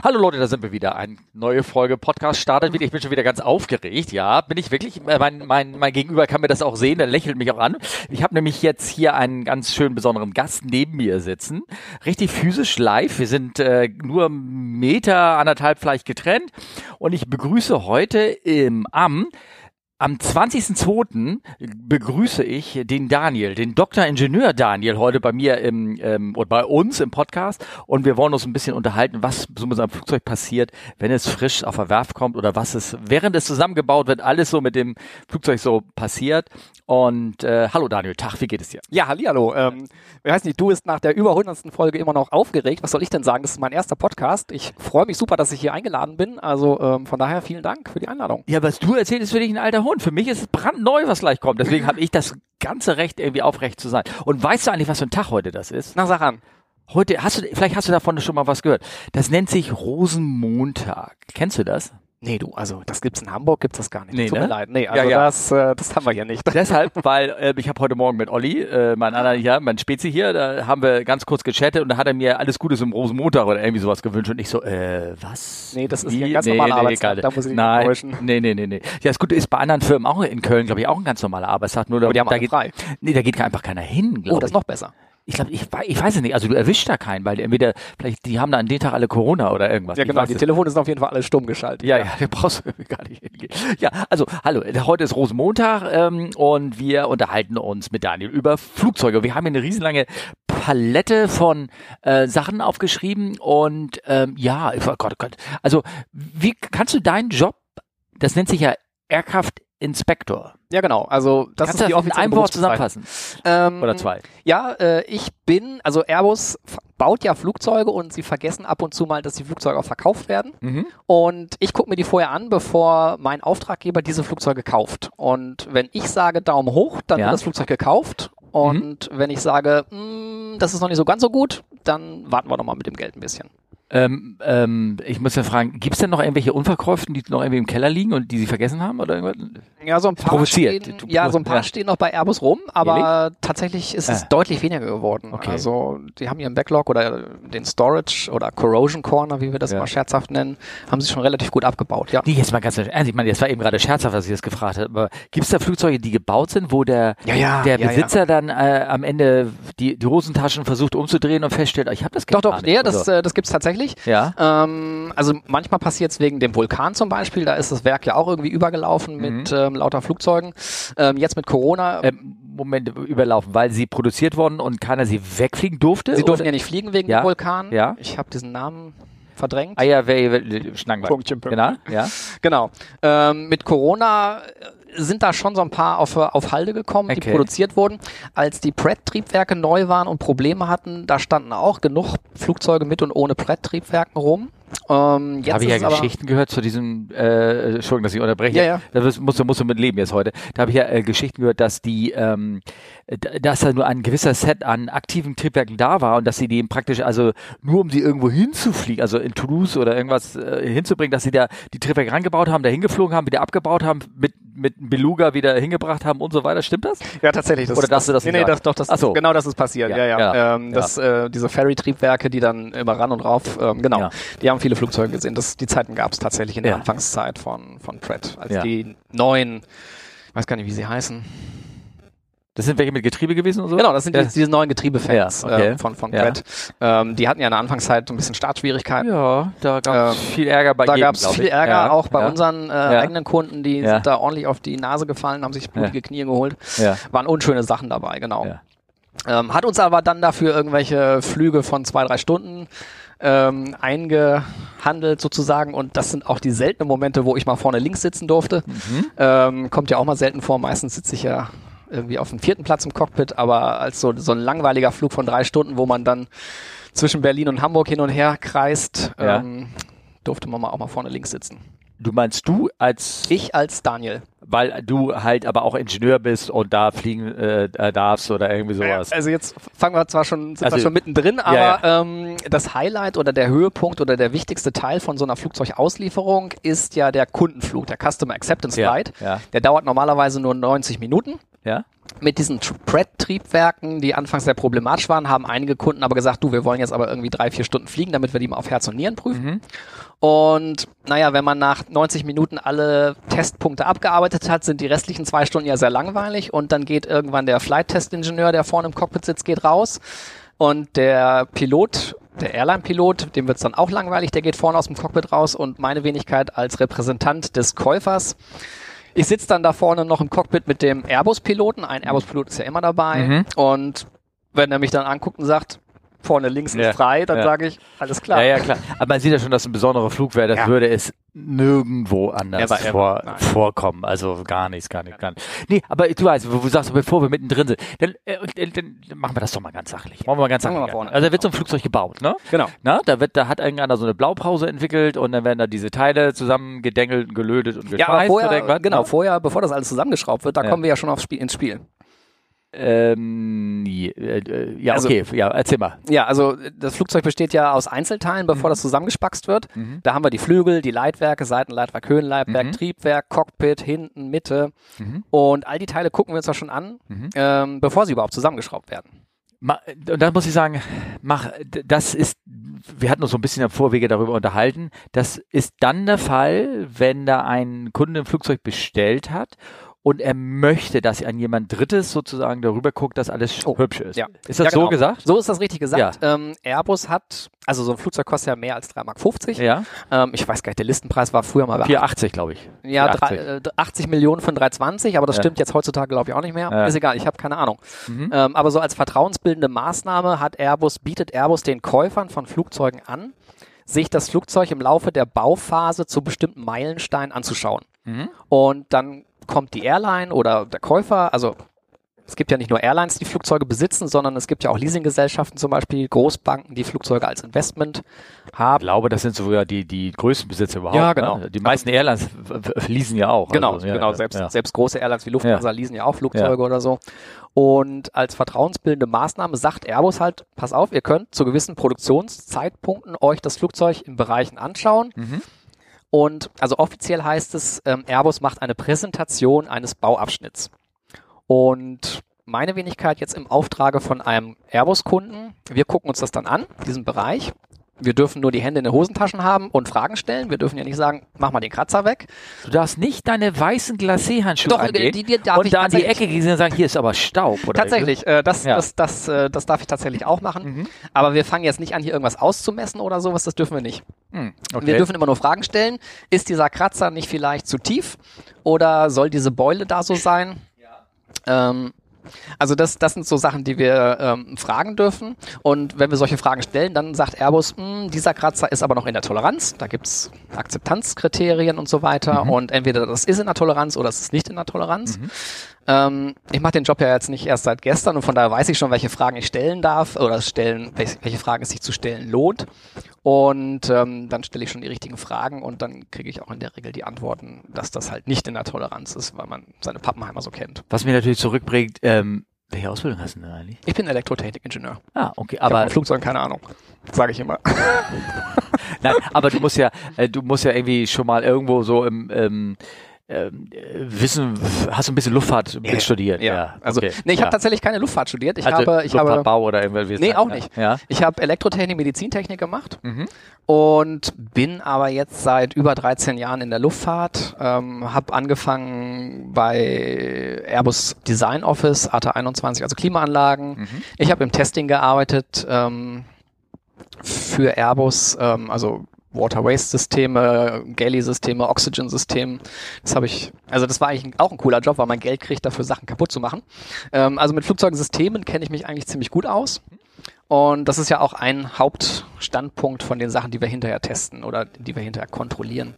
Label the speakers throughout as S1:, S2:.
S1: Hallo Leute, da sind wir wieder. Eine neue Folge Podcast startet wieder. Ich bin schon wieder ganz aufgeregt. Ja, bin ich wirklich. Äh, Mein, mein, mein Gegenüber kann mir das auch sehen. Der lächelt mich auch an. Ich habe nämlich jetzt hier einen ganz schönen besonderen Gast neben mir sitzen. Richtig physisch live. Wir sind äh, nur einen Meter, anderthalb vielleicht getrennt. Und ich begrüße heute im Am am 20.02. begrüße ich den Daniel, den Dr. Ingenieur Daniel, heute bei mir im, ähm, oder bei uns im Podcast. Und wir wollen uns ein bisschen unterhalten, was so mit einem Flugzeug passiert, wenn es frisch auf der Werft kommt oder was es, während es zusammengebaut wird, alles so mit dem Flugzeug so passiert. Und äh, hallo Daniel, Tag, wie geht es dir?
S2: Ja, hallihallo. Ähm, ich weiß nicht, du bist nach der über 100. Folge immer noch aufgeregt. Was soll ich denn sagen? Das ist mein erster Podcast. Ich freue mich super, dass ich hier eingeladen bin. Also ähm, von daher vielen Dank für die Einladung.
S1: Ja, was du erzählst, ist für dich ein alter Hund. Für mich ist es brandneu, was gleich kommt. Deswegen habe ich das ganze Recht, irgendwie aufrecht zu sein. Und weißt du eigentlich, was für ein Tag heute das ist?
S2: Na, sag an.
S1: Heute hast du, vielleicht hast du davon schon mal was gehört. Das nennt sich Rosenmontag. Kennst du das?
S2: Nee, du, also das gibt's in Hamburg, gibt's das gar nicht.
S1: Nee,
S2: Tut
S1: ne?
S2: mir leid. Nee, also
S1: Ja, ja.
S2: Das, äh, das haben wir hier nicht.
S1: Deshalb, weil äh, ich habe heute Morgen mit Olli, äh, mein anderer, ja, mein Spezi hier, da haben wir ganz kurz gechattet und da hat er mir alles Gute zum Rosenmontag oder irgendwie sowas gewünscht und ich so, äh, was?
S2: Nee, das ist ein ganz normaler Arbeitstag,
S1: egal.
S2: da muss ich dich
S1: Nein,
S2: enttäuschen.
S1: Nee, nee, nee, nee. Ja, das Gute ist bei anderen Firmen auch in Köln, glaube ich, auch ein ganz normaler Arbeitstag. Nur da,
S2: Aber die haben
S1: da
S2: alle
S1: geht,
S2: frei.
S1: Nee, da geht einfach keiner hin, glaube
S2: Oh, das ist
S1: ich.
S2: noch besser.
S1: Ich glaube, ich, wei- ich weiß es nicht. Also du erwischst da keinen, weil entweder, vielleicht, die haben da an dem Tag alle Corona oder irgendwas.
S2: Ja,
S1: Ich
S2: genau.
S1: weiß
S2: Die
S1: es
S2: Telefone sind auf jeden Fall alle stumm geschaltet.
S1: ja, ja, da brauchst du gar nicht hingehen. Ja, also, hallo, heute ist Rosenmontag ähm, und wir unterhalten uns mit Daniel über Flugzeuge. Wir haben hier eine riesenlange Palette von äh, Sachen aufgeschrieben und ähm, ja, ich- oh Gott, oh Gott. Also, wie kannst du deinen Job, das nennt sich ja Aircraft Inspector,
S2: Ja, genau. Also das
S1: kannst
S2: ist
S1: du
S2: die
S1: das in
S2: offizielle
S1: einem Wort
S2: Berufsbezeichnung.
S1: zusammenfassen?
S2: Ähm,
S1: Oder zwei?
S2: Ja, äh, ich bin, also Airbus f- baut ja Flugzeuge und sie vergessen ab und zu mal, dass die Flugzeuge auch verkauft werden. Und ich gucke mir die vorher an, bevor mein Auftraggeber diese Flugzeuge kauft. Und wenn ich sage Daumen hoch, dann
S1: Ja. Mhm.
S2: wird das Flugzeug gekauft. Und wenn ich sage, "Mm, das ist noch nicht so ganz so gut, dann warten wir nochmal mit dem Geld ein bisschen.
S1: Ähm, ähm, ich muss ja fragen, gibt es denn noch irgendwelche Unverkäuften, die noch irgendwie im Keller liegen und die sie vergessen haben oder irgendwas?
S2: Ja, so ein paar,
S1: Provoziert.
S2: stehen,
S1: Du-
S2: ja, so ein paar
S1: ja.
S2: stehen noch bei Airbus rum, aber tatsächlich ist es
S1: Ah.
S2: deutlich weniger geworden.
S1: Okay.
S2: Also die haben ihren Backlog oder den Storage oder Corrosion Corner, wie wir das
S1: Ja.
S2: mal scherzhaft nennen, haben sie schon relativ gut abgebaut. Ja,
S1: Nee, jetzt mal ganz ernst. Ich meine, das war eben gerade scherzhaft, was ich das gefragt habe. Aber gibt es da Flugzeuge, die gebaut sind, wo der,
S2: Ja, ja,
S1: der
S2: ja,
S1: Besitzer dann äh, am Ende die, die Hosentaschen versucht umzudrehen und feststellt, ah, ich habe das
S2: doch,
S1: Geld
S2: doch,
S1: gar nicht.
S2: ja, das,
S1: Also,
S2: äh, das gibt's tatsächlich.
S1: ja.
S2: Ähm, also manchmal passiert es wegen dem Vulkan zum Beispiel, da ist das Werk ja auch irgendwie übergelaufen mit
S1: Mhm.
S2: ähm, lauter Flugzeugen. Ähm, jetzt mit Corona,
S1: Ähm, Moment, überlaufen, weil sie produziert wurden und keiner sie wegfliegen durfte?
S2: sie durften
S1: Oder-
S2: ja nicht fliegen wegen
S1: Ja,
S2: dem Vulkan.
S1: ja.
S2: Ich habe diesen Namen verdrängt.
S1: Ah ja, wer, Schlangenbad.
S2: Punktchen,
S1: Genau,
S2: Punktchen.
S1: ja.
S2: Genau. Ähm, mit Corona sind da schon so ein paar auf, auf Halde gekommen,
S1: Okay.
S2: die produziert wurden. Als die Pratt-Triebwerke neu waren und Probleme hatten, da standen auch genug Flugzeuge mit und ohne Pratt-Triebwerken rum. Ähm, jetzt
S1: Habe ich
S2: ist
S1: ja
S2: es aber,
S1: Geschichten gehört zu diesem, äh, Entschuldigung, dass ich unterbreche.
S2: Ja, ja.
S1: Da wirst- musst, du- musst du mit leben jetzt heute. Da habe ich ja äh, Geschichten gehört, dass die, ähm, d- dass da nur ein gewisser Set an aktiven Triebwerken da war und dass sie die praktisch, also nur um sie irgendwo hinzufliegen, also in Toulouse oder irgendwas äh, hinzubringen, dass sie da die Triebwerke rangebaut haben, da hingeflogen haben, wieder abgebaut haben, mit, mit einem Beluga wieder hingebracht haben und so weiter. Stimmt das?
S2: Ja, tatsächlich.
S1: Oder dass du das
S2: nee,
S1: nicht
S2: nee, das,
S1: sagst.
S2: doch, das,
S1: Ach so.
S2: Genau das ist passiert.
S1: Ja,
S2: Ja, ja.
S1: ja,
S2: ähm,
S1: ja.
S2: Das, Äh, diese Ferry-Triebwerke, die dann immer ran und rauf, ähm, genau.
S1: Ja.
S2: Die haben viele Flugzeuge gesehen. Das, die Zeiten gab es tatsächlich in der
S1: Ja.
S2: Anfangszeit von, von Pratt. Als
S1: Ja.
S2: die neuen, weiß gar nicht, wie sie heißen.
S1: Das sind welche mit Getriebe gewesen und so?
S2: Genau, das sind
S1: ja.
S2: die, diese neuen Getriebefans
S1: Ja, okay.
S2: äh, von, von
S1: Ja.
S2: Pratt. Ähm, die hatten ja in der Anfangszeit so ein bisschen Startschwierigkeiten.
S1: Ja, da gab es
S2: Ähm,
S1: viel Ärger bei
S2: Da
S1: jedem,
S2: gab es
S1: glaub
S2: viel
S1: ich.
S2: Ärger,
S1: ja,
S2: auch bei
S1: ja,
S2: unseren äh, eigenen Kunden, die
S1: Ja.
S2: sind da ordentlich auf die Nase gefallen, haben sich blutige Knie geholt.
S1: Ja.
S2: Waren unschöne Sachen dabei, genau.
S1: Ja.
S2: Ähm, hat uns aber dann dafür irgendwelche Flüge von zwei, drei Stunden ähm, eingehandelt sozusagen und das sind auch die seltenen Momente, wo ich mal vorne links sitzen durfte. Ähm, kommt ja auch mal selten vor, meistens sitze ich ja irgendwie auf dem vierten Platz im Cockpit, aber als so, so ein langweiliger Flug von drei Stunden, wo man dann zwischen Berlin und Hamburg hin und her kreist,
S1: Ja.
S2: ähm, durfte man mal auch mal vorne links sitzen.
S1: Du meinst du als
S2: Ich als Daniel.
S1: weil du halt aber auch Ingenieur bist und da fliegen äh, äh, darfst oder irgendwie sowas.
S2: Also jetzt fangen wir zwar schon, sind
S1: Also-
S2: wir schon mittendrin, aber
S1: ja.
S2: Ähm, das Highlight oder der Höhepunkt oder der wichtigste Teil von so einer Flugzeugauslieferung ist ja der Kundenflug, der Customer Acceptance
S1: Ja,
S2: Flight.
S1: ja.
S2: Der dauert normalerweise nur 90 Minuten.
S1: ja?
S2: mit diesen Pred-Triebwerken, die anfangs sehr problematisch waren, haben einige Kunden aber gesagt, du, wir wollen jetzt aber irgendwie drei, vier Stunden fliegen, damit wir die mal auf Herz und Nieren prüfen.
S1: Mhm.
S2: Und naja, wenn man nach 90 Minuten alle Testpunkte abgearbeitet hat, sind die restlichen zwei Stunden ja sehr langweilig und dann geht irgendwann der Flight-Test-Ingenieur, der vorne im Cockpit sitzt, geht raus und der Pilot, der Airline-Pilot, dem wird's dann auch langweilig, der geht vorne aus dem Cockpit raus und meine Wenigkeit als Repräsentant des Käufers ich sitze dann da vorne noch im Cockpit mit dem Airbus-Piloten. Ein Airbus-Pilot ist ja immer dabei.
S1: Mhm.
S2: Und wenn er mich dann anguckt und sagt, vorne links
S1: Ja,
S2: ist frei, dann
S1: ja.
S2: sage ich, alles klar.
S1: Ja, ja, klar. Aber man sieht ja schon, dass ein besonderer Flug wäre. Das
S2: Ja.
S1: würde es nirgendwo anders
S2: Ja, aber, ähm,
S1: vor,
S2: nein.
S1: vorkommen. Also gar nichts, gar nichts, gar nichts. Nee, aber du weißt, wo du sagst, bevor wir mittendrin sind, dann, äh, und, äh, dann machen wir das doch mal ganz sachlich. Machen wir mal ganz
S2: Machen wir
S1: sachlich.
S2: mal vorne.
S1: Also da wird so ein Flugzeug gebaut, ne?
S2: Genau.
S1: Na, da wird, da hat irgendeiner so eine Blaupause entwickelt und dann werden da diese Teile zusammen gedengelt und gelötet und geschweißt.
S2: Ja, aber
S1: oder
S2: vorher,
S1: irgendwas,
S2: genau,
S1: ne?
S2: vorher, bevor das alles zusammengeschraubt wird, da
S1: Ja.
S2: kommen wir ja schon aufs Spiel, ins Spiel.
S1: Ähm, je- äh, äh, ja,
S2: Also-
S1: okay, ja, erzähl mal.
S2: Ja, also das Flugzeug besteht ja aus Einzelteilen,
S1: Mhm.
S2: bevor das zusammengespackst wird. Da haben wir die Flügel, die Leitwerke, Seitenleitwerk, Höhenleitwerk,
S1: Mhm.
S2: Triebwerk, Cockpit, hinten, Mitte. Und all die Teile gucken wir uns ja schon an,
S1: Mhm.
S2: ähm, bevor sie überhaupt zusammengeschraubt werden.
S1: Ma- Und da muss ich sagen, mach, d- das ist, wir hatten uns so ein bisschen im Vorwege darüber unterhalten. Das ist dann der Fall, wenn da ein Kunde ein Flugzeug bestellt hat und er möchte, dass an jemand Drittes sozusagen darüber guckt, dass alles
S2: Oh,
S1: hübsch ist.
S2: ja.
S1: Ist das
S2: Ja, genau.
S1: so gesagt?
S2: So ist das richtig gesagt. Ähm, Airbus hat, also so ein Flugzeug kostet ja mehr als 3,50 Mark.
S1: Ja.
S2: Ähm, ich weiß gar nicht, der Listenpreis war früher mal bei
S1: 480, glaube ich.
S2: ja,
S1: 480.
S2: 80. Äh, 80 Millionen von 320, aber das
S1: Ja.
S2: stimmt jetzt heutzutage, glaube ich, auch nicht mehr.
S1: Ja.
S2: Ist egal, ich habe keine Ahnung.
S1: Mhm.
S2: Ähm, aber so als vertrauensbildende Maßnahme hat Airbus, bietet Airbus den Käufern von Flugzeugen an, sich das Flugzeug im Laufe der Bauphase zu bestimmten Meilensteinen anzuschauen.
S1: Mhm.
S2: Und dann kommt die Airline oder der Käufer, also es gibt ja nicht nur Airlines, die Flugzeuge besitzen, sondern es gibt ja auch Leasinggesellschaften, zum Beispiel Großbanken, die Flugzeuge als Investment
S1: Ich
S2: haben.
S1: glaube, das sind sogar die, die größten Besitzer überhaupt.
S2: Ja, genau.
S1: Ne? Die meisten Airlines f- f- leasen ja auch.
S2: Genau,
S1: Also, ja,
S2: genau.
S1: ja,
S2: Selbst,
S1: ja.
S2: selbst große Airlines wie Lufthansa
S1: Ja.
S2: leasen ja auch Flugzeuge oder so. Und als vertrauensbildende Maßnahme sagt Airbus halt, pass auf, ihr könnt zu gewissen Produktionszeitpunkten euch das Flugzeug in Bereichen anschauen.
S1: Mhm.
S2: Und also offiziell heißt es, ähm, Airbus macht eine Präsentation eines Bauabschnitts. Und meine Wenigkeit jetzt im Auftrage von einem Airbus-Kunden, wir gucken uns das dann an, diesen Bereich. Wir dürfen nur die Hände in den Hosentaschen haben und Fragen stellen. Wir dürfen ja nicht sagen, mach mal den Kratzer weg.
S1: Du darfst nicht deine weißen Glacé-Handschuhe
S2: Doch,
S1: angehen
S2: die- die darf
S1: und
S2: ich
S1: da an die
S2: tatsächlich-
S1: Ecke gehen und sagen, hier ist aber Staub. Oder
S2: Tatsächlich, äh, das,
S1: Ja.
S2: das, das, äh, das darf ich tatsächlich auch machen.
S1: Mhm.
S2: Aber wir fangen jetzt nicht an, hier irgendwas auszumessen oder sowas, das dürfen wir nicht.
S1: Hm, okay.
S2: Wir dürfen immer nur Fragen stellen. Ist dieser Kratzer nicht vielleicht zu tief? Oder soll diese Beule da so sein? Ähm, also das, das sind so Sachen, die wir ähm, fragen dürfen. Und wenn wir solche Fragen stellen, dann sagt Airbus, "Hm, dieser Kratzer ist aber noch in der Toleranz. Da gibt's Akzeptanzkriterien und so weiter.
S1: Mhm.
S2: Und entweder das ist in der Toleranz oder es ist nicht in der Toleranz. Ähm, ich mache den Job ja jetzt nicht erst seit gestern und von daher weiß ich schon, welche Fragen ich stellen darf oder stellen, welche, welche Fragen es sich zu stellen lohnt. Und ähm, dann stelle ich schon die richtigen Fragen und dann kriege ich auch in der Regel die Antworten, dass das halt nicht in der Toleranz ist, weil man seine Pappenheimer so kennt.
S1: Was mich natürlich zurückbringt, ähm, welche Ausbildung hast du denn eigentlich?
S2: Ich bin Elektrotechnikingenieur.
S1: Ah, okay,
S2: Aber
S1: aber,
S2: von Flugzeugen keine Ahnung. Sage ich immer.
S1: nein, aber du musst ja, äh, du musst ja irgendwie schon mal irgendwo so im ähm, ähm, äh, Wissen, hast du ein bisschen Luftfahrt mit studiert?
S2: Also,
S1: okay,
S2: nee, ich
S1: ja.
S2: habe tatsächlich keine Luftfahrt studiert. Ich
S1: also
S2: habe, ich habe,
S1: Luftfahrtbau oder irgendwas.
S2: Nee, auch nicht.
S1: Ja.
S2: Ich habe Elektrotechnik, Medizintechnik gemacht
S1: Mhm.
S2: und bin aber jetzt seit über 13 Jahren in der Luftfahrt. Ähm, habe angefangen bei Airbus Design Office, ATA21, also Klimaanlagen.
S1: Mhm.
S2: Ich habe im Testing gearbeitet ähm, für Airbus, ähm, also Water Waste Systeme, Galley Systeme, Oxygen Systeme. Das habe ich, also das war eigentlich auch ein cooler Job, weil man Geld kriegt dafür Sachen kaputt zu machen. Ähm, also mit Flugzeugsystemen kenne ich mich eigentlich ziemlich gut aus. Und das ist ja auch ein Hauptstandpunkt von den Sachen, die wir hinterher testen oder die wir hinterher kontrollieren.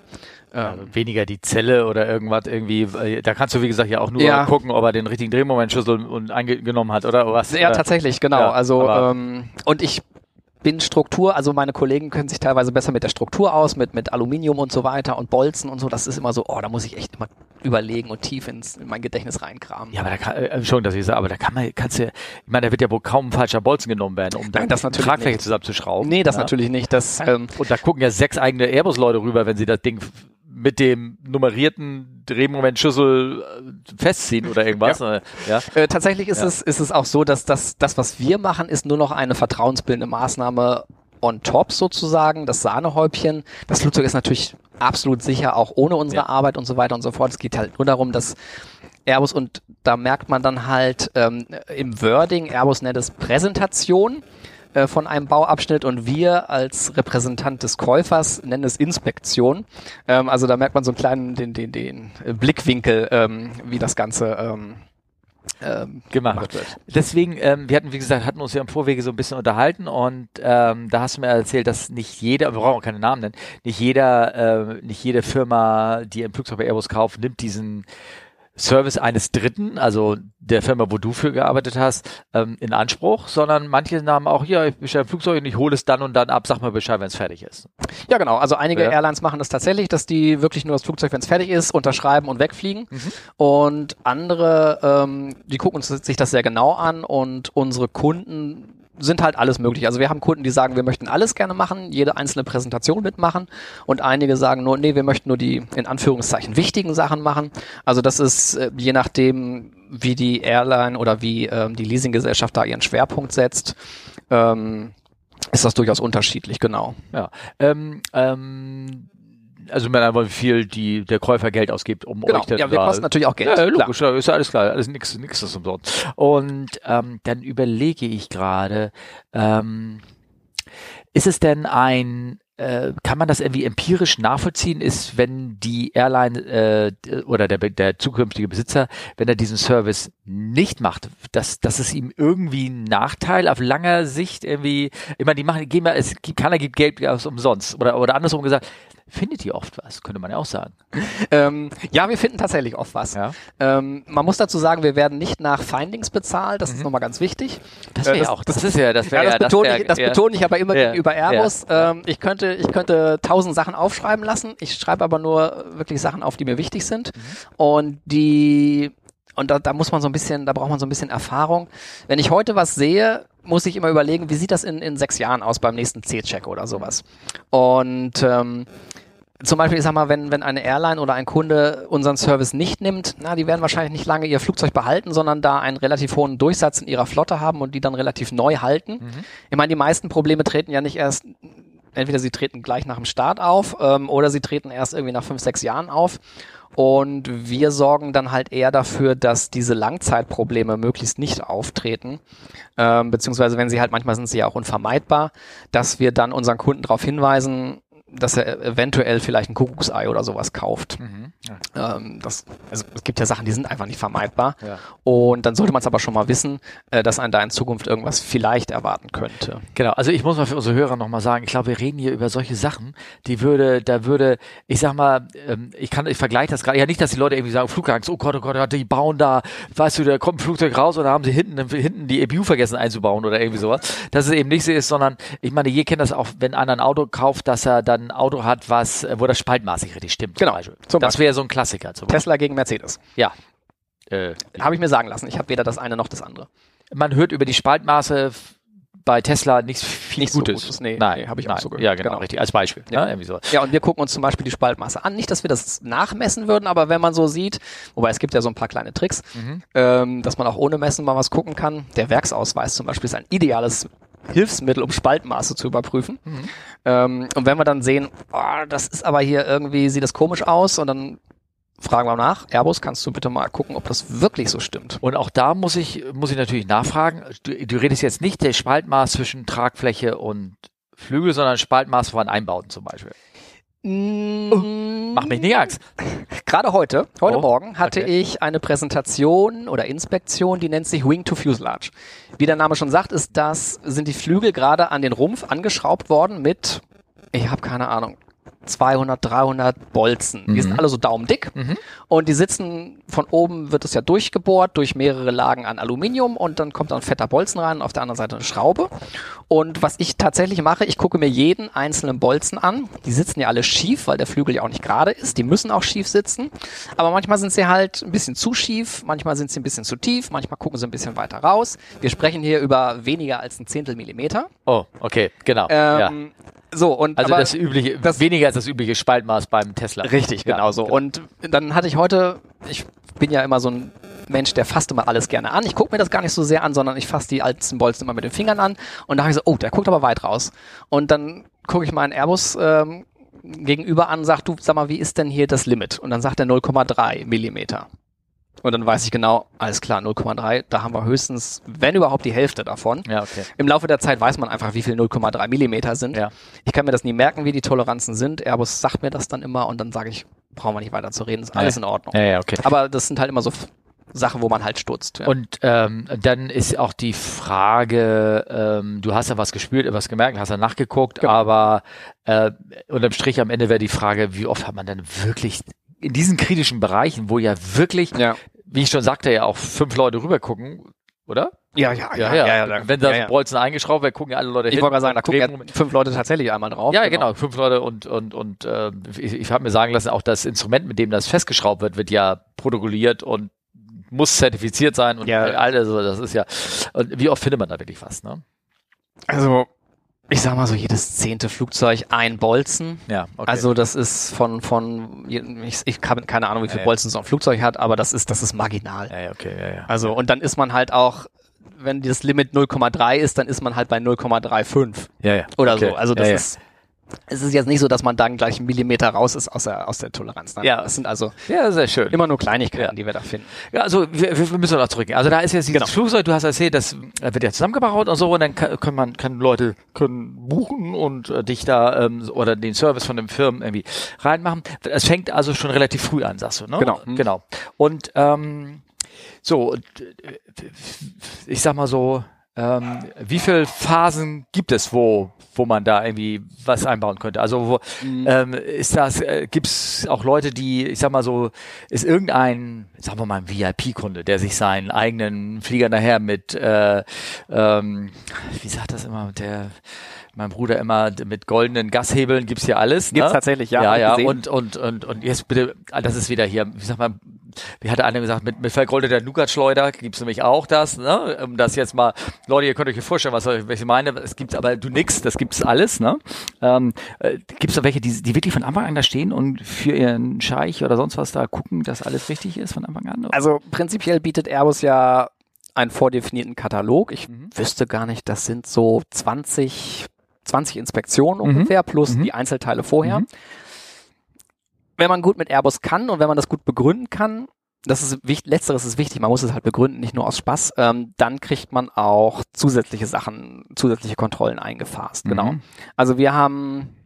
S2: Ähm,
S1: Also weniger die Zelle oder irgendwas irgendwie. äh, Da kannst du, wie gesagt, ja auch nur
S2: Ja.
S1: gucken, ob er den richtigen Drehmomentschlüssel und angenommen hat, oder? Was,
S2: Ja,
S1: oder?
S2: tatsächlich, genau.
S1: Ja,
S2: also
S1: aber-
S2: ähm, und ich bin Struktur, also meine Kollegen können sich teilweise besser mit der Struktur aus, mit, mit Aluminium und so weiter und Bolzen und so. Das ist immer so, oh, da muss ich echt immer überlegen und tief ins in mein Gedächtnis reinkramen.
S1: Ja, aber da kann, äh, schon, dass ich sage, aber da kann man, kannst du, ich meine, da wird ja wohl kaum ein falscher Bolzen genommen werden, um da
S2: Nein, das
S1: die
S2: natürlich
S1: Tragfläche
S2: nicht.
S1: zusammenzuschrauben. ne?
S2: Nee, das
S1: ja?
S2: natürlich nicht. Das, ähm,
S1: Und da gucken ja sechs eigene Airbus-Leute rüber, wenn sie das Ding f- mit dem nummerierten Drehmomentschlüssel äh, festziehen oder irgendwas. Ja. ja.
S2: Äh, tatsächlich ist, es, ist es auch so, dass das, das, was wir machen, ist nur noch eine vertrauensbildende Maßnahme on top sozusagen, das Sahnehäubchen. Das Flugzeug ist natürlich absolut sicher, auch ohne unsere
S1: Ja.
S2: Arbeit und so weiter und so fort. Es geht halt nur darum, dass Airbus und da merkt man dann halt ähm, im Wording, Airbus nennt es Präsentation äh, von einem Bauabschnitt und wir als Repräsentant des Käufers nennen es Inspektion. Ähm, also da merkt man so einen kleinen den, den, den äh, Blickwinkel, ähm, wie das Ganze ähm, ähm,
S1: gemacht
S2: gemacht
S1: wird.
S2: wird.
S1: Deswegen, ähm, wir hatten, wie gesagt, hatten uns ja im Vorwege so ein bisschen unterhalten und ähm, da hast du mir erzählt, dass nicht jeder, wir brauchen auch keine Namen nennen, nicht jeder, äh, nicht jede Firma, die ein Flugzeug bei Airbus kauft, nimmt diesen Service eines Dritten, also der Firma, wo du für gearbeitet hast, ähm, in Anspruch, sondern manche nahmen auch, ja, ich bestelle ein Flugzeug und ich hole es dann und dann ab, sag mal Bescheid, wenn es fertig ist.
S2: Ja, genau. Also einige
S1: Ja.
S2: Airlines machen das tatsächlich, dass die wirklich nur das Flugzeug, wenn es fertig ist, unterschreiben und wegfliegen. Und andere, ähm, die gucken uns, sich das sehr genau an und unsere Kunden sind halt alles möglich. Also wir haben Kunden, die sagen, wir möchten alles gerne machen, jede einzelne Präsentation mitmachen und einige sagen nur, nee, wir möchten nur die in Anführungszeichen wichtigen Sachen machen. Also das ist äh, je nachdem, wie die Airline oder wie ähm, die Leasinggesellschaft da ihren Schwerpunkt setzt, ähm, ist das durchaus unterschiedlich, genau.
S1: Ja. Ähm, ähm, also man einfach wie viel die, der Käufer Geld ausgibt, um
S2: Genau,
S1: euch dann
S2: ja, wir
S1: da-
S2: kosten natürlich auch Geld.
S1: Ja,
S2: klar.
S1: logisch, ja, ist ja alles klar, alles nix, nix ist umsonst. Und ähm, dann überlege ich gerade, ähm, ist es denn ein, äh, kann man das irgendwie empirisch nachvollziehen, ist, wenn die Airline äh, d- oder der, be- der zukünftige Besitzer, wenn er diesen Service nicht macht, dass, dass es ihm irgendwie einen Nachteil auf langer Sicht irgendwie, ich meine, die machen, geben ja, es gibt, keiner gibt Geld aus umsonst. Oder, oder andersrum gesagt, findet ihr oft was, könnte man ja auch sagen.
S2: Ähm, ja, wir finden tatsächlich oft was.
S1: Ja.
S2: Ähm, man muss dazu sagen, wir werden nicht nach Findings bezahlt, das ist nochmal ganz wichtig.
S1: Das
S2: Äh,
S1: wäre ja auch, das, ist Mhm. ja, das
S2: Ja,
S1: wäre
S2: das, betone, ich, das
S1: ja.
S2: betone ich aber immer
S1: Ja.
S2: gegenüber
S1: Ja.
S2: Airbus. Ähm, ich, könnte, ich könnte tausend Sachen aufschreiben lassen. Ich schreibe aber nur wirklich Sachen auf, die mir wichtig sind.
S1: Mhm.
S2: Und die und da, da muss man so ein bisschen, da braucht man so ein bisschen Erfahrung. Wenn ich heute was sehe, muss ich immer überlegen, wie sieht das in, in sechs Jahren aus beim nächsten C-Check oder sowas. Und ähm, zum Beispiel, ich sag mal, wenn, wenn eine Airline oder ein Kunde unseren Service nicht nimmt, na, die werden wahrscheinlich nicht lange ihr Flugzeug behalten, sondern da einen relativ hohen Durchsatz in ihrer Flotte haben und die dann relativ neu halten. Ich meine, die meisten Probleme treten ja nicht erst, entweder sie treten gleich nach dem Start auf ähm, oder sie treten erst irgendwie nach fünf, sechs Jahren auf. Und wir sorgen dann halt eher dafür, dass diese Langzeitprobleme möglichst nicht auftreten. Ähm, beziehungsweise, wenn sie halt, manchmal sind sie ja auch unvermeidbar, dass wir dann unseren Kunden darauf hinweisen, dass er eventuell vielleicht ein Kuckucksei oder sowas kauft. Ähm, das, also es gibt ja Sachen, die sind einfach nicht vermeidbar.
S1: Ja.
S2: Und dann sollte man es aber schon mal wissen, äh, dass einen da in Zukunft irgendwas vielleicht erwarten könnte.
S1: Genau, also ich muss mal für unsere Hörer nochmal sagen, ich glaube, wir reden hier über solche Sachen, die würde, da würde, ich sag mal, ähm, ich kann, ich vergleiche das gerade, ja nicht, dass die Leute irgendwie sagen, Flugangst, oh Gott, oh Gott, oh Gott, die bauen da, weißt du, da kommt ein Flugzeug raus und da haben sie hinten, hinten die EBU vergessen einzubauen oder irgendwie sowas. Dass es eben nicht so ist, sondern ich meine, ihr kennt das auch, wenn einer ein Auto kauft, dass er dann ein Auto hat, was, äh, wo das Spaltmaß nicht richtig stimmt.
S2: Genau,
S1: Zum Beispiel.
S2: zum
S1: Das wäre so ein Klassiker zum Beispiel.
S2: Tesla gegen Mercedes.
S1: Ja. Äh,
S2: Habe ich mir sagen lassen. Ich habe weder das eine noch das andere.
S1: man hört über die Spaltmaße f- bei Tesla nichts viel
S2: Nichts so
S1: Gutes.
S2: Gutes, nee,
S1: nein,
S2: nee, hab ich auch
S1: nein.
S2: so gehört.
S1: Ja, genau,
S2: Genau.
S1: richtig. Als Beispiel. Ja.
S2: Ja.
S1: Ne? Irgendwie so.
S2: Ja, und wir gucken uns zum Beispiel die Spaltmaße an. Nicht, dass wir das nachmessen würden, aber wenn man so sieht, wobei es gibt ja so ein paar kleine Tricks, ähm, dass man auch ohne Messen mal was gucken kann. Der Werksausweis zum Beispiel ist ein ideales Hilfsmittel, um Spaltmaße zu überprüfen. Ähm, und wenn wir dann sehen, oh, das ist aber hier irgendwie, sieht das komisch aus, und dann fragen wir nach, Airbus, kannst du bitte mal gucken, ob das wirklich so stimmt?
S1: Und auch da muss ich, muss ich natürlich nachfragen. Du, du redest jetzt nicht der Spaltmaß zwischen Tragfläche und Flügel, sondern Spaltmaß von Einbauten zum Beispiel.
S2: Mm,
S1: Mach mich nicht Angst.
S2: Gerade heute, heute
S1: Oh,
S2: Morgen, hatte
S1: okay.
S2: ich eine Präsentation oder Inspektion, die nennt sich Wing to Fuselage. Wie der Name schon sagt, ist das, sind die Flügel gerade an den Rumpf angeschraubt worden mit, ich habe keine Ahnung, 200, 300 Bolzen. Die
S1: Mhm.
S2: sind alle so daumendick und die sitzen, von oben wird es ja durchgebohrt durch mehrere Lagen an Aluminium und dann kommt da ein fetter Bolzen rein, auf der anderen Seite eine Schraube. Und was ich tatsächlich mache, ich gucke mir jeden einzelnen Bolzen an. Die sitzen ja alle schief, weil der Flügel ja auch nicht gerade ist. Die müssen auch schief sitzen. Aber manchmal sind sie halt ein bisschen zu schief, manchmal sind sie ein bisschen zu tief, manchmal gucken sie ein bisschen weiter raus. Wir sprechen hier über weniger als ein Zehntel Millimeter.
S1: Oh, okay, genau. ja.
S2: Ähm, So, und
S1: Also
S2: aber-
S1: das übliche, weniger als das übliche Spaltmaß beim Tesla.
S2: Richtig,
S1: Ja,
S2: genau so. Und dann hatte ich heute, ich bin ja immer so ein Mensch, der fasst immer alles gerne an. Ich gucke mir das gar nicht so sehr an, sondern ich fasse die alten Bolzen immer mit den Fingern an. Und da habe ich so, oh, der guckt aber weit raus. Und dann gucke ich meinen Airbus ähm, gegenüber an und sage, du, sag mal, wie ist denn hier das Limit? Und dann sagt er 0,3 Millimeter. Und dann weiß ich genau, alles klar, 0,3, da haben wir höchstens, wenn überhaupt, die Hälfte davon.
S1: Ja, okay.
S2: Im Laufe der Zeit weiß man einfach, wie viel 0,3 Millimeter sind.
S1: Ja.
S2: Ich kann mir das nie merken, wie die Toleranzen sind. Airbus sagt mir das dann immer und dann sage ich, brauchen wir nicht weiter zu reden, ist alles
S1: Nee.
S2: in Ordnung.
S1: Ja, ja, okay.
S2: Aber das sind halt immer so F- Sachen, wo man halt stutzt. Ja.
S1: Und ähm, dann ist auch die Frage, ähm, du hast ja was gespürt, was gemerkt, hast ja nachgeguckt,
S2: Genau.
S1: aber äh, unterm Strich am Ende wäre die Frage, wie oft hat man denn wirklich in diesen kritischen Bereichen, wo ja wirklich,
S2: Ja.
S1: wie ich schon sagte, ja auch fünf Leute rübergucken, oder?
S2: ja, ja,
S1: Wenn das
S2: ja, ja.
S1: Bolzen eingeschraubt wäre, gucken ja alle Leute
S2: Ich
S1: hin.
S2: wollte gerade sagen, da gucken
S1: Drehen-
S2: ja fünf Leute tatsächlich einmal drauf.
S1: ja, genau. fünf Leute und und und äh, ich, ich habe mir sagen lassen, auch das Instrument, mit dem das festgeschraubt wird, wird ja protokolliert und muss zertifiziert sein und
S2: Ja.
S1: ja. all das, das ist ja. Und wie oft findet man da wirklich was, ne?
S2: Also, ich sag mal so, jedes zehnte Flugzeug ein Bolzen.
S1: Ja, okay.
S2: Also das ist von, von ich, ich habe keine Ahnung, wie viel
S1: Ja, ja.
S2: Bolzen so ein Flugzeug hat, aber das ist, das ist marginal.
S1: ja, ja, okay, ja, ja.
S2: Also, und dann ist man halt auch, wenn das Limit 0,3 ist, dann ist man halt bei 0,35
S1: ja, ja.
S2: oder
S1: okay.
S2: so. Also, das
S1: ja,
S2: ist, es ist jetzt nicht so, dass man dann gleich einen Millimeter raus ist aus der, aus der Toleranz. Nein,
S1: Ja.
S2: Das sind also
S1: ja. ja, sehr schön.
S2: immer nur Kleinigkeiten,
S1: Ja.
S2: die wir da finden.
S1: Ja, also wir, wir müssen noch zurückgehen. Also da ist jetzt
S2: Genau.
S1: dieses Flugzeug, du hast erzählt, das äh, wird ja zusammengebaut und so und dann kann, kann man, kann Leute können buchen und äh, dich da ähm, so- oder den Service von den Firmen irgendwie reinmachen. Es fängt also schon relativ früh an, sagst du, ne?
S2: Genau. Mhm.
S1: Genau. Und ähm, so, und, äh, ich sag mal so, ähm, wie viele Phasen gibt es, wo, wo man da irgendwie was einbauen könnte? Also wo,
S2: Mhm.
S1: ähm, ist das, äh, gibt es auch Leute, die, ich sag mal so, ist irgendein, sagen wir mal, ein VIP-Kunde, der sich seinen eigenen Flieger nachher mit, äh, ähm, wie sagt das immer, der mein Bruder immer mit goldenen Gashebeln gibt's hier alles.
S2: Gibt's
S1: ne?
S2: tatsächlich, ja,
S1: Ja,
S2: hab ich
S1: ja.
S2: gesehen.
S1: Und, und, und, und jetzt bitte, ah, das ist wieder hier, wie sag mal, wie hatte einer gesagt, mit, mit vergoldeter Nougat-Schleuder gibt's nämlich auch das, ne? Um das jetzt mal, Leute, ihr könnt euch hier vorstellen, was, ich- was ich meine. Es gibt aber du nix, das gibt's alles, ne? Ähm, äh, gibt's da welche, die, die wirklich von Anfang an da stehen und für ihren Scheich oder sonst was da gucken, dass alles richtig ist von Anfang an?
S2: Also, prinzipiell bietet Airbus ja einen vordefinierten Katalog. Ich
S1: Mhm.
S2: wüsste gar nicht, das sind so 20, 20 Inspektionen ungefähr, plus die Einzelteile vorher.
S1: Mhm.
S2: Wenn man gut mit Airbus kann und wenn man das gut begründen kann, das ist wichtig, letzteres ist wichtig, man muss es halt begründen, nicht nur aus Spaß, ähm, dann kriegt man auch zusätzliche Sachen, zusätzliche Kontrollen eingefasst. Genau.
S1: Mhm.
S2: Also wir haben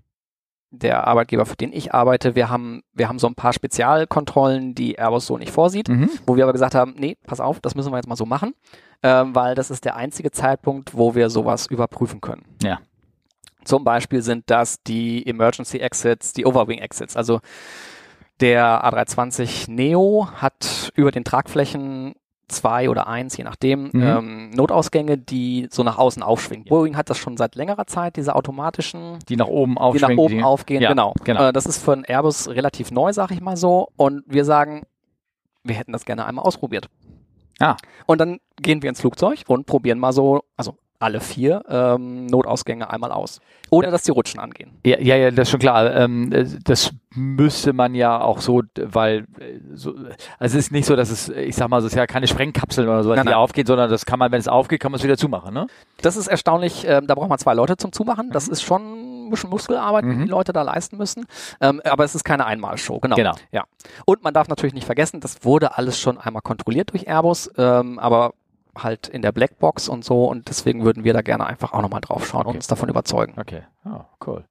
S2: der Arbeitgeber, für den ich arbeite, wir haben, wir haben so ein paar Spezialkontrollen, die Airbus so nicht vorsieht
S1: Mhm.
S2: wo wir aber gesagt haben, nee, pass auf, das müssen wir jetzt mal so machen, ähm, weil das ist der einzige Zeitpunkt, wo wir sowas überprüfen können.
S1: Ja.
S2: Zum Beispiel sind das die Emergency Exits, die Overwing Exits. Also der A320 Neo hat über den Tragflächen zwei oder eins, je nachdem,
S1: Mhm.
S2: ähm, Notausgänge, die so nach außen aufschwingen. Boeing hat das schon seit längerer Zeit, diese automatischen
S1: Die nach oben aufschwingen.
S2: die nach oben aufgehen.
S1: Ja,
S2: genau.
S1: genau.
S2: Äh, das ist von Airbus relativ neu, sag ich mal so. Und wir sagen, wir hätten das gerne einmal ausprobiert.
S1: Ah.
S2: Und dann gehen wir ins Flugzeug und probieren mal so, also alle vier ähm, Notausgänge einmal aus. Ohne dass die Rutschen angehen.
S1: Ja, ja, ja, das ist schon klar. Ähm, äh, das müsste man ja auch so, d- weil äh, so, also es ist nicht so, dass es, äh, ich sag mal, es ist ja keine Sprengkapseln oder so, die
S2: Nein, nein.
S1: aufgeht, sondern das kann man, wenn es aufgeht, kann man es wieder zumachen, ne?
S2: Das ist erstaunlich, ähm, da braucht man zwei Leute zum Zumachen.
S1: Mhm.
S2: Das ist schon ein bisschen Muskelarbeit, die die Leute da leisten müssen. Ähm, aber es ist keine Einmalshow, genau.
S1: Genau.
S2: Ja. Und man darf natürlich nicht vergessen, das wurde alles schon einmal kontrolliert durch Airbus, ähm, aber halt in der Blackbox und so. Und deswegen würden wir da gerne einfach auch nochmal drauf schauen und
S1: Okay.
S2: uns davon überzeugen.
S1: Okay, oh, cool.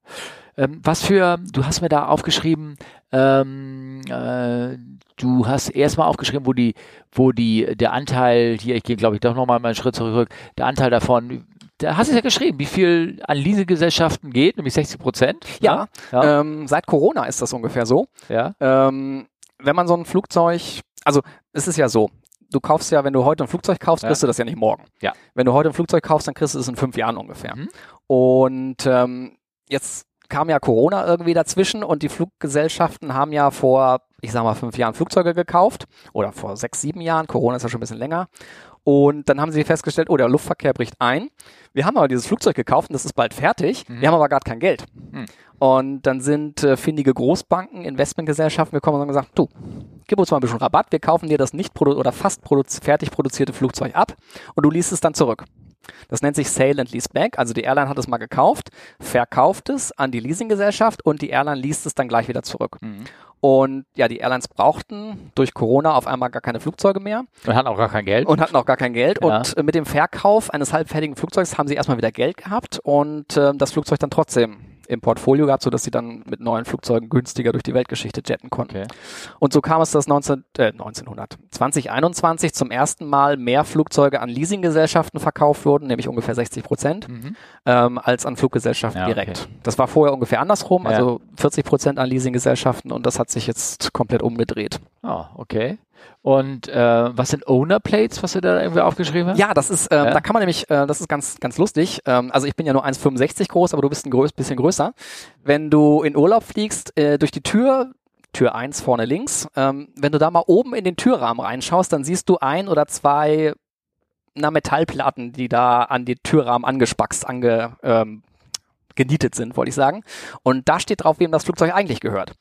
S1: Ähm, was für, du hast mir da aufgeschrieben, ähm, äh, du hast erstmal aufgeschrieben, wo die, wo die, der Anteil, hier, ich gehe glaube ich doch nochmal meinen Schritt zurück, der Anteil davon, da hast du es ja geschrieben, wie viel an Leasinggesellschaften geht, nämlich 60 Prozent. ne?
S2: Ja,
S1: Ja,
S2: Ähm, seit Corona ist das ungefähr so.
S1: ja.
S2: Ähm, wenn man so ein Flugzeug, also es ist ja so, du kaufst ja, wenn du heute ein Flugzeug kaufst,
S1: Ja.
S2: kriegst du das ja nicht morgen.
S1: Ja.
S2: Wenn du heute ein Flugzeug kaufst, dann kriegst du es in fünf Jahren ungefähr.
S1: Mhm.
S2: Und ähm, jetzt kam ja Corona irgendwie dazwischen und die Fluggesellschaften haben ja vor, ich sag mal, fünf Jahren Flugzeuge gekauft oder vor sechs, sieben Jahren. Corona ist ja schon ein bisschen länger. Und dann haben sie festgestellt, oh, der Luftverkehr bricht ein. Wir haben aber dieses Flugzeug gekauft und das ist bald fertig.
S1: Mhm.
S2: Wir haben aber gerade kein Geld. Und dann sind äh, findige Großbanken, Investmentgesellschaften gekommen und haben gesagt, du, gib uns mal ein bisschen Rabatt, wir kaufen dir das nicht produ oder fast produ fertig produzierte Flugzeug ab und du liest es dann zurück. Das nennt sich Sale and Lease Back. Also die Airline hat es mal gekauft, verkauft es an die Leasinggesellschaft und die Airline liest es dann gleich wieder zurück. Und ja, die Airlines brauchten durch Corona auf einmal gar keine Flugzeuge mehr
S1: Und hat auch gar kein Geld.
S2: und hatten auch gar kein Geld.
S1: Ja.
S2: Und äh, mit dem Verkauf eines halbfertigen Flugzeugs haben sie erstmal wieder Geld gehabt und ähm, das Flugzeug dann trotzdem im Portfolio gehabt, sodass sie dann mit neuen Flugzeugen günstiger durch die Weltgeschichte jetten konnten.
S1: Okay.
S2: Und so kam es, dass 19, äh, 1900, 2021 zum ersten Mal mehr Flugzeuge an Leasinggesellschaften verkauft wurden, nämlich ungefähr 60 Prozent, ähm, als an Fluggesellschaften
S1: Mhm. Ja,
S2: direkt. Das war vorher ungefähr andersrum,
S1: Ja.
S2: also 40 Prozent an Leasinggesellschaften und das hat sich jetzt komplett umgedreht.
S1: Ah, okay. Und äh, was sind Owner Plates, was du da irgendwie aufgeschrieben hast?
S2: Ja, das ist, ähm,
S1: Ja.
S2: da kann man nämlich, äh, das ist ganz, ganz lustig. Ähm, also ich bin ja nur 1,65 groß, aber du bist ein größ, bisschen größer. Wenn du in Urlaub fliegst, äh, durch die Tür, Tür 1 vorne links, ähm, wenn du da mal oben in den Türrahmen reinschaust, dann siehst du ein oder zwei na, Metallplatten, die da an den Türrahmen angespackst, ange, ähm, genietet sind, wollte ich sagen. Und da steht drauf, wem das Flugzeug eigentlich gehört.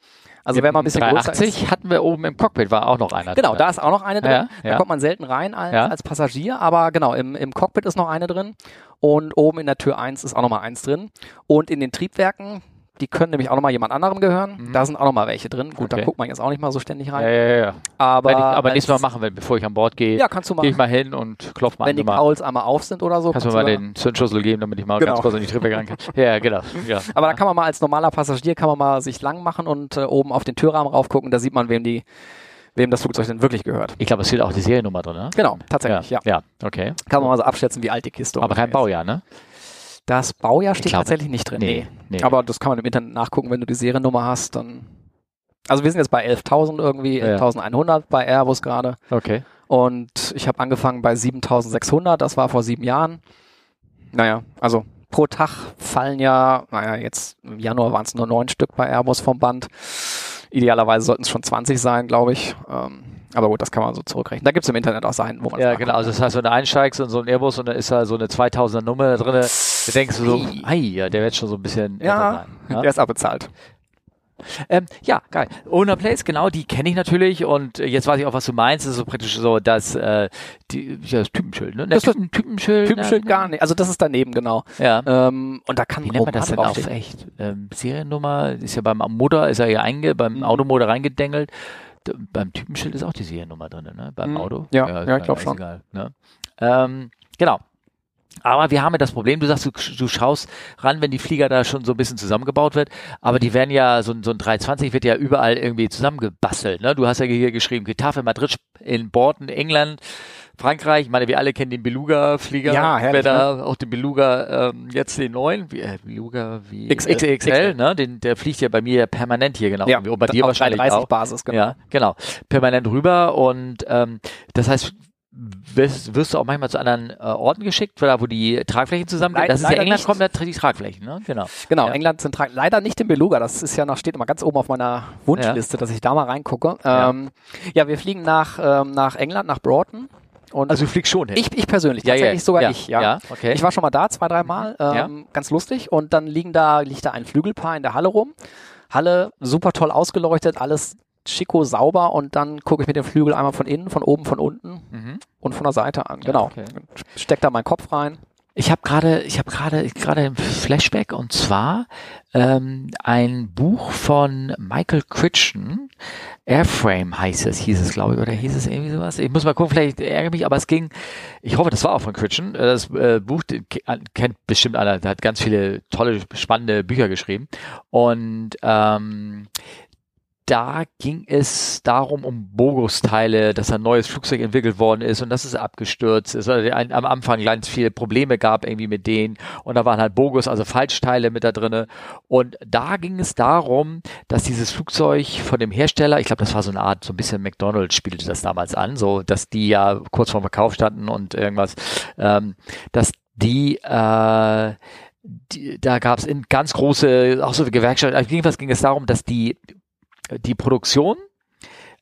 S2: Also wenn man ein bisschen größer ist.
S1: 380 hatten wir oben im Cockpit, war auch noch einer.
S2: Genau,
S1: drin.
S2: da ist auch noch eine drin.
S1: Ja,
S2: da
S1: ja.
S2: kommt man selten rein als,
S1: Ja.
S2: als Passagier, aber genau, im, im Cockpit ist noch eine drin. Und oben in der Tür 1 ist auch nochmal eins drin. Und in den Triebwerken, die können nämlich auch nochmal jemand anderem gehören. Da sind auch nochmal welche drin. Gut, da
S1: Mhm. Okay.
S2: guckt man jetzt auch nicht mal so ständig rein.
S1: Ja, ja, ja.
S2: Aber,
S1: Werde ich aber
S2: als-
S1: nächstes Mal machen, wenn, bevor ich an Bord gehe.
S2: Ja, kannst du
S1: Gehe ich
S2: mal,
S1: mal hin und klopf mal
S2: wenn
S1: an die
S2: die
S1: mal.
S2: Cowls einmal auf sind oder so.
S1: Kannst du mir mal den Zündschlüssel geben, damit ich mal
S2: Genau.
S1: ganz kurz in die Treppe gehen kann? Ja, genau. Ja.
S2: da, aber da kann man mal als normaler Passagier, kann man mal sich lang machen und äh, oben auf den Türrahmen raufgucken. Da sieht man, wem, die, wem das Flugzeug denn wirklich gehört.
S1: Ich glaube, es steht auch die Seriennummer drin, ne?
S2: Genau, tatsächlich, ja.
S1: ja. okay.
S2: Kann man mal so abschätzen, wie alt die Kiste
S1: Aber
S2: ungefähr
S1: kein
S2: ist.
S1: Baujahr, ne?
S2: Das Baujahr steht
S1: glaube-
S2: tatsächlich nicht drin.
S1: nee, nee.
S2: Aber das kann man im Internet nachgucken, wenn du die Seriennummer hast, dann. Also wir sind jetzt bei 11.000 irgendwie,
S1: Ja.
S2: 11.100 bei Airbus gerade.
S1: Okay.
S2: Und ich habe angefangen bei 7.600, das war vor sieben Jahren. Naja, also pro Tag fallen ja, naja, jetzt im Januar waren es nur neun Stück bei Airbus vom Band. Idealerweise sollten es schon 20 sein, glaube ich. Ähm, aber gut, das kann man so zurückrechnen. Da gibt es im Internet auch Seiten, wo man
S1: Ja,
S2: das
S1: genau. Also das heißt, wenn du einsteigst in so ein Airbus und da ist da so eine 2000er Nummer drin, da denkst du so,
S2: Ei.
S1: ei, ja, der wird schon so ein bisschen
S2: Ja,
S1: älter sein. ne?
S2: ja, der ist abbezahlt.
S1: Ähm, ja, geil. Owner Place, genau, die kenne ich natürlich und äh, jetzt weiß ich auch, was du meinst. Das ist so praktisch so, dass äh, die, ja, das Typenschild, ne?
S2: Das ist-
S1: ein Typenschild.
S2: Typenschild
S1: ne?
S2: gar nicht. Also das ist daneben, genau.
S1: Ja.
S2: Ähm, und da kann
S1: Wie nennt man das denn
S2: Romane
S1: auf
S2: draufstehen.
S1: echt? Ähm, Seriennummer ist ja beim Motor, ist er ja einge, beim
S2: Mhm.
S1: Automotor reingedengelt. D beim Typenschild ist auch die Seriennummer drin, ne? Beim
S2: Mhm.
S1: Auto.
S2: Ja, ja, ich
S1: egal,
S2: glaub schon.
S1: Egal, ne? ähm, genau. Aber wir haben ja das Problem, du sagst, du, du schaust ran, wenn die Flieger da schon so ein bisschen zusammengebaut wird, aber die werden ja, so, ein- so ein 320 wird ja überall irgendwie zusammengebastelt. Ne? Du hast ja hier geschrieben, Getafe, Madrid, in Borten, England, Frankreich. Ich meine, wir alle kennen den Beluga-Flieger.
S2: Ja, herrlich, ne?
S1: Wer da auch den Beluga, ähm, jetzt den neuen, wie, äh, Beluga wie
S2: XL.
S1: XXL, ne? Den, der fliegt ja bei mir permanent hier genau. und bei dir
S2: auf
S1: wahrscheinlich auch.
S2: 330 Basis, genau.
S1: Ja, genau. Permanent rüber und ähm, das heißt, wirst, wirst du auch manchmal zu anderen äh, Orten geschickt, da wo die Tragflächen zusammengehen.
S2: Leid-
S1: Das ist ja
S2: leider
S1: England,
S2: nicht.
S1: kommen da die Tragflächen, ne? Genau.
S2: Genau,
S1: Ja.
S2: England zentral. Leider nicht im Beluga. Das ist ja noch, steht immer ganz oben auf meiner Wunschliste, dass ich da mal reingucke.
S1: Ja.
S2: Ähm, ja. wir fliegen nach, ähm, nach England, nach Broughton. Und
S1: Also du fliegst schon hin.
S2: ich, ich persönlich, tatsächlich sogar ich, ja.
S1: ja okay. Mhm,
S2: Ich war schon mal da, zwei, dreimal, ähm,
S1: Ja.
S2: ganz lustig. Und dann liegen da, liegt da ein Flügelpaar in der Halle rum. Halle super toll ausgeleuchtet, alles schicko sauber. Und dann gucke ich mir den Flügel einmal von innen, von oben, von unten
S1: mhm.
S2: und von der Seite an. Genau.
S1: okay.
S2: Steck da meinen Kopf rein.
S1: Ich habe gerade, ich habe gerade, gerade ein Flashback und zwar ähm, ein Buch von Michael Crichton. Airframe heißt es, hieß es, glaube ich, oder hieß es irgendwie sowas? Ich muss mal gucken, vielleicht ärgere ich mich, aber es ging, ich hoffe, das war auch von Crichton. Äh, Das äh, Buch den ke- an- kennt bestimmt einer, der hat ganz viele tolle, spannende Bücher geschrieben. Und ähm, da ging es darum um Bogusteile, dass ein neues Flugzeug entwickelt worden ist und dass es abgestürzt ist. Weil ein, am Anfang ganz viele Probleme gab irgendwie mit denen und da waren halt Bogus, also Falschteile mit da drinne. Und da ging es darum, dass dieses Flugzeug von dem Hersteller, ich glaube, das war so eine Art, so ein bisschen McDonald's spielte das damals an, so dass die ja kurz vorm Verkauf standen und irgendwas, ähm, dass die äh, die, da gab es in ganz große, auch so Gewerkschaften, jedenfalls ging es darum, dass die die Produktion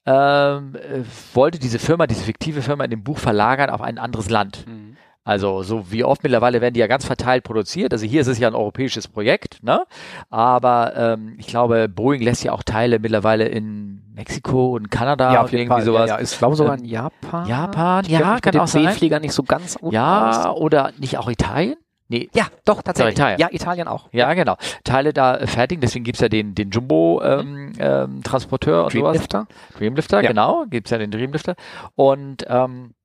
S1: ähm, äh, wollte diese Firma, diese fiktive Firma in dem Buch verlagern auf ein anderes Land.
S2: Mhm.
S1: Also so wie oft mittlerweile werden die ja ganz verteilt produziert. Also hier ist es ja ein europäisches Projekt, ne? Aber ähm, ich glaube, Boeing lässt ja auch Teile mittlerweile in Mexiko und Kanada und irgendwie sowas.
S2: Ja, ja. Ich glaube sogar
S1: Ähm,
S2: in Japan. genau,
S1: Japan,
S2: Ich
S1: ja,
S2: kann mit
S1: kann
S2: dem
S1: auch sein.
S2: B-Flieger nicht so ganz gut
S1: Ja,
S2: aus.
S1: oder nicht auch Italien? Nee,
S2: Ja, doch, tatsächlich.
S1: Italien.
S2: Ja, Mhm. Italien auch.
S1: Ja, genau. Teile da äh, fertigen, deswegen gibt's ja den, den Jumbo-Transporteur und sowas.
S2: Dreamlifter.
S1: Dreamlifter,
S2: Ja.
S1: genau, gibt's ja den Dreamlifter. Und ähm,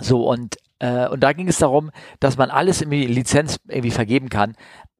S1: so, und, äh, und da ging es darum, dass man alles irgendwie Lizenz irgendwie vergeben kann,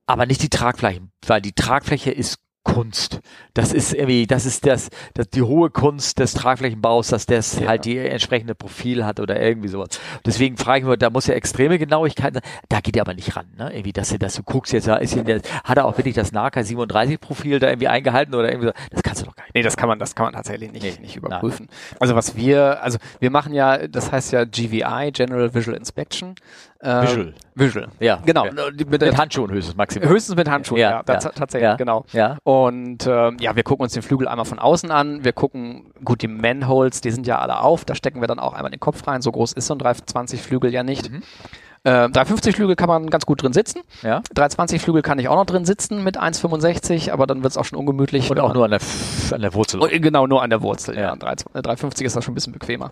S1: aber nicht die Tragflächen, weil die Tragfläche ist Kunst. Das ist irgendwie, das ist das, das die hohe Kunst des Tragflächenbaus, dass das
S2: Ja.
S1: halt die entsprechende Profil hat oder irgendwie sowas. Deswegen frage ich mich, da muss ja extreme Genauigkeit sein. Da geht er aber nicht ran, ne? Irgendwie, dass du, dass du guckst, jetzt da ist hier der, hat er auch wirklich das Naka 37 Profil da irgendwie eingehalten oder irgendwie so. Das kannst du doch gar nicht.
S2: Nee, das kann man, das kann man tatsächlich nicht,
S1: Nee,
S2: nicht überprüfen. Also was wir, also wir machen ja, das heißt ja GVI, General Visual Inspection. Äh,
S1: Visual.
S2: Visual.
S1: Ja.
S2: Genau.
S1: Ja.
S2: Mit,
S1: Mit Handschuhen höchstens maximal.
S2: höchstens mit Handschuhen, ja,
S1: Ja,
S2: tats-
S1: ja,
S2: tatsächlich,
S1: ja.
S2: genau.
S1: Ja.
S2: Und ähm, ja, wir gucken uns den Flügel einmal von außen an. Wir gucken, gut, die Manholes, die sind ja alle auf. Da stecken wir dann auch einmal den Kopf rein. So groß ist so ein 320 Flügel ja nicht. Äh, 350 Flügel kann man ganz gut drin sitzen.
S1: Mhm. Ja.
S2: 320 Flügel kann ich auch noch drin sitzen mit 1,65, aber dann wird es auch schon ungemütlich.
S1: Und auch nur an der, F- an der Wurzel.
S2: Genau. Und, äh, genau, nur an der Wurzel. Ja.
S1: Ja.
S2: 3, 350 ist das schon ein bisschen bequemer.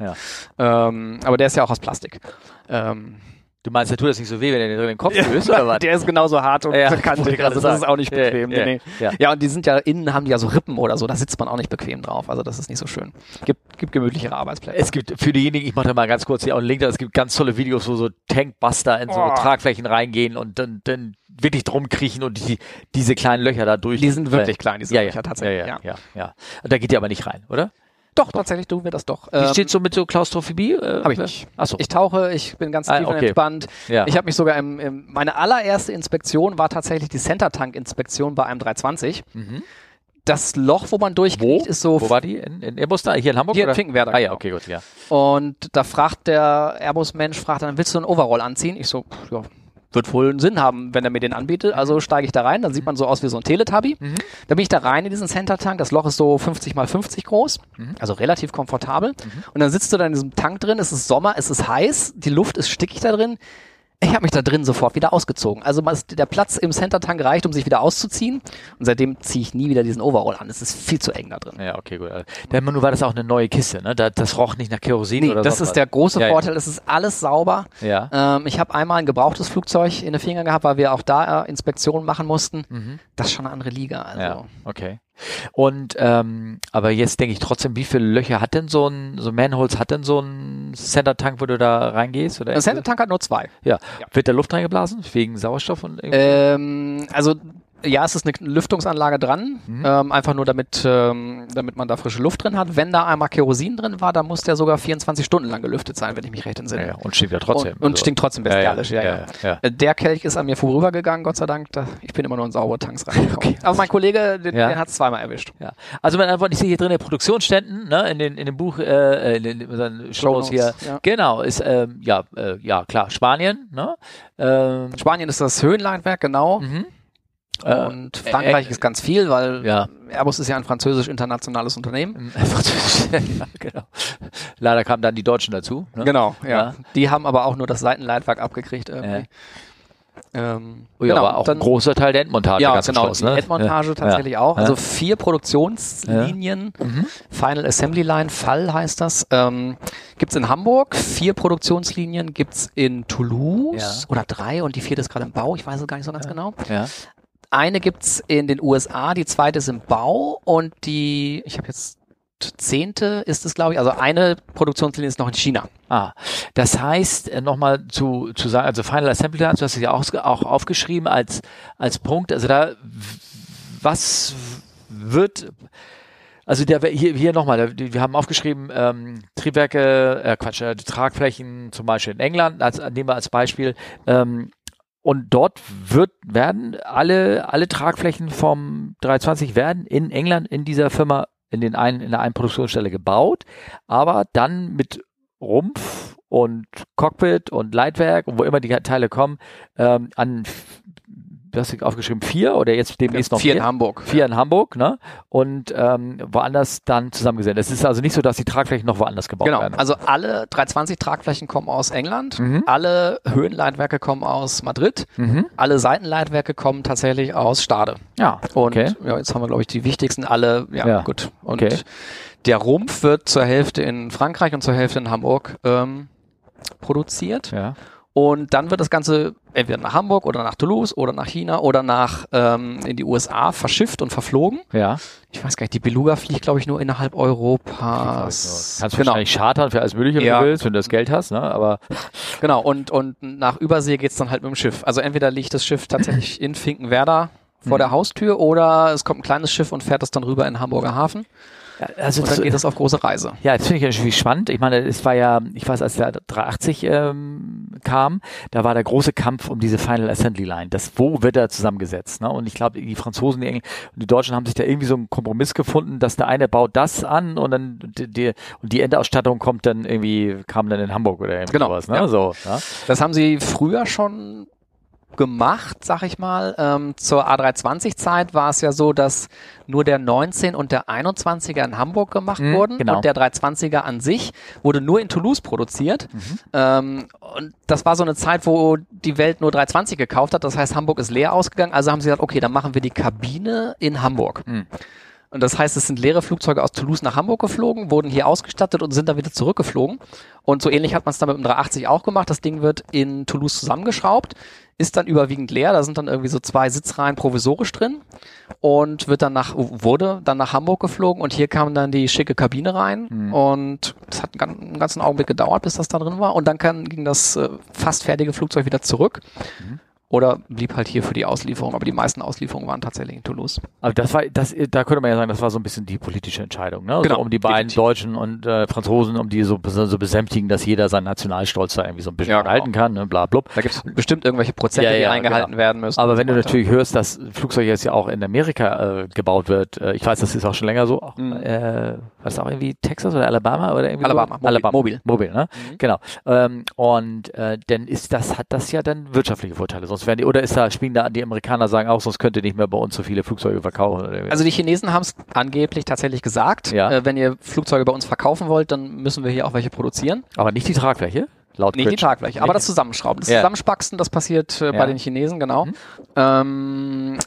S2: Ähm, aber der ist ja auch aus Plastik. Ähm,
S1: Du meinst, der tut das nicht so weh, wenn er den drin den Kopf löst, oder was?
S2: der ist genauso hart und
S1: Ja, wollte
S2: kantig.
S1: ich gerade
S2: Also das ist
S1: sagen.
S2: auch nicht
S1: Ja,
S2: bequem.
S1: ja,
S2: nee, nee. Ja.
S1: ja.
S2: und die sind ja innen, haben die ja so Rippen oder so. Da sitzt man auch nicht bequem drauf. Also das ist nicht so schön. Gibt, gibt gemütlichere Arbeitsplätze.
S1: Es gibt für diejenigen, ich mache da mal ganz kurz hier auch einen Link, da, es gibt ganz tolle Videos, wo so Tankbuster in so
S2: Oh.
S1: Tragflächen reingehen und dann, dann wirklich drum kriechen und die, diese kleinen Löcher da durch.
S2: die sind wirklich klein, diese
S1: ja, ja,
S2: Löcher tatsächlich.
S1: Ja, ja, ja. ja. Und da geht ihr aber nicht rein, oder?
S2: Doch, tatsächlich tun wir das doch.
S1: Wie
S2: Ähm,
S1: steht's so mit so Klaustrophobie? Äh,
S2: Hab ich nicht.
S1: Achso.
S2: ne? Ich tauche, ich bin ganz
S1: Ah,
S2: tief und
S1: okay.
S2: entspannt.
S1: Ja.
S2: Ich habe mich sogar im, im, meine allererste Inspektion war tatsächlich die Center Tank Inspektion bei einem 320. Das Loch, Mhm. wo man
S1: Wo?
S2: durchkriegt, ist so
S1: Wo war die? In, in Airbus da? Hier in Hamburg?
S2: Hier in
S1: oder?
S2: Finkenwerder,
S1: Ah ja,
S2: genau.
S1: okay, gut, ja.
S2: Und da fragt der Airbus-Mensch, fragt dann, willst du einen Overall anziehen? Ich so, pff, ja, wird wohl einen Sinn haben, wenn er mir den anbietet. Also steige ich da rein, dann sieht man so aus wie so ein Teletubby.
S1: Mhm.
S2: Da bin ich da rein in diesen Center-Tank. Das Loch ist so 50 mal 50 groß,
S1: Mhm.
S2: also relativ komfortabel. Und dann sitzt du da in diesem Tank drin, es ist Sommer, es ist heiß, die Luft ist stickig da drin. Ich habe mich da drin sofort wieder ausgezogen. Also man ist- der Platz im Center-Tank reicht, um sich wieder auszuziehen. Und seitdem ziehe ich nie wieder diesen Overall an. Es ist viel zu eng da drin.
S1: Ja, okay, gut. Der Manu war das auch eine neue Kiste, ne? Da, das roch nicht nach Kerosin
S2: Nee,
S1: oder
S2: das
S1: sonst
S2: ist
S1: was.
S2: der große
S1: Ja, ja.
S2: Vorteil. Es ist alles sauber.
S1: Ja.
S2: Ähm, ich habe einmal ein gebrauchtes Flugzeug in den Finger gehabt, weil wir auch da äh, Inspektionen machen mussten. Das ist schon eine andere Liga. Also.
S1: Mhm. Ja, okay. Und ähm, aber jetzt denke ich trotzdem, wie viele Löcher hat denn so ein so Manholes hat denn so ein Center Tank, wo du da reingehst oder?
S2: Der Center Tank hat nur zwei.
S1: ja.
S2: Ja.
S1: Wird da Luft reingeblasen wegen Sauerstoff und irgendwie?
S2: Ähm, also ja, es ist eine Lüftungsanlage dran,
S1: Mhm.
S2: ähm, einfach nur damit, ähm, damit man da frische Luft drin hat. Wenn da einmal Kerosin drin war, dann muss der sogar 24 Stunden lang gelüftet sein, wenn ich mich recht entsinne.
S1: ja, ja, und stinkt ja trotzdem.
S2: Äh, Und, und
S1: also.
S2: stinkt trotzdem bestialisch, ja, ja.
S1: ja, ja.
S2: Äh, Der Kelch ist an mir vorübergegangen, Gott sei Dank. Da, ich bin immer nur in saubere Tanks reingekommen. Aber mein Kollege, den,
S1: Ja.
S2: den hat es zweimal erwischt.
S1: Ja. Also mit Antworten, ich sehe hier drin in Produktionsständen, ne, in, den, in dem Buch, äh, in den in unseren Shownotes hier.
S2: Shownotes, ja.
S1: Genau, ist ähm, ja, äh, ja klar, Spanien, ne? Ähm,
S2: Spanien ist das Höhenleitwerk,
S1: Mhm.
S2: genau. Oh,
S1: Äh,
S2: Und Frankreich
S1: äh,
S2: ist ganz viel, weil
S1: ja.
S2: Airbus ist ja ein französisch-internationales Unternehmen.
S1: Französisch. ja, genau. Leider kamen dann die Deutschen dazu. Ne?
S2: Genau, ja.
S1: Ja.
S2: Die haben aber auch nur das Seitenleitwerk abgekriegt. Irgendwie. Ähm,
S1: Ui, aber auch
S2: dann-
S1: ein großer Teil der Endmontage
S2: ja,
S1: ganz am
S2: genau,
S1: Schluss,
S2: die
S1: ne?
S2: Endmontage
S1: ja.
S2: tatsächlich
S1: ja.
S2: auch.
S1: Ja. Mhm.
S2: Also vier Produktionslinien, Final Assembly Line, Fall heißt das, ähm, gibt's in Hamburg, vier Produktionslinien gibt's in Toulouse
S1: Ja.
S2: oder drei und die vierte ist gerade im Bau, ich weiß es gar nicht so ganz genau.
S1: Ja.
S2: Eine gibt's in den USA, die zweite ist im Bau und die, ich habe jetzt zehnte ist es, glaube ich, also eine Produktionslinie ist noch in China.
S1: Ah, das heißt, nochmal zu, zu sagen, also Final Assembly Lines, du hast es ja auch, auch aufgeschrieben als, als Punkt, also da, w- was wird, also der, hier, hier nochmal, da- wir haben aufgeschrieben, ähm, Triebwerke, äh, Quatsch, äh, Tragflächen, zum Beispiel in England, als, nehmen wir als Beispiel, ähm, und dort wird, werden alle, alle Tragflächen vom 320 werden in England in dieser Firma, in den einen, in der einen Produktionsstelle gebaut, aber dann mit Rumpf und Cockpit und Leitwerk und wo immer die Teile kommen, ähm, an f- du hast aufgeschrieben, vier oder jetzt demnächst noch
S2: vier in Hamburg.
S1: Genau. Vier in Hamburg, ne? Und ähm, woanders dann zusammengesendet. Es ist also nicht so, dass die Tragflächen noch woanders gebaut
S2: Genau,
S1: werden.
S2: also alle 320 Tragflächen kommen aus England,
S1: Mhm.
S2: alle Höhenleitwerke kommen aus Madrid,
S1: Mhm.
S2: alle Seitenleitwerke kommen tatsächlich aus Stade.
S1: Ja,
S2: Und
S1: Ah, okay.
S2: ja, jetzt haben wir, glaube ich, die wichtigsten alle. Ja,
S1: Ja.
S2: gut. Und
S1: Okay.
S2: der Rumpf wird zur Hälfte in Frankreich und zur Hälfte in Hamburg ähm, produziert.
S1: Ja.
S2: Und dann wird das Ganze entweder nach Hamburg oder nach Toulouse oder nach China oder nach ähm, in die USA verschifft und verflogen.
S1: Ja.
S2: Ich weiß gar nicht, die Beluga fliegt, glaube ich, nur innerhalb Europas.
S1: halt Kannst du
S2: genau,
S1: wahrscheinlich chartern für alles Mögliche, wenn
S2: Ja.
S1: du willst, wenn du das Geld hast, ne? Aber
S2: genau. Und, und nach Übersee geht's dann halt mit dem Schiff. Also entweder liegt das Schiff tatsächlich in Finkenwerder vor der Haustür oder es kommt ein kleines Schiff und fährt es dann rüber in den Hamburger Hafen.
S1: also
S2: Und dann geht es auf große Reise.
S1: Ja, das finde ich irgendwie spannend. Ich meine, es war ja, ich weiß, als der 380 ähm, kam, da war der große Kampf um diese Final Assembly Line. Das, wo wird er zusammengesetzt? Ne? Und ich glaube, die Franzosen, die Engländer und die Deutschen haben sich da irgendwie so einen Kompromiss gefunden, dass der eine baut das an und dann die, die, und die Endausstattung kommt dann irgendwie, kam dann in Hamburg oder irgendwie
S2: Genau,
S1: sowas. Ne?
S2: ja.
S1: So, ja?
S2: Das haben sie früher schon gemacht, sag ich mal. Ähm, zur A320-Zeit war es ja so, dass nur der 19 und der 21er in Hamburg gemacht
S1: Mhm,
S2: wurden
S1: genau.
S2: und der 320er an sich wurde nur in Toulouse produziert.
S1: Mhm.
S2: Ähm, und das war so eine Zeit, wo die Welt nur 320 gekauft hat. Das heißt, Hamburg ist leer ausgegangen. Also haben sie gesagt, okay, dann machen wir die Kabine in Hamburg.
S1: Mhm.
S2: Und das heißt, es sind leere Flugzeuge aus Toulouse nach Hamburg geflogen, wurden hier ausgestattet und sind dann wieder zurückgeflogen. Und so ähnlich hat man es dann mit dem 380 auch gemacht. Das Ding wird in Toulouse zusammengeschraubt, ist dann überwiegend leer. Da sind dann irgendwie so zwei Sitzreihen provisorisch drin und wird dann nach, wurde dann nach Hamburg geflogen und hier kam dann die schicke Kabine rein und das hat einen gan- einen ganzen Augenblick gedauert, bis das da drin war. Und dann kann, ging das äh, fast fertige Flugzeug wieder zurück. Oder blieb halt hier für die Auslieferung, aber die meisten Auslieferungen waren tatsächlich in Toulouse.
S1: Aber das war, das, da könnte man ja sagen, das war so ein bisschen die politische Entscheidung, ne?
S2: Genau,
S1: so, um die beiden
S2: definitiv.
S1: Deutschen und äh, Franzosen, um die so, so besänftigen, dass jeder seinen Nationalstolz da irgendwie so ein bisschen
S2: Ja, genau.
S1: halten kann, ne? bla, blub.
S2: Da gibt es bestimmt irgendwelche Prozente,
S1: Ja,
S2: die
S1: ja,
S2: eingehalten
S1: genau.
S2: werden müssen.
S1: Aber
S2: und
S1: wenn
S2: so
S1: du
S2: weiter.
S1: natürlich hörst, dass Flugzeug jetzt ja auch in Amerika äh, gebaut wird, äh, ich weiß, das ist auch schon länger so, auch,
S2: Mhm.
S1: äh, was auch irgendwie Texas oder Alabama oder irgendwie
S2: Alabama,
S1: so?
S2: Mobil, Mobil. Mhm.
S1: Mobil, ne? Genau. Ähm, und äh, dann ist das hat das ja dann wirtschaftliche Vorteile, sonst werden die oder ist da spielen da die Amerikaner sagen auch, sonst könnt ihr nicht mehr bei uns so viele Flugzeuge verkaufen oder irgendwie.
S2: Also die Chinesen haben es angeblich tatsächlich gesagt,
S1: Ja.
S2: äh, wenn ihr Flugzeuge bei uns verkaufen wollt, dann müssen wir hier auch welche produzieren.
S1: aber nicht die Tragfläche, laut
S2: Nicht die
S1: Gritsch.
S2: Tragfläche, aber das Zusammenschrauben. Das
S1: Ja.
S2: Zusammenspacksen, das passiert äh,
S1: Ja. Mhm.
S2: bei den Chinesen, genau. Ähm,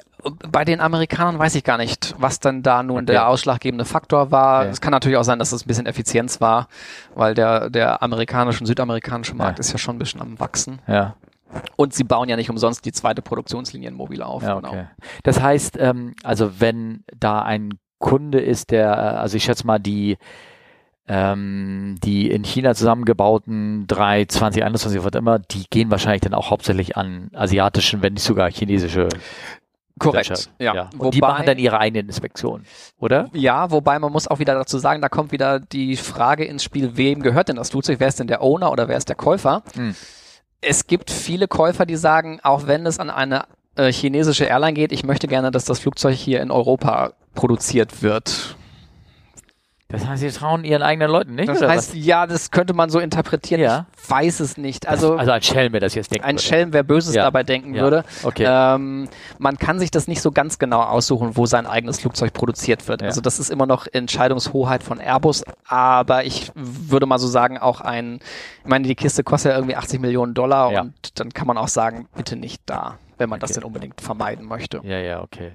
S2: bei den Amerikanern weiß ich gar nicht, was dann da nun der ausschlaggebende Faktor war.
S1: Ja.
S2: Es kann natürlich auch sein, dass es ein bisschen Effizienz war, weil der, der amerikanische und südamerikanische Markt
S1: Ja.
S2: ist ja schon ein bisschen am Wachsen.
S1: Ja.
S2: Und sie bauen ja nicht umsonst die zweite Produktionslinie in Mobil auf. genau.
S1: Ja, okay. Das heißt, ähm, also wenn da ein Kunde ist, der, äh, also ich schätze mal, die, ähm, die in China zusammengebauten 3, 20, 21, was immer, die gehen wahrscheinlich dann auch hauptsächlich an asiatischen, wenn nicht sogar chinesische
S2: Korrekt.
S1: Wirtschaft.
S2: Ja.
S1: Und die machen dann ihre eigenen Inspektionen, oder?
S2: Ja, wobei man muss auch wieder dazu sagen, da kommt wieder die Frage ins Spiel, wem gehört denn das Flugzeug? Wer ist denn der Owner oder wer ist der Käufer?
S1: Mhm.
S2: Es gibt viele Käufer, die sagen, auch wenn es an eine äh, chinesische Airline geht, ich möchte gerne, dass das Flugzeug hier in Europa produziert wird.
S1: Das heißt, sie trauen ihren eigenen Leuten nicht,
S2: Das
S1: oder
S2: heißt, ja, das könnte man so interpretieren.
S1: Ja.
S2: Ich weiß es nicht.
S1: was?
S2: Also,
S1: also ein Schelm, wer das jetzt denkt.
S2: ein Schelm, wer Böses
S1: Ja.
S2: dabei denken
S1: Ja.
S2: würde.
S1: Okay.
S2: Ähm, man kann sich das nicht so ganz genau aussuchen, wo sein eigenes Flugzeug produziert wird.
S1: Ja.
S2: Also das ist immer noch Entscheidungshoheit von Airbus, aber ich würde mal so sagen, auch ein, ich meine, die Kiste kostet ja irgendwie 80 Millionen Dollar
S1: Ja.
S2: und dann kann man auch sagen, bitte nicht da, wenn man das
S1: Okay.
S2: denn unbedingt vermeiden möchte.
S1: Ja, ja, okay.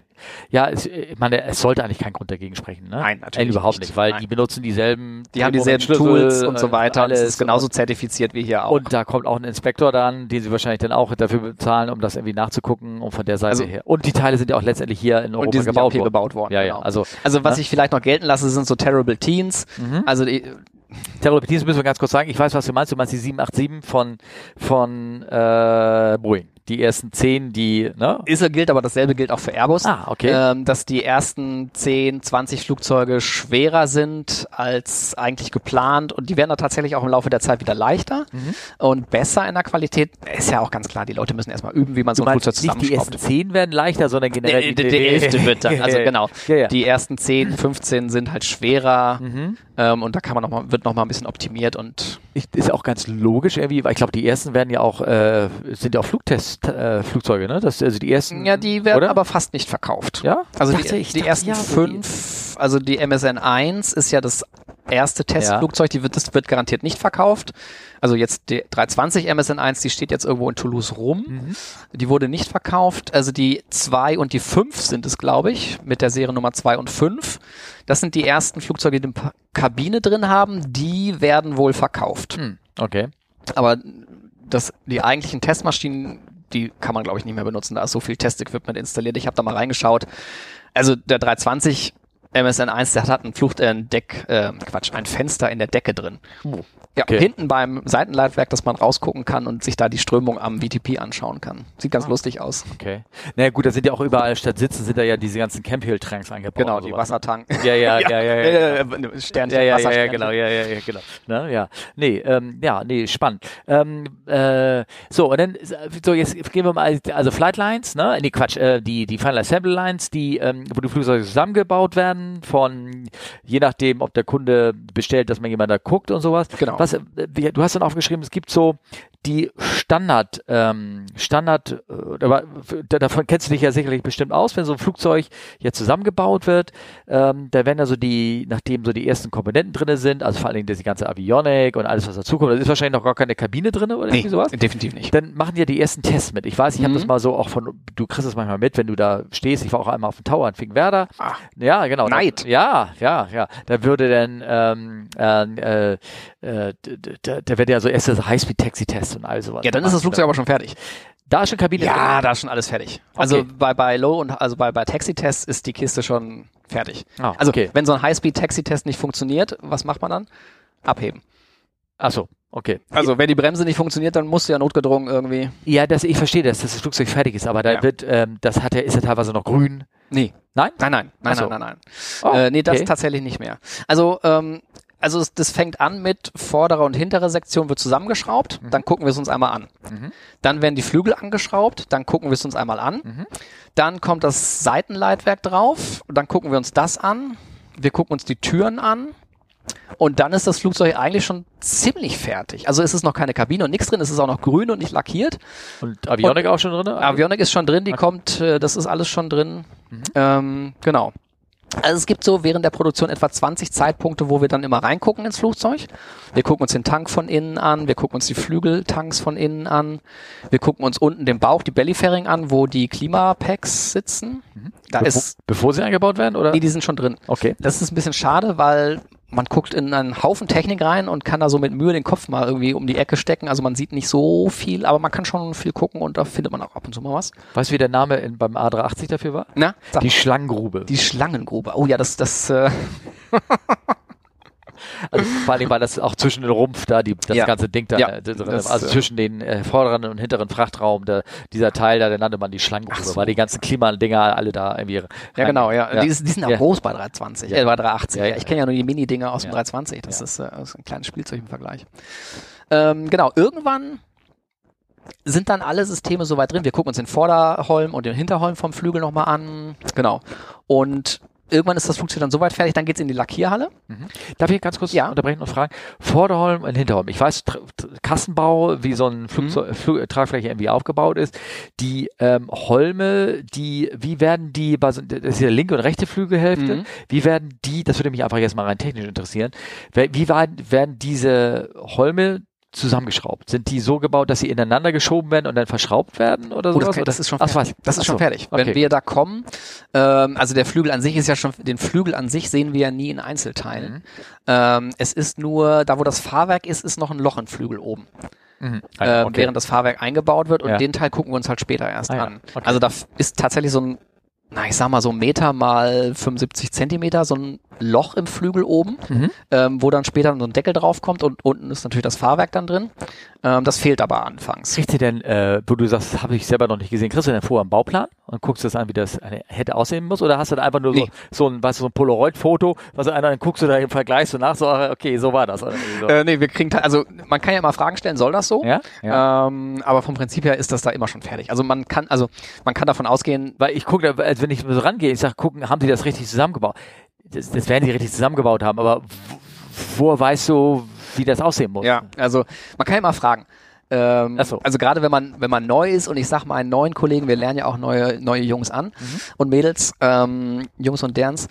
S1: Ja, es, äh, ich meine, es sollte eigentlich kein Grund dagegen sprechen, ne?
S2: Nein, natürlich
S1: Äh, überhaupt
S2: nicht.
S1: nicht, weil
S2: Nein.
S1: die benutzen dieselben
S2: Die haben dieselben
S1: Schlüssel,
S2: Tools und
S1: äh,
S2: so weiter. Alles
S1: Alles
S2: ist genauso zertifiziert wie hier auch.
S1: Und da kommt auch ein Inspektor dran, den sie wahrscheinlich dann auch dafür bezahlen, um das irgendwie nachzugucken und von der Seite
S2: Also-
S1: her. Und die Teile sind ja auch letztendlich hier in Europa
S2: und die sind
S1: gebaut
S2: ja
S1: worden.
S2: auch hier gebaut worden. genau.
S1: Ja, ja, also-
S2: was
S1: ne? Mhm.
S2: ich vielleicht noch gelten lasse, sind so Terrible Teens. Also die,
S1: Terrorpedienst müssen wir ganz kurz sagen. Ich weiß, was du meinst. Du meinst die 787 von, von äh, Boeing. Die ersten zehn, die, ne?
S2: Israel gilt, aber dasselbe gilt auch für Airbus.
S1: Ah, okay.
S2: Ähm, dass die ersten 10, 20 Flugzeuge schwerer sind als eigentlich geplant und die werden dann tatsächlich auch im Laufe der Zeit wieder leichter
S1: Mhm.
S2: und besser in der Qualität. Ist ja auch ganz klar, die Leute müssen erstmal üben, wie man so
S1: Du
S2: ein
S1: meinst
S2: Flugzeug
S1: nicht die ersten
S2: zusammenschraubt.
S1: zehn werden leichter, sondern generell
S2: Nee, Der der elfte wird dann, also genau.
S1: Ja, Mhm. ja.
S2: Die ersten 10, 15 sind halt schwerer ähm, und da kann man nochmal, wird wird nochmal ein bisschen optimiert und
S1: Ich, ist ja auch ganz logisch irgendwie, weil ich glaube, die ersten werden ja auch, äh, sind ja auch Flugtest, äh, Flugzeuge, ne? Das, also die ersten.
S2: ja, die werden
S1: oder?
S2: aber fast nicht verkauft.
S1: Ja?
S2: Also
S1: Dachte
S2: die,
S1: ich,
S2: die
S1: dachte,
S2: ersten
S1: ja, so die-
S2: fünf, also die MSN 1 ist ja das erste Testflugzeug, die wird, das wird garantiert nicht verkauft. Also jetzt die 320 MSN 1, die steht jetzt irgendwo in Toulouse rum.
S1: Mhm.
S2: Die wurde nicht verkauft. Also die 2 und die 5 sind es, glaube ich, mit der Seriennummer 2 und 5. Das sind die ersten Flugzeuge, die eine Pa- Kabine drin haben. Die werden wohl verkauft.
S1: Hm, okay.
S2: Aber das, die eigentlichen Testmaschinen, die kann man, glaube ich, nicht mehr benutzen. Da ist so viel Testequipment installiert. Ich habe da mal reingeschaut. Also der 320 MSN1, der hat ein Flucht, äh, ein Deck, äh, Quatsch, ein Fenster in der Decke drin. Ja,
S1: Okay.
S2: hinten beim Seitenleitwerk, dass man rausgucken kann und sich da die Strömung am VTP anschauen kann. Sieht
S1: Ah.
S2: ganz lustig aus.
S1: Okay. Na naja, gut, da sind ja auch überall statt Sitzen sind da ja diese ganzen Camp Hill Tranks eingebaut.
S2: Genau,
S1: und
S2: die
S1: sowas.
S2: Wassertank.
S1: Ja, ja, ja, ja, ja.
S2: Äh, äh, Sternchen,
S1: Ja, ja, ja, ja,
S2: Wassersternchen.
S1: genau, ja, ja, ja, genau. Ne, ja. Nee, ähm, ja, nee, spannend. Ähm, äh, so, und dann, ist- so, jetzt gehen wir mal, also Flightlines, ne, nee, Quatsch, äh, die, die Final Assembly Lines, die, ähm, wo die Flugzeuge zusammengebaut werden, von, je nachdem, ob der Kunde bestellt, dass man jemand da guckt und sowas.
S2: Genau.
S1: Was, äh, wie- du hast dann aufgeschrieben, es gibt so die Standard, ähm, Standard, äh, aber f- da- davon kennst du dich ja sicherlich bestimmt aus, wenn so ein Flugzeug ja zusammengebaut wird, ähm, da werden ja so die, nachdem so die ersten Komponenten drin sind, also vor allen Dingen diese ganze Avionik und alles, was dazukommt, da ist wahrscheinlich noch gar keine Kabine drin oder irgendwie sowas.
S2: Nee, definitiv nicht.
S1: Dann machen die ja die ersten Tests mit. Ich weiß, ich habe das mal so auch von, du kriegst es manchmal mit, wenn du da stehst. Ich war auch einmal auf dem Tower in Finkenwerder.
S2: Ah.
S1: Ja, genau. Da-
S2: Neid.
S1: Ja, ja, ja. Da würde dann, ähm, äh, äh, äh, d- d- da, da wird ja so erst das Highspeed-Taxi-Test und all sowas.
S2: Ja, dann ist
S1: gemacht, ne?
S2: das Flugzeug aber schon fertig.
S1: Da ist schon Kabine
S2: Ja, da ist schon alles fertig. Also
S1: Okay.
S2: bei, bei Low und also bei, bei Taxi-Tests ist die Kiste schon fertig.
S1: drin. Ah,
S2: Also
S1: okay.
S2: wenn so ein Highspeed-Taxi-Test nicht funktioniert, was macht man dann? Abheben.
S1: Achso, okay.
S2: Also wenn die Bremse nicht funktioniert, dann musst du ja notgedrungen irgendwie.
S1: Ja, das, ich verstehe das, dass das Flugzeug fertig ist, aber da
S2: Ja.
S1: wird, ähm, das hat ja, ist ja teilweise noch grün.
S2: Nee.
S1: Nein?
S2: Nein, nein, nein,
S1: Ach so.
S2: nein, nein,
S1: Oh,
S2: nein. Äh, nee, das
S1: okay.
S2: tatsächlich nicht mehr. Also, ähm, also es- das fängt an mit vordere und hintere Sektion wird zusammengeschraubt,
S1: Mhm.
S2: dann gucken wir es uns einmal an. Dann werden die Flügel angeschraubt, dann gucken wir es uns einmal an.
S1: Mhm.
S2: Dann kommt das Seitenleitwerk drauf, und dann gucken wir uns das an. Wir gucken uns die Türen an. Und dann ist das Flugzeug eigentlich schon ziemlich fertig. Also es ist noch keine Kabine und nichts drin, es ist auch noch grün und nicht lackiert.
S1: Und Avionik auch schon drin?
S2: Avionik ist schon drin, die kommt, äh, das ist alles schon drin. Ähm, genau. Also es gibt so während der Produktion etwa 20 Zeitpunkte, wo wir dann immer reingucken ins Flugzeug. Wir gucken uns den Tank von innen an, wir gucken uns die Flügeltanks von innen an, wir gucken uns unten den Bauch, die Bellyfairing an, wo die Klimapacks sitzen. Da
S1: Also Bevor,
S2: ist,
S1: bevor sie eingebaut werden, oder?
S2: nee, die sind schon drin.
S1: Okay.
S2: Das ist ein bisschen schade, weil man guckt in einen Haufen Technik rein und kann da so mit Mühe den Kopf mal irgendwie um die Ecke stecken. Also man sieht nicht so viel, aber man kann schon viel gucken und da findet man auch ab und zu mal was.
S1: Weißt du, wie der Name in, beim A380 dafür war?
S2: Na, sag
S1: Die
S2: die,
S1: Schlangengrube.
S2: die Schlangengrube. Oh ja, das, das, äh,
S1: Also vor allem war das auch zwischen den Rumpf da, die, das
S2: Ja.
S1: ganze Ding da.
S2: Ja.
S1: äh, drin,
S2: Das,
S1: also
S2: äh,
S1: zwischen den äh, vorderen und hinteren Frachtraum, da, dieser Teil da, der nannte man die Schlangengrube, weil die ganzen Klimadinger alle da irgendwie.
S2: ja
S1: rein-
S2: genau, ja. Die, ist- die sind auch
S1: Ja.
S2: groß bei 320, äh, bei 380.
S1: Ja,
S2: Ja,
S1: ja,
S2: ich kenne ja nur die Mini-Dinger aus dem
S1: Ja.
S2: 320. Das
S1: Ja.
S2: ist, äh, ist ein kleines Spielzeug im Vergleich. Ähm, genau, irgendwann sind dann alle Systeme soweit drin. Wir gucken uns den Vorderholm und den Hinterholm vom Flügel nochmal an. Genau. Und irgendwann ist das Flugzeug dann soweit fertig, dann geht's in die Lackierhalle.
S1: Darf ich ganz kurz
S2: Ja.
S1: unterbrechen und fragen? Vorderholm und Hinterholm. Ich weiß, Tr- Tr- Kassenbau, wie so
S2: Mhm.
S1: ein Flugzeug, Flug, Tragfläche irgendwie aufgebaut ist. Die ähm, Holme, die, wie werden die, bei so, das ist ja linke und rechte Flügelhälfte,
S2: Mhm.
S1: wie werden die, das würde mich einfach jetzt mal rein technisch interessieren, wer- wie weit werden diese Holme zusammengeschraubt? Sind die so gebaut, dass sie ineinander geschoben werden und dann verschraubt werden oder
S2: Oh,
S1: sowas?
S2: das, kann-
S1: Oder-
S2: das ist schon
S1: Ach,
S2: fertig.
S1: was?
S2: das ist
S1: Ach so.
S2: schon fertig.
S1: Okay.
S2: Wenn wir da kommen, ähm, also der Flügel an sich ist ja schon, den Flügel an sich sehen wir ja nie in Einzelteilen.
S1: Mhm.
S2: Ähm, es ist nur, da wo das Fahrwerk ist, ist noch ein Loch im Flügel oben,
S1: Mhm.
S2: ähm,
S1: Okay.
S2: während das Fahrwerk eingebaut wird und
S1: Ja.
S2: den Teil gucken wir uns halt später erst
S1: Ah ja,
S2: an.
S1: okay.
S2: Also da f- ist tatsächlich so ein, na ich sag mal so ein Meter mal 75 Zentimeter, so ein Loch im Flügel oben,
S1: Mhm.
S2: ähm, wo dann später so ein Deckel draufkommt und unten ist natürlich das Fahrwerk dann drin. Ähm, das fehlt aber anfangs.
S1: Kriegst du denn, äh, wo du sagst, habe ich selber noch nicht gesehen, kriegst du denn vorher einen Bauplan und guckst das an, wie das äh, hätte aussehen muss? Oder hast du da einfach nur
S2: Nee.
S1: so, so ein, weißt du, so ein Polaroid-Foto, was einer, dann guckst du da im Vergleich so nach, so, ah, okay, so war das. Oder irgendwie so.
S2: Äh, nee, wir kriegen, ta- also man kann ja immer Fragen stellen, soll das so?
S1: ja?
S2: Ähm, aber vom Prinzip her ist das da immer schon fertig. Also man kann, also man kann davon ausgehen,
S1: Weil ich gucke, da, als wenn ich so rangehe, ich sag, gucken, haben die das richtig zusammengebaut? Das, das werden die richtig zusammengebaut haben, aber w- woher weißt du, wie das aussehen muss?
S2: Ja, also man kann ja mal fragen. Ähm,
S1: Ach so.
S2: Also gerade wenn man wenn man neu ist und ich sag mal einen neuen Kollegen, wir lernen ja auch neue neue Jungs an
S1: Mhm.
S2: und Mädels, ähm, Jungs und Derns,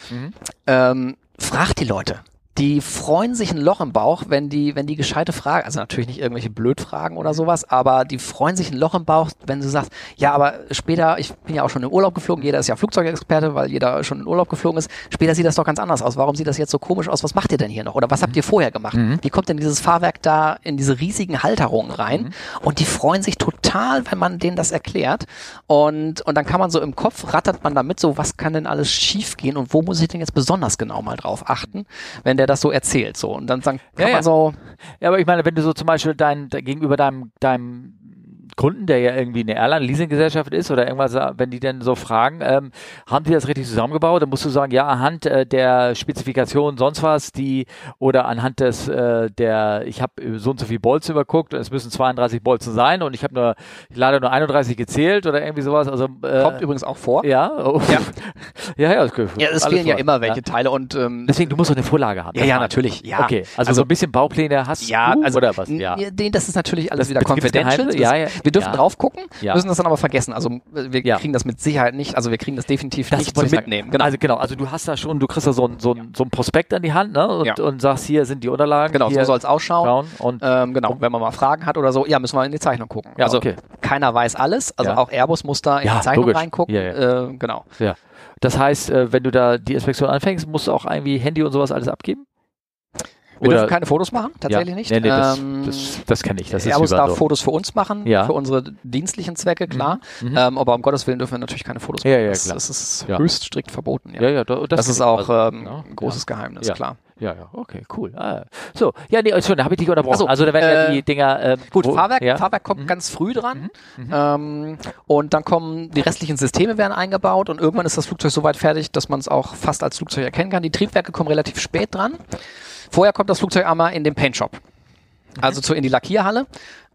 S2: ähm, fragt die Leute. Die freuen sich ein Loch im Bauch, wenn die wenn die gescheite Frage, also natürlich nicht irgendwelche Blödfragen oder sowas, aber die freuen sich ein Loch im Bauch, wenn du sagst, ja, aber später, ich bin ja auch schon in Urlaub geflogen, jeder ist ja Flugzeugexperte, weil jeder schon in Urlaub geflogen ist, später sieht das doch ganz anders aus. Warum sieht das jetzt so komisch aus? Was macht ihr denn hier noch? Oder was
S1: Mhm.
S2: habt ihr vorher gemacht? Wie kommt denn dieses Fahrwerk da in diese riesigen Halterungen rein?
S1: Mhm.
S2: Und die freuen sich total, wenn man denen das erklärt. Und, und dann kann man so im Kopf, rattert man damit so, was kann denn alles schief gehen und wo muss ich denn jetzt besonders genau mal drauf achten, wenn der das so erzählt. So. Und dann sagen, kann
S1: Ja, ja.
S2: man so,
S1: Ja, aber ich meine, wenn du so zum Beispiel dein, de- gegenüber deinem, deinem Kunden, der ja irgendwie eine Airline-Leasing-Gesellschaft ist oder irgendwas, äh, wenn die dann so fragen, ähm, haben die das richtig zusammengebaut? Dann musst du sagen, ja, anhand äh, der Spezifikation sonst was, die oder anhand des, äh, der, ich habe so und so viel Bolzen überguckt, es müssen 32 Bolzen sein und ich habe nur leider nur 31 gezählt oder irgendwie sowas. Also äh,
S2: kommt übrigens auch vor.
S1: ja, oh,
S2: Ja.
S1: ja, ja, okay,
S2: Ja, es
S1: alles
S2: fehlen ja
S1: voll.
S2: immer welche Teile und ähm,
S1: Deswegen, du musst doch eine Vorlage haben.
S2: Ja, ja, natürlich. Ja.
S1: Okay, also, so ein bisschen Baupläne hast
S2: ja,
S1: du
S2: also
S1: oder was?
S2: Ja. Das ist natürlich alles
S1: Das
S2: wieder
S1: Betriebsgeheimnis?
S2: confidential. Das-
S1: Ja, ja,
S2: wir dürfen
S1: ja.
S2: drauf gucken,
S1: Ja.
S2: müssen das dann aber vergessen. Also wir
S1: Ja.
S2: kriegen das mit Sicherheit nicht, also wir kriegen das definitiv
S1: das
S2: nicht
S1: wohl
S2: zum Mitnehmen. Genau.
S1: Also genau, also du hast da schon, du kriegst da so ein, so ein, so ein Prospekt an die Hand, ne? Und,
S2: Ja.
S1: und sagst, hier sind die Unterlagen.
S2: genau,
S1: hier
S2: so soll es ausschauen.
S1: schauen und
S2: Ähm, genau, wenn man mal Fragen hat oder so, ja, müssen wir in die Zeichnung gucken.
S1: Ja,
S2: also
S1: okay.
S2: keiner weiß alles, also
S1: Ja.
S2: auch Airbus muss da in
S1: Ja,
S2: die Zeichnung
S1: logisch.
S2: reingucken.
S1: Ja, ja.
S2: Äh, genau.
S1: ja. Das heißt, äh, wenn du da die Inspektion anfängst, musst du auch irgendwie Handy und sowas alles abgeben?
S2: Wir
S1: Oder-
S2: dürfen keine Fotos machen, tatsächlich
S1: ja.
S2: nicht.
S1: Nee, nee, das,
S2: Ähm,
S1: das, das kenne ich. Das ist
S2: Airbus
S1: überall so.
S2: darf Fotos für uns machen,
S1: Ja.
S2: für unsere dienstlichen Zwecke, klar.
S1: Mhm.
S2: Ähm, aber um Gottes Willen dürfen wir natürlich keine Fotos
S1: Ja,
S2: machen.
S1: ja,
S2: das,
S1: klar.
S2: das ist
S1: Ja.
S2: höchst strikt verboten. Ja.
S1: Ja, ja, da- das,
S2: Das, ist
S1: kenn ich.
S2: auch
S1: Also,
S2: ähm,
S1: ja,
S2: ein großes Geheimnis,
S1: Ja.
S2: klar.
S1: Ja, ja, okay, cool. Ah. So, ja, nee, Entschuldigung, da habe ich dich unterbrochen.
S2: Ach so,
S1: also da werden ja
S2: äh,
S1: die Dinger. ähm,
S2: Gut,
S1: wo-
S2: Fahrwerk,
S1: ja?
S2: Fahrwerk kommt ganz früh dran ähm, und dann kommen die restlichen Systeme werden eingebaut und irgendwann ist das Flugzeug soweit fertig, dass man es auch fast als Flugzeug erkennen kann. Die Triebwerke kommen relativ spät dran. Vorher kommt das Flugzeug einmal in den Paint Shop, also zu, in die Lackierhalle.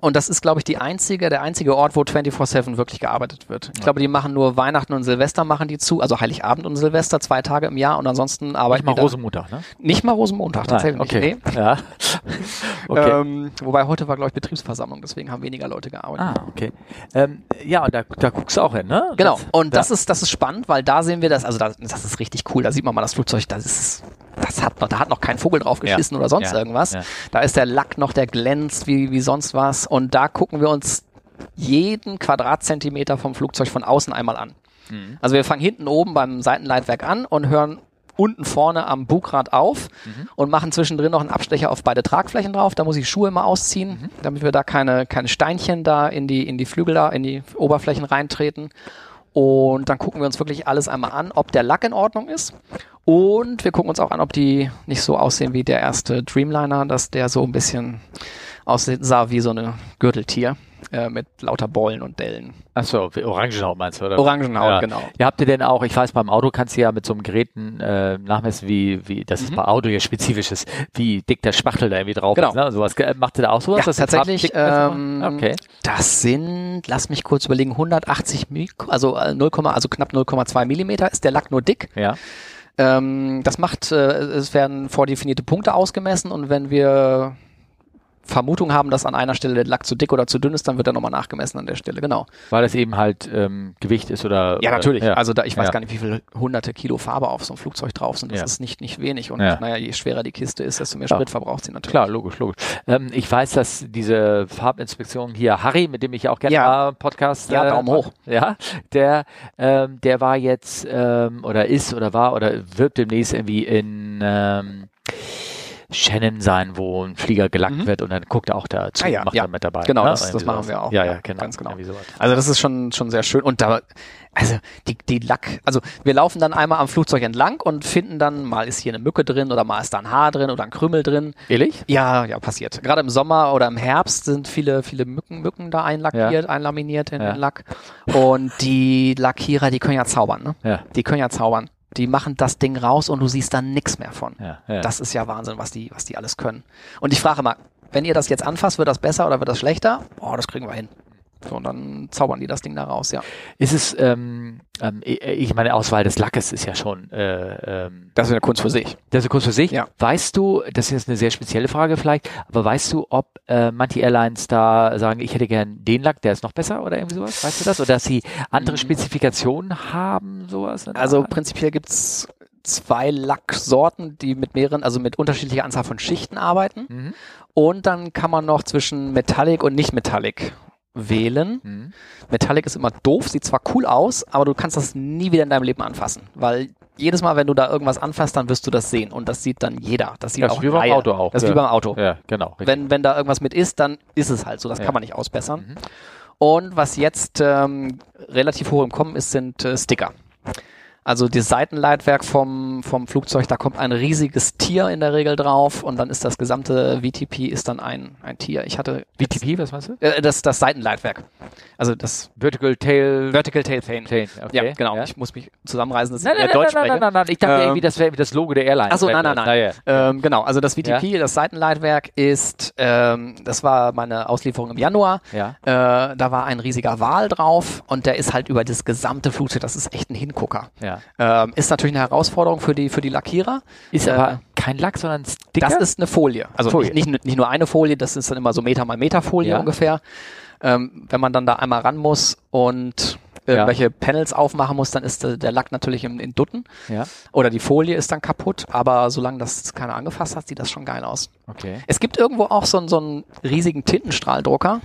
S2: Und das ist, glaube ich, die einzige, der einzige Ort, wo 24-7 wirklich gearbeitet wird. Ich glaube, die machen nur Weihnachten und Silvester machen die zu, also Heiligabend und Silvester, zwei Tage im Jahr und ansonsten arbeiten
S1: Nicht mal
S2: die da-
S1: Rosenmontag, ne?
S2: nicht mal Rosenmontag, tatsächlich
S1: Nein, okay.
S2: nicht. Nee.
S1: Ja. okay.
S2: Ähm, wobei heute war, glaube ich, Betriebsversammlung, deswegen haben weniger Leute gearbeitet.
S1: Ah, okay. Ähm, ja, und da, da guckst du auch hin, ne?
S2: Genau,
S1: Das-
S2: und
S1: ja.
S2: das ist, das ist spannend, weil da sehen wir das, also das, das ist richtig cool, da sieht man mal das Flugzeug, das ist, das hat noch, da hat noch kein Vogel drauf geschissen oder sonst
S1: Ja.
S2: irgendwas.
S1: Ja.
S2: Da ist der Lack noch, der glänzt wie, wie sonst was und da gucken wir uns jeden Quadratzentimeter vom Flugzeug von außen einmal an.
S1: Mhm.
S2: Also wir fangen hinten oben beim Seitenleitwerk an und hören unten vorne am Bugrad auf
S1: Mhm.
S2: und machen zwischendrin noch einen Abstecher auf beide Tragflächen drauf. Da muss ich Schuhe immer ausziehen,
S1: Mhm.
S2: damit wir da keine, keine Steinchen da in die, in die Flügel da, in die Oberflächen reintreten. Und dann gucken wir uns wirklich alles einmal an, ob der Lack in Ordnung ist. Und wir gucken uns auch an, ob die nicht so aussehen wie der erste Dreamliner, dass der so ein bisschen aussah wie so eine Gürteltier äh, mit lauter Beulen und Dellen.
S1: Achso, Orangenhaut meinst du, oder?
S2: Orangenhaut,
S1: ja.
S2: genau.
S1: Ja, habt ihr denn auch, ich weiß, beim Auto kannst du ja mit so einem Gerät äh, nachmessen, wie, wie, das
S2: Mhm.
S1: ist bei Auto ja spezifisch ist, wie dick der Spachtel da irgendwie drauf
S2: Genau.
S1: ist. Ne? Sowas, Ge- äh, macht ihr da auch sowas?
S2: Ja,
S1: dass ihr
S2: tatsächlich.
S1: Farbdickmessung
S2: Ähm,
S1: macht? okay.
S2: Das sind, lass mich kurz überlegen, 180 Mikro, also äh, 0, also knapp 0,2 Millimeter ist der Lack nur dick.
S1: Ja.
S2: Ähm, das macht, äh, es werden vordefinierte Punkte ausgemessen und wenn wir Vermutung haben, dass an einer Stelle der Lack zu dick oder zu dünn ist, dann wird er nochmal nachgemessen an der Stelle. Genau.
S1: Weil das eben halt ähm, Gewicht ist oder.
S2: Ja,
S1: oder,
S2: natürlich.
S1: Ja.
S2: Also da, ich weiß
S1: Ja.
S2: gar nicht, wie viele hunderte Kilo Farbe auf so einem Flugzeug drauf sind. Das
S1: Ja.
S2: ist nicht, nicht wenig. Und
S1: Ja.
S2: naja, je schwerer die Kiste ist, desto mehr
S1: Klar.
S2: Sprit verbraucht sie natürlich.
S1: Klar, logisch, logisch. Ähm, ich weiß, dass diese Farbinspektion hier, Harry, mit dem ich ja auch gerne
S2: Ja.
S1: war, Podcast. äh,
S2: Ja, Daumen hoch.
S1: Ja, der, ähm, der war jetzt ähm, oder ist oder war oder wird demnächst irgendwie in ähm, Shannon sein, wo ein Flieger gelackt wird und dann guckt er auch da zu,
S2: Mhm. Ah, ja,
S1: macht
S2: ja.
S1: da mit dabei. ne?
S2: Genau, das-
S1: Irgendwie
S2: das machen
S1: sowas.
S2: wir auch.
S1: Ja, ja,
S2: Ja,
S1: genau.
S2: ganz genau.
S1: Irgendwie sowas.
S2: Also das ist schon, schon sehr schön. Und da, also die, die Lack, also wir laufen dann einmal am Flugzeug entlang und finden dann, mal ist hier eine Mücke drin oder mal ist da ein Haar drin oder ein Krümel drin.
S1: Ehrlich?
S2: Ja, ja, passiert. Gerade im Sommer oder im Herbst sind viele, viele Mücken, Mücken da einlackiert, einlaminiert in
S1: Ja.
S2: den Lack. Und die Lackierer, die können ja zaubern, ne?
S1: Ja.
S2: Die können ja zaubern. Die machen das Ding raus und du siehst dann nichts mehr von.
S1: Ja, ja.
S2: Das ist ja Wahnsinn, was die, was die alles können. Und ich frage mal, wenn ihr das jetzt anfasst, wird das besser oder wird das schlechter? Boah, das kriegen wir hin. So, und dann zaubern die das Ding da raus, ja.
S1: Ist es, ähm, ähm, ich- ich meine, Auswahl des Lackes ist ja schon, äh, ähm,
S2: Das ist eine Kunst für sich.
S1: das ist kurz für sich.
S2: Ja.
S1: Weißt du, das ist jetzt eine sehr spezielle Frage vielleicht, aber weißt du, ob äh, manche Airlines da sagen, ich hätte gern den Lack, der ist noch besser oder irgendwie sowas? Weißt du das? Oder dass sie andere Spezifikationen haben, sowas? in der
S2: Mhm. Also
S1: Art?
S2: prinzipiell gibt es zwei Lacksorten, die mit mehreren, also mit unterschiedlicher Anzahl von Schichten arbeiten.
S1: Mhm.
S2: Und dann kann man noch zwischen Metallic und Nicht-Metallic wählen.
S1: Mhm.
S2: Metallic ist immer doof, sieht zwar cool aus, aber du kannst das nie wieder in deinem Leben anfassen. Weil jedes Mal, wenn du da irgendwas anfasst, dann wirst du das sehen. Und das sieht dann jeder. Das sieht
S1: Das ist
S2: auch
S1: wie beim
S2: Laie.
S1: Auto auch,
S2: Das ist
S1: ja.
S2: wie beim Auto.
S1: Ja, genau. richtig.
S2: Wenn, wenn da irgendwas mit ist, dann ist es halt so. Das
S1: Ja. Mhm.
S2: kann man nicht ausbessern. Und was jetzt ähm, relativ hoch im Kommen ist, sind äh, Sticker. Also das Seitenleitwerk vom, vom Flugzeug, da kommt ein riesiges Tier in der Regel drauf und dann ist das gesamte VTP ist dann ein, ein Tier. Ich hatte
S1: VTP, was meinst du?
S2: äh, das, das Seitenleitwerk. Also das
S1: Vertical Tail.
S2: Vertical Tail Plane.
S1: Plane, okay.
S2: Ja, genau.
S1: Ja.
S2: Ich muss mich zusammenreißen, dass
S1: Nein,
S2: ich
S1: nein,
S2: mehr
S1: nein,
S2: Deutsch
S1: nein, nein,
S2: spreche.
S1: nein, nein. Ich dachte
S2: Ähm,
S1: irgendwie, das wäre das Logo der Airline.
S2: Achso, nein, nein, nein.
S1: Naja.
S2: Ähm, genau, also das VTP, das Seitenleitwerk ist, ähm, das war meine Auslieferung im Januar.
S1: Ja.
S2: Äh, da war ein riesiger Wal drauf und der ist halt über das gesamte Flugzeug, das ist echt ein Hingucker.
S1: Ja.
S2: Ähm, ist natürlich eine Herausforderung für die, für die Lackierer.
S1: Ist
S2: Äh,
S1: aber kein Lack, sondern ein Sticker.
S2: das ist eine Folie. Also
S1: Folie.
S2: Nicht, nicht, nicht nur eine Folie, das ist dann immer so Meter mal Meter Folie
S1: Ja.
S2: ungefähr. Ähm, wenn man dann da einmal ran muss und irgendwelche Panels aufmachen muss, dann ist der, der Lack natürlich in, in Dutten
S1: ja.
S2: oder die Folie ist dann kaputt, aber solange das keiner angefasst hat, sieht das schon geil aus.
S1: Okay.
S2: Es gibt irgendwo auch so, einen- so einen riesigen Tintenstrahldrucker.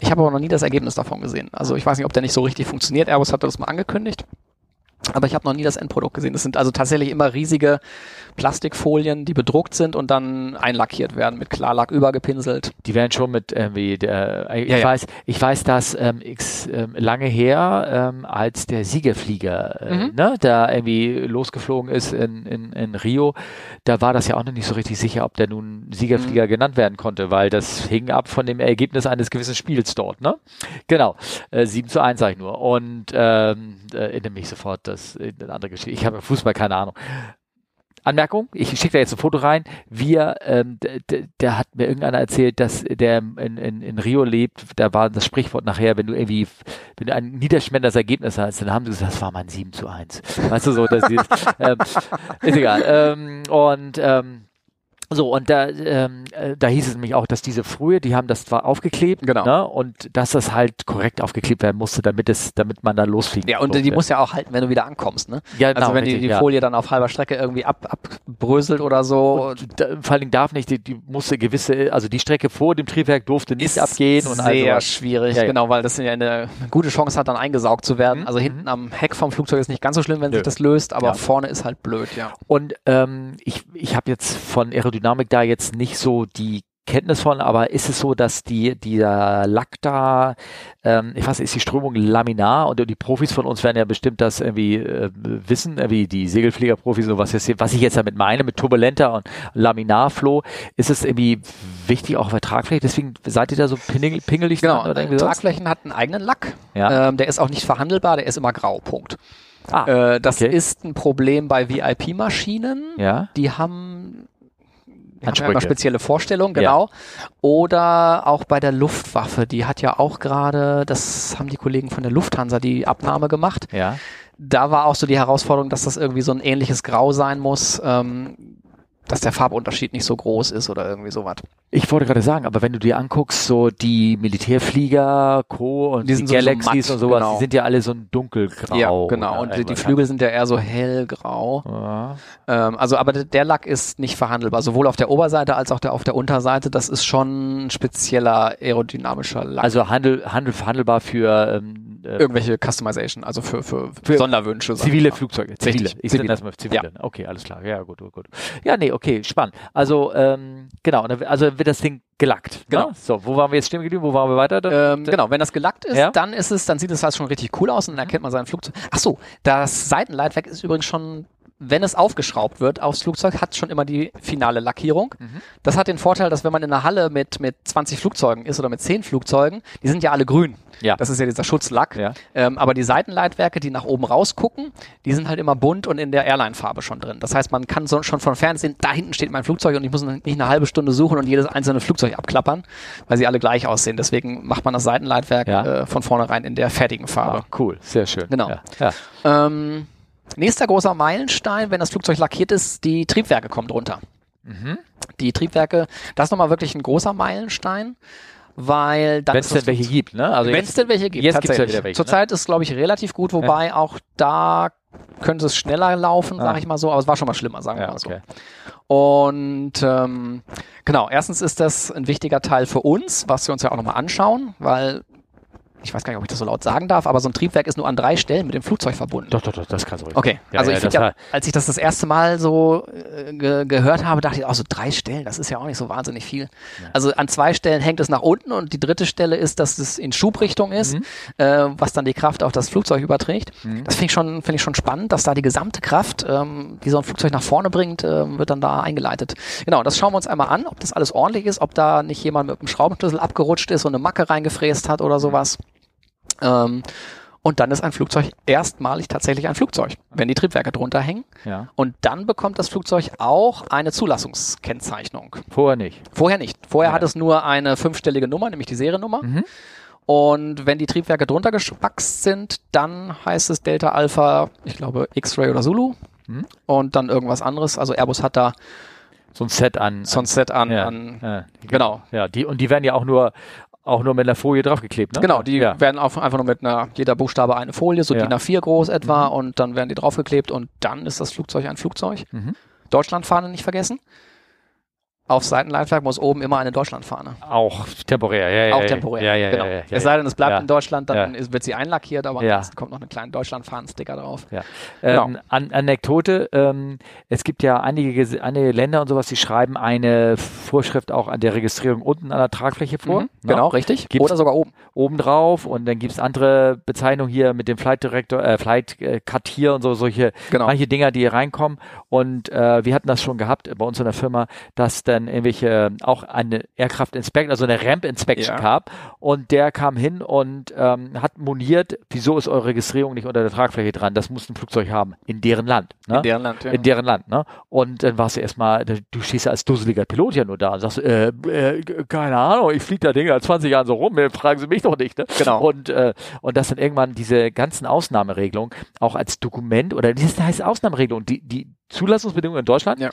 S2: Ich habe aber noch nie das Ergebnis davon gesehen. Also ich weiß nicht, ob der nicht so richtig funktioniert. Airbus hatte das mal angekündigt. Aber ich habe noch nie das Endprodukt gesehen. Das sind also tatsächlich immer riesige Plastikfolien, die bedruckt sind und dann einlackiert werden, mit Klarlack übergepinselt.
S1: Die werden schon mit irgendwie der, äh, ich
S2: Ja, ja.
S1: weiß, ich weiß, dass ähm, x, ähm, lange her, ähm, als der Siegerflieger, äh,
S2: Mhm.
S1: ne, da irgendwie losgeflogen ist in, in, in Rio, da war das ja auch noch nicht so richtig sicher, ob der nun Siegerflieger
S2: Mhm.
S1: genannt werden konnte, weil das hing ab von dem Ergebnis eines gewissen Spiels dort, ne? Genau. Äh, 7 zu 1 sage ich nur. Und ähm, äh, erinnere mich sofort, das äh, eine andere Geschichte. Ich habe im Fußball keine Ahnung. Anmerkung, ich schicke da jetzt ein Foto rein. Wir, ähm, d- d- da hat mir irgendeiner erzählt, dass der in, in, in Rio lebt, da war das Sprichwort nachher, wenn du irgendwie, wenn du ein niederschmetterndes Ergebnis hast, dann haben sie gesagt, das war mein 7 zu 1. Weißt du so, dass dieses, ähm, ist egal. Ähm, und ähm, so, und da, ähm, äh, da hieß es nämlich auch, dass diese frühe, die haben das zwar aufgeklebt,
S2: Genau.
S1: ne, und dass das halt korrekt aufgeklebt werden musste, damit es, damit man dann losfliegen
S2: Ja, und
S1: durfte.
S2: die muss ja auch halten, wenn du wieder ankommst. Ne?
S1: ja,
S2: Also wenn
S1: Genau,
S2: die,
S1: richtig,
S2: die
S1: ja.
S2: Folie dann auf halber Strecke irgendwie ab, abbröselt oder so.
S1: Und da, vor allen Dingen darf nicht, die, die musste gewisse, also die Strecke vor dem Triebwerk durfte nicht abgehen und all
S2: sehr
S1: sowas.
S2: schwierig,
S1: Ja, ja.
S2: genau, weil das ja eine gute Chance hat, dann eingesaugt zu werden. Also hinten am Heck vom Flugzeug ist nicht ganz so schlimm, wenn
S1: Nö.
S2: sich das löst, aber
S1: Ja.
S2: vorne ist halt blöd, ja.
S1: Und ähm, ich, ich habe jetzt von Aerodynamik da jetzt nicht so die Kenntnis von, aber ist es so, dass die dieser Lack da, ähm, ich weiß, nicht, ist die Strömung laminar und die Profis von uns werden ja bestimmt das irgendwie äh, wissen, irgendwie die Segelfliegerprofis und so was jetzt hier, was ich jetzt damit meine mit turbulenter und Laminarflow, ist es irgendwie wichtig auch bei Tragfläche? Deswegen seid ihr da so pingel, pingelig
S2: Genau,
S1: dran oder irgendwie sowas?
S2: Tragflächen hat einen eigenen Lack.
S1: Ja.
S2: Ähm, der ist auch nicht verhandelbar, der ist immer grau, Punkt.
S1: Ah,
S2: Äh, das
S1: okay.
S2: ist ein Problem bei VIP-Maschinen.
S1: ja.
S2: Die haben, die haben ja
S1: Ansprüche.
S2: immer spezielle Vorstellungen,
S1: Ja.
S2: genau. Oder auch bei der Luftwaffe. Die hat ja auch gerade, das haben die Kollegen von der Lufthansa die Abnahme gemacht.
S1: Ja.
S2: da war auch so die Herausforderung, dass das irgendwie so ein ähnliches Grau sein muss, ähm, dass der Farbunterschied nicht so groß ist oder irgendwie sowas.
S1: Ich wollte gerade sagen, aber wenn du dir anguckst, so die Militärflieger, Co. und
S2: Die
S1: die,
S2: sind sowieso
S1: Galaxies
S2: matt,
S1: und sowas,
S2: genau.
S1: die sind ja alle so ein dunkelgrau.
S2: ja, genau.
S1: oder
S2: Und die, die
S1: irgendwas.
S2: Flügel sind ja eher so hellgrau.
S1: Ja.
S2: Ähm, also, aber der- der Lack ist nicht verhandelbar, sowohl auf der Oberseite als auch der, auf der Unterseite. Das ist schon ein spezieller aerodynamischer Lack.
S1: Also handel, handel, handelbar für ähm, äh,
S2: irgendwelche Customization, also für, für,
S1: Für
S2: Sonderwünsche. sag ich
S1: zivile
S2: mal.
S1: Flugzeuge. genau. Zivile.
S2: Richtig,
S1: Ich
S2: zivile.
S1: nenne das mal zivile. Okay, alles klar. Ja, gut, gut, gut. Ja, nee, okay, spannend. Also, ähm, genau, und dann- also wird das Ding gelackt.
S2: Genau.
S1: Ne? So, wo waren wir jetzt stehen geblieben? Wo waren wir weiter?
S2: Ähm, genau, wenn das gelackt ist,
S1: Ja.
S2: dann ist es, dann sieht es halt schon richtig cool aus und dann erkennt man sein Flugzeug. Ach so, das Seitenleitwerk ist übrigens schon wenn es aufgeschraubt wird aufs Flugzeug, hat es schon immer die finale Lackierung.
S1: Mhm.
S2: Das hat den Vorteil, dass wenn man in einer Halle mit, mit 20 Flugzeugen ist oder mit 10 Flugzeugen, die sind ja alle grün.
S1: Ja.
S2: Das ist ja dieser Schutzlack.
S1: Ja.
S2: Ähm, aber die Seitenleitwerke, die nach oben rausgucken, die sind halt immer bunt und in der Airline-Farbe schon drin. Das heißt, man kann so, schon von fern sehen, da hinten steht mein Flugzeug und ich muss nicht eine halbe Stunde suchen und jedes einzelne Flugzeug abklappern, weil sie alle gleich aussehen. Deswegen macht man das Seitenleitwerk
S1: Ja.
S2: äh, von vornherein in der fertigen Farbe.
S1: Ah, cool, sehr schön.
S2: Genau.
S1: Ja. Ja.
S2: Ähm, nächster großer Meilenstein, wenn das Flugzeug lackiert ist, die Triebwerke kommen drunter.
S1: Mhm.
S2: Die Triebwerke, das ist nochmal wirklich ein großer Meilenstein, weil dann
S1: Wenn es
S2: ist das
S1: denn welche gibt, ne? Also
S2: wenn es denn welche gibt.
S1: jetzt gibt's ja
S2: tatsächlich.
S1: wieder welche, ne?
S2: Zurzeit ist glaube ich relativ gut, wobei auch da könnte es schneller laufen,
S1: Ah.
S2: sage ich mal so, aber es war schon mal schlimmer, sagen wir
S1: ja,
S2: mal so.
S1: okay.
S2: Und ähm, genau, erstens ist das ein wichtiger Teil für uns, was wir uns ja auch nochmal anschauen, weil ich weiß gar nicht, ob ich das so laut sagen darf, aber so ein Triebwerk ist nur an drei Stellen mit dem Flugzeug verbunden.
S1: Doch, doch, doch, das kann so
S2: Okay,
S1: Ja,
S2: also
S1: ja,
S2: ich
S1: das
S2: find ja,
S1: war-
S2: als ich das das erste Mal so äh, ge gehört habe, dachte ich, auch so drei Stellen, das ist ja auch nicht so wahnsinnig viel. Also an zwei Stellen hängt es nach unten und die dritte Stelle ist, dass es in Schubrichtung ist,
S1: Mhm.
S2: äh, was dann die Kraft auf das Flugzeug überträgt. Das finde ich schon, finde ich schon spannend, dass da die gesamte Kraft, ähm, die so ein Flugzeug nach vorne bringt, ähm, wird dann da eingeleitet. Genau, das schauen wir uns einmal an, ob das alles ordentlich ist, ob da nicht jemand mit einem Schraubenschlüssel abgerutscht ist und eine Macke reingefräst hat
S1: Mhm.
S2: oder sowas. Ähm, und dann ist ein Flugzeug erstmalig tatsächlich ein Flugzeug, wenn die Triebwerke drunter hängen.
S1: Ja.
S2: Und dann bekommt das Flugzeug auch eine Zulassungskennzeichnung.
S1: Vorher nicht.
S2: Vorher nicht. Vorher
S1: Ja. Mhm.
S2: hat es nur eine fünfstellige Nummer, nämlich die Seriennummer. Und wenn die Triebwerke drunter gespackst sind, dann heißt es Delta Alpha, ich glaube X-Ray oder Zulu.
S1: Mhm.
S2: Und dann irgendwas anderes. Also Airbus hat da
S1: So ein Set an.
S2: Sunset an.
S1: ja,
S2: an
S1: ja.
S2: genau.
S1: ja, die und die werden ja auch nur auch nur mit einer Folie draufgeklebt, ne?
S2: Genau, die
S1: ja.
S2: werden auf, einfach nur mit einer, jeder Buchstabe eine Folie, so
S1: Ja. Mhm.
S2: DIN A4 groß etwa, und dann werden die draufgeklebt und dann ist das Flugzeug ein Flugzeug.
S1: Mhm.
S2: Deutschlandfahne nicht vergessen. Auf Seitenleitwerk muss oben immer eine Deutschlandfahne.
S1: auch temporär. Ja, ja,
S2: Auch
S1: ja,
S2: temporär.
S1: Ja, ja,
S2: genau.
S1: ja, ja, ja,
S2: es sei denn, es bleibt
S1: ja.
S2: in Deutschland, dann ist- wird sie einlackiert, aber
S1: Ja.
S2: ansonsten kommt noch ein kleiner Deutschland-Fahnensticker drauf.
S1: Ja.
S2: Genau.
S1: Ähm, an Anekdote, ähm, es gibt ja einige, Ges- einige Länder und sowas, die schreiben eine Vorschrift auch an der Registrierung unten an der Tragfläche vor.
S2: Mhm,
S1: ne?
S2: Genau, richtig.
S1: Gibt's-
S2: Oder sogar oben.
S1: obendrauf und dann gibt's andere Bezeichnungen hier mit dem Flight Director, äh, Flight äh, Cut hier und so, solche,
S2: Genau.
S1: manche Dinger, die hier reinkommen. Und äh, wir hatten das schon gehabt äh, bei uns in der Firma, dass dann irgendwelche äh, auch eine Aircraft Inspection, also eine Ramp Inspection
S2: Ja.
S1: gab und der kam hin und ähm, hat moniert, wieso ist eure Registrierung nicht unter der Tragfläche dran? Das muss ein Flugzeug haben, in deren Land. Ne?
S2: In deren Land, ja.
S1: in deren Land, ne? Und dann warst du erstmal, du stehst ja als dusseliger Pilot ja nur da und sagst, äh, äh, keine Ahnung, ich fliege da Dinger seit 20 Jahren so rum, mir fragen sie mich doch nicht, ne?
S2: Genau.
S1: Und, äh, und dass dann irgendwann diese ganzen Ausnahmeregelungen auch als Dokument oder das heißt Ausnahmeregelung, die, die Zulassungsbedingungen in Deutschland,
S2: Ja.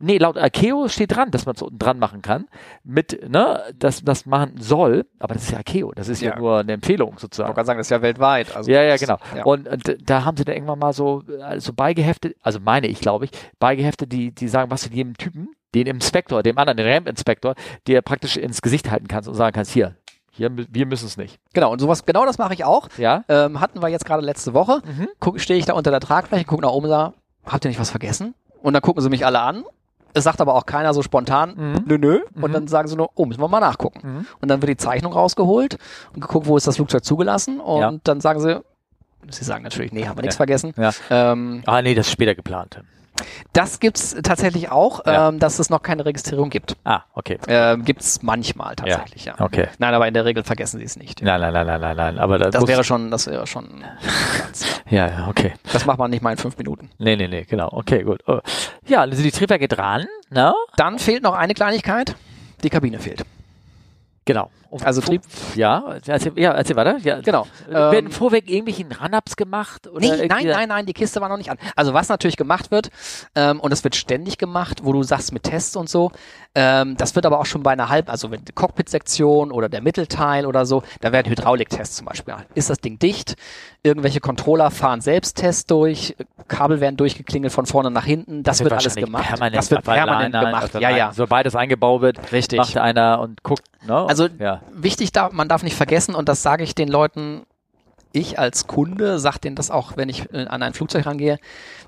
S1: nee, laut ACEO steht dran, dass man es unten dran machen kann, mit, ne, dass das machen soll, aber das ist ja ACEO, das ist ja,
S2: Ja.
S1: nur eine Empfehlung
S2: Ich
S1: sozusagen.
S2: wollte gerade sagen, das ist ja weltweit. Also
S1: Ja, ja, genau.
S2: Ja.
S1: Und, und da haben sie dann irgendwann mal so, äh, so beigeheftet, also meine ich, glaube ich, beigeheftet, die, die sagen, was du jedem Typen, den Inspektor, dem anderen, den Ramp-Inspektor, dir praktisch ins Gesicht halten kannst und sagen kannst, hier, hier mü- wir müssen es nicht.
S2: genau, und sowas, genau das mache ich auch.
S1: Ja?
S2: Ähm, hatten wir jetzt gerade letzte Woche.
S1: Mhm.
S2: Guck, stehe ich da unter der Tragfläche, gucke nach oben und sage, habt ihr nicht was vergessen? Und dann gucken sie mich alle an. Es sagt aber auch keiner so spontan,
S1: Mhm.
S2: nö, nö. Und dann sagen sie nur, oh, müssen wir mal nachgucken. Und dann wird die Zeichnung rausgeholt und geguckt, wo ist das Flugzeug zugelassen. Und
S1: Ja.
S2: dann sagen sie, sie sagen natürlich, nee, haben wir nichts
S1: Ja.
S2: vergessen.
S1: Ja.
S2: Ähm,
S1: Ah, nee, das ist später geplant.
S2: das gibt's tatsächlich auch,
S1: Ja.
S2: ähm, dass es noch keine Registrierung gibt.
S1: Ah, okay.
S2: Ähm, gibt's manchmal tatsächlich, ja.
S1: Okay.
S2: Nein, aber in der Regel vergessen sie es nicht.
S1: Nein, nein, nein, nein, nein, nein. Aber da
S2: Das
S1: muss-
S2: wäre schon, das wäre schon,
S1: Ja, ja, okay.
S2: das macht man nicht mal in fünf Minuten.
S1: Nee, nee, nee, genau. Okay, gut. Oh. Ja, also die Triebwerke dran, ne?
S2: Dann fehlt noch eine Kleinigkeit. Die Kabine fehlt.
S1: Genau. Und
S2: Also Trieb.
S1: ja, erzähl, ja, erzähl weiter. Ja,
S2: Genau.
S1: Werden
S2: Ähm,
S1: vorweg irgendwelchen Run-Ups gemacht? Oder
S2: Nee, äh,
S1: irgendwie-
S2: nein, nein, nein, die Kiste war noch nicht an. Also was natürlich gemacht wird, ähm, und das wird ständig gemacht, wo du sagst mit Tests und so, ähm, das wird aber auch schon bei einer halben, also wenn die Cockpit-Sektion oder der Mittelteil oder so, da werden Hydrauliktests zum Beispiel. gemacht. Ist das Ding dicht? Irgendwelche Controller fahren Selbsttests durch, Kabel werden durchgeklingelt von vorne nach hinten, das wird alles
S1: wahrscheinlich
S2: gemacht.
S1: Permanent
S2: Das wird
S1: auf einer
S2: permanent
S1: Line,
S2: gemacht,
S1: auf einer
S2: ja,
S1: Line.
S2: ja.
S1: Sobald es eingebaut wird,
S2: Richtig.
S1: macht einer und guckt. Ne?
S2: Also
S1: ja.
S2: wichtig, da, man darf nicht vergessen, und das sage ich den Leuten, ich als Kunde sage denen das auch, wenn ich äh, an ein Flugzeug rangehe,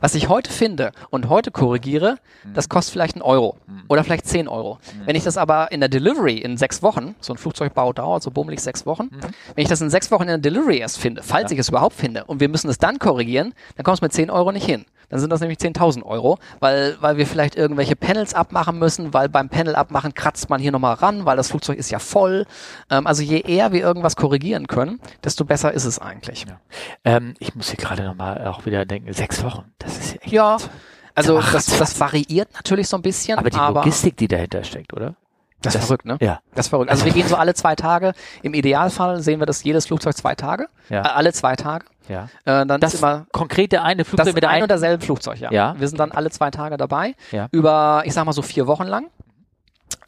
S2: was ich heute finde und heute korrigiere, das kostet vielleicht einen Euro oder vielleicht 10 Euro. Wenn ich das aber in der Delivery in sechs Wochen, so ein Flugzeugbau dauert so bummelig sechs Wochen, wenn ich das in sechs Wochen in der Delivery erst finde, falls ich es überhaupt finde, und wir müssen es dann korrigieren, dann kommst du mit 10 Euro nicht hin. Dann sind das nämlich 10.000 Euro, weil, weil wir vielleicht irgendwelche Panels abmachen müssen, weil beim Panel abmachen kratzt man hier nochmal ran, weil das Flugzeug ist ja voll. Ähm, also je eher wir irgendwas korrigieren können, desto besser ist es eigentlich. Ja,
S1: Ähm, ich muss hier gerade nochmal auch wieder denken, sechs Wochen, das ist ja echt.
S2: also
S1: Ach,
S2: das, das variiert natürlich so ein bisschen,
S1: Aber
S2: aber,
S1: die Logistik, die dahinter steckt, oder?
S2: das ist verrückt, ne?
S1: Ja.
S2: Das ist verrückt. Also wir gehen so alle zwei Tage. Im Idealfall sehen wir, dass jedes Flugzeug zwei Tage,
S1: Ja.
S2: äh, alle zwei Tage.
S1: ja.
S2: Äh, dann
S1: Das
S2: ist immer
S1: konkret der eine Flugzeug
S2: das
S1: mit der
S2: ein
S1: einen.
S2: und derselbe Flugzeug, ja.
S1: Ja.
S2: Wir sind dann alle zwei Tage dabei.
S1: Ja.
S2: Über, ich sag mal so vier Wochen lang.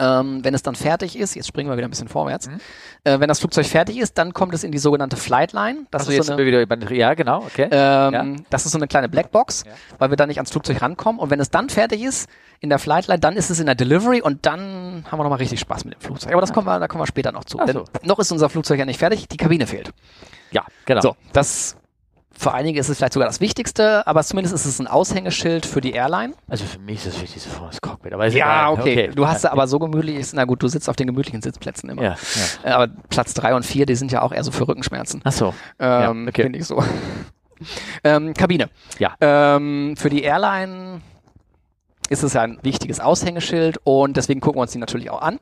S2: Ähm, wenn es dann fertig ist, jetzt springen wir wieder ein bisschen vorwärts.
S1: Mhm.
S2: Äh, wenn das Flugzeug fertig ist, dann kommt es in die sogenannte Flightline. Das
S1: Also
S2: ist
S1: jetzt
S2: so
S1: sind
S2: eine
S1: wir wieder über, ja, genau, okay.
S2: ähm, Das ist so eine kleine Blackbox, weil wir da nicht ans Flugzeug rankommen. Und wenn es dann fertig ist, in der Flightline, dann ist es in der Delivery und dann haben wir nochmal richtig Spaß mit dem Flugzeug. Aber das kommen wir, da kommen wir später noch zu.
S1: Ach
S2: Denn
S1: so.
S2: noch ist unser Flugzeug ja nicht fertig, die Kabine fehlt.
S1: ja, genau.
S2: So, das für einige ist es vielleicht sogar das Wichtigste, aber zumindest ist es ein Aushängeschild für die Airline.
S1: Also für mich ist das Wichtigste vor das Cockpit. Aber ist
S2: Ja,
S1: egal.
S2: okay. Du hast da aber so gemütlich, ist, na gut, du sitzt auf den gemütlichen Sitzplätzen immer.
S1: Ja, ja.
S2: Äh, Aber Platz drei und vier, die sind ja auch eher so für Rückenschmerzen.
S1: Ach so.
S2: Ähm,
S1: okay.
S2: Finde ich so. ähm, Kabine.
S1: Ja.
S2: Ähm, für die Airline ist es ja ein wichtiges Aushängeschild und deswegen gucken wir uns die natürlich auch an.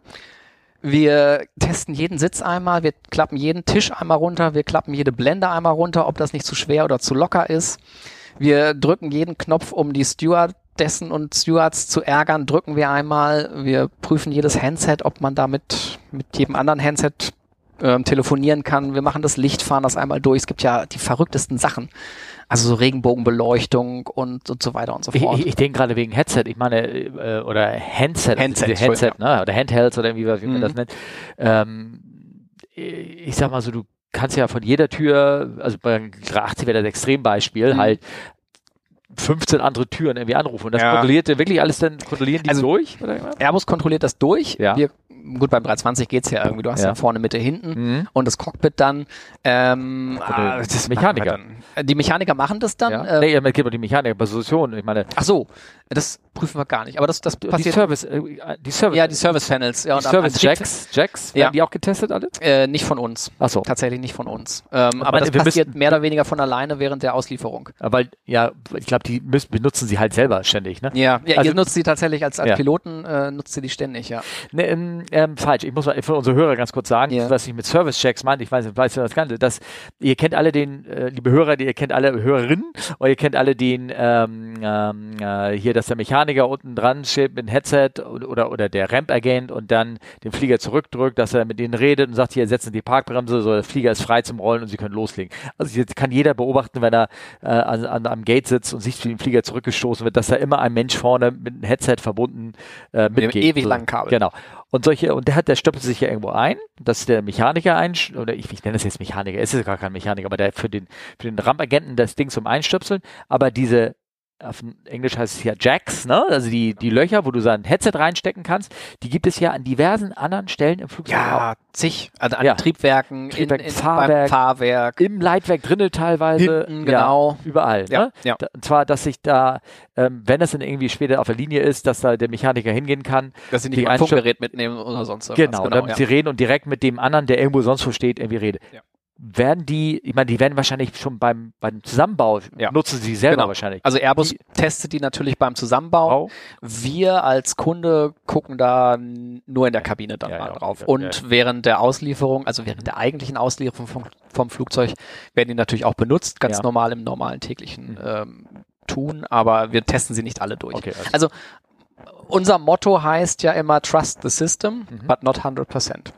S2: Wir testen jeden Sitz einmal, wir klappen jeden Tisch einmal runter, wir klappen jede Blende einmal runter, ob das nicht zu schwer oder zu locker ist. Wir drücken jeden Knopf, um die Stewardessen und Stewards zu ärgern, drücken wir einmal. Wir prüfen jedes Handset, ob man damit mit jedem anderen Handset ähm, telefonieren kann. Wir machen das Licht, fahren das einmal durch. Es gibt ja die verrücktesten Sachen. Also so Regenbogenbeleuchtung und, und so weiter und so
S1: Ich,
S2: fort.
S1: ich, ich denke gerade wegen Headset, ich meine, äh, oder Handset, also
S2: Handset,
S1: diese Headset ne? oder Handhelds oder irgendwie, wie man
S2: Mhm.
S1: das nennt. Ähm, ich sag mal so, du kannst ja von jeder Tür, also bei 80 wäre das Extrembeispiel,
S2: Mhm.
S1: halt 15 andere Türen irgendwie anrufen. Und das
S2: Ja.
S1: kontrolliert ihr wirklich alles dann, kontrollieren die
S2: Also-
S1: durch? Oder? irgendwas?
S2: Airbus kontrolliert das durch.
S1: Ja.
S2: Wir, gut, beim 320 geht's ja irgendwie. Du hast ja,
S1: Ja.
S2: vorne, Mitte, hinten.
S1: Mhm.
S2: Und das Cockpit dann. Ähm, ah,
S1: die
S2: das
S1: Mechaniker.
S2: machen wir Dann. Die Mechaniker machen das dann.
S1: Ja.
S2: äh,
S1: nee, damit geht man die Mechanik, Position. Ich meine,
S2: Ach so, das prüfen wir gar nicht. Aber das, das
S1: die
S2: passiert.
S1: Service, äh, die Service,
S2: ja, die Service Panels. Ja,
S1: die
S2: und am
S1: Service
S2: Antrieb-
S1: Jacks, Jacks,
S2: Ja.
S1: werden die auch getestet alle?
S2: Äh, nicht von uns.
S1: Achso.
S2: Tatsächlich nicht von uns. Ähm, aber
S1: meine,
S2: das
S1: wir
S2: passiert
S1: müssten-
S2: mehr oder weniger von alleine während der Auslieferung.
S1: Weil, ja, ich glaube, die müssen, benutzen sie halt selber ständig, ne?
S2: Ja, ja
S1: Also-
S2: ihr nutzt sie tatsächlich als, als
S1: Ja.
S2: Piloten, äh, nutzt ihr die ständig, ja.
S1: Ne, ähm, ähm, falsch. Ich muss mal für unsere Hörer ganz kurz sagen,
S2: Ja.
S1: was ich mit Service-Checks meine. Ich weiß nicht, weißt du das Ganze? Das, ihr kennt alle den, äh, liebe Hörer, die- ihr kennt alle Hörerinnen und ihr kennt alle den, ähm, ähm, äh, hier, dass der Mechaniker unten dran steht mit dem Headset oder, oder, oder der Ramp-Agent und dann den Flieger zurückdrückt, dass er mit denen redet und sagt, hier, setzen Sie die Parkbremse, so, der Flieger ist frei zum Rollen und Sie können loslegen. Also jetzt kann jeder beobachten, wenn er äh, an, an, am Gate sitzt und sich zu dem Flieger zurückgestoßen wird, dass da immer ein Mensch vorne mit einem Headset verbunden äh,
S2: dem
S1: mitgeht.
S2: ewig langen Kabel.
S1: Genau. Und solche, und der hat, der stöpselt sich ja irgendwo ein, dass der Mechaniker ein, oder ich, ich nenne das jetzt Mechaniker, es ist gar kein Mechaniker, aber der für den, für den Rampagenten das Ding zum Einstöpseln, aber diese, auf Englisch heißt es ja Jacks, ne? Also die, die Löcher, wo du sein Headset reinstecken kannst, die gibt es ja an diversen anderen Stellen im Flugzeug auch.
S2: Ja, zig. Also an
S1: Ja.
S2: Triebwerken,
S1: Triebwerk,
S2: in, in, beim
S1: Fahrwerk.
S2: Fahrwerk,
S1: Im Leitwerk drinnen teilweise.
S2: hinten,
S1: ja,
S2: genau.
S1: Überall. Ne?
S2: ja.
S1: Da- Und zwar, dass sich da, ähm, wenn das dann irgendwie später auf der Linie ist, dass da der Mechaniker hingehen kann,
S2: Dass sie
S1: die
S2: nicht mal ein
S1: Einstöp-
S2: Funkgerät mitnehmen oder sonst irgendwas.
S1: Genau, damit sie reden und direkt mit dem anderen, der irgendwo sonst wo steht, irgendwie redet.
S2: Ja.
S1: Werden die, ich meine, die werden wahrscheinlich schon beim, beim Zusammenbau,
S2: Ja.
S1: nutzen sie selber
S2: Genau.
S1: wahrscheinlich. Genau.
S2: Also Airbus testet die natürlich beim Zusammenbau.
S1: Auch.
S2: Wir als Kunde gucken da n- nur in der Kabine dann
S1: Ja,
S2: mal
S1: ja,
S2: drauf.
S1: ja,
S2: Und
S1: ja, ja.
S2: während der Auslieferung, also während der eigentlichen Auslieferung vom, vom Flugzeug, werden die natürlich auch benutzt, ganz
S1: Ja. Hm.
S2: normal im normalen täglichen ähm, Tun, aber wir testen sie nicht alle durch.
S1: Okay, also-
S2: also unser Motto heißt ja immer Trust the System,
S1: Mhm.
S2: but not 100%.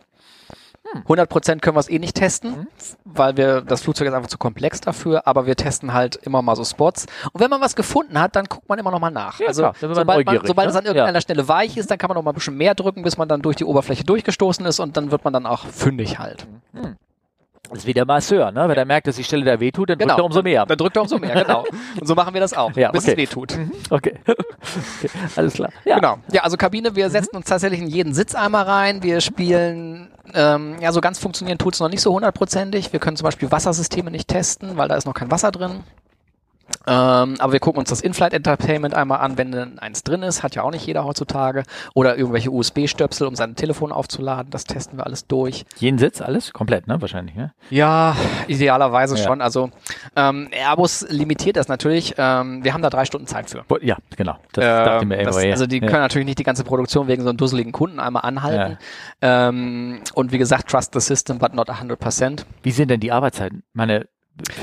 S2: 100% können wir es eh nicht testen,
S1: Mhm.
S2: weil wir das Flugzeug ist einfach zu komplex dafür, aber wir testen halt immer mal so Spots. Und wenn man was gefunden hat, dann guckt man immer noch mal nach.
S1: Ja,
S2: also
S1: klar, dann wird man
S2: sobald, man,
S1: neugierig,
S2: sobald
S1: ne?
S2: es an irgendeiner Stelle weich ist, dann kann man noch mal ein bisschen mehr drücken, bis man dann durch die Oberfläche durchgestoßen ist und dann wird man dann auch fündig halt.
S1: Mhm. Das ist wie der Masseur, ne? Wenn er merkt, dass die Stelle da wehtut, dann drückt er umso mehr.
S2: Genau. Dann drückt er umso mehr, genau. Und so machen wir das auch,
S1: Ja,
S2: bis es
S1: okay.
S2: weh tut.
S1: Mhm. Okay. okay. Alles klar. Ja.
S2: Genau. Ja, also Kabine, wir setzen uns tatsächlich in jeden Sitz einmal rein. Wir spielen, ähm, ja, so ganz funktionieren tut's noch nicht so hundertprozentig. Wir können zum Beispiel Wassersysteme nicht testen, weil da ist noch kein Wasser drin. Ähm, aber wir gucken uns das In-Flight Entertainment einmal an, wenn denn eins drin ist, hat ja auch nicht jeder heutzutage. Oder irgendwelche USB-Stöpsel, um sein Telefon aufzuladen, das testen wir alles durch.
S1: Jeden Sitz, alles? Komplett, ne? Wahrscheinlich, ne?
S2: Ja, idealerweise
S1: Ja.
S2: schon. Also ähm, Airbus limitiert das natürlich. Ähm, wir haben da drei Stunden Zeit für.
S1: Bo- Ja, genau. Das dachte
S2: Ähm,
S1: mir
S2: das,
S1: aber, ja.
S2: Also die
S1: ja.
S2: können natürlich nicht die ganze Produktion wegen so einem dusseligen Kunden einmal anhalten. Ähm, und wie gesagt, trust the system, but not 100%.
S1: Wie sind denn die Arbeitszeiten? Meine,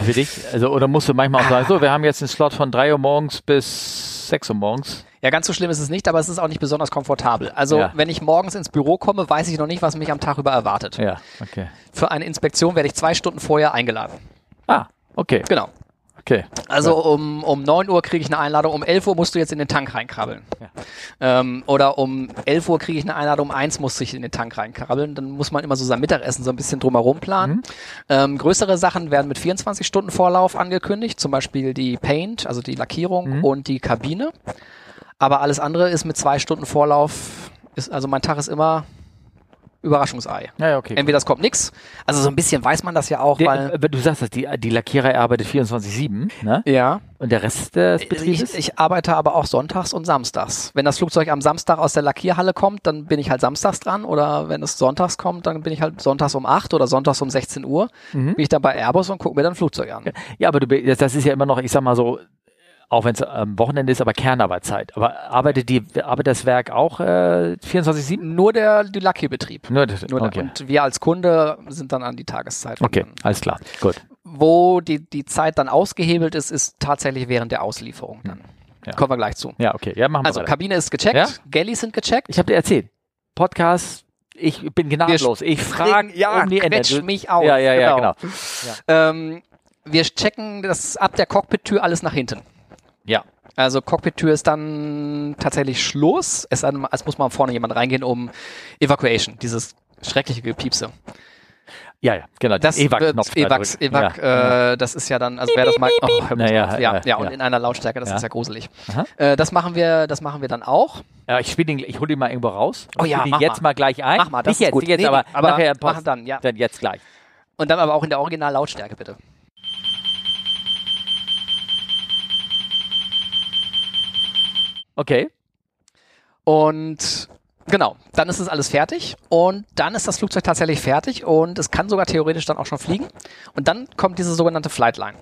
S1: für dich? Also, oder musst du manchmal auch sagen, so, wir haben jetzt einen Slot von 3 Uhr morgens bis 6 Uhr morgens.
S2: Ja, ganz so schlimm ist es nicht, aber es ist auch nicht besonders komfortabel. Also
S1: Ja.
S2: wenn ich morgens ins Büro komme, weiß ich noch nicht, was mich am Tag über erwartet.
S1: Ja, okay.
S2: Für eine Inspektion werde ich zwei Stunden vorher eingeladen.
S1: Ah, okay,
S2: Genau.
S1: okay.
S2: Also um, um 9 Uhr kriege ich eine Einladung, um 11 Uhr musst du jetzt in den Tank reinkrabbeln. Ähm, oder um 11 Uhr kriege ich eine Einladung, um 1 muss ich in den Tank reinkrabbeln. Dann muss man immer so sein Mittagessen so ein bisschen drumherum
S1: Mhm.
S2: planen. Ähm, größere Sachen werden mit 24 Stunden Vorlauf angekündigt, zum Beispiel die Paint, also die
S1: Mhm.
S2: Lackierung und die Kabine. Aber alles andere ist mit zwei Stunden Vorlauf, ist, also mein Tag ist immer Überraschungsei.
S1: Ja, ja, okay.
S2: Entweder es kommt nichts, also so ein bisschen weiß man das ja auch,
S1: Der,
S2: weil...
S1: äh, du sagst das, die, die Lackiererei arbeitet 24-7, ne?
S2: Ja.
S1: Und der Rest des
S2: Also Ich,
S1: Betriebes?
S2: ich arbeite aber auch sonntags und samstags. Wenn das Flugzeug am Samstag aus der Lackierhalle kommt, dann bin ich halt samstags dran. Oder wenn es sonntags kommt, dann bin ich halt sonntags um 8 oder sonntags um 16 Uhr. Bin ich dann bei Airbus und gucke mir dann ein Flugzeug an.
S1: Mhm. Ja, aber du, be- das, das ist ja immer noch, ich sag mal so, auch wenn es am Wochenende ist, aber Kernarbeitszeit. Aber arbeitet, die, arbeitet das Werk auch äh, 24-7?
S2: Nur der die Lackierbetrieb.
S1: Nur, das-
S2: Nur
S1: okay.
S2: der, und wir als Kunde sind dann an die Tageszeit.
S1: okay,
S2: verbunden.
S1: alles klar. Gut.
S2: Wo die, die Zeit dann ausgehebelt ist, ist tatsächlich während der Auslieferung dann.
S1: Hm. Ja.
S2: Kommen wir gleich zu.
S1: Ja, okay. Ja, machen wir
S2: Also
S1: weiter.
S2: Kabine ist gecheckt,
S1: Ja?
S2: Galleys sind gecheckt.
S1: Ich habe dir erzählt, Podcast, ich bin gnadenlos. Ich frage
S2: fragen, ja,
S1: um die Ende.
S2: quetsch
S1: Du-
S2: mich aus.
S1: Ja, ja, ja, genau.
S2: Ähm, wir checken das ab der Cockpit-Tür alles nach hinten.
S1: Ja.
S2: Also Cockpit-Tür ist dann tatsächlich Schluss. Es, an- es muss mal vorne jemand reingehen, um Evacuation, dieses schreckliche Gepiepse.
S1: ja, ja, genau.
S2: Das
S1: Evac-Knopf
S2: wird
S1: da
S2: Evax,
S1: drücken.
S2: Evac, äh, das ist ja dann, also wäre das mal, oh,
S1: Na
S2: hör bitte
S1: ja,
S2: auf. ja,
S1: ja,
S2: ja, und
S1: ja.
S2: in einer Lautstärke, das
S1: Ja.
S2: ist ja gruselig.
S1: Aha.
S2: Äh, das machen wir, das machen wir dann auch.
S1: ja. Äh, Ich, spiel den, ich hole ihn mal irgendwo raus.
S2: Oh
S1: Ich
S2: ja,
S1: spiel den
S2: mach
S1: jetzt
S2: mal.
S1: mal gleich ein.
S2: Mach mal, das
S1: nicht
S2: ist
S1: jetzt,
S2: gut.
S1: nicht jetzt,
S2: Nee,
S1: aber,
S2: aber
S1: nachher im
S2: mach
S1: Post.
S2: dann, ja.
S1: Dann jetzt gleich.
S2: Und dann aber auch in der originalen Lautstärke, bitte.
S1: Okay.
S2: Und genau, dann ist es alles fertig und dann ist das Flugzeug tatsächlich fertig und es kann sogar theoretisch dann auch schon fliegen. Und dann kommt diese sogenannte Flightline.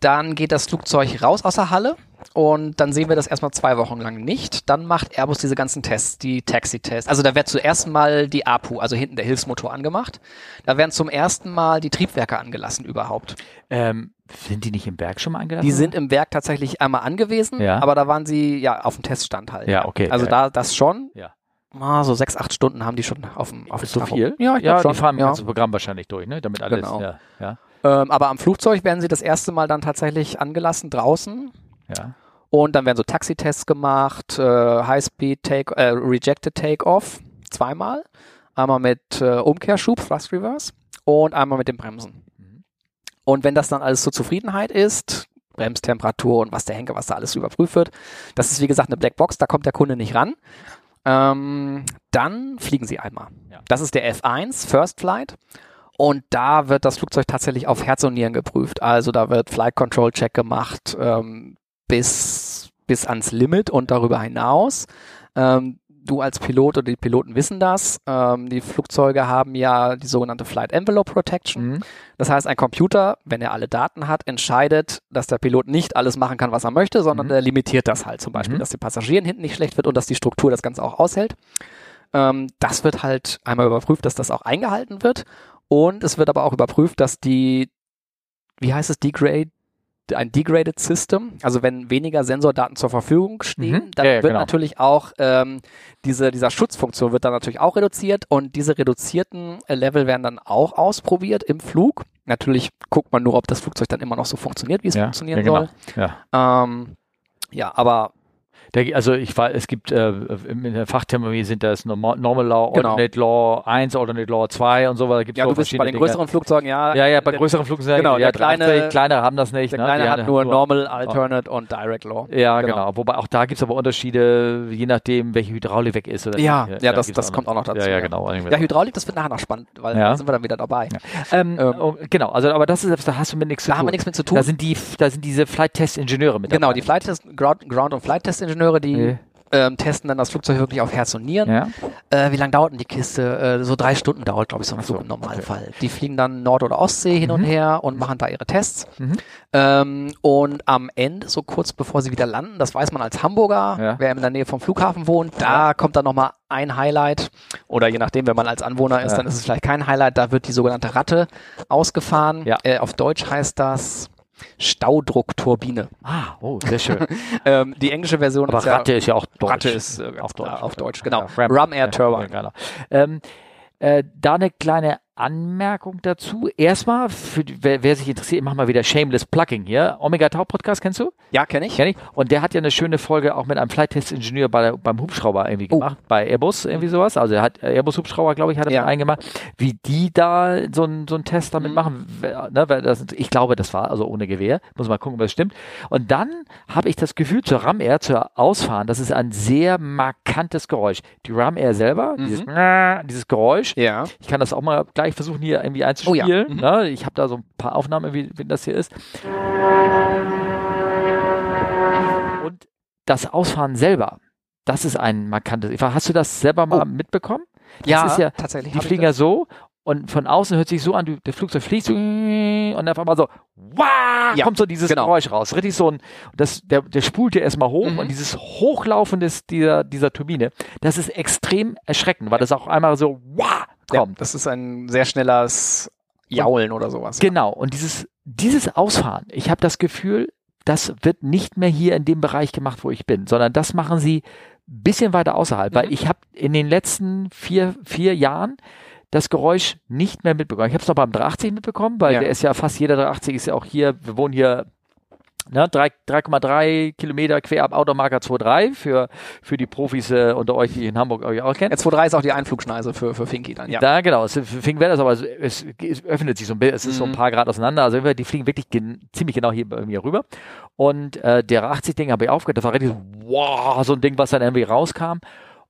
S2: Dann geht das Flugzeug raus aus der Halle und dann sehen wir das erstmal zwei Wochen lang nicht. Dann macht Airbus diese ganzen Tests, die Taxi-Tests. Also da wird zuerst mal die APU, also hinten der Hilfsmotor angemacht. Da werden zum ersten Mal die Triebwerke angelassen überhaupt.
S1: Ähm, sind die nicht im Berg schon mal eingeladen?
S2: Die sind im Werk tatsächlich einmal angewiesen,
S1: Ja.
S2: aber da waren sie ja auf dem Teststand halt.
S1: Ja, okay. Äh,
S2: Also
S1: Ja,
S2: da das schon.
S1: Ja.
S2: Ah, so sechs, acht Stunden haben die schon auf dem auf dem
S1: Ist so
S2: Tacho.
S1: viel?
S2: Ja, ich
S1: ja
S2: glaub
S1: die
S2: schon.
S1: fahren
S2: ja.
S1: das Programm wahrscheinlich durch, ne? Damit alles.
S2: Genau.
S1: Ja, ja,
S2: Ähm, aber am Flugzeug werden sie das erste Mal dann tatsächlich angelassen draußen
S1: ja.
S2: und dann werden so Taxitests gemacht, äh, Highspeed Take, äh, Rejected Takeoff zweimal, einmal mit äh, Umkehrschub Thrust Reverse und einmal mit den Bremsen.
S1: Mhm.
S2: Und wenn das dann alles zur Zufriedenheit ist, Bremstemperatur und was der Henker, was da alles überprüft wird, das ist wie gesagt eine Blackbox, da kommt der Kunde nicht ran. Ähm, dann fliegen sie einmal.
S1: Ja.
S2: Das ist der F1, First Flight. Und da wird das Flugzeug tatsächlich auf Herz und Nieren geprüft. Also da wird Flight Control Check gemacht ähm, bis, bis ans Limit und darüber hinaus. Ähm, du als Pilot oder die Piloten wissen das. Ähm, die Flugzeuge haben ja die sogenannte Flight Envelope Protection.
S1: Mhm.
S2: Das heißt, ein Computer, wenn er alle Daten hat, entscheidet, dass der Pilot nicht alles machen kann, was er möchte, sondern
S1: Mhm.
S2: er limitiert das halt zum Beispiel,
S1: Mhm.
S2: dass den Passagieren hinten nicht schlecht wird und dass die Struktur das Ganze auch aushält. Ähm, das wird halt einmal überprüft, dass das auch eingehalten wird. Und es wird aber auch überprüft, dass die, wie heißt es, degrade, ein degraded System, also wenn weniger Sensordaten zur Verfügung stehen,
S1: Mhm.
S2: dann
S1: Ja, ja,
S2: wird
S1: genau.
S2: natürlich auch ähm, diese, dieser Schutzfunktion wird dann natürlich auch reduziert und diese reduzierten äh, Level werden dann auch ausprobiert im Flug. Natürlich guckt man nur, ob das Flugzeug dann immer noch so funktioniert, wie es
S1: ja, genau.
S2: funktionieren
S1: ja, genau.
S2: soll.
S1: Ja.
S2: Ähm, ja, Ähm, aber
S1: Der, also ich war, es gibt äh, in der Fachtherminologie sind das Normal, Normal Law,
S2: Genau.
S1: Ordinate Law 1, Ordinate Law 2 und so weiter. Da gibt's
S2: Ja,
S1: so
S2: du bist bei
S1: verschiedene
S2: den
S1: Dinge.
S2: größeren Flugzeugen, ja.
S1: Ja, ja, bei
S2: der,
S1: größeren Flugzeugen.
S2: genau,
S1: ja,
S2: der kleine-
S1: 380, kleinere haben das nicht.
S2: der
S1: ne?
S2: Kleine
S1: Die
S2: hat
S1: haben
S2: nur Normal, Alternate und Direct Law.
S1: Ja, genau. Wobei auch da gibt es aber Unterschiede, je nachdem, welche Hydraulik weg ist. Oder
S2: Ja, ja,
S1: da
S2: das,
S1: gibt's
S2: das kommt auch noch dazu.
S1: Ja, ja, genau.
S2: Ja, Hydraulik, das wird nachher noch spannend, weil
S1: Ja.
S2: da sind wir dann wieder dabei.
S1: ähm,
S2: ähm,
S1: oh, genau, also aber das ist, da hast du mit nichts zu
S2: Da
S1: tun.
S2: haben wir nichts mit zu tun.
S1: Da sind die, da sind diese Flight-Test-Ingenieure mit
S2: Genau,
S1: dabei.
S2: die Flight Test, Ground, Ground- und Flight-Test-Ingenieure, die
S1: Nee.
S2: ähm, testen dann das Flugzeug wirklich auf Herz und Nieren.
S1: Ja?
S2: Äh, wie lange dauert denn die Kiste? Äh, so drei Stunden dauert, glaube ich, so ein Flug im Normalfall. Die fliegen dann Nord- oder Ostsee hin
S1: Mhm.
S2: und her und machen da ihre Tests. Ähm, und am Ende, so kurz bevor sie wieder landen, das weiß man als Hamburger,
S1: Ja.
S2: wer in der Nähe vom Flughafen wohnt, da kommt dann nochmal ein Highlight. Oder je nachdem, wenn man als Anwohner ist,
S1: Ja.
S2: dann ist es vielleicht kein Highlight. Da wird die sogenannte Ratte ausgefahren.
S1: Ja.
S2: Äh, auf Deutsch heißt das Staudruckturbine.
S1: Ah, oh, sehr schön.
S2: Ähm, die englische Version
S1: Aber
S2: ist ja,
S1: Ratte ist ja auch deutsch.
S2: Ratte ist äh,
S1: Auf
S2: auf,
S1: Deutsch.
S2: Deutsch. auf Deutsch, genau.
S1: Ja, Ram-
S2: Ram, Air Turbine.
S1: Ja, genau. Ähm, äh, da eine kleine Anmerkung dazu. Erstmal, für, die- wer, wer sich interessiert, mach mal wieder Shameless Plugging hier. Omega Tau Podcast kennst du?
S2: Ja, kenne ich.
S1: Kenn ich. Und der hat ja eine schöne Folge auch mit einem Flight-Test-Ingenieur bei, der- beim Hubschrauber irgendwie
S2: Oh.
S1: gemacht, bei Airbus, irgendwie sowas. Also er hat Airbus-Hubschrauber, glaube ich, hat er
S2: Ja.
S1: mit eingemacht, wie die da so einen so einen Test damit
S2: Mhm.
S1: machen. Wer- Ne, weil das, ich glaube, das war also ohne Gewehr. Muss mal gucken, ob das stimmt. Und dann habe ich das Gefühl, zur Ram Air zu ausfahren, das ist ein sehr markantes Geräusch. Die Ram Air selber,
S2: Mhm.
S1: dieses, dieses Geräusch,
S2: Ja.
S1: ich kann das auch mal gleich versuchen, hier irgendwie
S2: Oh ja.
S1: einzuspielen. ne? Ich habe da so ein paar Aufnahmen, wie, wie das hier ist. Und das Ausfahren selber, das ist ein markantes. Eva, Hast du das selber mal
S2: Oh.
S1: mitbekommen? Das
S2: Ja,
S1: ist ja-
S2: tatsächlich.
S1: Die
S2: hab ich
S1: fliegen ja so und von außen hört sich so an, du, das Flugzeug fliegt so und auf einmal so, wow,
S2: Ja,
S1: kommt so dieses
S2: genau.
S1: Geräusch raus. Richtig so ein, das, der, der spult ja erstmal hoch
S2: Mhm.
S1: und dieses Hochlaufen des, dieser, dieser Turbine, das ist extrem erschreckend, weil das auch einmal so, wow,
S2: Ja,
S1: kommt.
S2: das ist ein sehr schnelles Jaulen oder sowas.
S1: Genau, und dieses, dieses Ausfahren, ich habe das Gefühl, das wird nicht mehr hier in dem Bereich gemacht, wo ich bin, sondern das machen sie ein bisschen weiter außerhalb, weil
S2: Mhm.
S1: ich habe in den letzten vier, vier Jahren das Geräusch nicht mehr mitbekommen. Ich habe es noch beim 380 mitbekommen, weil
S2: Ja.
S1: der ist ja fast jeder 380 ist ja auch hier, wir wohnen hier ne, drei- 3,3 Kilometer quer ab Automarker 2.3 für, für die Profis äh, unter euch, die in Hamburg euch auch kennen.
S2: Jetzt 2.3 ist auch die Einflugschneise für, für Finky dann, ja.
S1: Da, genau. Es, für Fingen wäre das, aber es, es, es öffnet sich so ein bisschen, es ist so ein
S2: Mhm.
S1: paar Grad auseinander. Also die fliegen wirklich gen, ziemlich genau hier bei mir rüber. Und äh, der 80-Ding habe ich aufgehört. Das war richtig so, wow, so ein Ding, was dann irgendwie rauskam.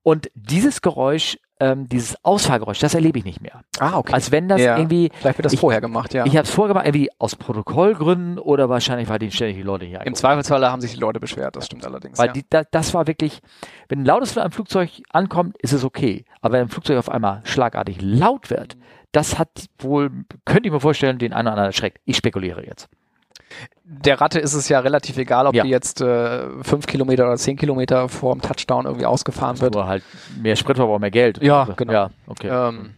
S1: Und dieses Geräusch, ähm, dieses Ausfahrgeräusch, das erlebe ich nicht mehr.
S2: ah, okay.
S1: Als wenn Also das
S2: Ja.
S1: irgendwie,
S2: Vielleicht wird das
S1: ich-
S2: vorher gemacht, ja.
S1: ich habe es vorgemacht, irgendwie aus Protokollgründen oder wahrscheinlich, weil die ständig die Leute hier
S2: Im
S1: angerufen
S2: Zweifelsfall haben sich die Leute beschwert, das stimmt allerdings.
S1: weil
S2: ja.
S1: die, da, das war wirklich, wenn ein lautes Flugzeug am Flugzeug ankommt, ist es okay. Aber wenn ein Flugzeug auf einmal schlagartig laut
S2: Mhm.
S1: wird, das hat wohl, könnte ich mir vorstellen, den einen oder anderen erschreckt. Ich spekuliere jetzt.
S2: der Ratte ist es ja relativ egal, ob
S1: Ja.
S2: die jetzt äh, fünf Kilometer oder zehn Kilometer vorm Touchdown irgendwie ausgefahren wird.
S1: Nur halt mehr Spritverbrauch, mehr Geld.
S2: Ja,
S1: Also,
S2: genau.
S1: Ja, okay.
S2: Ähm,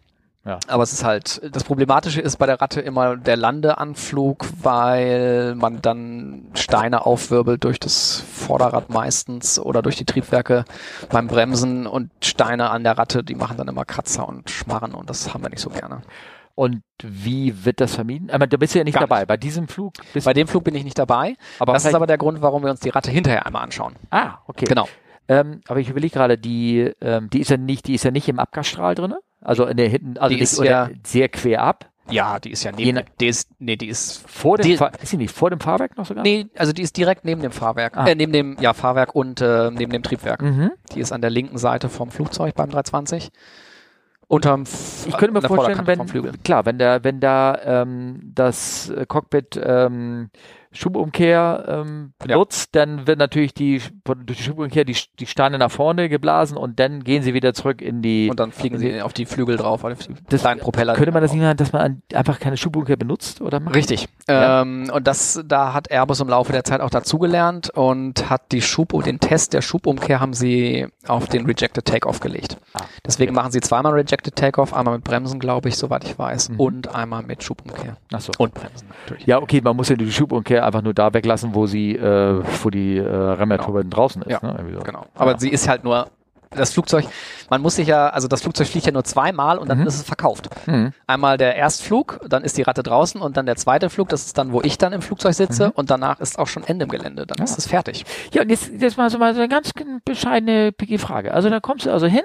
S1: Ja.
S2: Aber es ist halt, das Problematische ist bei der Ratte immer der Landeanflug, weil man dann Steine aufwirbelt durch das Vorderrad meistens oder durch die Triebwerke beim Bremsen und Steine an der Ratte, die machen dann immer Kratzer und Schmarren und das haben wir nicht so gerne.
S1: Und wie wird das vermieden? Aber da bist du ja nicht
S2: Gar
S1: dabei. Bei diesem Flug bist
S2: Bei dem Flug bin ich nicht dabei.
S1: aber
S2: das ist
S1: vielleicht-
S2: aber der Grund, warum wir uns die Ratte hinterher einmal anschauen.
S1: Ah, okay.
S2: Genau.
S1: Ähm, aber ich überlege gerade, die, ähm, die ist ja nicht, die ist ja nicht im Abgasstrahl drin. Also in der hinten, also
S2: Die
S1: nicht-
S2: ist
S1: oder
S2: ja-
S1: sehr quer ab.
S2: Ja, die ist ja
S1: Je
S2: neben,
S1: nach-
S2: die ist, nee, die ist
S1: Vor dem
S2: Die-
S1: Fahr ist sie nicht vor dem Fahrwerk noch sogar?
S2: Nee, also die ist direkt neben dem Fahrwerk,
S1: Ah.
S2: äh, neben dem ja, Fahrwerk und äh, neben dem Triebwerk.
S1: Mhm.
S2: Die ist an der linken Seite vom Flugzeug beim 320. Unterm F-
S1: Ich könnte mir
S2: an der
S1: vorstellen,
S2: Vorderkante vom Flügel.
S1: wenn, klar, wenn da, wenn da ähm, das äh, Cockpit ähm, Schubumkehr ähm,
S2: Ja.
S1: benutzt, dann wird natürlich die, durch die Schubumkehr die, die Steine nach vorne geblasen und dann gehen sie wieder zurück in die.
S2: Und dann fliegen sie auf die Flügel drauf, auf die
S1: Das-
S2: kleinen Propeller.
S1: könnte man das nicht machen, dass man an- einfach keine Schubumkehr benutzt oder macht?
S2: Richtig.
S1: Ja.
S2: Ähm, und das, da hat Airbus im Laufe der Zeit auch dazugelernt und hat die Schub den Test der Schubumkehr haben sie auf den Rejected Takeoff gelegt.
S1: Ah,
S2: Deswegen machen sie zweimal Rejected Takeoff, einmal mit Bremsen, glaube ich, soweit ich weiß,
S1: Mhm.
S2: und einmal mit Schubumkehr.
S1: Ach so.
S2: Und Bremsen natürlich.
S1: Ja, okay, man muss ja die Schubumkehr einfach nur da weglassen, wo sie, äh, wo die äh, Remmerturbin draußen ist.
S2: Genau. Ja.
S1: Ne? Irgendwie so.
S2: Genau. Aber
S1: Ja.
S2: sie ist halt nur das Flugzeug. man muss sich ja, also das Flugzeug fliegt ja nur zweimal und dann
S1: Mhm.
S2: ist es verkauft.
S1: hm.
S2: Einmal der Erstflug, dann ist die Ratte draußen und dann der zweite Flug, das ist dann, wo ich dann im Flugzeug
S1: Mhm.
S2: sitze und danach ist auch schon Ende im Gelände. Dann
S1: Ah.
S2: ist es fertig.
S1: Ja, und jetzt, jetzt mal so mal so eine ganz bescheidene Frage. Also da kommst du also hin,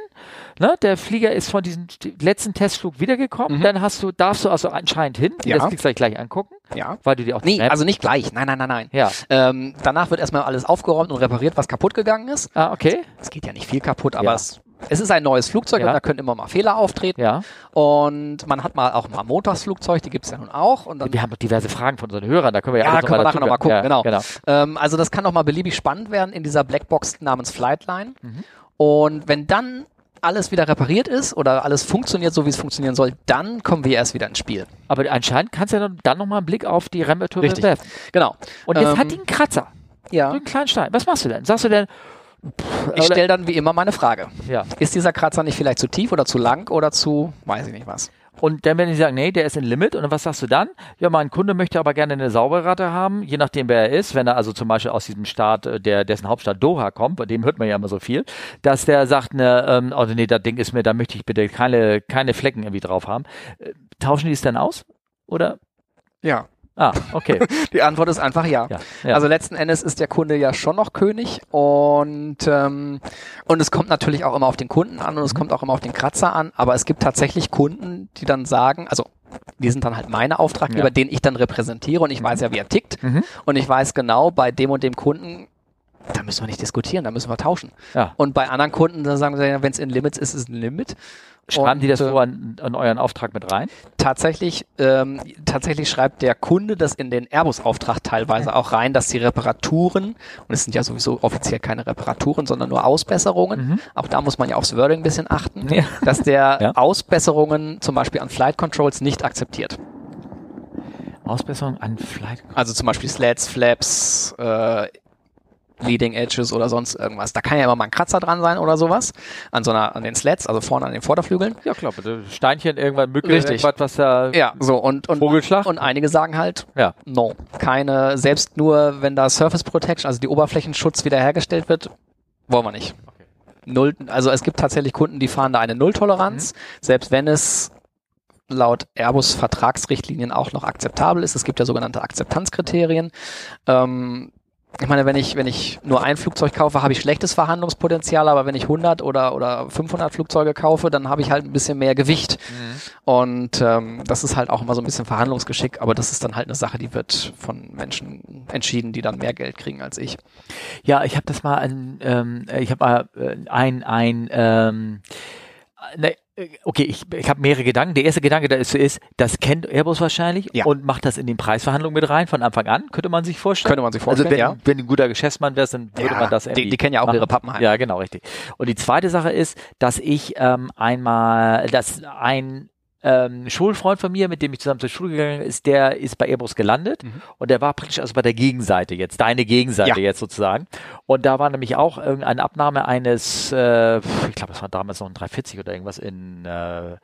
S1: ne? der Flieger ist von diesem letzten Testflug wiedergekommen, dann hast du, darfst du also anscheinend hin,
S2: Mhm. Ja.
S1: das kriegst du gleich angucken,
S2: Ja.
S1: weil du dir auch die
S2: Nee,
S1: App-
S2: also nicht gleich. Nein, nein, nein, nein.
S1: Ja.
S2: Ähm, danach wird erstmal alles aufgeräumt und repariert, was kaputt gegangen ist.
S1: Ah, okay.
S2: Es geht ja nicht viel kaputt, aber
S1: Ja.
S2: es, es ist ein neues Flugzeug
S1: Ja.
S2: und da können immer mal Fehler auftreten.
S1: Ja.
S2: Und man hat mal auch mal ein Montagsflugzeug, die gibt es ja nun auch. Und dann,
S1: Wir haben diverse Fragen von unseren Hörern, da können wir ja,
S2: ja,
S1: alles
S2: können wir
S1: noch mal
S2: nachher nochmal gucken,
S1: dazu-
S2: genau.
S1: ja,
S2: Ähm, also das kann nochmal beliebig spannend werden in dieser Blackbox namens Flightline.
S1: Mhm.
S2: Und wenn dann alles wieder repariert ist oder alles funktioniert, so wie es funktionieren soll, dann kommen wir erst wieder ins Spiel.
S1: Aber anscheinend kannst du ja dann- dann nochmal einen Blick auf die Rembert-Tür
S2: Richtig.
S1: werfen.
S2: Genau.
S1: Und jetzt
S2: Ähm,
S1: hat die einen Kratzer, so
S2: Ja.
S1: einen kleinen Stein. Was machst du denn? Sagst du denn,
S2: Ich stelle dann wie immer meine Frage.
S1: ja.
S2: Ist dieser Kratzer nicht vielleicht zu tief oder zu lang oder zu, weiß ich nicht was.
S1: Und dann werden die sagen, nee, der ist in Limit. Und was sagst du dann? Ja, mein Kunde möchte aber gerne eine saubere Ratte haben, je nachdem, wer er ist. Wenn er also zum Beispiel aus diesem Staat, äh, der, dessen Hauptstadt Doha kommt, bei dem hört man ja immer so viel, dass der sagt, ne, ähm, oh nee, das Ding ist mir, da möchte ich bitte keine, keine Flecken irgendwie drauf haben. Äh, Tauschen die es dann aus? Oder?
S2: Ja.
S1: Ah, okay.
S2: Die Antwort ist einfach ja.
S1: Ja, ja.
S2: Also letzten Endes ist der Kunde ja schon noch König und, ähm, und es kommt natürlich auch immer auf den Kunden an
S1: Mhm.
S2: und es kommt auch immer auf den Kratzer an, aber es gibt tatsächlich Kunden, die dann sagen, also die sind dann halt meine Auftraggeber,
S1: Ja.
S2: den ich dann repräsentiere und ich weiß ja, wie er tickt
S1: Mhm.
S2: und ich weiß genau, bei dem und dem Kunden, da müssen wir nicht diskutieren, da müssen wir tauschen.
S1: Ja.
S2: Und bei anderen Kunden, dann sagen sie, ja, wenn es in Limits ist, ist es ein Limit.
S1: Schreiben die
S2: Und,
S1: das
S2: äh,
S1: so an, an euren Auftrag mit rein?
S2: Tatsächlich, ähm, tatsächlich schreibt der Kunde das in den Airbus-Auftrag teilweise auch rein, dass die Reparaturen, und es sind ja sowieso offiziell keine Reparaturen, sondern nur Ausbesserungen, auch da muss man ja aufs Wording ein bisschen achten,
S1: Mhm. Ja.
S2: dass der
S1: Ja.
S2: Ausbesserungen zum Beispiel an Flight Controls nicht akzeptiert.
S1: Ausbesserung an Flight.
S2: Also zum Beispiel Slats, Flaps, äh, Leading Edges oder sonst irgendwas. Da kann ja immer mal ein Kratzer dran sein oder sowas, an so einer, an den Slats, also vorne an den Vorderflügeln.
S1: Ja, klar, bitte. Steinchen, irgendwann Mücke,
S2: Richtig.
S1: irgendwas, was da.
S2: Ja, so und, und
S1: Vogelschlag?
S2: Und einige sagen halt,
S1: Ja.
S2: no, keine, selbst nur wenn da Surface Protection, also die Oberflächenschutz wiederhergestellt wird, wollen wir nicht. Null, also es gibt tatsächlich Kunden, die fahren da eine Nulltoleranz, selbst wenn es laut Airbus Vertragsrichtlinien auch noch akzeptabel ist. Es gibt ja sogenannte Akzeptanzkriterien. Ähm, ich meine, wenn ich, wenn ich nur ein Flugzeug kaufe, habe ich schlechtes Verhandlungspotenzial, aber wenn ich 100 oder, oder 500 Flugzeuge kaufe, dann habe ich halt ein bisschen mehr Gewicht. Und ähm, das ist halt auch immer so ein bisschen Verhandlungsgeschick, aber das ist dann halt eine Sache, die wird von Menschen entschieden, die dann mehr Geld kriegen als ich.
S1: Ja, ich habe das mal an, ähm, ich habe mal äh, ein, ein, ähm, ne, äh, okay, ich, ich habe mehrere Gedanken. Der erste Gedanke dazu ist, das kennt Airbus wahrscheinlich
S2: Ja.
S1: und macht das in den Preisverhandlungen mit rein von Anfang an, könnte man sich vorstellen.
S2: Könnte man sich vorstellen,
S1: also wenn,
S2: ja.
S1: wenn du ein guter Geschäftsmann wärst, dann würde
S2: Ja,
S1: man das
S2: die-
S1: irgendwie
S2: die kennen ja auch
S1: machen.
S2: ihre halt. Pappenheimer.
S1: Ja, genau, richtig. Und die zweite Sache ist, dass ich ähm, einmal, dass ein ähm, Schulfreund von mir, mit dem ich zusammen zur Schule gegangen ist, der ist bei Airbus gelandet und der war praktisch also bei der Gegenseite jetzt, deine Gegenseite
S2: Mhm. Ja.
S1: jetzt sozusagen. Und da war nämlich auch irgendeine Abnahme eines, äh, ich glaube, das war damals noch ein 340 oder irgendwas in äh,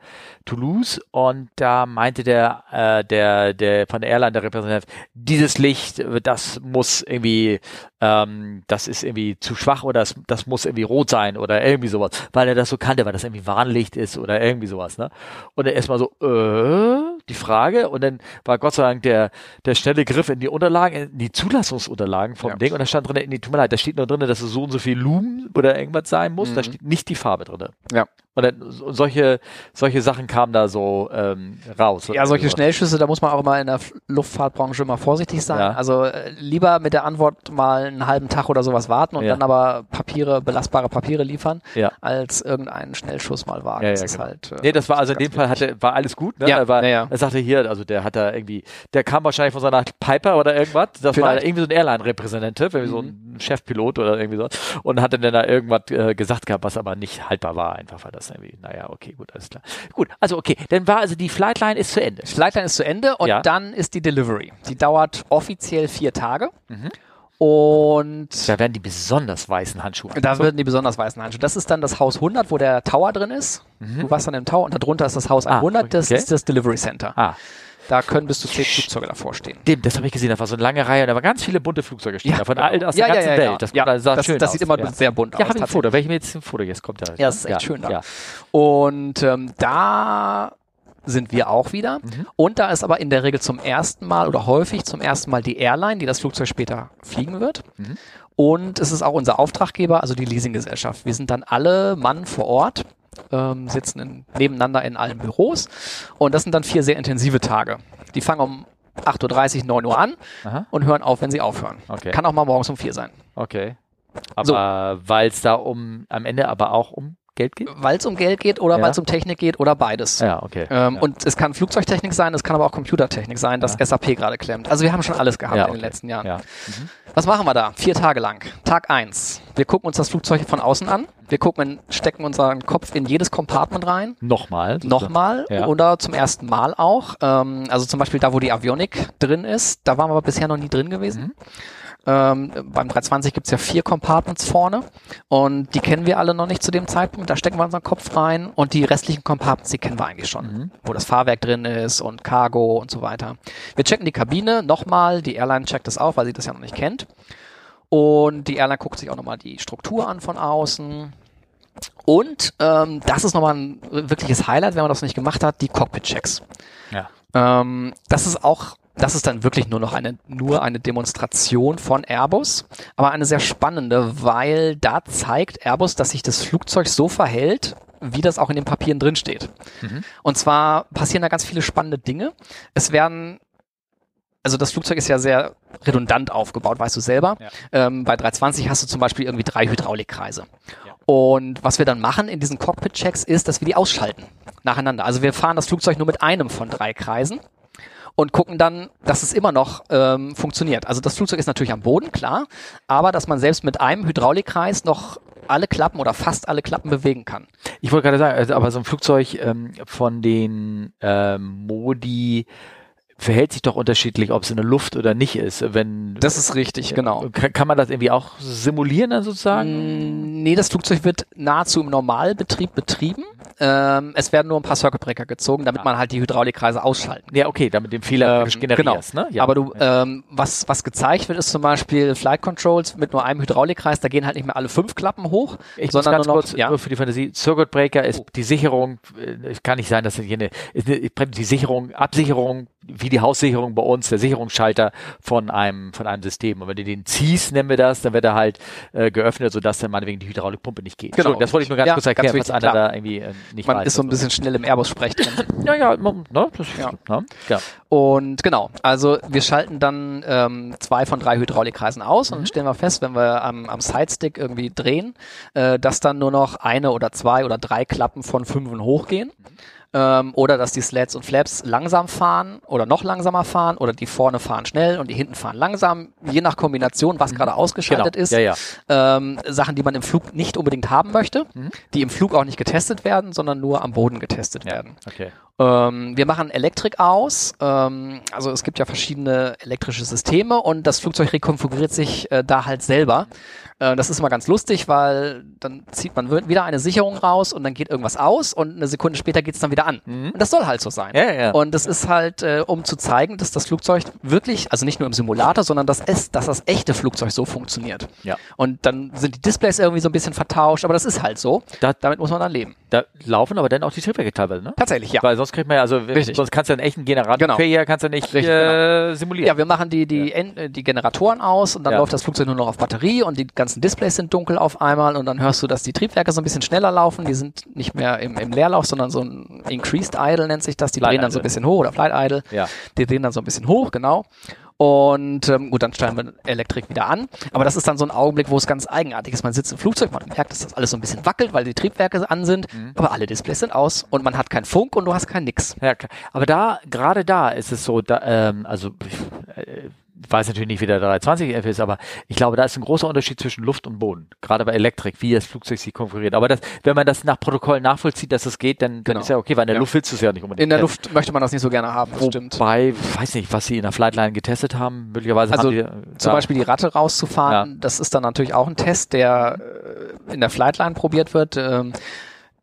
S1: Toulouse und da meinte der, äh, der, der von der Airline, der Repräsentant, dieses Licht, äh, das muss irgendwie, ähm, das ist irgendwie zu schwach oder das, das muss irgendwie rot sein oder irgendwie sowas, weil er das so kannte, weil das irgendwie Warnlicht ist oder irgendwie sowas, ne? Und dann erstmal so, äh, die Frage und dann war Gott sei Dank der, der schnelle Griff in die Unterlagen, in die Zulassungsunterlagen vom
S2: Ja.
S1: Ding und da stand drin, in die, tut mir leid, da steht nur drin, dass es so und so viel Lumen oder irgendwas sein muss, da steht nicht die Farbe drin.
S2: Ja.
S1: Und dann, so- solche, solche Sachen kamen da so ähm, raus.
S2: Ja, solche
S1: Oder so.
S2: Schnellschüsse, da muss man auch mal in der F- Luftfahrtbranche immer vorsichtig sein.
S1: Ja.
S2: Also äh, lieber mit der Antwort mal einen halben Tag oder sowas warten und
S1: Ja.
S2: dann aber Papiere, belastbare Papiere liefern,
S1: Ja.
S2: als irgendeinen Schnellschuss mal wagen.
S1: Ja, ja,
S2: das ist
S1: genau.
S2: halt. äh,
S1: Nee, das war also in
S2: ganz
S1: dem Fall hatte, war alles gut, ne?
S2: Ja,
S1: Er war,
S2: ja, ja.
S1: Er sagte hier, also der hat da irgendwie, der kam wahrscheinlich von seiner Piper oder irgendwas. Das war
S2: Vielleicht. Mhm.
S1: irgendwie so ein Airline-Repräsentative, irgendwie so ein Chefpilot oder irgendwie so. Und hatte dann da irgendwas äh, gesagt gehabt, was aber nicht haltbar war, einfach weil das irgendwie, naja, okay, gut, alles klar. Gut, also okay, dann war also die Flightline ist zu Ende.
S2: Flightline ist zu Ende und
S1: Ja.
S2: dann ist die Delivery. Die dauert offiziell vier Tage. Und
S1: Da werden die besonders weißen Handschuhe.
S2: da würden die besonders weißen Handschuhe. Das ist dann das Haus 100, wo der Tower drin ist. Du warst dann im Tower und darunter ist das Haus 100, das
S1: Mhm. Ah, okay.
S2: ist das Delivery Center.
S1: Ah,
S2: Da können bis zu zehn Flugzeuge davor stehen.
S1: Stimmt, das habe ich gesehen. Da war so eine lange Reihe und da waren ganz viele bunte Flugzeuge stehen. Ja, von all, aus
S2: ja,
S1: der
S2: ja,
S1: ganzen
S2: ja,
S1: Welt.
S2: ja.
S1: Das,
S2: ja,
S1: das sah
S2: das,
S1: schön
S2: das
S1: aus.
S2: sieht immer
S1: ja.
S2: sehr bunt
S1: Ja,
S2: aus.
S1: habe ich ein Foto. Welche mir jetzt ein Foto? Jetzt kommt der.
S2: Ja, das ist echt schön da.
S1: Ja.
S2: Und ähm, da sind wir auch wieder.
S1: Mhm.
S2: Und da ist aber in der Regel zum ersten Mal oder häufig zum ersten Mal die Airline, die das Flugzeug später fliegen wird.
S1: Mhm.
S2: Und es ist auch unser Auftraggeber, also die Leasinggesellschaft. Wir sind dann alle Mann vor Ort, ähm, sitzen in, nebeneinander in allen Büros. Und das sind dann vier sehr intensive Tage. Die fangen um 8.30 Uhr, 9 Uhr an
S1: Aha.
S2: und hören auf, wenn sie aufhören.
S1: Okay.
S2: Kann auch mal morgens um 4 sein.
S1: Okay. Aber weil es da um am Ende aber auch um Geld geht?
S2: Weil es um Geld geht oder
S1: Ja.
S2: weil es um Technik geht oder beides.
S1: Ja, okay.
S2: Ähm,
S1: ja.
S2: Und es kann Flugzeugtechnik sein, es kann aber auch Computertechnik sein, dass SAP gerade klemmt. Also wir haben schon alles gehabt
S1: Ja,
S2: in den
S1: okay.
S2: letzten Jahren.
S1: ja.
S2: Was machen wir da? Vier Tage lang. Tag eins. Wir gucken uns das Flugzeug von außen an. Wir gucken, in- stecken unseren Kopf in jedes Compartment rein.
S1: Nochmal. sozusagen.
S2: Nochmal
S1: Ja.
S2: oder zum ersten Mal auch. Ähm, also zum Beispiel da, wo die Avionik drin ist. Da waren wir aber bisher noch nie drin gewesen. Ähm, beim 320 gibt's ja vier Compartments vorne und die kennen wir alle noch nicht zu dem Zeitpunkt. Da stecken wir unseren Kopf rein und die restlichen Compartments, die kennen wir eigentlich schon. Wo das Fahrwerk drin ist und Cargo und so weiter. Wir checken die Kabine nochmal. Die Airline checkt das auch, weil sie das ja noch nicht kennt. Und die Airline guckt sich auch nochmal die Struktur an von außen. Und ähm, das ist nochmal ein wirkliches Highlight, wenn man das noch nicht gemacht hat, die Cockpit-Checks.
S1: Ja.
S2: Ähm, das ist auch, das ist dann wirklich nur noch eine, nur eine Demonstration von Airbus, aber eine sehr spannende, weil da zeigt Airbus, dass sich das Flugzeug so verhält, wie das auch in den Papieren drin steht. Und zwar passieren da ganz viele spannende Dinge. Es werden also das Flugzeug ist ja sehr redundant aufgebaut, weißt du selber. Ähm, bei 320 hast du zum Beispiel irgendwie drei Hydraulikkreise. Und was wir dann machen in diesen Cockpit-Checks ist, dass wir die ausschalten nacheinander. Also wir fahren das Flugzeug nur mit einem von drei Kreisen und gucken dann, dass es immer noch ähm, funktioniert. Also das Flugzeug ist natürlich am Boden, klar, aber dass man selbst mit einem Hydraulikkreis noch alle Klappen oder fast alle Klappen bewegen kann.
S1: Ich wollte gerade sagen, also, aber so ein Flugzeug ähm, von den ähm, Modi verhält sich doch unterschiedlich, ob es in der Luft oder nicht ist. Wenn
S2: Das ist richtig, genau.
S1: kann, kann man das irgendwie auch simulieren dann sozusagen?
S2: Mm, Nee, das Flugzeug wird nahezu im Normalbetrieb betrieben. Ähm, es werden nur ein paar Circuit Breaker gezogen, damit man halt die Hydraulikkreise ausschalten
S1: Ja, okay, damit den Fehler
S2: ähm,
S1: ähm, generierst,
S2: genau.
S1: ne? Ja.
S2: Aber du, ähm, was, was gezeigt wird, ist zum Beispiel Flight Controls mit nur einem Hydraulikkreis, da gehen halt nicht mehr alle fünf Klappen hoch,
S1: Ich muss
S2: sondern
S1: ganz
S2: nur noch,
S1: kurz Oh.
S2: ja,
S1: nur für die Fantasie, Circuit Breaker ist die Sicherung, äh, es kann nicht sein, dass hier eine, ist eine, die Sicherung, Absicherung, wie die Haussicherung bei uns, der Sicherungsschalter von einem, von einem System. Und wenn du den ziehst, nennen wir das, dann wird er halt äh, geöffnet, sodass dann meinetwegen die Hydraulikpumpe nicht geht.
S2: Genau.
S1: Entschuldigung, Das wollte ich nur ganz
S2: Ja,
S1: kurz
S2: ganz
S1: erklären,
S2: wichtig,
S1: falls einer
S2: klar.
S1: da irgendwie äh, nicht
S2: man
S1: weiß.
S2: ist so ein bisschen schnell im Airbus-Sprech drin.
S1: ja, ja, man- ne, das,
S2: Ja.
S1: ja. Ne, ja.
S2: Und genau, also wir schalten dann ähm, zwei von drei Hydraulikkreisen aus
S1: Mhm.
S2: und stellen wir fest, wenn wir am, am Sidestick irgendwie drehen, äh, dass dann nur noch eine oder zwei oder drei Klappen von fünfen hochgehen. Ähm, oder dass die Slats und Flaps langsam fahren oder noch langsamer fahren oder die vorne fahren schnell und die hinten fahren langsam, je nach Kombination, was gerade ausgeschaltet
S1: Genau.
S2: ist.
S1: Ja, ja.
S2: Ähm, Sachen, die man im Flug nicht unbedingt haben möchte,
S1: Mhm.
S2: die im Flug auch nicht getestet werden, sondern nur am Boden getestet werden.
S1: Okay.
S2: Ähm, wir machen Elektrik aus. Ähm, also es gibt ja verschiedene elektrische Systeme und das Flugzeug rekonfiguriert sich äh, da halt selber. Äh, das ist immer ganz lustig, weil dann zieht man wi- wieder eine Sicherung raus und dann geht irgendwas aus und eine Sekunde später geht es dann wieder an. Und das soll halt so sein.
S1: Mhm. Ja, ja, ja.
S2: Und das ist halt, äh, um zu zeigen, dass das Flugzeug wirklich, also nicht nur im Simulator, sondern dass, es, dass das echte Flugzeug so funktioniert.
S1: Ja.
S2: Und dann sind die Displays irgendwie so ein bisschen vertauscht, aber das ist halt so.
S1: Da, da,
S2: Damit muss man dann leben.
S1: da laufen aber dann auch die Triebwerke teilweise, ne?
S2: Tatsächlich, ja.
S1: Weil sonst kriegt man ja, also wenn-
S2: Richtig.
S1: sonst kannst du einen echten Generator
S2: Genau.
S1: hier kannst du nicht
S2: Richtig, genau.
S1: äh, simulieren.
S2: Ja, wir machen die, die, En- äh, die Generatoren aus und dann
S1: Ja.
S2: läuft das Flugzeug nur noch auf Batterie und die ganzen Displays sind dunkel auf einmal und dann hörst du, dass die Triebwerke so ein bisschen schneller laufen. Die sind nicht mehr im, im Leerlauf, sondern so ein Increased Idle nennt sich das. Die
S1: Flight
S2: drehen dann so ein
S1: Idle.
S2: bisschen hoch oder Flight Idle.
S1: Ja.
S2: Die drehen dann so ein bisschen hoch, genau. Und ähm, gut, dann stellen wir Elektrik wieder an. Aber das ist dann so ein Augenblick, wo es ganz eigenartig ist. Man sitzt im Flugzeug, man merkt, dass das alles so ein bisschen wackelt, weil die Triebwerke an sind,
S1: Mhm.
S2: aber alle Displays sind aus und man hat keinen Funk und du hast kein Nix.
S1: Ja, klar. Aber da, gerade da ist es so, da, ähm, also ich äh, weiß natürlich nicht, wie der 320 F ist, aber ich glaube, da ist ein großer Unterschied zwischen Luft und Boden. Gerade bei Elektrik, wie das Flugzeug sich konfiguriert. Aber das, wenn man das nach Protokoll nachvollzieht, dass das geht, dann, dann
S2: Genau.
S1: ist ja okay, weil in der
S2: Ja.
S1: Luft willst du es ja nicht unbedingt.
S2: In der
S1: testen.
S2: Luft möchte man das nicht so gerne haben, das stimmt.
S1: Wobei, weiß nicht, was sie in der Flightline getestet haben. Möglicherweise
S2: Also
S1: haben die,
S2: zum
S1: da-
S2: Beispiel die Ratte rauszufahren,
S1: Ja.
S2: das ist dann natürlich auch ein Test, der äh, in der Flightline probiert wird. Ähm,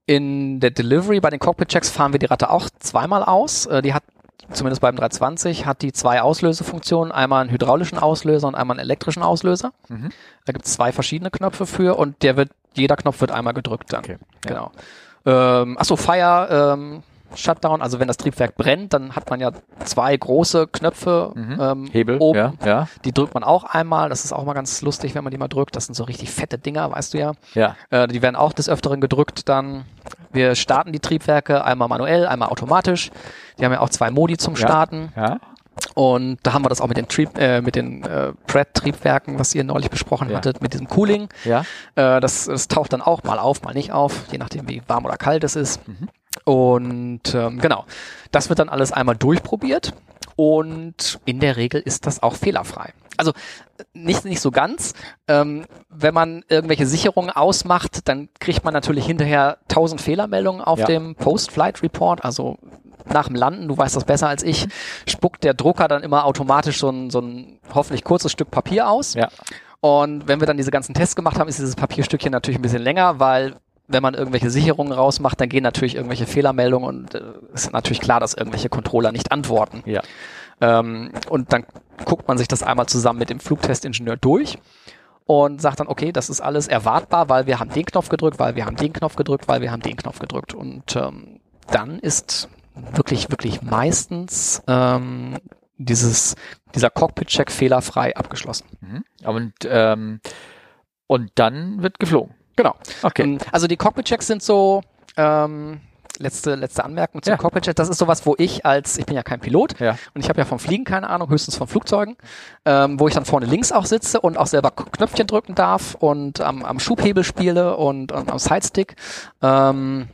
S2: In der Delivery bei den Cockpit-Checks fahren wir die Ratte auch zweimal aus. Äh, Die hat zumindest beim 320, hat die zwei Auslösefunktionen, einmal einen hydraulischen Auslöser und einmal einen elektrischen Auslöser.
S1: Mhm.
S2: Da gibt es zwei verschiedene Knöpfe für und der wird, jeder Knopf wird einmal gedrückt dann.
S1: Okay,
S2: Genau. Ähm, achso, Fire, ähm, Shutdown, also wenn das Triebwerk brennt, dann hat man ja zwei große Knöpfe ähm,
S1: Mhm. Hebel,
S2: oben.
S1: ja, ja,
S2: Die drückt man auch einmal. Das ist auch mal ganz lustig, wenn man die mal drückt. Das sind so richtig fette Dinger, weißt du ja.
S1: ja.
S2: Äh, die werden auch des Öfteren gedrückt dann. Wir starten die Triebwerke einmal manuell, einmal automatisch. Die haben ja auch zwei Modi zum Starten.
S1: ja.
S2: Und da haben wir das auch mit den, Trieb äh, mit den äh, Pratt-Triebwerken, was ihr neulich besprochen
S1: Ja.
S2: hattet, mit diesem Cooling.
S1: Ja.
S2: Äh, das, das taucht dann auch mal auf, mal nicht auf, je nachdem, wie warm oder kalt es ist. Und ähm, genau, das wird dann alles einmal durchprobiert und in der Regel ist das auch fehlerfrei. Also äh, nicht, nicht so ganz. Ähm, wenn man irgendwelche Sicherungen ausmacht, dann kriegt man natürlich hinterher 1000 Fehlermeldungen auf
S1: Ja.
S2: dem Post-Flight Report, also nach dem Landen, du weißt das besser als ich, spuckt der Drucker dann immer automatisch so ein, so ein hoffentlich kurzes Stück Papier aus.
S1: Ja.
S2: Und wenn wir dann diese ganzen Tests gemacht haben, ist dieses Papierstückchen natürlich ein bisschen länger, weil wenn man irgendwelche Sicherungen rausmacht, dann gehen natürlich irgendwelche Fehlermeldungen und äh, ist natürlich klar, dass irgendwelche Controller nicht antworten.
S1: Ja.
S2: Ähm, und dann guckt man sich das einmal zusammen mit dem Flugtestingenieur durch und sagt dann, okay, das ist alles erwartbar, weil wir haben den Knopf gedrückt, weil wir haben den Knopf gedrückt, weil wir haben den Knopf gedrückt. Und ähm, dann ist wirklich, wirklich meistens ähm, dieses, dieser Cockpit-Check fehlerfrei abgeschlossen.
S1: Und, ähm, und dann wird geflogen.
S2: Genau.
S1: Okay.
S2: Ähm, Also die Cockpit-Checks sind so, ähm, letzte, letzte Anmerkung zum
S1: Ja.
S2: Cockpit-Check, das ist sowas, wo ich als, ich bin ja kein Pilot
S1: Ja.
S2: und ich habe ja vom Fliegen keine Ahnung, höchstens von Flugzeugen, ähm, wo ich dann vorne links auch sitze und auch selber K- Knöpfchen drücken darf und am, am Schubhebel spiele und, und am Sidestick. Ähm,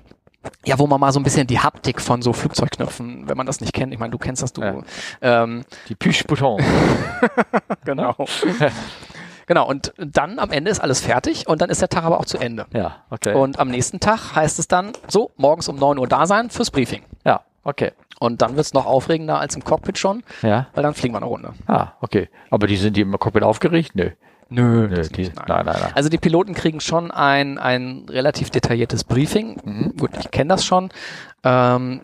S2: ja, wo man mal so ein bisschen die Haptik von so Flugzeugknöpfen, wenn man das nicht kennt, ich meine, du kennst das, du
S1: Ja.
S2: ähm,
S1: Die Push-Bouton.
S2: Genau. genau, und dann am Ende ist alles fertig und dann ist der Tag aber auch zu Ende.
S1: ja, okay.
S2: Und am nächsten Tag heißt es dann so, morgens um 9 Uhr da sein fürs Briefing.
S1: ja, okay.
S2: Und dann wird's noch aufregender als im Cockpit schon,
S1: Ja.
S2: weil dann fliegen wir eine Runde.
S1: Ah, okay. Aber die sind die im Cockpit aufgeregt? Nö.
S2: Nö,
S1: Nö, die, nein, nein, nein.
S2: Also die Piloten kriegen schon ein, ein relativ detailliertes Briefing.
S1: Mhm.
S2: Gut, ich kenne das schon. Ähm,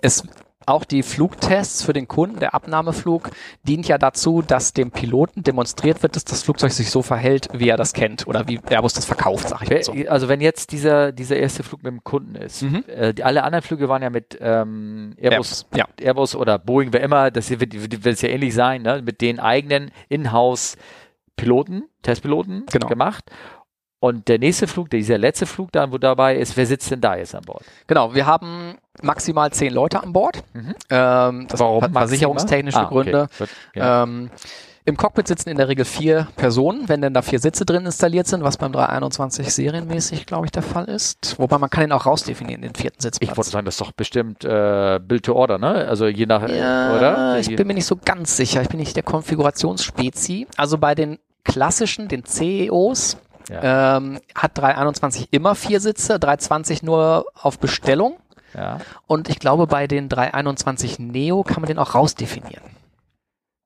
S2: es, auch die Flugtests für den Kunden, der Abnahmeflug, dient ja dazu, dass dem Piloten demonstriert wird, dass das Flugzeug sich so verhält, wie er das kennt oder wie Airbus das verkauft, sag ich mal
S1: Wer-
S2: so.
S1: Also wenn jetzt dieser, dieser erste Flug mit dem Kunden ist,
S2: Mhm.
S1: äh, die, alle anderen Flüge waren ja mit ähm, Airbus,
S2: Ja.
S1: Airbus oder Boeing, wer immer, das hier wird, wird es ja ähnlich sein, ne? mit den eigenen Inhouse Piloten, Testpiloten
S2: Genau.
S1: gemacht. Und der nächste Flug, dieser letzte Flug dann, wo dabei ist, wer sitzt denn da jetzt an Bord?
S2: Genau, wir haben maximal zehn Leute an Bord.
S1: Mhm.
S2: Ähm, das hat versicherungstechnische
S1: Ah, okay.
S2: Gründe.
S1: Gut, Ja.
S2: Ähm, Im Cockpit sitzen in der Regel vier Personen, wenn denn da vier Sitze drin installiert sind, was beim 321 serienmäßig, glaube ich, der Fall ist. Wobei man kann den auch rausdefinieren, den vierten Sitzplatz.
S1: ich wollte sagen, das ist doch bestimmt äh, Build to Order, ne? Also je nach, äh,
S2: ja,
S1: oder?
S2: ich bin mir nicht so ganz sicher. Ich bin nicht der Konfigurationsspezi. Also bei den klassischen, den CEOs, ähm, hat 321 immer vier Sitze, 320 nur auf Bestellung.
S1: ja.
S2: Und ich glaube, bei den 321 Neo kann man den auch rausdefinieren.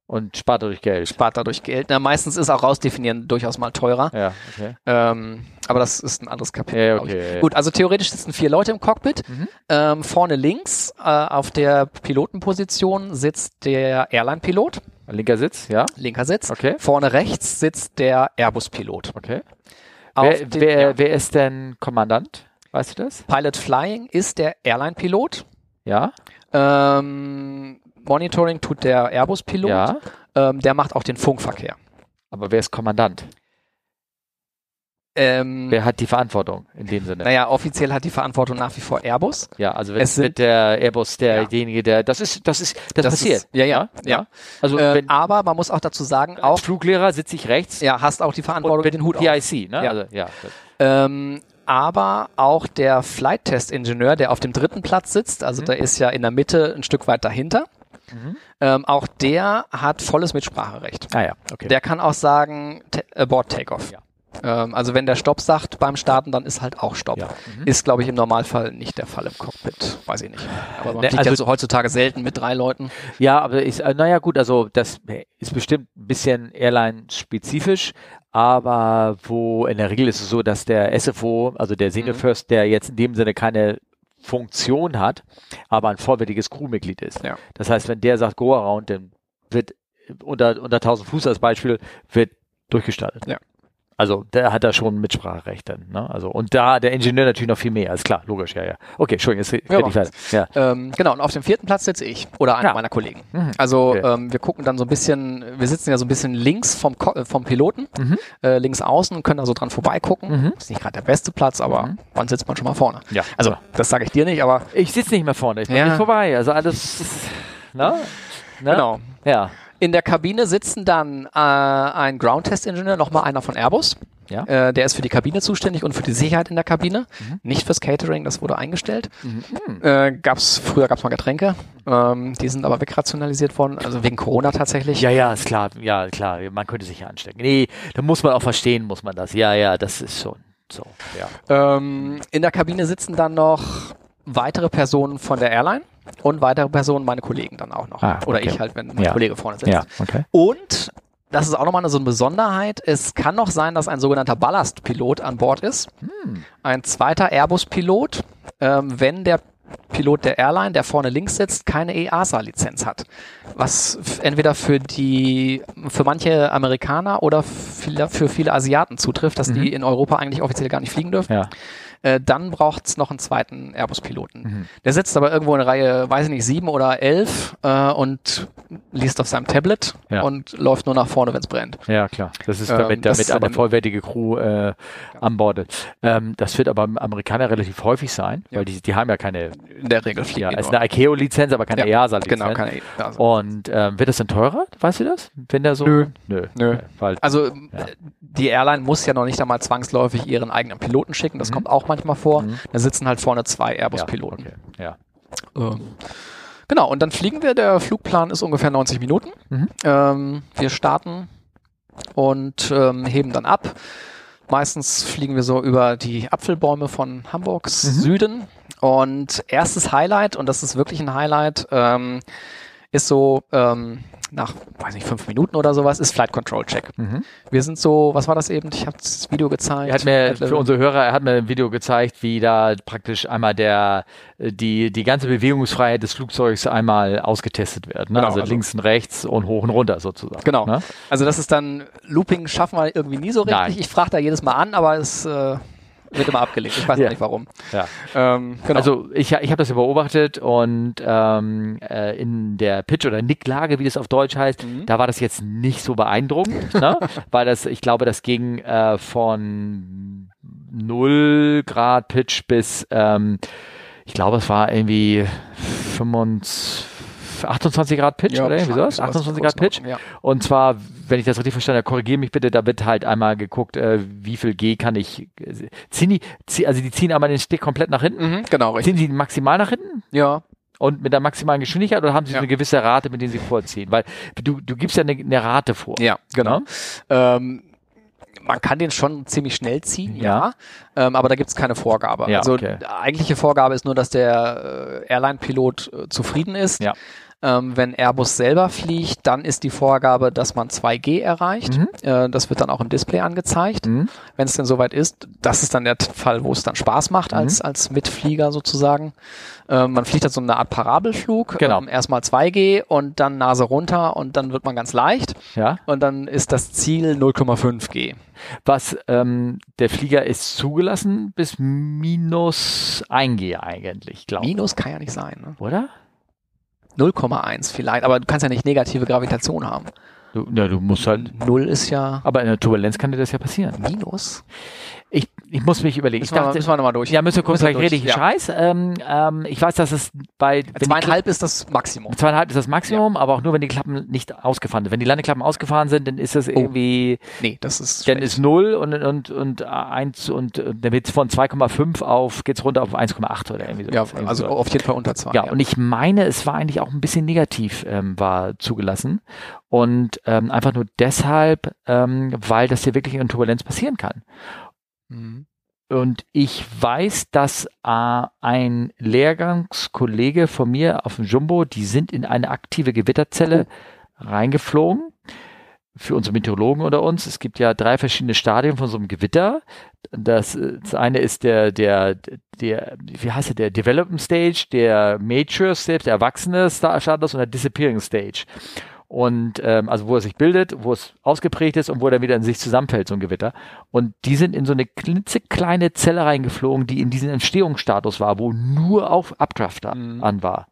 S1: Und spart dadurch Geld.
S2: Spart dadurch Geld. Na, meistens ist auch rausdefinieren durchaus mal teurer.
S1: Ja, okay.
S2: Ähm, aber das ist ein anderes Kapitel.
S1: Ja,
S2: glaub ich.
S1: okay, ja, ja.
S2: Gut, also theoretisch sitzen vier Leute im Cockpit.
S1: Mhm.
S2: Ähm, vorne links äh, auf der Pilotenposition sitzt der Airline-Pilot,
S1: Linker Sitz, ja.
S2: linker Sitz.
S1: Okay.
S2: Vorne rechts sitzt der Airbus-Pilot.
S1: Okay.
S2: Auf
S1: Wer,
S2: den-
S1: wer,
S2: ja.
S1: wer ist denn Kommandant? Weißt du das?
S2: Pilot Flying ist der Airline-Pilot.
S1: Ja.
S2: Ähm, Monitoring tut der Airbus-Pilot.
S1: Ja.
S2: Ähm, der macht auch den Funkverkehr.
S1: Aber wer ist Kommandant?
S2: Hm. Ähm,
S1: Wer hat die Verantwortung in dem Sinne?
S2: Naja, offiziell hat die Verantwortung nach wie vor Airbus.
S1: Ja, also wenn,
S2: Es sind-
S1: wenn der Airbus
S2: Ja.
S1: derjenige, der das ist, das ist, das, passiert.
S2: Ist, ja, ja,
S1: Ja,
S2: ja.
S1: also
S2: Äh,
S1: wenn
S2: aber man muss auch dazu sagen,
S1: als
S2: auch
S1: Fluglehrer sitze ich rechts
S2: ja, hast auch die Verantwortung mit den Hut auf.
S1: PIC, ne?
S2: Ja.
S1: Also ja. das-
S2: Ähm, aber auch der Flight Test Ingenieur, der auf dem dritten Platz sitzt, also
S1: Mhm.
S2: der ist ja in der Mitte ein Stück weit dahinter. Ähm, auch der hat volles Mitspracherecht.
S1: Ah ja, Mhm. okay.
S2: Der kann auch sagen t- Abort Takeoff.
S1: Ja.
S2: Ähm, also wenn der Stopp sagt beim Starten, dann ist halt auch Stopp.
S1: Ja. Mhm.
S2: Ist glaube ich im Normalfall nicht der Fall im Cockpit, weiß ich nicht. Aber man
S1: Ne,
S2: fliegt
S1: also-
S2: ja so heutzutage selten mit drei Leuten.
S1: Ja, aber ist, äh, naja, gut, also das ist bestimmt ein bisschen Airline-spezifisch, aber wo in der Regel ist es so, dass der SFO, also der Senior
S2: Mhm.
S1: First, der jetzt in dem Sinne keine Funktion hat, aber ein vollwertiges Crewmitglied ist.
S2: Ja.
S1: Das heißt, wenn der sagt Go Around, dann wird unter, unter 1000 Fuß als Beispiel, wird durchgestaltet.
S2: Ja.
S1: Also der hat da schon Mitspracherecht dann. Ne? Also, und da der Ingenieur natürlich noch viel mehr, ist klar, logisch, ja, ja. Okay, Entschuldigung, jetzt
S2: Ja,
S1: rede ich weiter. Ja.
S2: Ähm, genau, und auf dem vierten Platz sitze ich oder einer
S1: Ja.
S2: meiner Kollegen.
S1: Mhm.
S2: Also
S1: Okay.
S2: ähm, wir gucken dann so ein bisschen, wir sitzen ja so ein bisschen links vom, Ko äh, vom Piloten,
S1: Mhm.
S2: äh, links außen und können da so dran vorbeigucken. Ist nicht gerade der beste Platz, aber wann sitzt man schon mal vorne?
S1: Mhm. Ja.
S2: Also das sage ich dir nicht, aber
S1: Ich sitze nicht mehr vorne, ich bin
S2: Ja.
S1: nicht vorbei. Also alles ist, ne? ne?
S2: genau.
S1: Ja.
S2: In der Kabine sitzen dann äh, ein Ground Test Engineer, nochmal einer von Airbus.
S1: Ja. Mhm.
S2: Äh, der ist für die Kabine zuständig und für die Sicherheit in der Kabine, nicht fürs Catering, das wurde eingestellt. Äh, gab's, früher gab es mal Getränke, ähm, die sind aber wegrationalisiert worden, also wegen Corona tatsächlich.
S1: Ja, ja, ist klar, ja, klar, man könnte sich ja anstecken. Nee, da muss man auch verstehen, muss man das. Ja, ja, das ist schon so. Ja.
S2: Ähm, in der Kabine sitzen dann noch weitere Personen von der Airline und weitere Personen, meine Kollegen dann auch noch.
S1: Ah,
S2: Oder
S1: okay.
S2: ich halt, wenn mein
S1: Ja.
S2: Kollege vorne sitzt.
S1: Ja, okay.
S2: Und das ist auch nochmal eine, so eine Besonderheit. Es kann noch sein, dass ein sogenannter Ballastpilot an Bord ist.
S1: Hm.
S2: Ein zweiter Airbus-Pilot, ähm, wenn der Pilot der Airline, der vorne links sitzt, keine E EASA-Lizenz hat. Was f- entweder für die, für manche Amerikaner oder viele, für viele Asiaten zutrifft, dass
S1: Mhm.
S2: die in Europa eigentlich offiziell gar nicht fliegen dürfen.
S1: Ja.
S2: Äh, dann braucht's noch einen zweiten Airbus-Piloten.
S1: Mhm.
S2: Der sitzt aber irgendwo in Reihe, weiß ich nicht, sieben oder elf äh, und liest auf seinem Tablet
S1: Ja.
S2: und läuft nur nach vorne, wenn's brennt.
S1: Ja, klar. Das ist
S2: Ähm,
S1: damit,
S2: das
S1: damit
S2: ist aber-
S1: eine vollwertige Crew äh, anbordet. Ähm, das wird aber am Amerikaner relativ häufig sein, weil die, die haben ja keine,
S2: In der Regel fliegt
S1: ja,
S2: die
S1: ist
S2: nur.
S1: eine ICAO-Lizenz, aber keine
S2: Genau.
S1: E
S2: Ja,
S1: EASA-Lizenz.
S2: Genau, keine EASA.
S1: Und ähm, wird das dann teurer? Weißt du das? Wenn der so.
S2: Nö.
S1: Nö.
S2: Nö.
S1: Weil,
S2: Also äh, die Airline muss ja noch nicht einmal zwangsläufig ihren eigenen Piloten schicken, das kommt auch manchmal vor. Da sitzen halt vorne zwei Airbus-Piloten.
S1: Mhm. Ja, okay. ja.
S2: Ähm, genau, und dann fliegen wir. Der Flugplan ist ungefähr 90 Minuten.
S1: Mhm.
S2: Ähm, wir starten und ähm, heben dann ab. Meistens fliegen wir so über die Apfelbäume von Hamburgs Süden. Und erstes Highlight, und das ist wirklich ein Highlight, ähm, ist so ähm, nach, weiß nicht, fünf Minuten oder sowas, ist Flight Control Check. Wir sind so, was war das eben? Ich habe das Video gezeigt.
S1: Er hat mir
S2: Ad-Level.
S1: für unsere Hörer, er hat mir ein Video gezeigt, wie da praktisch einmal der äh, die die ganze Bewegungsfreiheit des Flugzeugs einmal ausgetestet wird. Ne?
S2: Genau,
S1: also,
S2: also-
S1: links und rechts und hoch und runter sozusagen.
S2: Genau.
S1: Ne?
S2: Also das ist dann Looping schaffen wir irgendwie nie so richtig.
S1: Nein.
S2: Ich frage da jedes Mal an, aber es äh, wird immer abgelehnt. Ich weiß
S1: Ja.
S2: auch nicht warum.
S1: Ja.
S2: Ähm, genau.
S1: Also ich, ich habe das ja beobachtet und ähm, äh, in der Pitch oder Nicklage, wie das auf Deutsch heißt,
S2: Mhm.
S1: da war das jetzt nicht so beeindruckend, ne? weil das, ich glaube, das ging äh, von 0 Grad Pitch bis, ähm, ich glaube, es war irgendwie 25, 28 Grad Pitch oder irgendwie sowas, 28 Grad Pitch.
S2: Ja.
S1: Und zwar, wenn ich das richtig verstanden habe, korrigiere mich bitte, da wird halt einmal geguckt, äh, wie viel G kann ich, äh, ziehen die, zieh- also die ziehen einmal den Stick komplett nach hinten,
S2: Mhm, genau, richtig.
S1: Ziehen Sie maximal nach hinten
S2: Ja.
S1: und mit der maximalen Geschwindigkeit oder haben Sie
S2: Ja.
S1: so eine gewisse Rate, mit der Sie vorziehen? Weil du, du gibst ja eine, eine Rate vor.
S2: Ja, genau.
S1: Ne?
S2: Ähm, man kann den schon ziemlich schnell ziehen, ja, Ähm, aber da gibt es keine Vorgabe.
S1: Ja,
S2: also
S1: okay.
S2: die eigentliche Vorgabe ist nur, dass der äh, Airline-Pilot äh, zufrieden ist.
S1: Ja.
S2: Ähm, wenn Airbus selber fliegt, dann ist die Vorgabe, dass man 2G erreicht.
S1: Mhm.
S2: Äh, das wird dann auch im Display angezeigt, wenn es denn soweit ist. Das ist dann der T- Fall, wo es dann Spaß macht als, als Mitflieger sozusagen. Ähm, man fliegt halt so eine Art Parabelflug.
S1: Genau.
S2: Ähm, erstmal 2G und dann Nase runter und dann wird man ganz leicht.
S1: Ja.
S2: Und dann ist das Ziel 0,5 G.
S1: Was, ähm, der Flieger ist zugelassen bis minus 1G eigentlich, glaube ich.
S2: Minus kann ja nicht sein. Ne?
S1: Oder?
S2: 0,1 vielleicht, aber du kannst ja nicht negative Gravitation haben.
S1: Du, na, du musst halt.
S2: Null ist ja
S1: Aber in der Turbulenz kann dir das ja passieren.
S2: Minus.
S1: Ich, ich muss mich überlegen. Ich
S2: Müssen, wir,
S1: dachte,
S2: müssen wir nochmal durch.
S1: ja, müssen wir kurz
S2: müssen wir
S1: gleich reden.
S2: durch, ja. Äh,
S1: Scheiß. Ähm, ähm, ich weiß, dass es bei. wenn die
S2: Zweieinhalb ist das Maximum.
S1: Zweieinhalb ist das Maximum, aber auch nur, wenn die Klappen nicht ausgefahren sind. Wenn die Landeklappen ausgefahren sind, dann ist
S2: Oh.
S1: das irgendwie,
S2: Nee, das ist.
S1: dann ist 0 und, und, und 1 und äh, dann wird's von 2,5 auf, geht's runter auf 1,8 oder irgendwie so.
S2: ja,
S1: Irgendwie
S2: also
S1: so.
S2: auf jeden Fall unter 2.
S1: Ja, und ich meine, es war eigentlich auch ein bisschen negativ, ähm, war zugelassen. Und ähm, einfach nur deshalb, ähm, weil das hier wirklich in Turbulenz passieren kann.
S2: Mhm.
S1: Und ich weiß, dass äh, ein Lehrgangskollege von mir auf dem Jumbo, die sind in eine aktive Gewitterzelle reingeflogen. für unsere Meteorologen unter uns, es gibt ja drei verschiedene Stadien von so einem Gewitter. Das, äh, das eine ist der, der, der, wie heißt der, der Development Stage, der Mature Stage, der Erwachsene Status und der Disappearing Stage. Und ähm, also wo er sich bildet, wo es ausgeprägt ist und wo er dann wieder in sich zusammenfällt, so ein Gewitter. Und die sind in so eine klitzekleine Zelle reingeflogen, die in diesen Entstehungsstatus war, wo nur auf Updraft an, an war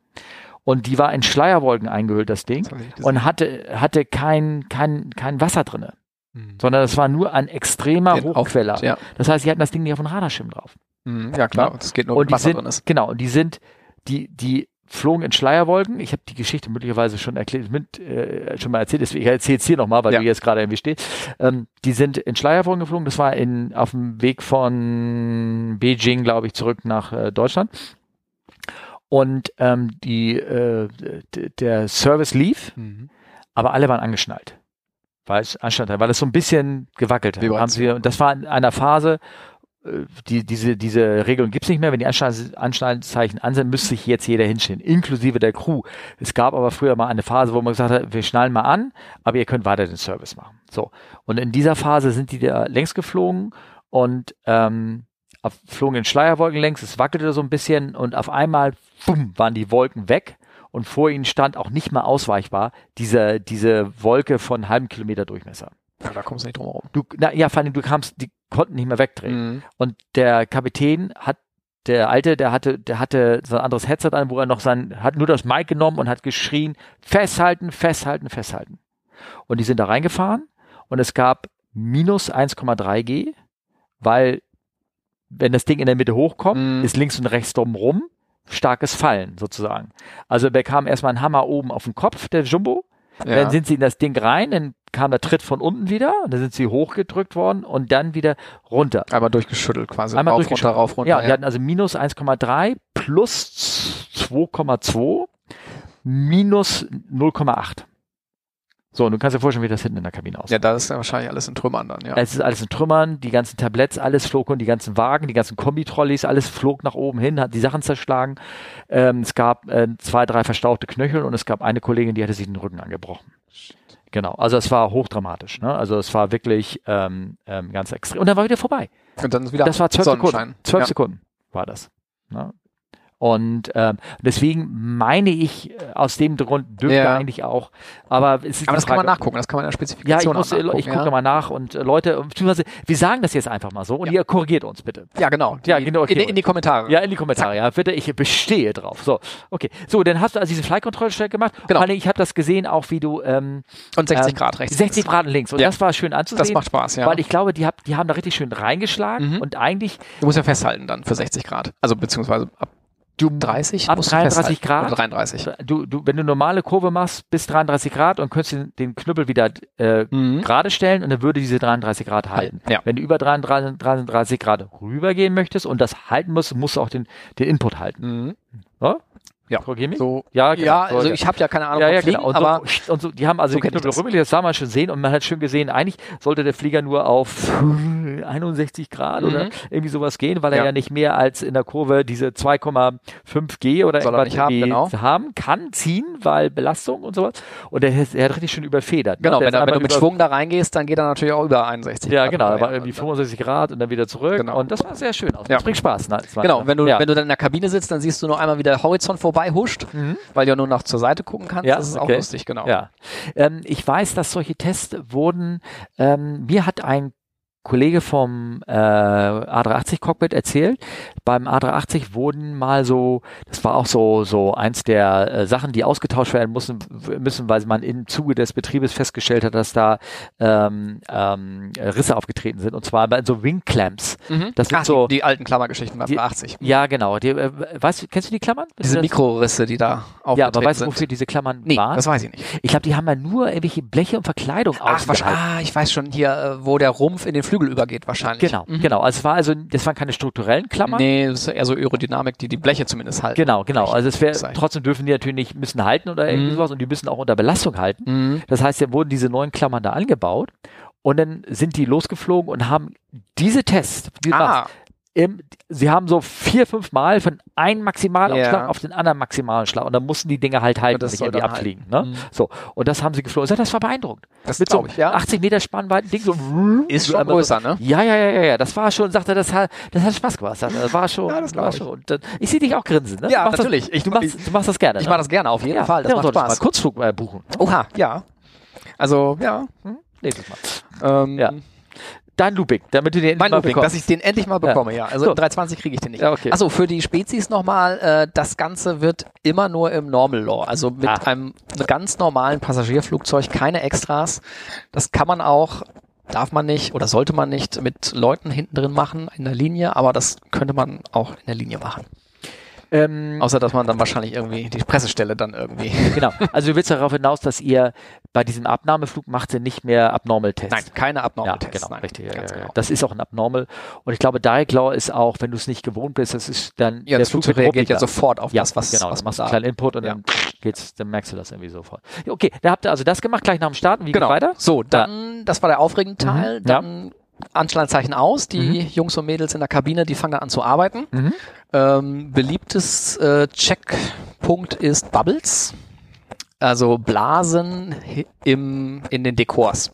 S1: und die war in Schleierwolken eingehüllt, das Ding, Sorry, das und hatte, hatte kein, kein, kein Wasser drinne, mhm. sondern das war nur ein extremer Den Hochqueller. Auf, ja. Das heißt, die hatten das Ding nicht auf dem Radarschirm drauf. Genau.
S2: Mhm, ja, klar, ja. das geht nur,
S1: Ne? und Wasser sind, drin ist. Genau, und die sind, die, die flogen in Schleierwolken. Ich habe die Geschichte möglicherweise schon erklärt, mit, äh, schon mal erzählt, deswegen erzähle es hier nochmal, weil ja. du jetzt gerade irgendwie stehst. Ähm, die sind in Schleierwolken geflogen, das war in, auf dem Weg von Beijing, glaube ich, zurück nach äh, Deutschland und ähm, die, äh, der Service lief, mhm. aber alle waren angeschnallt. Weil es anstand, weil es so ein bisschen gewackelt hat. Haben sie, und das war in einer Phase, äh, die, diese, diese Regelung gibt es nicht mehr. Wenn die Anschnallzeichen an sind, müsste sich jetzt jeder hinstellen, inklusive der Crew. Es gab aber früher mal eine Phase, wo man gesagt hat, wir schnallen mal an, aber ihr könnt weiter den Service machen. So. Und in dieser Phase sind die da längs geflogen und ähm, auf, flogen in Schleierwolken längs, es wackelte so ein bisschen und auf einmal, bumm, waren die Wolken weg und vor ihnen stand auch nicht mal ausweichbar diese, diese Wolke von halben Kilometer Durchmesser.
S2: Ja, da kommst du nicht drum herum.
S1: Du, na, ja, vor allem, du kamst, die konnten nicht mehr wegdrehen. Mhm. Und der Kapitän hat der alte, der hatte, der hatte so ein anderes Headset an, wo er noch sein, hat nur das Mic genommen und hat geschrien, festhalten, festhalten, festhalten. Und die sind da reingefahren und es gab minus 1,3 G, weil wenn das Ding in der Mitte hochkommt,
S2: Mhm.
S1: mm. ist links und rechts drumrum starkes Fallen sozusagen. Also bekam erstmal ein Hammer oben auf den Kopf, der Jumbo. Ja. Dann sind sie in das Ding rein, dann kam der Tritt von unten wieder, dann sind sie hochgedrückt worden und dann wieder runter.
S2: Einmal durchgeschüttelt quasi.
S1: Einmal durchgeschüttelt.
S2: Runter, rauf, runter.
S1: Ja, ja, die hatten also minus 1,3 plus 2,2 minus 0,8. So, und du kannst dir vorstellen, wie das hinten in der Kabine aussieht.
S2: Ja, da ist ja wahrscheinlich alles in Trümmern dann, ja.
S1: Es ist alles in Trümmern, die ganzen Tabletts, alles flog und die ganzen Wagen, die ganzen Kombitrolleys, alles flog nach oben hin, hat die Sachen zerschlagen. Ähm, es gab äh, zwei, drei verstauchte Knöchel und es gab eine Kollegin, die hatte sich den Rücken angebrochen. Genau, also es war hochdramatisch. Ne? Also es war wirklich ähm, ähm, ganz extrem. Und dann war wieder vorbei.
S2: Und dann ist wieder
S1: Das war zwölf Sekunden. Zwölf ja. Sekunden war das. Ne? Und ähm, deswegen meine ich, äh, aus dem Grund dürfte ja. eigentlich auch. Aber, es ist
S2: aber das
S1: Frage,
S2: kann man nachgucken, das kann man in der Spezifikation
S1: Ja, ich, muss, äh, ich gucke ja. mal nach und äh, Leute, beziehungsweise wir sagen das jetzt einfach mal so und ja. ihr korrigiert uns bitte.
S2: Ja, genau.
S1: ja, genau
S2: okay. in, in, die Kommentare.
S1: Ja, in die Kommentare, ja, bitte, ich bestehe drauf. So, okay. So, dann hast du also diesen Flight-Control-Check gemacht.
S2: Genau.
S1: Vor allem, ich habe das gesehen, auch wie du. Ähm,
S2: und 60 Grad rechts.
S1: 60 Grad links. Und das war schön anzusehen.
S2: Das macht Spaß, ja.
S1: Weil ich glaube, die, hab, die haben da richtig schön reingeschlagen mhm. und eigentlich.
S2: Du musst ja festhalten dann für 60 Grad. Also, beziehungsweise ab
S1: Du 30
S2: ab 33 Grad.
S1: 33. Du, du, wenn du normale Kurve machst, bis 33 Grad und könntest den, den Knüppel wieder äh, mhm. gerade stellen und dann würde diese 33 Grad halten.
S2: Ja.
S1: Wenn du über 33, 33 Grad rübergehen möchtest und das halten musst, musst du auch den, den Input halten. Mhm.
S2: Ja?
S1: Ja,
S2: so,
S1: ja, genau.
S2: ja also ich habe ja keine Ahnung
S1: ja, ja, Fliegen, genau. und
S2: aber
S1: so, und so, die haben also
S2: so
S1: den Knüppel rüber, das sah man schon sehen und man hat schön gesehen, eigentlich sollte der Flieger nur auf 61 Grad mhm. oder irgendwie sowas gehen, weil er ja nicht mehr als in der Kurve diese 2,5 G oder
S2: Soll irgendwas
S1: haben,
S2: genau.
S1: haben, kann ziehen, weil Belastung und sowas und er, er hat richtig schön überfedert. ne?
S2: Genau, wenn, wenn, du mit Schwung da reingehst, dann geht er natürlich auch über 61
S1: Ja, genau, er war irgendwie
S2: ne?
S1: 65 Grad und dann wieder zurück genau. und das war sehr schön. Das bringt Spaß.
S2: Nein,
S1: ne?
S2: genau, wenn du, wenn du dann in der Kabine sitzt, dann siehst du nur einmal wieder Horizont vorbei vorbei huscht, mhm. weil du ja nur noch zur Seite gucken kannst.
S1: Ja,
S2: das ist
S1: okay.
S2: auch lustig, genau.
S1: Ja. Ähm, ich weiß, dass solche Tests wurden. Ähm, mir hat ein Kollege vom äh, A380 Cockpit erzählt, beim A380 wurden mal so, das war auch so so eins der äh, Sachen, die ausgetauscht werden müssen, müssen, weil man im Zuge des Betriebes festgestellt hat, dass da ähm, ähm, Risse aufgetreten sind und zwar bei so Wing Clamps.
S2: Mhm.
S1: Das sind
S2: Ach,
S1: so
S2: die, die alten Klammergeschichten beim A380.
S1: Ja, genau. Die, äh, weißt, du, kennst du die Klammern? Bist
S2: Diese
S1: du das-
S2: Mikrorisse, die da aufgetreten
S1: ja, aber weißt du,
S2: sind.
S1: wofür diese Klammern
S2: Nee,
S1: waren?
S2: das weiß ich nicht.
S1: Ich glaube, die haben ja nur irgendwelche Bleche und Verkleidung
S2: Ach, wahrscheinlich-
S1: ausgehalten.
S2: ah, ich weiß schon hier, äh, wo der Rumpf in den Flügel übergeht wahrscheinlich.
S1: Genau,
S2: Mhm.
S1: genau. Also es war also, das waren keine strukturellen Klammern.
S2: Nee, das ist eher so Aerodynamik, die die Bleche zumindest halten.
S1: Genau, genau. Also es wäre
S2: Sei.
S1: trotzdem dürfen die natürlich nicht, müssen halten oder irgendwie
S2: Mhm.
S1: sowas und die müssen auch unter Belastung halten. Das heißt, da wurden diese neuen Klammern da angebaut und dann sind die losgeflogen und haben diese Tests, die
S2: Ah,
S1: im, sie haben so vier, fünf Mal von einem Maximalaufschlag
S2: Ja.
S1: auf den anderen maximalen Schlag und dann mussten die Dinger halt halten,
S2: das
S1: nicht
S2: soll
S1: irgendwie
S2: dann
S1: abfliegen. Ne? So, und das haben sie geflogen. Ich sag, Das war beeindruckend.
S2: Das
S1: Mit so
S2: glaub ich, ja.
S1: 80 Meter Spannweiten Ding so. wuh,
S2: Ist schon
S1: einmal
S2: größer, ne?
S1: Ja, ja, ja, ja, ja. Das war schon, sagte er, das hat, das hat Spaß gemacht. Sagt er, Das war schon.
S2: Ja, das glaub
S1: war
S2: ich.
S1: schon. Und, äh, ich sehe dich auch grinsen, ne?
S2: Ja,
S1: Du machst
S2: natürlich.
S1: Das,
S2: Ich-
S1: du, machst, du machst das gerne.
S2: Ich
S1: ne?
S2: mache das gerne, auf jeden
S1: ja,
S2: Fall. Das
S1: ja,
S2: macht
S1: solltest Mal
S2: Spaß.
S1: Kurzflug äh, buchen.
S2: Oha, ja. Also, ja.
S1: Nächstes Mal.
S2: Ähm,
S1: Ja. Dein Looping, damit du den
S2: Mein
S1: mal
S2: Looping,
S1: bekommst.
S2: dass ich den endlich mal bekomme, ja. Also
S1: So.
S2: in 320 kriege ich den nicht.
S1: Ja, okay.
S2: Also für die Spezies nochmal, äh, das Ganze wird immer nur im Normal Law, also mit
S1: Ah.
S2: einem ganz normalen Passagierflugzeug, keine Extras. Das kann man auch, darf man nicht oder sollte man nicht mit Leuten hinten drin machen in der Linie, aber das könnte man auch in der Linie machen.
S1: ähm,
S2: Außer, dass man dann wahrscheinlich irgendwie die Pressestelle dann irgendwie.
S1: Genau. Also du willst darauf hinaus, dass ihr bei diesem Abnahmeflug macht ihr nicht mehr Abnormal-Tests.
S2: Nein, keine
S1: Ja,
S2: abnormalen Tests.
S1: genau,
S2: nein,
S1: richtig. Ja,
S2: ganz
S1: ja, ja.
S2: genau.
S1: Das ist auch ein Abnormal. Und ich glaube, Direct Law ist auch, wenn du es nicht gewohnt bist, das ist dann
S2: ja, das Flugzeug reagiert ja
S1: ruckeliger.
S2: sofort auf
S1: Ja,
S2: das, was,
S1: genau,
S2: was
S1: dann machst du
S2: man
S1: einen
S2: da...
S1: kleinen Input und
S2: Ja.
S1: dann, geht's, dann merkst du das irgendwie sofort. Ja, Okay, da habt ihr also das gemacht, gleich nach dem Starten. Wie
S2: Genau.
S1: geht's weiter?
S2: So, dann, das war der aufregende Teil.
S1: Mhm. ja.
S2: Dann Anschlagzeichen aus. Die Jungs und Mädels in der Kabine, die fangen dann an zu arbeiten.
S1: Mhm.
S2: Ähm, beliebtes äh, Checkpunkt ist Bubbles. Also Blasen hi- im, in den Dekors.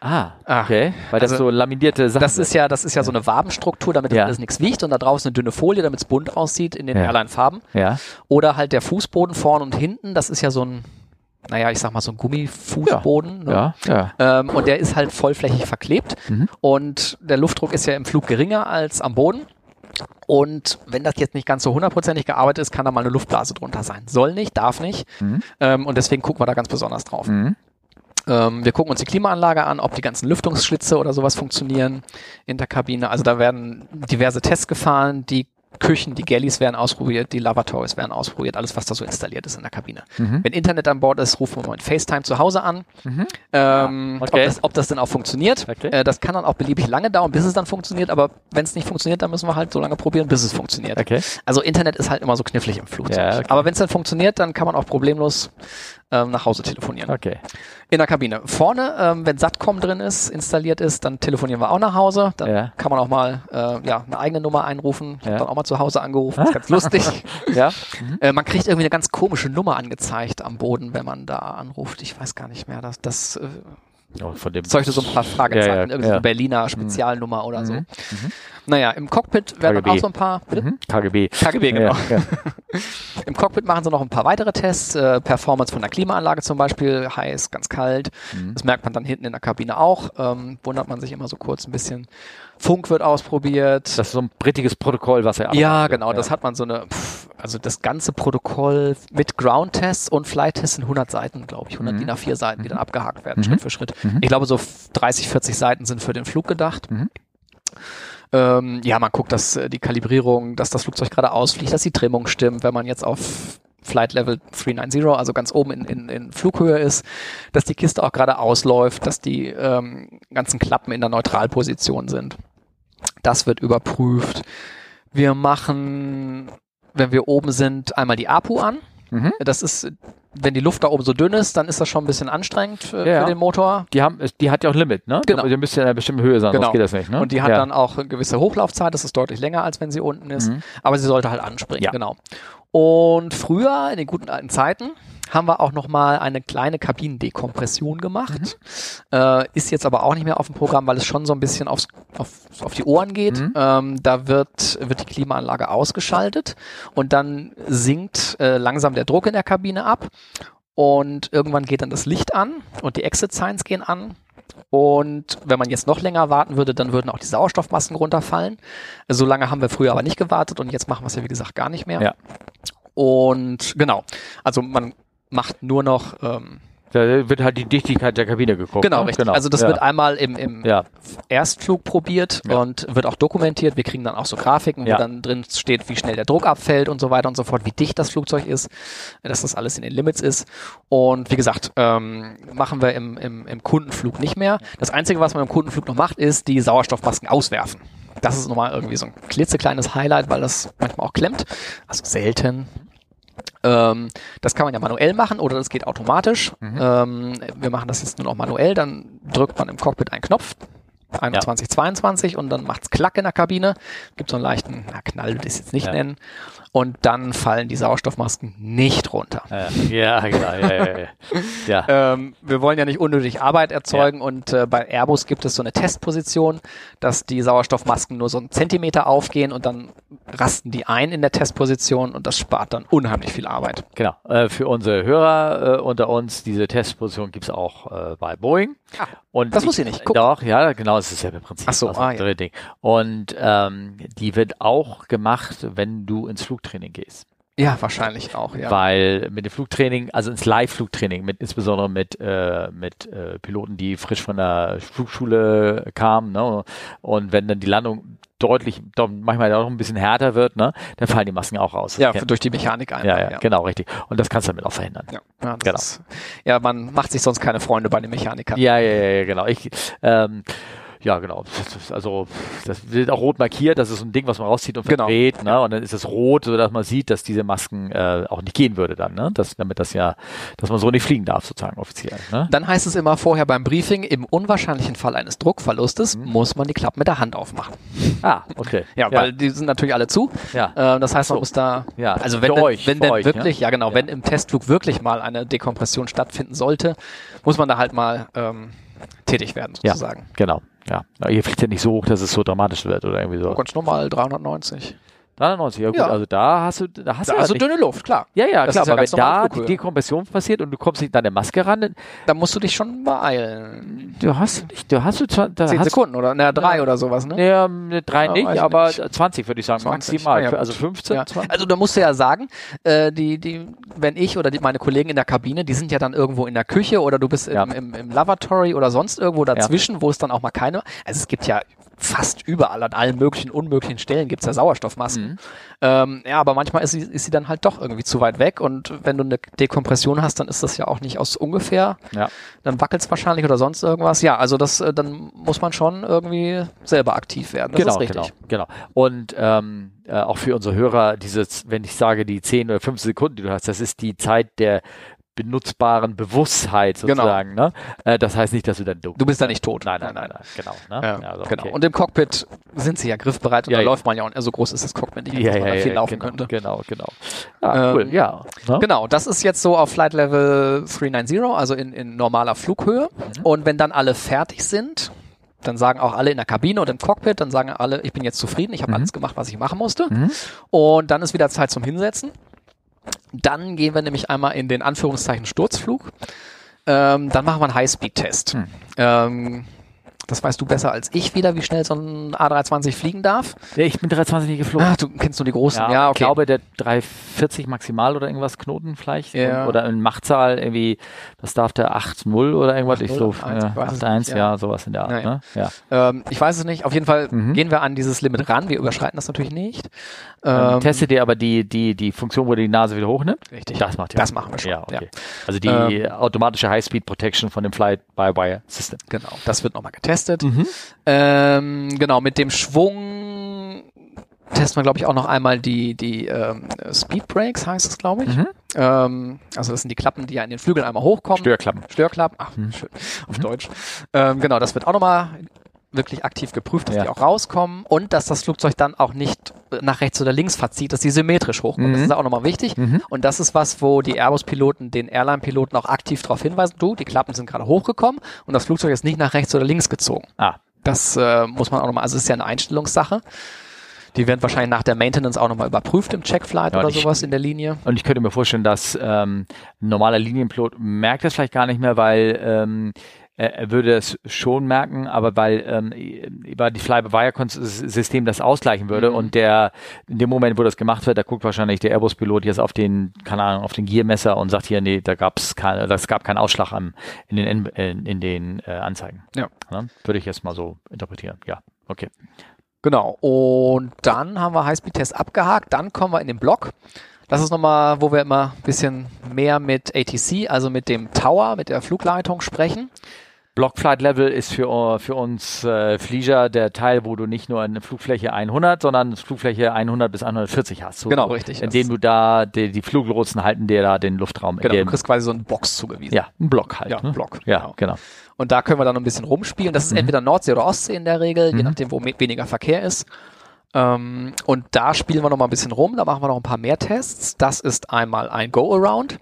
S1: Ah,
S2: Ah,
S1: okay. Weil das
S2: also
S1: so laminierte Sachen
S2: Das ist ja, das ist ja so eine Wabenstruktur, damit das
S1: Ja.
S2: alles nichts wiegt und da drauf ist eine dünne Folie, damit es bunt aussieht in den
S1: Ja.
S2: Airline-Farben.
S1: ja.
S2: Oder halt der Fußboden vorn und hinten, das ist ja so ein, naja, ich sag mal so ein Gummifußboden. ne?
S1: Ja, ja.
S2: Ähm, und der ist halt vollflächig verklebt. Und der Luftdruck ist ja im Flug geringer als am Boden. Und wenn das jetzt nicht ganz so hundertprozentig gearbeitet ist, kann da mal eine Luftblase drunter sein. Soll nicht, darf nicht. Ähm, und deswegen gucken wir da ganz besonders drauf.
S1: Mhm.
S2: Ähm, wir gucken uns die Klimaanlage an, ob die ganzen Lüftungsschlitze oder sowas funktionieren in der Kabine. Also da werden diverse Tests gefahren, die Küchen, die Galleys werden ausprobiert, die Lavatories werden ausprobiert, alles, was da so installiert ist in der Kabine. Wenn Internet an Bord ist, rufen wir mal in FaceTime zu Hause an. Ähm,
S1: okay.
S2: ob, das, ob das denn auch funktioniert.
S1: Okay.
S2: Äh, das kann dann auch beliebig lange dauern, bis es dann funktioniert, aber wenn es nicht funktioniert, dann müssen wir halt so lange probieren, bis es funktioniert.
S1: Okay.
S2: Also Internet ist halt immer so knifflig im Flugzeug.
S1: Ja, okay.
S2: Aber wenn es dann funktioniert, dann kann man auch problemlos ähm, nach Hause telefonieren.
S1: Okay.
S2: In der Kabine. Vorne, ähm, wenn Satcom drin ist, installiert ist, dann telefonieren wir auch nach Hause. Dann
S1: Ja.
S2: kann man auch mal äh, ja, eine eigene Nummer einrufen. Ich hab
S1: Ja.
S2: dann auch mal zu Hause angerufen. Das ist ganz lustig.
S1: Ja.
S2: Äh, man kriegt irgendwie eine ganz komische Nummer angezeigt am Boden, wenn man da anruft. Ich weiß gar nicht mehr. Das, das äh,
S1: Oh, von dem
S2: zeugte so ein paar Fragezeichen.
S1: Ja, ja,
S2: Irgendwie so
S1: ja. Mhm.
S2: eine Berliner Spezialnummer oder so. Mhm. Naja, im Cockpit werden dann
S1: KGB.
S2: auch so ein paar. Bitte?
S1: Mhm. KGB.
S2: KGB, genau.
S1: Ja, ja.
S2: Im Cockpit machen sie noch ein paar weitere Tests. Äh, Performance von der Klimaanlage zum Beispiel, heiß, ganz kalt.
S1: Mhm.
S2: Das merkt man dann hinten in der Kabine auch. Ähm, wundert man sich immer so kurz ein bisschen. Funk wird ausprobiert.
S1: Das ist so ein brittiges Protokoll, was er
S2: ja, genau, das hat man so eine, pff, also das ganze Protokoll mit Ground-Tests und Flight-Tests sind 100 Seiten, glaube ich, 100 DIN A4 Seiten, die dann abgehakt werden, Schritt für Schritt. Ich glaube, so 30, 40 Seiten sind für den Flug gedacht. Ähm, ja, man guckt, dass äh, die Kalibrierung, dass das Flugzeug gerade ausfliegt, dass die Trimmung stimmt, wenn man jetzt auf Flight Level 390, also ganz oben in, in, in Flughöhe ist, dass die Kiste auch gerade ausläuft, dass die ähm, ganzen Klappen in der Neutralposition sind. Das wird überprüft. Wir machen, wenn wir oben sind, einmal die APU an.
S1: Mhm.
S2: Das ist, wenn die Luft da oben so dünn ist, dann ist das schon ein bisschen anstrengend äh, für,
S1: Ja.
S2: für den Motor.
S1: Die, haben, es- die hat ja auch ein Limit, ne?
S2: Genau.
S1: Die müsst ja in einer bestimmten Höhe sein,
S2: Genau.
S1: sonst geht das nicht, ne?
S2: Und die hat
S1: ja.
S2: dann auch eine gewisse Hochlaufzeit, das ist deutlich länger, als wenn sie unten ist.
S1: Mhm.
S2: Aber sie sollte halt anspringen,
S1: Ja.
S2: genau. Und früher, in den guten alten Zeiten, haben wir auch nochmal eine kleine Kabinendekompression gemacht.
S1: Mhm.
S2: Äh, ist jetzt aber auch nicht mehr auf dem Programm, weil es schon so ein bisschen aufs, auf, auf die Ohren geht.
S1: Mhm.
S2: Ähm, da wird, wird die Klimaanlage ausgeschaltet und dann sinkt äh, langsam der Druck in der Kabine ab. Und irgendwann geht dann das Licht an und die Exit-Signs gehen an. Und wenn man jetzt noch länger warten würde, dann würden auch die Sauerstoffmasken runterfallen. So lange haben wir früher aber nicht gewartet und jetzt machen wir es ja, wie gesagt, gar nicht mehr.
S1: Ja.
S2: Und genau, also man macht nur noch, ähm,
S1: Da wird halt die Dichtigkeit der Kabine geguckt.
S2: genau,
S1: ne?
S2: richtig. Also das
S1: ja.
S2: wird einmal im, im
S1: Ja,
S2: Erstflug probiert
S1: Ja.
S2: und wird auch dokumentiert. Wir kriegen dann auch so Grafiken,
S1: Ja.
S2: wo dann drin steht, wie schnell der Druck abfällt und so weiter und so fort, wie dicht das Flugzeug ist, dass das alles in den Limits ist. Und wie gesagt, ähm, machen wir im, im, im Kundenflug nicht mehr. Das Einzige, was man im Kundenflug noch macht, ist die Sauerstoffmasken auswerfen. Das ist nochmal irgendwie so ein klitzekleines Highlight, weil das manchmal auch klemmt. Also selten, ähm, das kann man ja manuell machen oder das geht
S1: Mhm.
S2: automatisch. Ähm, wir machen das jetzt nur noch manuell, dann drückt man im Cockpit einen Knopf. 21, 22 und dann macht's Klack in der Kabine. Gibt so einen leichten, na, Knall würde ich es jetzt nicht
S1: Ja.
S2: nennen. Und dann fallen die Sauerstoffmasken nicht runter.
S1: Ja, ja, genau. Ja, ja, ja. ja.
S2: Ähm, wir wollen ja nicht unnötig Arbeit erzeugen und äh, bei Airbus gibt es so eine Testposition, dass die Sauerstoffmasken nur so einen Zentimeter aufgehen und dann rasten die ein in der Testposition und das spart dann unheimlich viel Arbeit.
S1: Genau, äh, für unsere Hörer äh, unter uns, diese Testposition gibt's auch äh, bei Boeing.
S2: Ah,
S1: Und
S2: das wusste ich nicht. Guck.
S1: Doch, ja, genau, es ist dasselbe Prinzip.
S2: Ach so,
S1: das
S2: ah, ja.
S1: dritte Ding. Und ähm, die wird auch gemacht, wenn du ins Flugtraining gehst.
S2: Ja, wahrscheinlich auch, ja.
S1: Weil mit dem Flugtraining, also ins Live-Flugtraining, mit, insbesondere mit, äh, mit äh, Piloten, die frisch von der Flugschule kamen, ne? und wenn dann die Landung deutlich, doch manchmal auch ein bisschen härter wird, ne? dann fallen die Masken auch raus. Das
S2: Ja,
S1: kennt-
S2: durch die Mechanik einfach.
S1: ja, ja, genau, richtig. Und das kannst du damit auch verhindern.
S2: Ja, ja, das
S1: Genau.
S2: ist, ja, man macht sich sonst keine Freunde bei den Mechanikern.
S1: Ja, ja, ja, ja, genau. Ich, ähm, ja, genau. Das ist Also das wird auch rot markiert. Das ist so ein Ding, was man rauszieht und
S2: Genau.
S1: verdreht. Ne? Und dann ist es rot, sodass man sieht, dass diese Masken äh, auch nicht gehen würde dann. Ne? Das, damit das ja, dass man so nicht fliegen darf sozusagen offiziell. Ne?
S2: Dann heißt es immer vorher beim Briefing, im unwahrscheinlichen Fall eines Druckverlustes
S1: Mhm.
S2: muss man die Klappe mit der Hand aufmachen.
S1: Ah, okay.
S2: Ja, weil die sind natürlich alle zu.
S1: Ja.
S2: Äh, das heißt, man
S1: So.
S2: muss da,
S1: Ja,
S2: also
S1: für
S2: wenn, denn,
S1: euch,
S2: wenn
S1: für
S2: denn
S1: euch, ne?
S2: wirklich, ja, genau,
S1: Ja.
S2: wenn im Testflug wirklich mal eine Dekompression stattfinden sollte, muss man da halt mal ähm, tätig werden
S1: Ja.
S2: sozusagen.
S1: genau. Ja. Na, Ihr fliegt ja nicht so hoch, dass es so dramatisch wird oder irgendwie so.
S2: Ganz normal 390.
S1: 93, ja gut,
S2: Ja.
S1: also da hast du, da hast
S2: Da
S1: du
S2: hast du
S1: halt nicht-
S2: Also dünne Luft, klar.
S1: ja, ja,
S2: Das
S1: klar,
S2: ist ja
S1: aber
S2: ganz
S1: wenn
S2: normal
S1: da die
S2: Flughöhe.
S1: Dekompression passiert und du kommst nicht an der Maske ran, dann-
S2: Da musst du dich schon beeilen.
S1: du hast nicht, du hast du zwar- da
S2: Zehn
S1: hast,
S2: Sekunden oder na, drei oder sowas, ne?
S1: Naja, ne, drei
S2: Ja, weiß
S1: nicht,
S2: ich
S1: aber
S2: nicht.
S1: 20 würde ich sagen,
S2: 20,
S1: maximal.
S2: ah ja,
S1: also 15,
S2: Ja.
S1: 20.
S2: Also da musst du ja sagen, äh, die, die, wenn ich oder die, meine Kollegen in der Kabine, die sind ja dann irgendwo in der Küche oder du bist im,
S1: Ja.
S2: im, im Lavatory oder sonst irgendwo dazwischen, wo es dann auch mal keine. Also es gibt ja fast überall an allen möglichen, unmöglichen Stellen gibt es ja Sauerstoffmasken.
S1: Mhm.
S2: Ähm, ja, aber manchmal ist sie, ist sie dann halt doch irgendwie zu weit weg und wenn du eine Dekompression hast, dann ist das ja auch nicht aus ungefähr.
S1: Ja.
S2: Dann wackelt es wahrscheinlich oder sonst irgendwas. Ja, also das, äh, dann muss man schon irgendwie selber aktiv werden. Das
S1: genau,
S2: ist richtig.
S1: genau, genau. Und ähm, äh, auch für unsere Hörer, dieses, wenn ich sage, die 10 oder 15 Sekunden, die du hast, das ist die Zeit der benutzbaren Bewusstheit
S2: Genau.
S1: sozusagen. Ne? Äh, das heißt nicht, dass du dann dumm
S2: Du bist da nicht tot.
S1: Nein, nein, nein, nein, genau. Ne?
S2: Ja,
S1: Ja, also,
S2: genau.
S1: okay.
S2: Und im Cockpit sind sie ja griffbereit und
S1: Ja,
S2: da
S1: ja.
S2: läuft man ja auch. So groß ist das Cockpit nicht,
S1: ja,
S2: dass man
S1: ja,
S2: da viel
S1: ja,
S2: laufen
S1: genau,
S2: könnte.
S1: Genau, genau. Ja,
S2: Ähm,
S1: cool, ja. Ne?
S2: Genau, das ist jetzt so auf Flight Level 390, also in, in normaler Flughöhe. Und wenn dann alle fertig sind, dann sagen auch alle in der Kabine und im Cockpit, dann sagen alle, ich bin jetzt zufrieden, ich habe alles gemacht, was ich machen musste. Und dann ist wieder Zeit zum Hinsetzen. Dann gehen wir nämlich einmal in den Anführungszeichen Sturzflug. Ähm, dann machen wir einen Highspeed-Test. Ähm, das weißt du besser als ich wieder, wie schnell so ein A320 fliegen darf.
S1: Nee, Ich bin 320 nie geflogen.
S2: Ah, du kennst nur die großen. Ja,
S1: aber
S2: okay.
S1: Ich glaube, der 340 maximal oder irgendwas Knoten vielleicht.
S2: Ja.
S1: Oder in Machtzahl irgendwie, was darf der 8-0 oder irgendwas? Ich so, ja,
S2: 8-0, 8-1, ich weiß es
S1: 8-1,
S2: nicht,
S1: ja.
S2: ja.
S1: sowas in der Art.
S2: Naja.
S1: Ne? Ja.
S2: Ähm, ich weiß es nicht. Auf jeden Fall
S1: Mhm.
S2: gehen wir an dieses Limit ran. Wir überschreiten das natürlich nicht.
S1: Dann
S2: Ähm,
S1: testet ihr aber die, die, die Funktion, wo ihr die Nase wieder hochnimmt?
S2: Richtig.
S1: Das macht ihr.
S2: Das machen wir schon,
S1: Ja, okay.
S2: ja. Ähm.
S1: Also die automatische High-Speed Protection von dem Flight-by-Wire-System.
S2: genau, das wird nochmal getestet.
S1: Mhm.
S2: Ähm, genau, mit dem Schwung testen wir, glaube ich, auch noch einmal die, die ähm, Speed Brakes, heißt es, glaube
S1: Mhm.
S2: ich. Ähm, also das sind die Klappen, die ja in den Flügeln einmal hochkommen.
S1: Störklappen.
S2: Störklappen, ach,
S1: Mhm.
S2: schön, auf Deutsch. Ähm, genau, das wird auch nochmal wirklich aktiv geprüft, dass
S1: Ja.
S2: die auch rauskommen und dass das Flugzeug dann auch nicht äh, nach rechts oder links verzieht, dass die symmetrisch hochkommen.
S1: Mhm.
S2: Das ist auch nochmal wichtig. Und das ist was, wo die Airbus-Piloten den Airline-Piloten auch aktiv darauf hinweisen, du, die Klappen sind gerade hochgekommen und das Flugzeug ist nicht nach rechts oder links gezogen.
S1: Ah,
S2: Das äh, muss man auch nochmal, also es ist ja eine Einstellungssache. Die werden wahrscheinlich nach der Maintenance auch nochmal überprüft im Checkflight
S1: Ja,
S2: oder
S1: und ich-
S2: sowas in der Linie.
S1: Und ich könnte mir vorstellen, dass ähm, ein normaler Linienpilot merkt das vielleicht gar nicht mehr, weil ähm, er er würde es schon merken, aber weil ähm, über die Fly-by-Wire-System das ausgleichen würde und der in dem Moment, wo das gemacht wird, da guckt wahrscheinlich der Airbus-Pilot jetzt auf den, keine Ahnung, auf den Giermesser und sagt hier, nee, da gab's kein, das gab keinen Ausschlag am, in den, in, in, den äh, Anzeigen.
S2: Ja.
S1: Ne? Würde ich jetzt mal so interpretieren. Ja, okay.
S2: Genau. Und dann haben wir Highspeed-Test abgehakt. Dann kommen wir in den Block. Das ist nochmal, wo wir immer ein bisschen mehr mit ATC, also mit dem Tower, mit der Flugleitung sprechen.
S1: Blockflight-Level ist für, für uns äh, Flieger der Teil, wo du nicht nur eine Flugfläche 100, sondern Flugfläche 100 bis 140 hast. So,
S2: Genau, richtig.
S1: Indem du da die, die Fluglotsen halten dir da den Luftraum.
S2: Genau, du
S1: dem,
S2: kriegst quasi so einen Box zugewiesen.
S1: ja, einen Block halt.
S2: Ja,
S1: ne?
S2: Block,
S1: Ja,
S2: genau.
S1: genau.
S2: Und da können wir dann ein bisschen rumspielen. Das ist entweder Nordsee oder Ostsee in der Regel, je nachdem, wo me- weniger Verkehr ist. Ähm, und da spielen wir nochmal ein bisschen rum. Da machen wir noch ein paar mehr Tests. Das ist einmal ein Go-Around.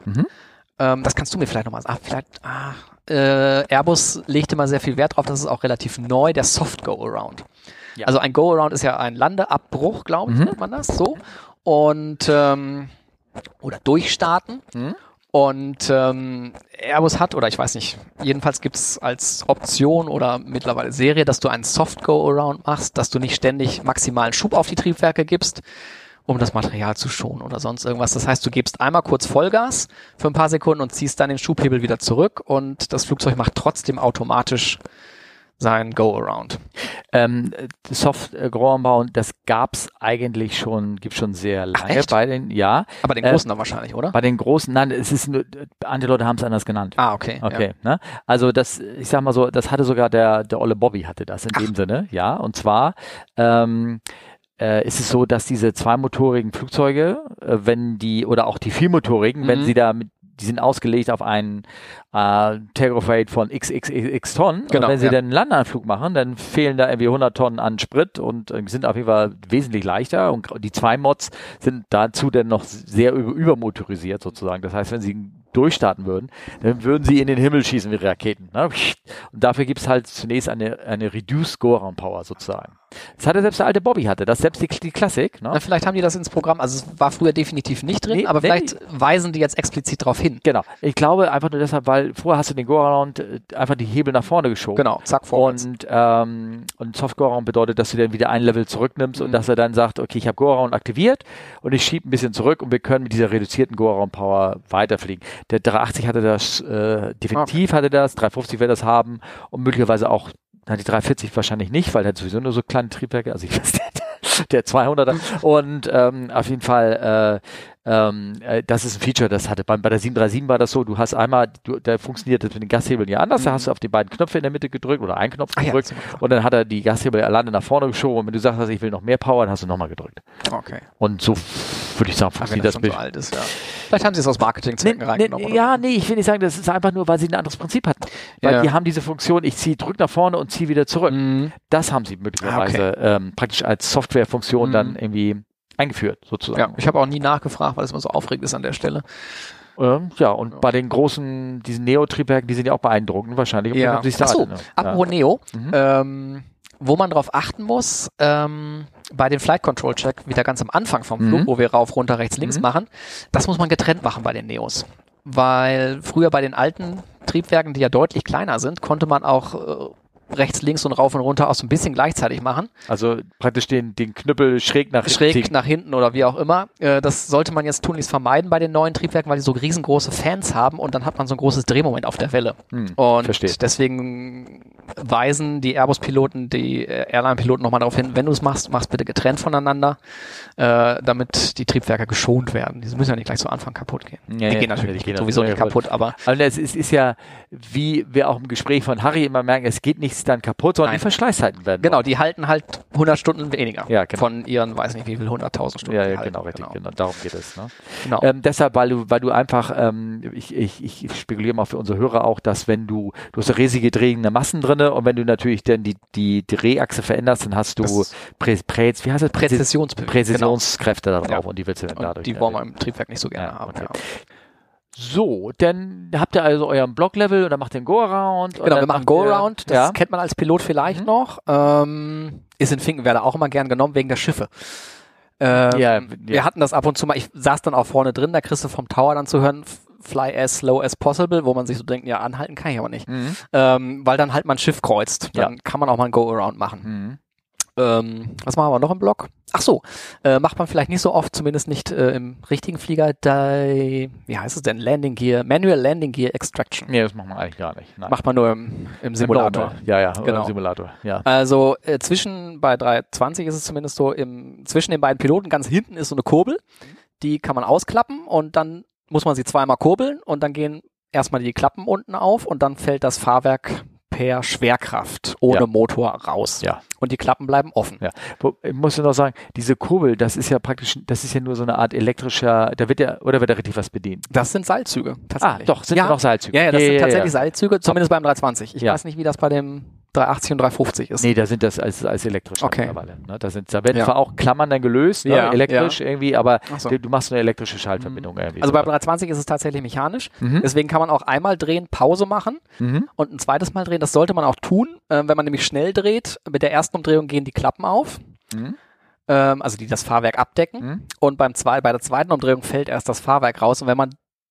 S2: Ähm, das kannst du mir vielleicht nochmal sagen. Ah, vielleicht, ah, äh, Airbus legt immer sehr viel Wert drauf. Das ist auch relativ neu, der Soft-Go-Around.
S1: Ja.
S2: Also ein Go-Around ist ja ein Landeabbruch, glaube ich, nennt man das so. Und ähm, oder durchstarten. Und ähm, Airbus hat, oder ich weiß nicht, jedenfalls gibt es als Option oder mittlerweile Serie, dass du einen Soft-Go-Around machst, dass du nicht ständig maximalen Schub auf die Triebwerke gibst, um das Material zu schonen oder sonst irgendwas. Das heißt, du gibst einmal kurz Vollgas für ein paar Sekunden und ziehst dann den Schubhebel wieder zurück und das Flugzeug macht trotzdem automatisch sein Go-Around.
S1: Ähm, soft groanbau das gab's eigentlich schon, gibt schon sehr lange
S2: echt?
S1: bei den, ja,
S2: Aber den
S1: Äh,
S2: großen dann wahrscheinlich, oder?
S1: bei den großen, nein, es ist nur, äh, andere Leute haben es anders genannt.
S2: Ah, okay.
S1: Okay, ne? Also das, ich sag mal so, das hatte sogar der, der Olle Bobby hatte das in dem Sinne, ja. Und zwar ähm, äh, ist es so, dass diese zweimotorigen Flugzeuge, äh, wenn die, oder auch die viermotorigen, wenn
S2: Mhm.
S1: sie da mit die sind ausgelegt auf einen äh, Takeoff-Rate von XXX Tonnen.
S2: Genau,
S1: und wenn sie
S2: ja.
S1: dann einen Landeanflug machen, dann fehlen da irgendwie 100 Tonnen an Sprit und äh, sind auf jeden Fall wesentlich leichter. Und gra- die zwei Mods sind dazu dann noch sehr über übermotorisiert sozusagen. Das heißt, wenn sie durchstarten würden, dann würden sie in den Himmel schießen wie Raketen. Ne? Und dafür gibt es halt zunächst eine, eine Reduced Go-Round Power sozusagen. Das hatte selbst der alte Bobby hatte, das selbst die, die Klassik. Ne?
S2: Na, vielleicht haben die das ins Programm, also es war früher definitiv nicht drin,
S1: Nee,
S2: aber
S1: nee.
S2: vielleicht weisen die jetzt explizit darauf hin.
S1: Genau. Ich glaube einfach nur deshalb, weil vorher hast du den Go-Around äh, einfach die Hebel nach vorne geschoben.
S2: Genau, zack, vorwärts.
S1: Und, ähm, und Soft Go-Around bedeutet, dass du dann wieder ein Level zurücknimmst und dass er dann sagt, okay, ich habe Go-Around aktiviert und ich schiebe ein bisschen zurück und wir können mit dieser reduzierten Go-Around-Power weiterfliegen. Der 380 hatte das, äh, definitiv hatte das, 350 wird das haben und möglicherweise auch, na, die 340 wahrscheinlich nicht, weil der hat sowieso nur so kleine Triebwerke, also ich weiß nicht, der 200er und ähm, auf jeden Fall äh, ähm, äh, das ist ein Feature, das hatte bei, bei der 737 war das so, du hast einmal, du, da funktioniert das mit den Gashebeln ja anders, da hast du auf die beiden Knöpfe in der Mitte gedrückt oder einen Knopf
S2: Mhm. Ah ja,
S1: gedrückt
S2: das
S1: und dann hat er die Gashebel alleine nach vorne geschoben und wenn du sagst, hast, ich will noch mehr Power, dann hast du nochmal gedrückt.
S2: Okay.
S1: Und so würde ich sagen,
S2: Ach,
S1: funktioniert
S2: wenn das
S1: das,
S2: schon
S1: Bild.
S2: so alt ist, ja. Vielleicht haben sie es aus Marketingzwecken
S1: Nee,
S2: reingenommen.
S1: nee,
S2: oder?
S1: ja, nee, ich will nicht sagen, das ist einfach nur, weil sie ein anderes Prinzip hatten. Weil
S2: Ja.
S1: die haben diese Funktion, ich ziehe, drück nach vorne und ziehe wieder zurück.
S2: Mhm.
S1: Das haben sie möglicherweise ähm, praktisch als Softwarefunktion
S2: Mhm.
S1: dann irgendwie eingeführt,
S2: ja,
S1: sozusagen.
S2: ich habe auch nie nachgefragt, weil es immer so aufregend ist an der Stelle.
S1: Ja, ähm, ja und bei den großen, diesen Neo-Triebwerken, die sind ja auch beeindruckend wahrscheinlich.
S2: Ja.
S1: Haben sie da-
S2: Achso,
S1: ne?
S2: apropos
S1: ja.
S2: Neo,
S1: Mhm.
S2: ähm, wo man drauf achten muss, ähm, bei dem Flight Control Check, wieder ganz am Anfang vom Flug,
S1: Mhm.
S2: wo wir rauf, runter, rechts, links
S1: Mhm.
S2: machen, das muss man getrennt machen bei den Neos. Weil früher bei den alten Triebwerken, die ja deutlich kleiner sind, konnte man auch äh, rechts, links und rauf und runter auch so ein bisschen gleichzeitig machen.
S1: Also praktisch den, den Knüppel schräg nach
S2: schräg
S1: hinten.
S2: nach hinten oder wie auch immer. Äh, das sollte man jetzt tunlichst vermeiden bei den neuen Triebwerken, weil die so riesengroße Fans haben und dann hat man so ein großes Drehmoment auf der Welle.
S1: Hm,
S2: und
S1: verstehe.
S2: deswegen weisen die Airbus-Piloten, die äh, Airline-Piloten nochmal darauf hin, wenn du es machst, mach's bitte getrennt voneinander, äh, damit die Triebwerke geschont werden. Die müssen ja nicht gleich zu Anfang kaputt gehen.
S1: Ja,
S2: die
S1: ja,
S2: gehen
S1: die
S2: natürlich
S1: gehen
S2: sowieso nicht
S1: natürlich
S2: kaputt, aber
S1: Also es ist, ist ja, wie wir auch im Gespräch von Harry immer merken, es geht nichts dann kaputt, sondern
S2: Nein.
S1: die Verschleißheiten werden.
S2: genau, die halten halt 100 Stunden weniger
S1: Ja, genau.
S2: von ihren, weiß nicht wie viel, 100.000 Stunden.
S1: Ja,
S2: die
S1: ja
S2: halten.
S1: genau, richtig. Genau. Darum geht es. Ne?
S2: Halt, genau.
S1: Ähm, deshalb, weil du, weil du einfach, ähm, ich, ich, ich spekuliere mal für unsere Hörer auch, dass wenn du, du hast riesige drehende Massen drinne und wenn du natürlich dann die, die Drehachse veränderst, dann hast du
S2: Das-
S1: Prä, Prä, wie heißt das?
S2: Präzisionsbewegung.
S1: Präzisionskräfte da drauf
S2: Ja.
S1: und die willst du dann
S2: Und
S1: dadurch.
S2: die wollen wir im Triebwerk nicht so gerne
S1: Ja,
S2: haben.
S1: okay.
S2: Ja.
S1: So, dann habt ihr also euren Block-Level und dann macht ihr einen Go-Around. und
S2: Genau, wir
S1: dann
S2: machen
S1: macht ihr-
S2: Go-Round, das
S1: Ja.
S2: kennt man als Pilot vielleicht
S1: Mhm.
S2: noch. Ähm, ist in Finkenwerder auch immer gern genommen, wegen der Schiffe. Ähm,
S1: Ja, ja.
S2: Wir hatten das ab und zu mal, ich saß dann auch vorne drin, da kriegst du vom Tower dann zu hören, f- fly as slow as possible, wo man sich so denkt, ja, anhalten kann ich aber nicht.
S1: Mhm.
S2: Ähm, weil dann halt mal ein Schiff kreuzt, dann kann man auch mal ein Go-Around machen.
S1: Mhm.
S2: Ähm, was machen wir noch im Block? Ach so, äh, macht man vielleicht nicht so oft, zumindest nicht äh, im richtigen Flieger, die, wie heißt es denn, Landing Gear, Manual Landing Gear Extraction.
S1: Nee, das macht man eigentlich gar nicht. Nein.
S2: Macht man nur im, im Simulator.
S1: Ja, ja,
S2: Genau.
S1: im Simulator. Ja.
S2: Also äh, zwischen, bei 320 ist es zumindest so, im, zwischen den beiden Piloten ganz hinten ist so eine Kurbel, die kann man ausklappen und dann muss man sie zweimal kurbeln und dann gehen erstmal die Klappen unten auf und dann fällt das Fahrwerk per Schwerkraft ohne
S1: Ja.
S2: Motor raus.
S1: Ja.
S2: Und die Klappen bleiben offen.
S1: Ja, Wo- ich muss nur noch sagen, diese Kurbel, das ist ja praktisch, das ist ja nur so eine Art elektrischer, da wird ja, oder wird da richtig was bedient?
S2: Das sind Seilzüge,
S1: Ah,
S2: tatsächlich.
S1: doch, sind ja noch Seilzüge.
S2: Ja, ja, das sind tatsächlich
S1: ja.
S2: Seilzüge, zumindest beim 320. Ich
S1: Ja.
S2: weiß nicht, wie das bei dem 380 und 350 ist.
S1: Nee, da sind das als, als elektrisch
S2: Okay.
S1: mittlerweile. Ne? Da, sind, da werden
S2: Ja.
S1: zwar auch Klammern dann gelöst, ne?
S2: Ja,
S1: elektrisch irgendwie, aber
S2: Ach so.
S1: du, du machst eine elektrische Schaltverbindung irgendwie. so.
S2: Also beim 320 ist es tatsächlich mechanisch.
S1: Mhm.
S2: Deswegen kann man auch einmal drehen, Pause machen
S1: Mhm.
S2: und ein zweites Mal drehen. Das sollte man auch tun, ähm, wenn man nämlich schnell dreht. Mit der ersten Umdrehung gehen die Klappen auf,
S1: Mhm.
S2: ähm, also die das Fahrwerk abdecken.
S1: Mhm.
S2: Und beim zwei, bei der zweiten Umdrehung fällt erst das Fahrwerk raus. Und wenn man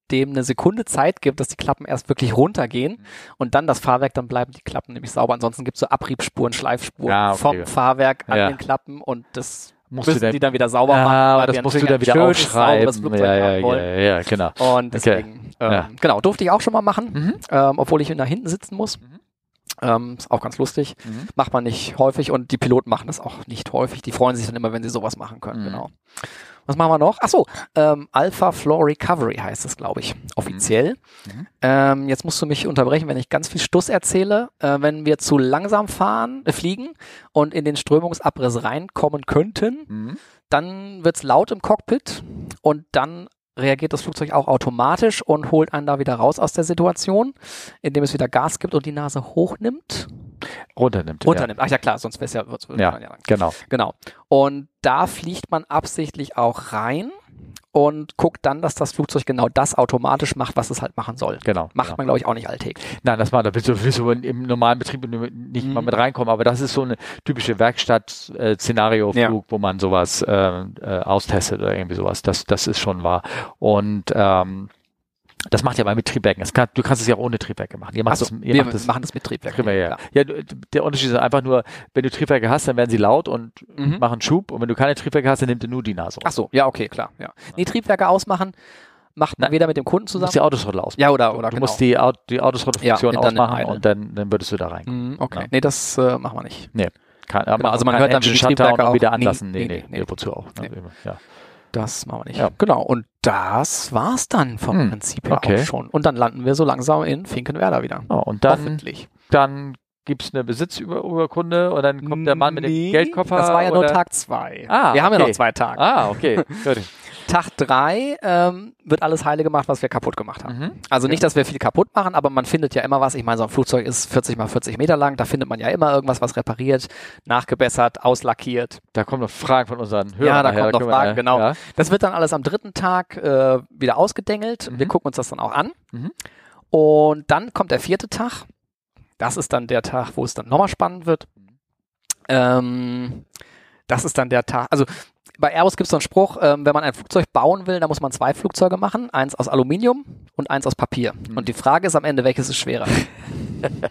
S2: dem eine Sekunde Zeit gibt, dass die Klappen erst wirklich runtergehen
S1: Mhm.
S2: und dann das Fahrwerk, dann bleiben die Klappen nämlich sauber. Ansonsten gibt es so Abriebspuren, Schleifspuren
S1: Ja, okay.
S2: vom Fahrwerk an
S1: Ja.
S2: den Klappen und das
S1: Musst du
S2: müssen
S1: dann-
S2: die dann wieder sauber
S1: Ah,
S2: machen. weil wir
S1: das musst du
S2: natürlich
S1: dann wieder
S2: ein schönes, sauberes
S1: aufschreiben.
S2: Flugzeug
S1: Ja, ja,
S2: haben wollen.
S1: ja, ja, genau.
S2: Und
S1: Okay.
S2: deswegen, ähm,
S1: Ja.
S2: genau, durfte ich auch schon mal machen,
S1: Mhm.
S2: ähm, obwohl ich nach hinten sitzen muss. Ähm, ist auch ganz lustig.
S1: Mhm.
S2: Macht man nicht häufig und die Piloten machen das auch nicht häufig. Die freuen sich dann immer, wenn sie sowas machen können.
S1: Mhm.
S2: Genau. Was machen wir noch? Achso, ähm, Alpha Floor Recovery heißt es, glaube ich, offiziell.
S1: Mhm.
S2: Ähm, jetzt musst du mich unterbrechen, wenn ich ganz viel Stuss erzähle. Äh, wenn wir zu langsam fahren, äh, fliegen und in den Strömungsabriss reinkommen könnten,
S1: Mhm.
S2: dann wird's laut im Cockpit und dann reagiert das Flugzeug auch automatisch und holt einen da wieder raus aus der Situation, indem es wieder Gas gibt und die Nase hochnimmt.
S1: Runternimmt.
S2: Runternimmt. Ach ja, klar, sonst wäre es ja, wird's,
S1: Ja. ja, genau.
S2: Genau. Und da fliegt man absichtlich auch rein und guckt dann, dass das Flugzeug genau das automatisch macht, was es halt machen soll.
S1: genau
S2: Macht
S1: genau.
S2: man, glaube ich, auch nicht alltäglich.
S1: Nein, das war, da willst du, willst du im normalen Betrieb nicht mal
S2: Mhm.
S1: mit reinkommen, aber das ist so eine typische Werkstatt-Szenario-Flug, wo man sowas äh, äh, austestet oder irgendwie sowas. Das, das ist schon wahr. Und ähm, das macht ja mal mit Triebwerken. Das kann, du kannst es ja auch ohne Triebwerke machen. Ihr macht
S2: Ach
S1: das,
S2: so,
S1: ihr
S2: wir
S1: macht das,
S2: machen das mit Triebwerk.
S1: Triebwerke, ja. ja. du- Der Unterschied ist einfach nur, wenn du Triebwerke hast, dann werden sie laut und
S2: Mhm.
S1: machen Schub. Und wenn du keine Triebwerke hast, dann nimmt dir nur die Nase.
S2: Ach so, ja, okay, klar. Ja. Nee, Triebwerke ausmachen macht man
S1: Nein.
S2: weder mit dem Kunden
S1: Du
S2: zusammen.
S1: musst die Autosrottel ausmachen.
S2: Ja, oder, oder
S1: du
S2: genau.
S1: musst die, Aut die Autosrottelfunktion
S2: Ja, und dann in
S1: ausmachen
S2: Idle.
S1: und dann, dann würdest du da rein.
S2: Mm, Okay.
S1: Genau.
S2: Nee, das äh, machen wir nicht.
S1: Nee. Kann,
S2: Genau, also man hört dann, wie die
S1: Shutdown
S2: Triebwerke
S1: auch
S2: auch-
S1: wieder
S2: Nee,
S1: anlassen. Nee,
S2: nee,
S1: nee, nee,
S2: nee.
S1: wozu auch. Ne? Ja.
S2: Das machen wir nicht.
S1: Ja.
S2: Genau. Und das war's dann vom
S1: Hm,
S2: Prinzip her
S1: okay.
S2: auch schon. Und dann landen wir so langsam in Finkenwerder wieder.
S1: Oh, und dann,
S2: Hoffentlich.
S1: dann gibt es eine Besitzüberkunde und dann kommt der Mann mit dem
S2: Nee,
S1: Geldkoffer.
S2: Das war ja nur
S1: oder-
S2: Tag zwei.
S1: Ah,
S2: wir haben ja
S1: okay.
S2: noch zwei Tage.
S1: Ah, okay. Gut.
S2: Tag drei ähm, wird alles heile gemacht, was wir kaputt gemacht haben.
S1: Mhm.
S2: Also nicht, dass wir viel kaputt machen, aber man findet ja immer was. Ich meine, so ein Flugzeug ist 40 mal 40 Meter lang. Da findet man ja immer irgendwas, was repariert, nachgebessert, auslackiert.
S1: Da kommen noch Fragen von unseren Hörern.
S2: Ja, da
S1: nachher,
S2: kommen noch
S1: können wir-
S2: Fragen, genau.
S1: Ja.
S2: Das wird dann alles am dritten Tag äh, wieder ausgedengelt.
S1: Mhm.
S2: Wir gucken uns das dann auch an.
S1: Mhm.
S2: Und dann kommt der vierte Tag. Das ist dann der Tag, wo es dann nochmal spannend wird. Ähm, das ist dann der Tag. Also bei Airbus gibt es so einen Spruch, ähm, wenn man ein Flugzeug bauen will, dann muss man zwei Flugzeuge machen. Eins aus Aluminium und eins aus Papier.
S1: Mhm.
S2: Und die Frage ist am Ende, welches ist schwerer? genau.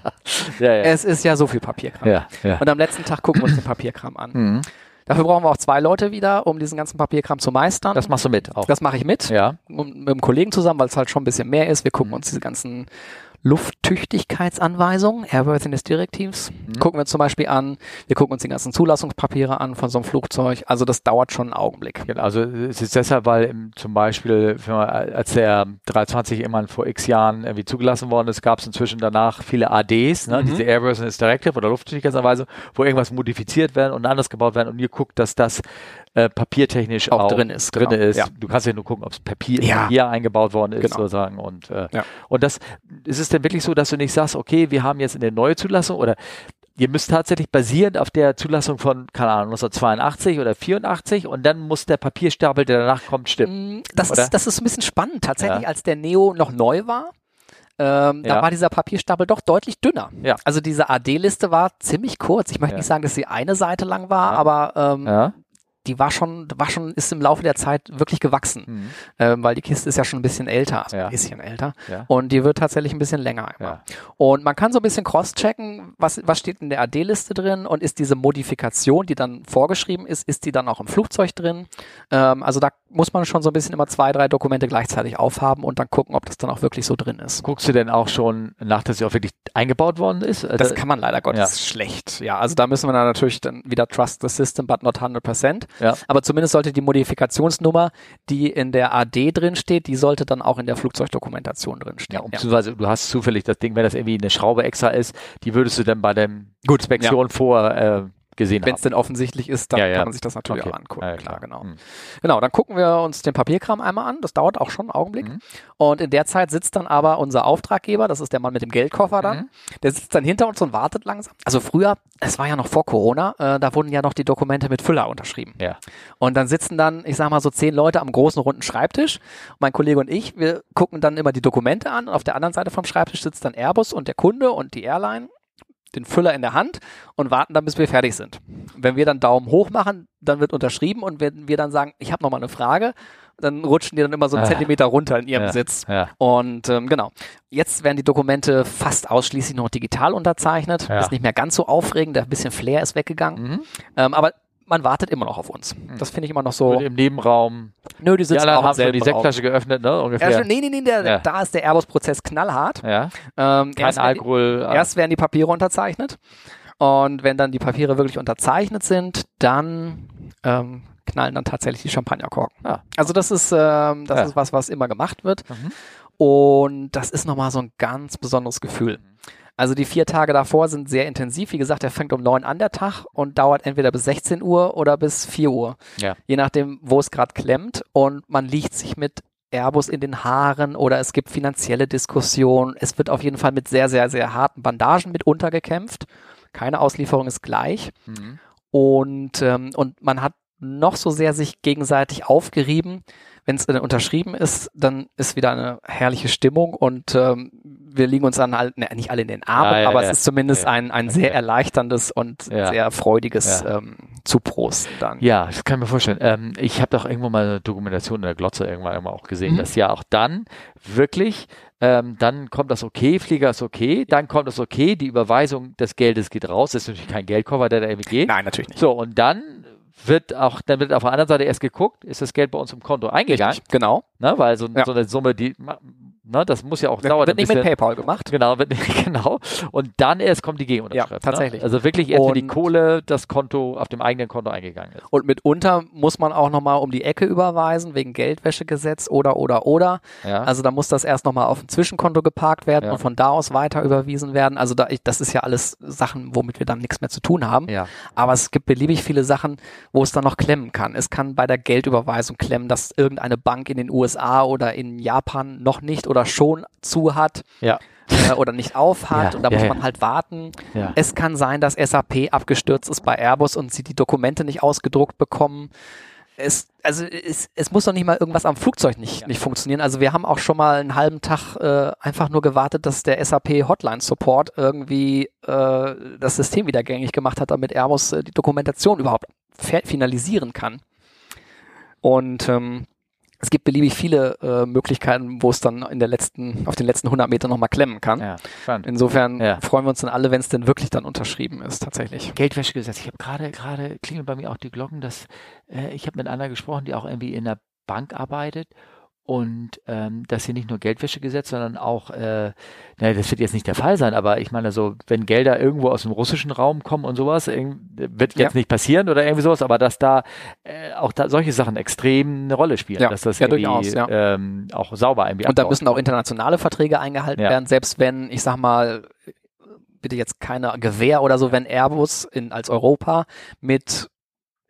S1: Ja, ja.
S2: es ist ja so viel Papierkram.
S1: ja, ja.
S2: Und am letzten Tag gucken wir uns den Papierkram an.
S1: Mhm.
S2: Dafür brauchen wir auch zwei Leute wieder, um diesen ganzen Papierkram zu meistern.
S1: Das machst du mit auch.
S2: das mache ich mit
S1: ja.
S2: mit um, mit einem Kollegen zusammen, weil es halt schon ein bisschen mehr ist. Wir
S1: Mhm.
S2: gucken uns diese ganzen Lufttüchtigkeitsanweisungen, Airworthiness Directives,
S1: Mhm.
S2: gucken wir zum Beispiel an. Wir gucken uns die ganzen Zulassungspapiere an von so einem Flugzeug. Also das dauert schon einen Augenblick.
S1: Genau, also es ist deshalb, weil im, zum Beispiel, wenn man, als der 320 irgendwann vor x Jahren irgendwie zugelassen worden ist, gab es inzwischen danach viele ADs,
S2: Mhm.
S1: ne, diese Airworthiness Directive oder Luftfähigkeitsanweisung, wo irgendwas modifiziert werden und anders gebaut werden und ihr guckt, dass das äh, papiertechnisch auch,
S2: Auch drin ist,
S1: Drin
S2: genau,
S1: ist.
S2: ja.
S1: Du kannst ja nur gucken, ob es Papier,
S2: Ja.
S1: Papier eingebaut worden ist
S2: Genau.
S1: sozusagen. Und, äh,
S2: Ja.
S1: und das ist es denn wirklich so, dass du nicht sagst, okay, wir haben jetzt eine neue Zulassung oder ihr müsst tatsächlich basierend auf der Zulassung von, keine Ahnung, 1982 oder 84 und dann muss der Papierstapel, der danach kommt, stimmen.
S2: Mm, Das
S1: Mhm. Oder?
S2: ist, das ist ein bisschen spannend. Tatsächlich,
S1: Ja.
S2: als der Neo noch neu war, ähm,
S1: Ja.
S2: da war dieser Papierstapel doch deutlich dünner.
S1: Ja.
S2: Also diese AD-Liste war ziemlich kurz. Ich möchte
S1: Ja.
S2: nicht sagen, dass sie eine Seite lang war,
S1: Ja.
S2: aber ähm,
S1: Ja.
S2: die war schon, war schon, ist im Laufe der Zeit wirklich gewachsen.
S1: Mhm.
S2: ähm, weil die Kiste ist ja schon ein bisschen älter, also
S1: Ja.
S2: ein bisschen älter.
S1: Ja.
S2: Und die wird tatsächlich ein bisschen länger. Immer.
S1: Ja.
S2: Und man kann so ein bisschen cross-checken, was, was steht in der AD-Liste drin und ist diese Modifikation, die dann vorgeschrieben ist, ist die dann auch im Flugzeug drin? Ähm, also da muss man schon so ein bisschen immer zwei, drei Dokumente gleichzeitig aufhaben und dann gucken, ob das dann auch wirklich so drin ist.
S1: Guckst du denn auch schon nach, dass sie auch wirklich eingebaut worden ist? Also,
S2: Das kann man leider Gottes
S1: Ja.
S2: schlecht. Ja, also da müssen wir dann natürlich dann wieder trust the system, but not 100%. Ja. Aber zumindest sollte die Modifikationsnummer, die in der AD drin steht, die sollte dann auch in der Flugzeugdokumentation drin stehen.
S1: Ja, um und beziehungsweise du hast zufällig das Ding, wenn das irgendwie eine Schraube extra ist, die würdest du dann bei der Inspektion vorher äh, gesehen
S2: Wenn es
S1: haben.
S2: denn offensichtlich ist, dann
S1: Ja, ja.
S2: kann man sich das natürlich
S1: Okay.
S2: auch angucken.
S1: Ja,
S2: klar,
S1: klar.
S2: genau.
S1: Mhm.
S2: Genau, dann gucken wir uns den Papierkram einmal an. Das dauert auch schon einen Augenblick.
S1: Mhm.
S2: Und in der Zeit sitzt dann aber unser Auftraggeber, das ist der Mann mit dem Geldkoffer dann,
S1: Mhm.
S2: der sitzt dann hinter uns und wartet langsam. Also früher, es war ja noch vor Corona, äh, da wurden ja noch die Dokumente mit Füller unterschrieben.
S1: Ja.
S2: Und dann sitzen dann, ich sag mal, so zehn Leute am großen runden Schreibtisch. Mein Kollege und ich, wir gucken dann immer die Dokumente an. Und auf der anderen Seite vom Schreibtisch sitzt dann Airbus und der Kunde und die Airline, den Füller in der Hand und warten dann, bis wir fertig sind. Wenn wir dann Daumen hoch machen, dann wird unterschrieben und wenn wir dann sagen, ich habe nochmal eine Frage, dann rutschen die dann immer so einen
S1: Ah.
S2: Zentimeter runter in ihrem
S1: Ja.
S2: Sitz.
S1: Ja.
S2: Und ähm, genau, jetzt werden die Dokumente fast ausschließlich noch digital unterzeichnet.
S1: Ja.
S2: Ist nicht mehr ganz so aufregend, ein bisschen Flair ist weggegangen.
S1: Mhm.
S2: Ähm, aber man wartet immer noch auf uns. Das finde ich immer noch so.
S1: Und im Nebenraum.
S2: Nö, die
S1: Die
S2: sitzen
S1: anderen
S2: auch im
S1: haben schon
S2: selben
S1: die
S2: Raum.
S1: Sektflasche geöffnet, ne?
S2: Ja,
S1: Ungefähr.
S2: schon, nee, nee, nee, der,
S1: Ja.
S2: da ist der Airbus-Prozess knallhart.
S1: Ja. Kein
S2: Ähm, erst werden die-
S1: Alkohol. äh,
S2: Erst werden die Papiere unterzeichnet. Und wenn dann die Papiere wirklich unterzeichnet sind, dann ähm, knallen dann tatsächlich die Champagnerkorken.
S1: Ah.
S2: Also das ist, ähm, das
S1: Ja.
S2: ist was, was immer gemacht wird.
S1: Mhm.
S2: Und das ist nochmal so ein ganz besonderes Gefühl. Also die vier Tage davor sind sehr intensiv. Wie gesagt, der fängt um neun an der Tag und dauert entweder bis 16 Uhr oder bis 4 Uhr.
S1: Ja.
S2: Je nachdem, wo es gerade klemmt. Und man liegt sich mit Airbus in den Haaren oder es gibt finanzielle Diskussionen. Es wird auf jeden Fall mit sehr, sehr, sehr harten Bandagen mit untergekämpft. Keine Auslieferung ist gleich.
S1: Mhm.
S2: Und, ähm, und man hat noch so sehr sich gegenseitig aufgerieben. Wenn es äh, unterschrieben ist, dann ist wieder eine herrliche Stimmung und ähm, wir liegen uns dann halt, ne, nicht alle in den Armen,
S1: Ah, ja,
S2: aber
S1: ja.
S2: es ist zumindest
S1: Ja.
S2: ein, ein sehr
S1: Okay.
S2: erleichterndes und
S1: Ja.
S2: sehr freudiges ähm, Zuprosten dann.
S1: Ja, das kann ich mir vorstellen. Ähm, ich habe doch irgendwo mal eine Dokumentation in der Glotze irgendwann immer auch gesehen,
S2: Mhm.
S1: dass ja auch dann wirklich, ähm, dann kommt das okay, Flieger ist okay, dann kommt das okay, die Überweisung des Geldes geht raus, das ist natürlich kein Geldkoffer, der da irgendwie geht.
S2: Nein, natürlich nicht.
S1: So, und dann wird auch, dann wird auf der anderen Seite erst geguckt, ist das Geld bei uns im Konto eingegangen,
S2: Genau.
S1: ne? weil so,
S2: Ja.
S1: so eine Summe, die, ma- ne, das muss ja auch
S2: Das
S1: dauern.
S2: wird
S1: ein
S2: nicht mit
S1: bisschen.
S2: PayPal gemacht.
S1: Genau, wird, genau. Und dann erst kommt die Gegenunterschrift.
S2: Ja, tatsächlich.
S1: Ne? Also wirklich erst, wenn die
S2: Und-
S1: Kohle das Konto auf dem eigenen Konto eingegangen ist.
S2: Und mitunter muss man auch nochmal um die Ecke überweisen, wegen Geldwäschegesetz oder, oder, oder.
S1: Ja.
S2: Also da muss das erst nochmal auf ein Zwischenkonto geparkt werden
S1: Ja.
S2: und von da aus weiter überwiesen werden. Also da, ich, das ist ja alles Sachen, womit wir dann nichts mehr zu tun haben.
S1: ja.
S2: Aber es gibt beliebig viele Sachen, wo es dann noch klemmen kann. Es kann bei der Geldüberweisung klemmen, dass irgendeine Bank in den USA oder in Japan noch nicht oder schon zu hat
S1: Ja.
S2: äh, oder nicht auf hat.
S1: Ja,
S2: und da
S1: ja,
S2: muss
S1: ja.
S2: man halt warten.
S1: Ja.
S2: Es kann sein, dass SAP abgestürzt ist bei Airbus und sie die Dokumente nicht ausgedruckt bekommen. Es, also es, es muss doch nicht mal irgendwas am Flugzeug nicht, nicht funktionieren. Also wir haben auch schon mal einen halben Tag äh, einfach nur gewartet, dass der SAP Hotline Support irgendwie äh, das System wieder gängig gemacht hat, damit Airbus äh, die Dokumentation überhaupt fe- finalisieren kann. Und ähm, es gibt beliebig viele äh, Möglichkeiten, wo es dann in der letzten, auf den letzten 100 Metern nochmal klemmen kann.
S1: Ja, spannend.
S2: Insofern
S1: Ja.
S2: freuen wir uns dann alle, wenn es denn wirklich dann unterschrieben ist, tatsächlich.
S1: Geldwäschegesetz. Ich habe gerade, gerade klingeln bei mir auch die Glocken, dass äh, ich habe mit einer gesprochen, die auch irgendwie in der Bank arbeitet und ähm, dass hier nicht nur Geldwäschegesetz, sondern auch, äh, naja, das wird jetzt nicht der Fall sein, aber ich meine so, wenn Gelder irgendwo aus dem russischen Raum kommen und sowas, irgend- wird jetzt
S2: Ja.
S1: nicht passieren oder irgendwie sowas, aber dass da äh, auch da solche Sachen extrem eine Rolle spielen,
S2: Ja.
S1: dass das
S2: Ja,
S1: irgendwie
S2: durchaus, ja.
S1: ähm, auch sauber irgendwie
S2: Und da
S1: abläuft.
S2: müssen auch internationale Verträge eingehalten
S1: Ja.
S2: werden, selbst wenn, ich sag mal, bitte jetzt keine Gewehr oder so, wenn Airbus in, als Europa mit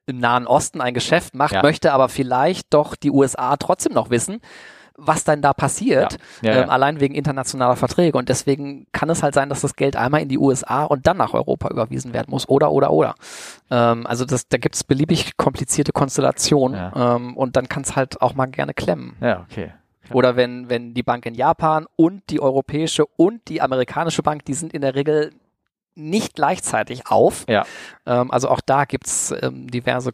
S2: im Nahen Osten ein Geschäft macht,
S1: Ja.
S2: möchte aber vielleicht doch die USA trotzdem noch wissen, was denn da passiert,
S1: Ja,
S2: ähm, allein wegen internationaler Verträge. Und deswegen kann es halt sein, dass das Geld einmal in die USA und dann nach Europa überwiesen werden muss. Oder, oder, oder. Ähm, also das, da gibt es beliebig komplizierte Konstellationen ähm, und dann kann es halt auch mal gerne klemmen.
S1: ja. ja, okay. Ja.
S2: Oder wenn, wenn die Bank in Japan und die europäische und die amerikanische Bank, die sind in der Regel nicht gleichzeitig auf.
S1: Ja.
S2: Ähm, also auch da gibt es ähm, diverse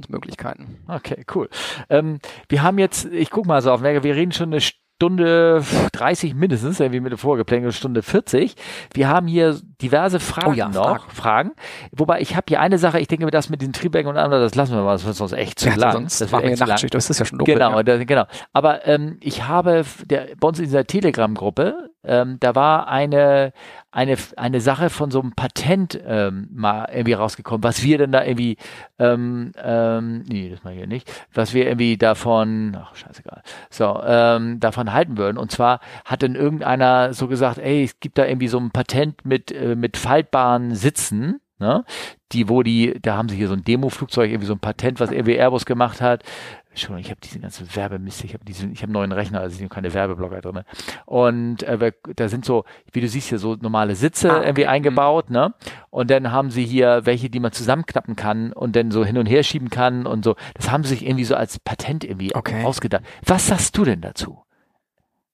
S2: Komplikationsmöglichkeiten.
S1: Okay, cool. Ähm, wir haben jetzt, ich guck mal so auf, den Wecker, wir reden schon eine Stunde 30 mindestens, irgendwie mit dem Vorgeplänkel, Stunde 40. Wir haben hier diverse Fragen
S2: Oh ja,
S1: noch, Fragen. Wobei, ich habe hier eine Sache, ich denke mir, das mit den Triebwerken und anderem, das lassen wir mal, das wird sonst echt zu lang.
S2: also sonst
S1: das wird
S2: machen wir
S1: echt zu lang.
S2: Nachtschicht, das ist ne? ja schon dunkel.
S1: Genau,
S2: ja.
S1: das, genau. Aber ähm, ich habe, f- der, bei uns in dieser Telegram-Gruppe Ähm, da war eine, eine, eine Sache von so einem Patent ähm, mal irgendwie rausgekommen, was wir denn da irgendwie, ähm, ähm, nee, das mache ich ja nicht, was wir irgendwie davon, ach scheißegal, so, ähm, davon halten würden. Und zwar hat dann irgendeiner so gesagt, ey, es gibt da irgendwie so ein Patent mit, äh, mit faltbaren Sitzen. Ne? Die, wo die, da haben sie hier so ein Demo-Flugzeug, irgendwie so ein Patent, was irgendwie Airbus gemacht hat, Entschuldigung, ich habe diesen ganzen Werbemist, ich habe diesen, ich habe neuen Rechner, also sind keine Werbeblocker drinne. Und äh, wir- da sind so, wie du siehst hier so normale Sitze irgendwie eingebaut, ne? Und dann haben sie hier welche, die man zusammenklappen kann und dann so hin und her schieben kann und so. Das haben sie sich irgendwie so als Patent irgendwie
S2: Okay.
S1: ausgedacht. Was sagst du denn dazu?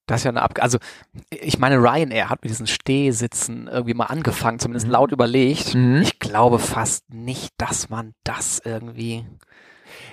S2: Das ist ja eine Ab Also, ich meine, Ryanair hat mit diesen Stehsitzen irgendwie mal angefangen, zumindest laut überlegt.
S1: Mhm.
S2: Ich glaube fast nicht, dass man das irgendwie.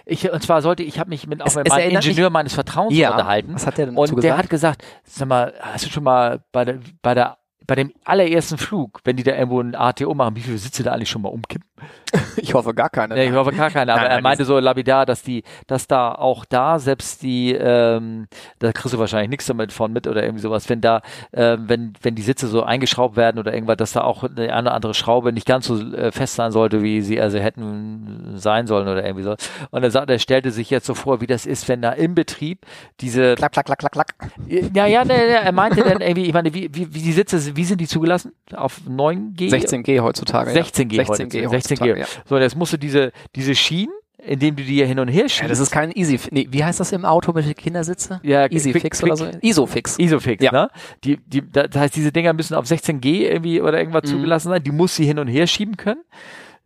S1: Ich und zwar sollte ich habe mich mit auch
S2: Es-
S1: mit
S2: es
S1: meinem
S2: erinnert mich-
S1: Ingenieur meines Vertrauens unterhalten.
S2: Was hat der denn dazu
S1: Und der
S2: gesagt?
S1: hat gesagt, sag mal, hast du schon mal bei der, bei der, bei dem allerersten Flug, wenn die da irgendwo ein ATO machen, wie viele Sitze da eigentlich schon mal umkippen?
S2: ich hoffe gar keine.
S1: Nee, ich hoffe gar keine, aber
S2: Nein,
S1: er
S2: nein,
S1: meinte so lapidar, dass die, dass da auch da selbst die, ähm, da kriegst du wahrscheinlich nichts damit von mit oder irgendwie sowas, wenn da, ähm, wenn, wenn die Sitze so eingeschraubt werden oder irgendwas, dass da auch eine eine oder andere Schraube nicht ganz so äh, fest sein sollte, wie sie also hätten sein sollen oder irgendwie so. Und er sagt, er stellte sich jetzt so vor, wie das ist, wenn da im Betrieb diese
S2: klack, klack, klack, klack, klack.
S1: ja, ja, ne, ne, er meinte dann irgendwie, ich meine, wie, wie, wie die Sitze, wie sind die zugelassen? Auf 9G?
S2: 16G heutzutage.
S1: 16G,
S2: 16G,
S1: 16G, 16G.
S2: genau. heutzutage, ja.
S1: So, jetzt musst du diese, diese Schienen, indem du die hier hin und her
S2: Ja,
S1: schiebst.
S2: das ist kein Easy. Nee, wie heißt das im Auto mit den Kindersitze?
S1: Ja,
S2: Easy
S1: Quick-
S2: Fix
S1: Quick-
S2: oder so? Isofix.
S1: Isofix,
S2: Ja.
S1: ne? Die, die, da- das heißt, diese Dinger müssen auf 16G irgendwie oder
S2: Mhm.
S1: irgendwas zugelassen sein. Die muss sie hin und her schieben können.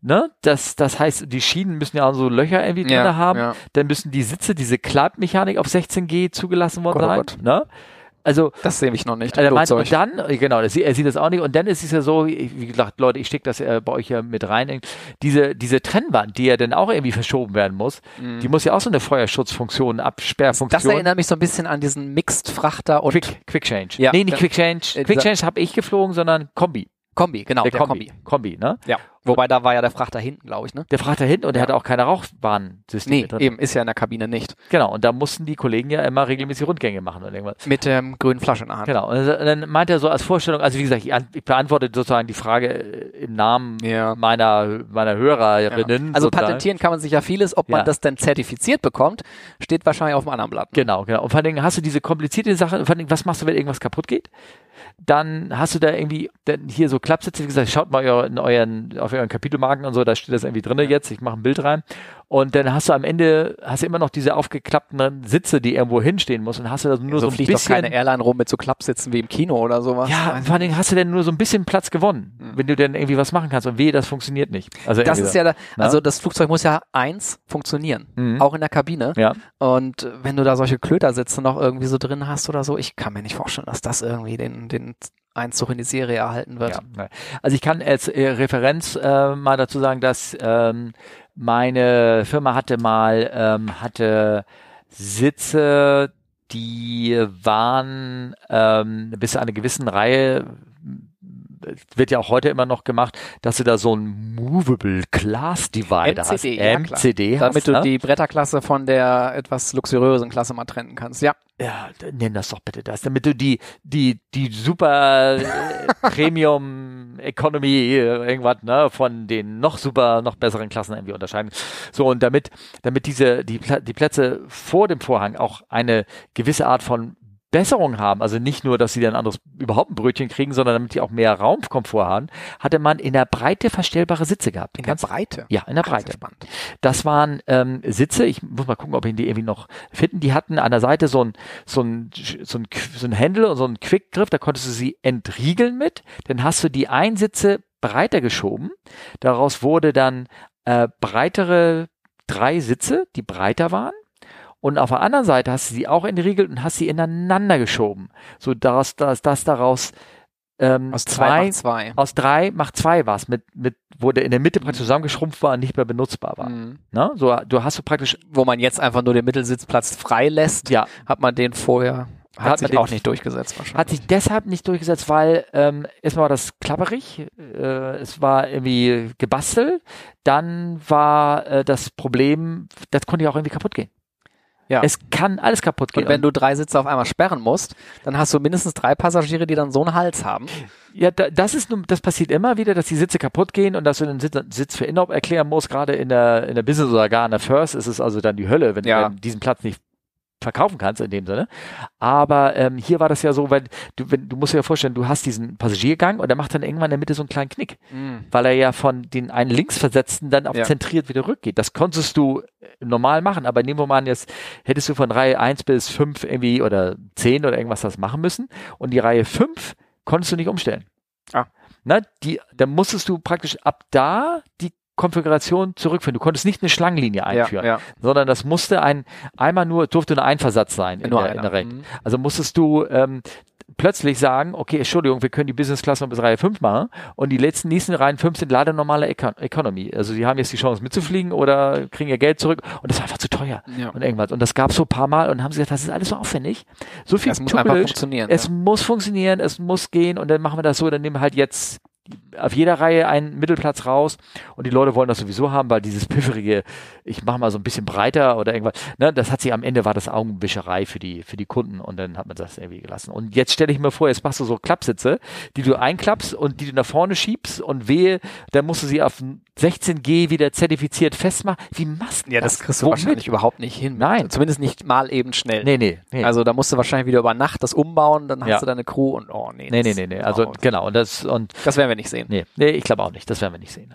S1: Ne? Das, das heißt, die Schienen müssen ja auch so Löcher irgendwie drin
S2: Ja,
S1: haben.
S2: ja.
S1: Dann müssen die Sitze, diese Kleibmechanik auf 16G zugelassen worden
S2: Gott, oh
S1: sein.
S2: Gott.
S1: Ne? Also,
S2: Das sehe ich noch nicht.
S1: Also er meint,
S2: Flugzeug.
S1: und dann, äh, genau, das, sie- er sieht das auch nicht. Und dann ist es ja so, ich- wie gesagt, Leute, ich stecke das äh, bei euch ja mit rein. Diese, diese Trennwand, die ja dann auch irgendwie verschoben werden muss, die muss ja auch so eine Feuerschutzfunktion,
S2: Mhm. das
S1: Absperrfunktion.
S2: erinnert mich so ein bisschen an diesen Mixed Frachter und
S1: Quick, Quick Change.
S2: Ja.
S1: nee, nicht
S2: Ja.
S1: Quick Change.
S2: Äh,
S1: Quick
S2: dieser-
S1: Change habe ich geflogen, sondern Kombi.
S2: Kombi, genau, der, Kombi.
S1: Kombi. Kombi, ne?
S2: Ja. Wobei da war ja der Frachter hinten, glaube ich, ne?
S1: Der fragt da hinten und der
S2: Ja.
S1: hat auch keine Rauchbahnsysteme
S2: Nee, eben, ist ja in der Kabine nicht.
S1: Genau, und da mussten die Kollegen ja immer regelmäßig Rundgänge machen und irgendwas.
S2: Mit der ähm, grünen Flasche in der Hand.
S1: Genau, und dann meint er so als Vorstellung, also wie gesagt, ich, an, ich beantworte sozusagen die Frage äh, im Namen
S2: Ja.
S1: meiner, meiner Hörerinnen.
S2: Also
S1: sozusagen.
S2: patentieren kann man sich ja vieles, ob
S1: Ja.
S2: man das denn zertifiziert bekommt, steht wahrscheinlich auf dem anderen Blatt.
S1: Genau, genau. Und vor allen Dingen hast du diese komplizierte Sache, vor allen Dingen, was machst du, wenn irgendwas kaputt geht? Dann hast du da irgendwie dann hier so Klappsätze, wie gesagt, schaut mal eu- in euren, auf euren Kapitelmarken und so, da steht das irgendwie drinne jetzt, ich mache ein Bild rein. Und dann hast du am Ende, hast du immer noch diese aufgeklappten Sitze, die irgendwo hinstehen muss und hast du da nur so
S2: so
S1: ein
S2: fliegt doch
S1: bisschen...
S2: keine Airline rum mit so Klappsitzen wie im Kino oder sowas.
S1: Ja, vor allen Dingen hast du denn nur so ein bisschen Platz gewonnen, wenn du denn irgendwie was machen kannst und weh, das funktioniert nicht. Also
S2: das
S1: irgendwie
S2: ist
S1: so.
S2: ja, da,
S1: Na?
S2: also das Flugzeug muss ja eins funktionieren,
S1: Mhm.
S2: auch in der Kabine.
S1: ja.
S2: Und äh, wenn du da solche Klötersitze noch irgendwie so drin hast oder so, ich kann mir nicht vorstellen, dass das irgendwie den, den Einzug in die Serie erhalten wird.
S1: Ja, ne. also ich kann als äh, Referenz äh, mal dazu sagen, dass ähm, meine Firma hatte mal ähm, hatte Sitze, die waren ähm, bis zu einer gewissen Reihe es wird ja auch heute immer noch gemacht, dass du da so ein Movable Class Divider hast.
S2: MCD, ja, klar.
S1: MCD hast,
S2: Damit du
S1: ne?
S2: die Bretterklasse von der etwas luxuriösen Klasse mal trennen kannst. Ja,
S1: Ja, d- nenn das doch bitte das, damit du die, die, die super äh, Premium Economy äh, irgendwas, ne, von den noch super, noch besseren Klassen irgendwie unterscheiden. So, und damit, damit diese, die, Pla- die Plätze vor dem Vorhang auch eine gewisse Art von Besserung haben, also nicht nur, dass sie dann anderes überhaupt ein Brötchen kriegen, sondern damit die auch mehr Raumkomfort haben, hatte man in der Breite verstellbare Sitze gehabt.
S2: in der Breite.
S1: ja, in der
S2: Ah, das ist
S1: Breite.
S2: Spannend.
S1: Das waren ähm, Sitze, ich muss mal gucken, ob ich die irgendwie noch finden. Die hatten an der Seite so ein, so ein, so ein, Qu- so ein Händel und so einen Quickgriff, da konntest du sie entriegeln mit. Dann hast du die Einsitze breiter geschoben. Daraus wurde dann äh, breitere drei Sitze, die breiter waren. Und auf der anderen Seite hast du sie auch entriegelt und hast sie ineinander geschoben. So dass, dass, dass daraus ähm,
S2: Aus zwei,
S1: zwei,
S2: macht zwei.
S1: aus drei macht zwei was, mit, mit, wo der in der Mitte praktisch zusammengeschrumpft war und nicht mehr benutzbar war.
S2: Mhm.
S1: Ne? So, du hast du praktisch,
S2: Wo man jetzt einfach nur den Mittelsitzplatz frei lässt,
S1: ja,
S2: hat man den vorher,
S1: Hat
S2: hat,
S1: man
S2: sich
S1: den-
S2: auch nicht durchgesetzt wahrscheinlich.
S1: hat sich deshalb nicht durchgesetzt, weil ähm, erstmal war das klapperig, äh, es war irgendwie gebastelt, dann war äh, das Problem, das konnte ja auch irgendwie kaputt gehen.
S2: Ja.
S1: Es kann alles kaputt gehen.
S2: Und wenn du drei Sitze auf einmal sperren musst, dann hast du mindestens drei Passagiere, die dann so einen Hals haben.
S1: Ja, da, das ist nun, das passiert immer wieder, dass die Sitze kaputt gehen und dass du den Sitz, Sitz für Inop erklären musst. Gerade in der, in der Business oder gar in der First ist es also dann die Hölle, wenn
S2: Ja.
S1: du dann diesen Platz nicht verkaufen kannst in dem Sinne. Aber ähm, hier war das ja so, weil du, wenn, du musst dir ja vorstellen, du hast diesen Passagiergang und der macht dann irgendwann in der Mitte so einen kleinen Knick,
S2: Mhm.
S1: weil er ja von den einen Linksversetzten dann auch
S2: Ja.
S1: zentriert wieder rückgeht. Das konntest du äh, normal machen, aber nehmen wir mal an, jetzt hättest du von Reihe 1 bis 5 irgendwie oder 10 oder irgendwas das machen müssen und die Reihe 5 konntest du nicht umstellen.
S2: Ah.
S1: Na, die, dann musstest du praktisch ab da die Konfiguration zurückführen. Du konntest nicht eine Schlangenlinie einführen,
S2: Ja,
S1: sondern das musste ein, einmal nur, durfte nur ein Versatz sein in
S2: Nur
S1: der, in
S2: einer.
S1: der Reihe.
S2: Mhm.
S1: Also musstest du ähm, plötzlich sagen, okay, Entschuldigung, wir können die Business Class noch bis Reihe 5 machen und die letzten nächsten Reihen 5 sind leider normale Econ Economy. Also sie haben jetzt die Chance mitzufliegen oder kriegen ihr Geld zurück und das ist einfach zu teuer
S2: ja.
S1: und irgendwas. Und das gab es so ein paar Mal und haben sie gesagt, das ist alles so aufwendig. So viel
S2: Das muss einfach
S1: Tuppelisch.
S2: funktionieren.
S1: Es muss funktionieren, es muss gehen und dann machen wir das so, dann nehmen wir halt jetzt auf jeder Reihe einen Mittelplatz raus und die Leute wollen das sowieso haben, weil dieses pifferige, ich mache mal so ein bisschen breiter oder irgendwas, ne, das hat sie am Ende war das Augenwischerei für die für die Kunden und dann hat man das irgendwie gelassen. Und jetzt stelle ich mir vor, jetzt machst du so Klappsitze, die du einklappst und die du nach vorne schiebst und wehe, dann musst du sie auf 16G wieder zertifiziert festmachen. Wie machst du
S2: ja, das kriegst du
S1: Womit?
S2: wahrscheinlich überhaupt nicht hin.
S1: Nein.
S2: Zumindest nicht mal eben schnell.
S1: Nee, nee, nee.
S2: Also da musst du wahrscheinlich wieder über Nacht das umbauen, dann hast
S1: Ja.
S2: du deine Crew und oh nee.
S1: nee, nee,
S2: das-
S1: nee, nee. Also
S2: oh,
S1: genau und das und
S2: das werden wir nicht sehen.
S1: Nee, nee ich glaube auch nicht. Das werden wir nicht sehen.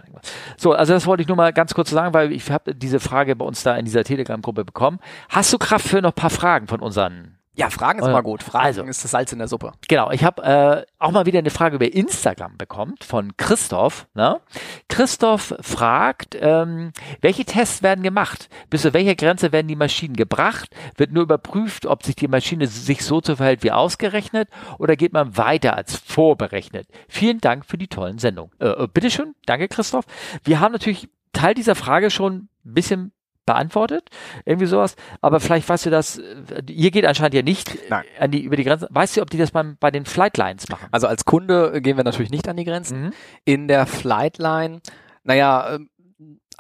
S1: So, also das wollte ich nur mal ganz kurz sagen, weil ich habe diese Frage bei uns da in dieser Telegram-Gruppe bekommen. Hast du Kraft für noch ein paar Fragen von unseren?
S2: Ja, Fragen ist
S1: Oh ja.
S2: mal gut. Fragen
S1: Also.
S2: ist das Salz in der Suppe.
S1: Genau, ich habe äh, auch mal wieder eine Frage über Instagram bekommen von Christoph. Ne? Christoph fragt, ähm, welche Tests werden gemacht? Bis zu welcher Grenze werden die Maschinen gebracht? Wird nur überprüft, ob sich die Maschine sich so zu verhält wie ausgerechnet oder geht man weiter als vorberechnet? Vielen Dank für die tollen Sendungen. Äh, äh, bitteschön, danke Christoph. Wir haben natürlich Teil dieser Frage schon ein bisschen beantwortet, irgendwie sowas, aber vielleicht weißt du das, äh, ihr geht anscheinend ja nicht äh,
S2: Nein.
S1: an die, über die Grenze, weißt du, ob die das beim, bei den Flightlines machen?
S2: Also als Kunde gehen wir natürlich nicht an die Grenzen.
S1: Mhm.
S2: In der Flightline, naja, ähm,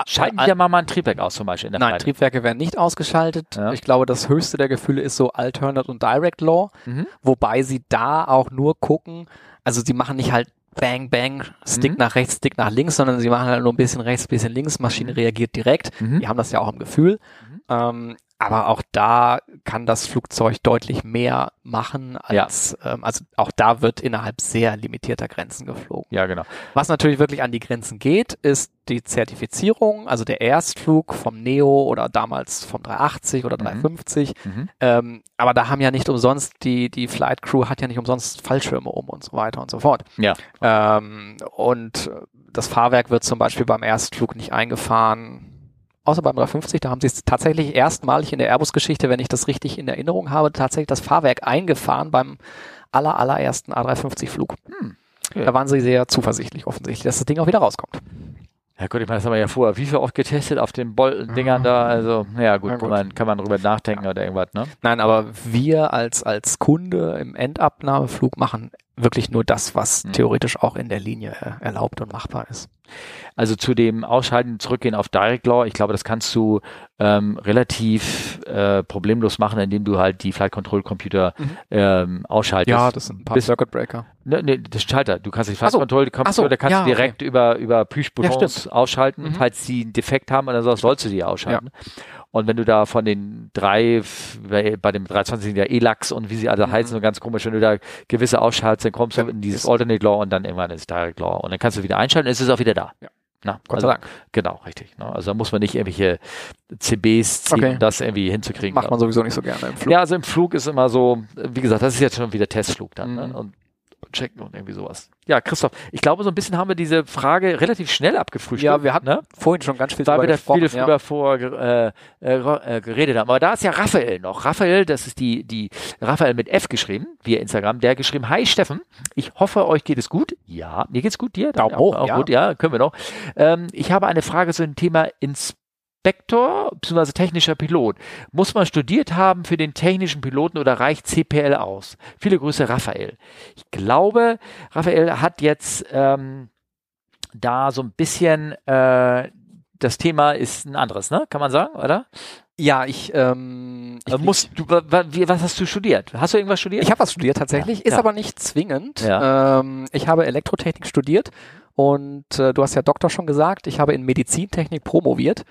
S1: Schalten
S2: äh,
S1: die ja mal mal ein Triebwerk aus zum Beispiel in der
S2: Nein,
S1: Flightline.
S2: Triebwerke werden nicht ausgeschaltet.
S1: Ja.
S2: Ich glaube, das höchste der Gefühle ist so Alternate und Direct Law,
S1: Mhm.
S2: wobei sie da auch nur gucken, also sie machen nicht halt Bang, Bang, Stick
S1: Mhm.
S2: nach rechts, Stick nach links, sondern sie machen halt nur ein bisschen rechts, bisschen links, Maschine reagiert direkt.
S1: Mhm.
S2: Die haben das ja auch im Gefühl.
S1: Mhm.
S2: Ähm, aber auch da kann das Flugzeug deutlich mehr machen als, ähm, also auch da wird innerhalb sehr limitierter Grenzen geflogen.
S1: Ja, genau.
S2: Was natürlich wirklich an die Grenzen geht, ist die Zertifizierung, also der Erstflug vom Neo oder damals vom 380 oder 350.
S1: Mhm.
S2: Ähm, aber da haben ja nicht umsonst die, die Flight Crew hat ja nicht umsonst Fallschirme um und so weiter und so fort.
S1: Ja.
S2: Ähm, und das Fahrwerk wird zum Beispiel beim Erstflug nicht eingefahren. Außer beim 350, da haben sie es tatsächlich erstmalig in der Airbus-Geschichte, wenn ich das richtig in Erinnerung habe, tatsächlich das Fahrwerk eingefahren beim aller, allerersten A350-Flug.
S1: okay.
S2: Da waren sie sehr zuversichtlich offensichtlich, dass das Ding auch wieder rauskommt.
S1: Ja gut, ich meine, das haben wir ja vorher wie viel oft getestet auf den Bolton-Dingern da, also, ja gut,
S2: Na gut.
S1: Kann, man, kann man drüber nachdenken oder irgendwas, ne?
S2: Nein, aber wir als, als Kunde im Endabnahmeflug machen wirklich nur das, was
S1: Hm.
S2: theoretisch auch in der Linie äh, erlaubt und machbar ist.
S1: Also zu dem Ausschalten, Zurückgehen auf Direct Law, ich glaube, das kannst du ähm, relativ äh, problemlos machen, indem du halt die Flight Control Computer
S2: Mhm.
S1: ähm, ausschaltest.
S2: sind ein paar
S1: bis-
S2: Circuit Breaker.
S1: Ne, ne, das Schalter. Du kannst die Flight
S2: Ach so.
S1: Control Computer,
S2: Ach so.
S1: da kannst
S2: Ja,
S1: du direkt über, über Push-Buttons ausschalten,
S2: Mhm.
S1: falls sie einen Defekt haben oder sowas, sollst du die ausschalten. Und wenn du da von den drei, f- bei, bei dem 320 sind ja ELAX und wie sie
S2: Mhm.
S1: alle heißen, so ganz komisch, wenn du da gewisse ausschaltest, dann kommst du
S2: Dann
S1: in dieses
S2: ist-
S1: Alternate Law und dann irgendwann ins Direct Law. Und dann kannst du wieder einschalten, es ist auch wieder da.
S2: Ja.
S1: Na,
S2: Gott
S1: also,
S2: sei Dank.
S1: Genau, richtig. Ne? Also da muss man nicht irgendwelche CBs ziehen,
S2: Okay.
S1: um das irgendwie hinzukriegen.
S2: Macht man sowieso nicht so gerne im Flug.
S1: ja, also im Flug ist immer so, äh, wie gesagt, das ist jetzt schon wieder Testflug dann
S2: Mhm.
S1: ne? und und checken und irgendwie sowas. Ja, Christoph, ich glaube, so ein bisschen haben wir diese Frage relativ schnell abgefrühstückt.
S2: Ja, wir hatten
S1: ne?
S2: vorhin schon ganz viel
S1: da wir da
S2: gesprochen,
S1: viele
S2: ja.
S1: drüber vor äh, äh, ro- äh, geredet haben. Aber da ist ja Raphael noch. Raphael, das ist die, die Raphael mit F geschrieben, via Instagram, der hat geschrieben, Hi Steffen, ich hoffe, euch geht es gut. Ja, mir geht's gut, dir?
S2: Daumen
S1: Ja,
S2: hoch,
S1: Auch
S2: ja.
S1: gut, ja, können wir noch. Ähm, ich habe eine Frage zu dem Thema Inspektor bzw. technischer Pilot. Muss man studiert haben für den technischen Piloten oder reicht CPL aus? Viele Grüße, Raphael. Ich glaube, Raphael hat jetzt ähm, da so ein bisschen äh, das Thema ist ein anderes, ne? Kann man sagen, oder?
S2: Ja, ich, ähm, ich,
S1: Äh, musst du, wa- wa- wie- was hast du studiert? Hast du irgendwas studiert?
S2: ich habe was studiert tatsächlich, ist
S1: Ja.
S2: aber nicht zwingend.
S1: Ja.
S2: Ähm, ich habe Elektrotechnik studiert und äh, du hast ja Doktor schon gesagt, ich habe in Medizintechnik promoviert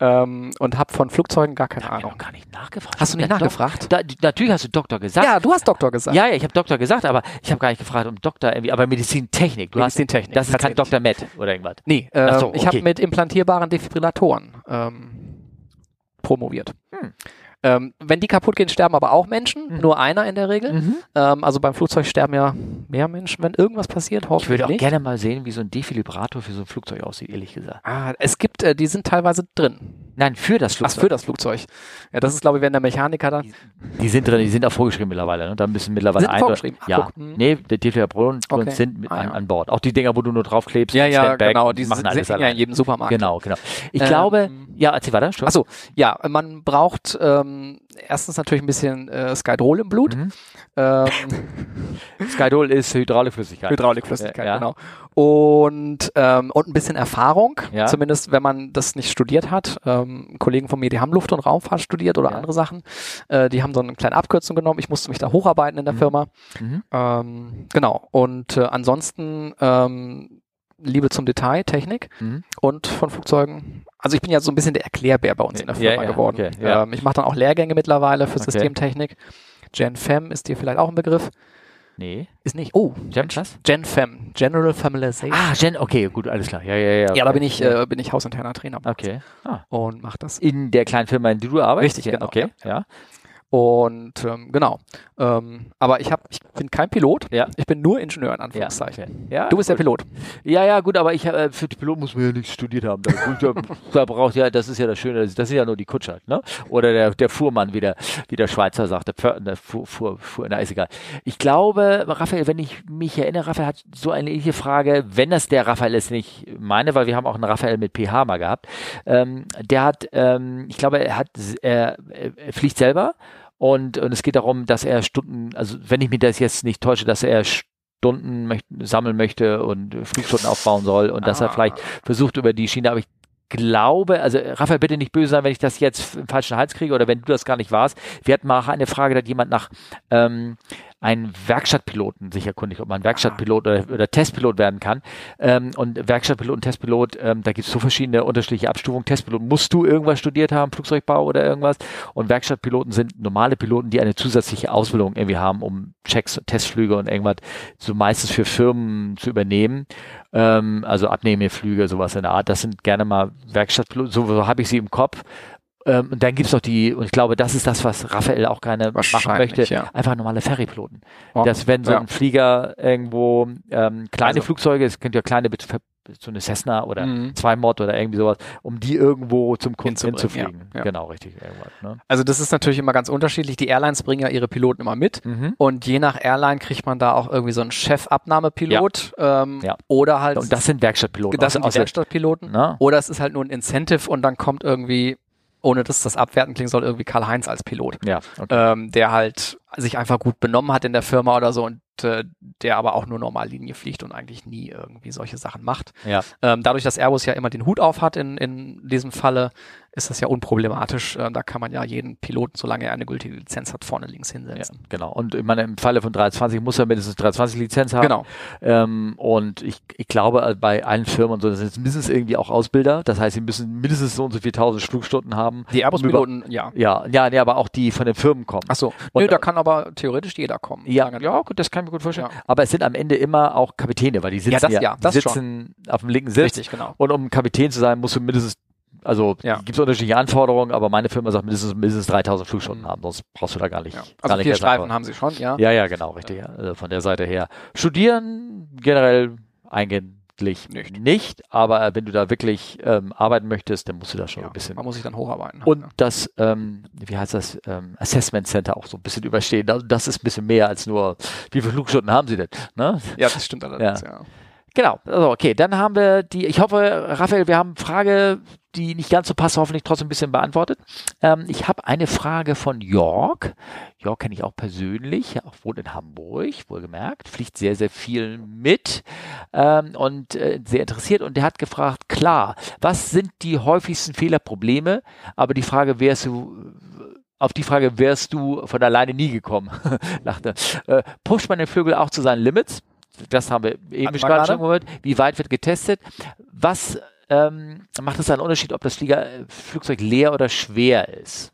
S2: ähm, und habe von Flugzeugen gar keine
S1: hab ja
S2: Ahnung.
S1: noch gar nicht nachgefragt.
S2: Hast du nicht
S1: Ja, doch.
S2: nachgefragt?
S1: Da, die- natürlich hast du Doktor gesagt.
S2: Ja, du hast Doktor gesagt.
S1: Ja, ja, ich habe Doktor gesagt, aber ich habe gar nicht gefragt um Doktor irgendwie, aber Medizintechnik. Du
S2: Medizintechnik,
S1: Hast, das ist kein
S2: tatsächlich.
S1: Dr. Med oder irgendwas.
S2: Nee, ähm,
S1: so,
S2: ich habe
S1: okay.
S2: mit implantierbaren Defibrillatoren ähm, promoviert.
S1: Hm.
S2: Ähm, wenn die kaputt gehen, sterben aber auch Menschen, nur einer in der Regel.
S1: Mhm.
S2: Ähm, also beim Flugzeug sterben ja mehr Menschen, wenn irgendwas passiert,
S1: Ich
S2: hoffentlich
S1: würde auch
S2: nicht.
S1: gerne mal sehen, wie so ein Defibrillator für so ein Flugzeug aussieht, ehrlich gesagt.
S2: Ah, es gibt, äh, die sind teilweise drin.
S1: Nein, für das
S2: Ach,
S1: Flugzeug.
S2: für das Flugzeug. Ja, das ist, glaube ich, wenn der Mechaniker dann.
S1: Die sind drin, die sind auch vorgeschrieben mittlerweile. Ne? Da müssen mittlerweile
S2: Sind
S1: ein-
S2: vorgeschrieben? Ach,
S1: Ja,
S2: guck. Hm.
S1: nee, der Defibrillatoren
S2: Okay.
S1: sind mit
S2: Ah,
S1: an,
S2: ja.
S1: an Bord. Auch die Dinger, wo du nur draufklebst. Snapback,
S2: genau, Die
S1: machen
S2: sind,
S1: alles
S2: sind ja in
S1: allein.
S2: jedem Supermarkt.
S1: Genau, genau. Ich
S2: Ähm,
S1: glaube, ja, erzähl weiter. Entschuldigung.
S2: Achso, ja, man braucht ähm, erstens natürlich ein bisschen äh, Skydrol im Blut.
S1: Mhm.
S2: Ähm,
S1: Skydol ist Hydraulikflüssigkeit.
S2: Hydraulikflüssigkeit,
S1: Äh, ja.
S2: genau. Und, ähm, und ein bisschen Erfahrung,
S1: Ja.
S2: zumindest wenn man das nicht studiert hat. Ähm, Kollegen von mir, die haben Luft- und Raumfahrt studiert oder
S1: Ja.
S2: andere Sachen. Äh, die haben so eine kleine Abkürzung genommen. Ich musste mich da hocharbeiten in der
S1: Mhm.
S2: Firma.
S1: Mhm.
S2: Ähm, genau. Und äh, ansonsten ähm, Liebe zum Detail, Technik
S1: Mhm.
S2: und von Flugzeugen. Also ich bin ja so ein bisschen der Erklärbär bei uns in der
S1: Ja,
S2: Firma
S1: ja,
S2: geworden.
S1: okay, ja.
S2: Ähm, ich mache dann auch Lehrgänge mittlerweile für
S1: Okay.
S2: Systemtechnik. GenFam ist dir vielleicht auch ein Begriff.
S1: Nee.
S2: Ist nicht. Oh,
S1: Jam Class?
S2: GenFam, General Familization.
S1: Ah, Gen, okay, gut, alles klar. Ja, ja, ja.
S2: ja, da
S1: okay.
S2: bin ich, äh, bin ich hausinterner Trainer
S1: Okay. Ah.
S2: und mache das.
S1: In der kleinen Firma, in der du arbeitest?
S2: Richtig, genau,
S1: Okay, ja.
S2: Und ähm, genau. Ähm, aber ich, hab, ich bin kein Pilot,
S1: Ja.
S2: ich bin nur Ingenieur in
S1: Ja,
S2: Anführungszeichen.
S1: okay. ja,
S2: Du bist der
S1: gut.
S2: Pilot.
S1: ja, ja, gut, aber ich, äh, für die Pilot muss man ja nichts studiert haben. Da, da, da braucht ja, das ist ja das Schöne, das, das sind ja nur die Kutscher, ne? Oder der, der Fuhrmann, wie der, wie der Schweizer sagte, Pför, ne, Fuhr, Fuhr, Fuhr, na, ist egal. Ich glaube, Raphael, wenn ich mich erinnere, Raphael hat so eine ähnliche Frage, wenn das der Raphael ist, den ich meine, weil wir haben auch einen Raphael mit PH mal gehabt. Ähm, der hat, ähm, ich glaube, er hat, er, er fliegt selber und, und es geht darum, dass er Stunden, also wenn ich mir das jetzt nicht täusche, dass er Stunden möcht, sammeln möchte und Flugstunden aufbauen soll und dass er
S2: Ah.
S1: vielleicht versucht über die Schiene, aber ich glaube, also Raphael, bitte nicht böse sein, wenn ich das jetzt im falschen Hals kriege oder wenn du das gar nicht warst. Wir hatten mal eine Frage, da hat jemand nach ähm, einem Werkstattpiloten sich erkundigt, ob man Werkstattpilot oder, oder Testpilot werden kann. Ähm, und Werkstattpilot und Testpilot, ähm, da gibt es so verschiedene unterschiedliche Abstufungen. Testpilot musst du irgendwas studiert haben, Flugzeugbau oder irgendwas. Und Werkstattpiloten sind normale Piloten, die eine zusätzliche Ausbildung irgendwie haben, um Checks, und Testflüge und irgendwas so meistens für Firmen zu übernehmen. Ähm, also Abnehmerflüge, sowas in der Art. Das sind gerne mal Werkstattpiloten, so, so habe ich sie im Kopf. Ähm, und dann gibt es noch die, und ich glaube, das ist das, was Raphael auch gerne machen
S2: Wahrscheinlich,
S1: möchte,
S2: ja.
S1: einfach normale Ferrypiloten.
S2: Oh,
S1: Dass wenn so
S2: ja.
S1: ein Flieger irgendwo ähm, kleine
S2: Also-
S1: Flugzeuge, es könnte ja kleine, Bet- Ver- so eine Cessna oder
S2: Mhm.
S1: zwei Mod oder irgendwie sowas, um die irgendwo zum Kunden
S2: Hinzubringen,
S1: hinzufliegen.
S2: ja, ja.
S1: Genau, richtig. Irgendwas, ne?
S2: Also das ist natürlich immer ganz unterschiedlich. Die Airlines bringen ja ihre Piloten immer mit.
S1: mhm.
S2: Und je nach Airline kriegt man da auch irgendwie so einen Chefabnahmepilot ähm,
S1: Ja.
S2: oder halt
S1: Und das sind Werkstattpiloten.
S2: das sind die
S1: Außer- außer-
S2: Werkstattpiloten.
S1: ne?
S2: Oder es ist halt nur ein Incentive und dann kommt irgendwie, ohne dass das abwerten klingen soll, irgendwie Karl-Heinz als Pilot.
S1: Ja, okay.
S2: ähm, der halt sich einfach gut benommen hat in der Firma oder so und äh, der aber auch nur normal Linie fliegt und eigentlich nie irgendwie solche Sachen macht.
S1: ja.
S2: Ähm, dadurch, dass Airbus ja immer den Hut auf hat in, in diesem Falle, ist das ja unproblematisch. Ähm, da kann man ja jeden Piloten, solange er eine gültige Lizenz hat, vorne links
S1: Ja,
S2: hinsetzen.
S1: genau. Und ich meine, im Falle von 320 muss er mindestens 320 Lizenz haben.
S2: Genau.
S1: Ähm, und ich, ich glaube, äh, bei allen Firmen und so, das sind mindestens irgendwie auch Ausbilder. Das heißt, sie müssen mindestens so und so viel tausend Flugstunden haben.
S2: Die
S1: um über-
S2: Airbus-Piloten, ja. äh,
S1: Ja, ja, nee, aber auch die von den Firmen kommen.
S2: Achso,
S1: Und-
S2: nö, da kann aber theoretisch jeder kommen.
S1: Ja,
S2: Solange-
S1: ja, gut, das kann ich mir gut vorstellen.
S2: Ja.
S1: Aber es sind am Ende immer auch Kapitäne, weil die sitzen ja,
S2: das- ja, das
S1: die sitzen auf dem linken Sitz.
S2: Richtig, genau.
S1: Und um Kapitän zu sein, musst du mindestens, also
S2: Ja.
S1: gibt es unterschiedliche Anforderungen, aber meine Firma sagt mindestens, mindestens 3000 Flugstunden haben, sonst brauchst du da gar nicht.
S2: Mhm. Ja.
S1: gar
S2: Also
S1: nicht
S2: vier
S1: erst
S2: Streifen
S1: anfangen.
S2: haben sie schon, ja.
S1: Ja, ja, genau, richtig. Also von der Seite her. Studieren generell eigentlich
S2: Nicht.
S1: nicht. aber wenn du da wirklich ähm, arbeiten möchtest, dann musst du da schon
S2: Ja,
S1: ein bisschen.
S2: Man muss sich dann hocharbeiten.
S1: Und
S2: ja.
S1: das, ähm, wie heißt das, ähm, Assessment Center auch so ein bisschen überstehen. Also das ist ein bisschen mehr als nur, wie viele Flugstunden haben sie denn? Ne?
S2: ja, das stimmt allerdings, ja.
S1: Genau, also okay, dann haben wir die, ich hoffe, Raphael, wir haben Frage die nicht ganz so passt, hoffentlich trotzdem ein bisschen beantwortet. Ähm, ich habe eine Frage von York. York kenne ich auch persönlich, auch wohnt in Hamburg, wohlgemerkt, fliegt sehr, sehr viel mit ähm, und äh, sehr interessiert. Und der hat gefragt, klar, was sind die häufigsten Fehlerprobleme? Aber die Frage, wer ist du, auf die Frage wärst du von alleine nie gekommen, lachte. Äh, pusht man den Vögel auch zu seinen Limits? Das haben wir eben
S2: wir
S1: gerade schon
S2: gerade.
S1: gehört. Wie weit wird getestet? Was ähm, macht es einen Unterschied, ob das Flieger, äh, Flugzeug leer oder schwer ist?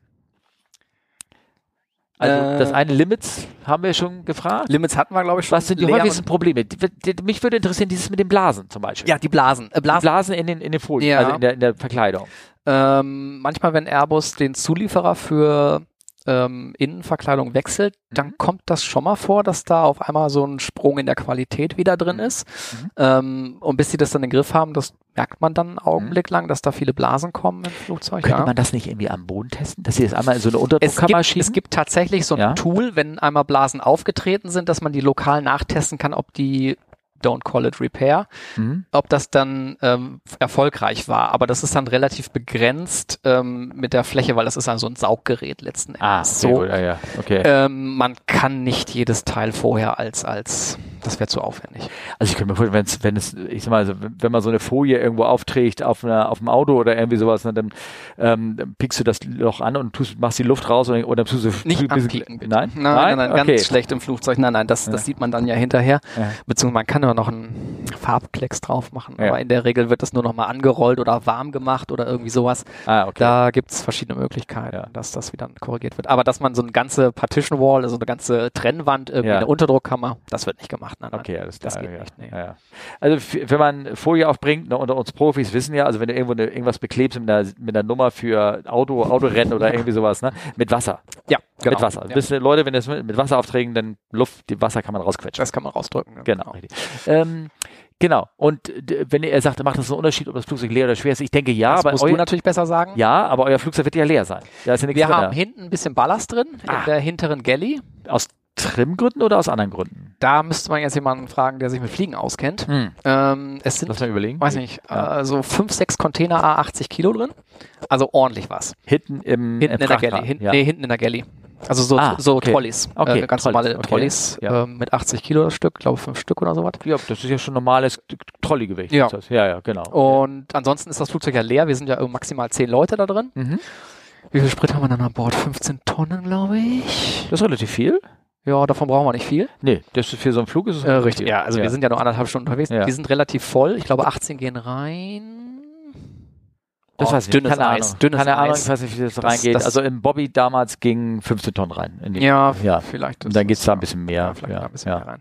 S1: Also
S2: Äh.
S1: das eine Limits haben wir schon gefragt.
S2: Limits hatten wir, glaube ich, schon.
S1: Was sind die
S2: Leer und-
S1: häufigsten Probleme? Die- die- Mich würde interessieren, dieses mit den Blasen zum Beispiel.
S2: Ja, die Blasen. Äh,
S1: Die
S2: Blasen.
S1: Blasen in den, in den Folien,
S2: Ja.
S1: also in der, in der Verkleidung.
S2: Ähm, manchmal, wenn Airbus den Zulieferer für ähm, Innenverkleidung wechselt,
S1: Mhm.
S2: dann kommt das schon mal vor, dass da auf einmal so ein Sprung in der Qualität wieder drin ist.
S1: Mhm.
S2: Ähm, und bis sie das dann in den Griff haben, das merkt man dann einen Augenblick lang, dass da viele Blasen kommen im Flugzeug.
S1: Könnte
S2: Ja.
S1: man das nicht irgendwie am Boden testen? Dass sie das einmal in so eine
S2: Es
S1: Unterdruckkammer
S2: gibt,
S1: schieben?
S2: es gibt tatsächlich so ein
S1: Ja.
S2: Tool, wenn einmal Blasen aufgetreten sind, dass man die lokal nachtesten kann, ob die Don't Call It Repair,
S1: Mhm.
S2: ob das dann ähm, erfolgreich war. Aber das ist dann relativ begrenzt ähm, mit der Fläche, weil das ist dann so ein Sauggerät letzten Endes.
S1: Ah,
S2: so.
S1: so. Äh, Gut, ja, ja. Okay.
S2: Ähm, man kann nicht jedes Teil vorher als, als, das wäre zu aufwendig.
S1: Also ich könnte mir vorstellen, wenn's, wenn es, ich sag mal, also wenn man so eine Folie irgendwo aufträgt auf, einer, auf dem Auto oder irgendwie sowas, ne, dann, ähm, dann piekst du das Loch an und tust, machst die Luft raus und, oder tust du
S2: Nicht
S1: bisschen-
S2: anpieken, bitte.
S1: Nein,
S2: Nein, nein, nein,
S1: okay.
S2: ganz schlecht im Flugzeug. Nein, nein, das, das
S1: Ja.
S2: sieht man dann ja hinterher.
S1: Ja.
S2: Beziehungsweise man kann ja noch einen Farbklecks drauf machen.
S1: Ja.
S2: Aber in der Regel wird das nur nochmal angerollt oder warm gemacht oder irgendwie sowas.
S1: Ah, okay.
S2: Da gibt es verschiedene Möglichkeiten,
S1: Ja.
S2: dass das wieder korrigiert wird. Aber dass man so eine ganze Partition Wall, also eine ganze Trennwand, irgendwie
S1: Ja.
S2: eine Unterdruckkammer, das wird nicht gemacht. Nein, nein.
S1: Okay, alles
S2: Das
S1: klar.
S2: geht
S1: ja.
S2: nicht, nee.
S1: ja, ja. Also f- wenn man Folie aufbringt, ne, unter uns Profis wissen ja, also wenn du irgendwo ne, irgendwas beklebst mit einer, mit einer Nummer für Auto, Autorennen oder irgendwie sowas, ne, mit Wasser.
S2: Ja, genau.
S1: Mit Wasser.
S2: Ja.
S1: Wisst ihr, Leute, wenn ihr es mit, mit Wasser aufträgen, dann Luft, die Wasser kann man rausquetschen.
S2: Das kann man rausdrücken. ne?
S1: Genau. richtig. Ähm, genau. Und d- wenn ihr- er sagt, macht das einen Unterschied, ob das Flugzeug leer oder schwer ist? Ich denke ja,
S2: Das
S1: aber
S2: musst du
S1: euer,
S2: natürlich besser sagen.
S1: ja, aber euer Flugzeug wird ja leer sein. Da ist ja nichts
S2: Wir
S1: drin.
S2: haben hinten ein bisschen Ballast drin,
S1: Ah.
S2: in der hinteren Galley.
S1: Aus Trimgründen oder aus anderen Gründen?
S2: Da müsste man jetzt jemanden fragen, der sich mit Fliegen auskennt.
S1: Hm.
S2: Ähm, es sind,
S1: Lass mal überlegen.
S2: weiß nicht,
S1: Ja.
S2: äh, so fünf, sechs Container A80 Kilo drin. Also ordentlich was.
S1: Hinten im im
S2: Hinten in der Galley.
S1: Frachtrahmen,
S2: Hin,
S1: ja.
S2: Nee, hinten in der Galley. Also so,
S1: Ah,
S2: so
S1: okay.
S2: Trolleys.
S1: Okay,
S2: Äh, ganz
S1: Trolleys,
S2: normale
S1: okay.
S2: Trolleys
S1: Ja.
S2: äh, mit 80 Kilo das Stück, glaube fünf Stück oder sowas.
S1: ja, das ist ja schon normales T- Trolleygewicht.
S2: Ja. Oh.
S1: ist das. ja, ja, genau.
S2: Und ansonsten ist das Flugzeug ja leer. Wir sind ja irgendwie maximal zehn Leute da drin.
S1: Mhm.
S2: Wie viel Sprit haben wir dann an Bord? 15 Tonnen, glaube ich.
S1: Das ist relativ viel.
S2: Ja, davon brauchen wir nicht viel.
S1: Nee, das ist für so einen Flug ist es
S2: Äh, richtig, ja. Also
S1: ja.
S2: wir sind ja nur anderthalb Stunden unterwegs.
S1: Ja.
S2: Die sind relativ voll. Ich glaube, 18 gehen rein.
S1: Das
S2: Oh,
S1: weiß ich
S2: dünnes
S1: nicht. Keine
S2: Eis.
S1: Ahnung.
S2: Dünnes
S1: Keine Ahnung,
S2: Eis.
S1: ich weiß nicht, wie das,
S2: Das-
S1: reingeht.
S2: das-
S1: also im Bobby damals ging 15 Tonnen rein. In die-
S2: Ja,
S1: ja.
S2: vielleicht.
S1: Und dann
S2: ist-
S1: geht's da ein bisschen mehr.
S2: Ja, vielleicht
S1: Ja,
S2: da ein bisschen
S1: ja.
S2: mehr rein.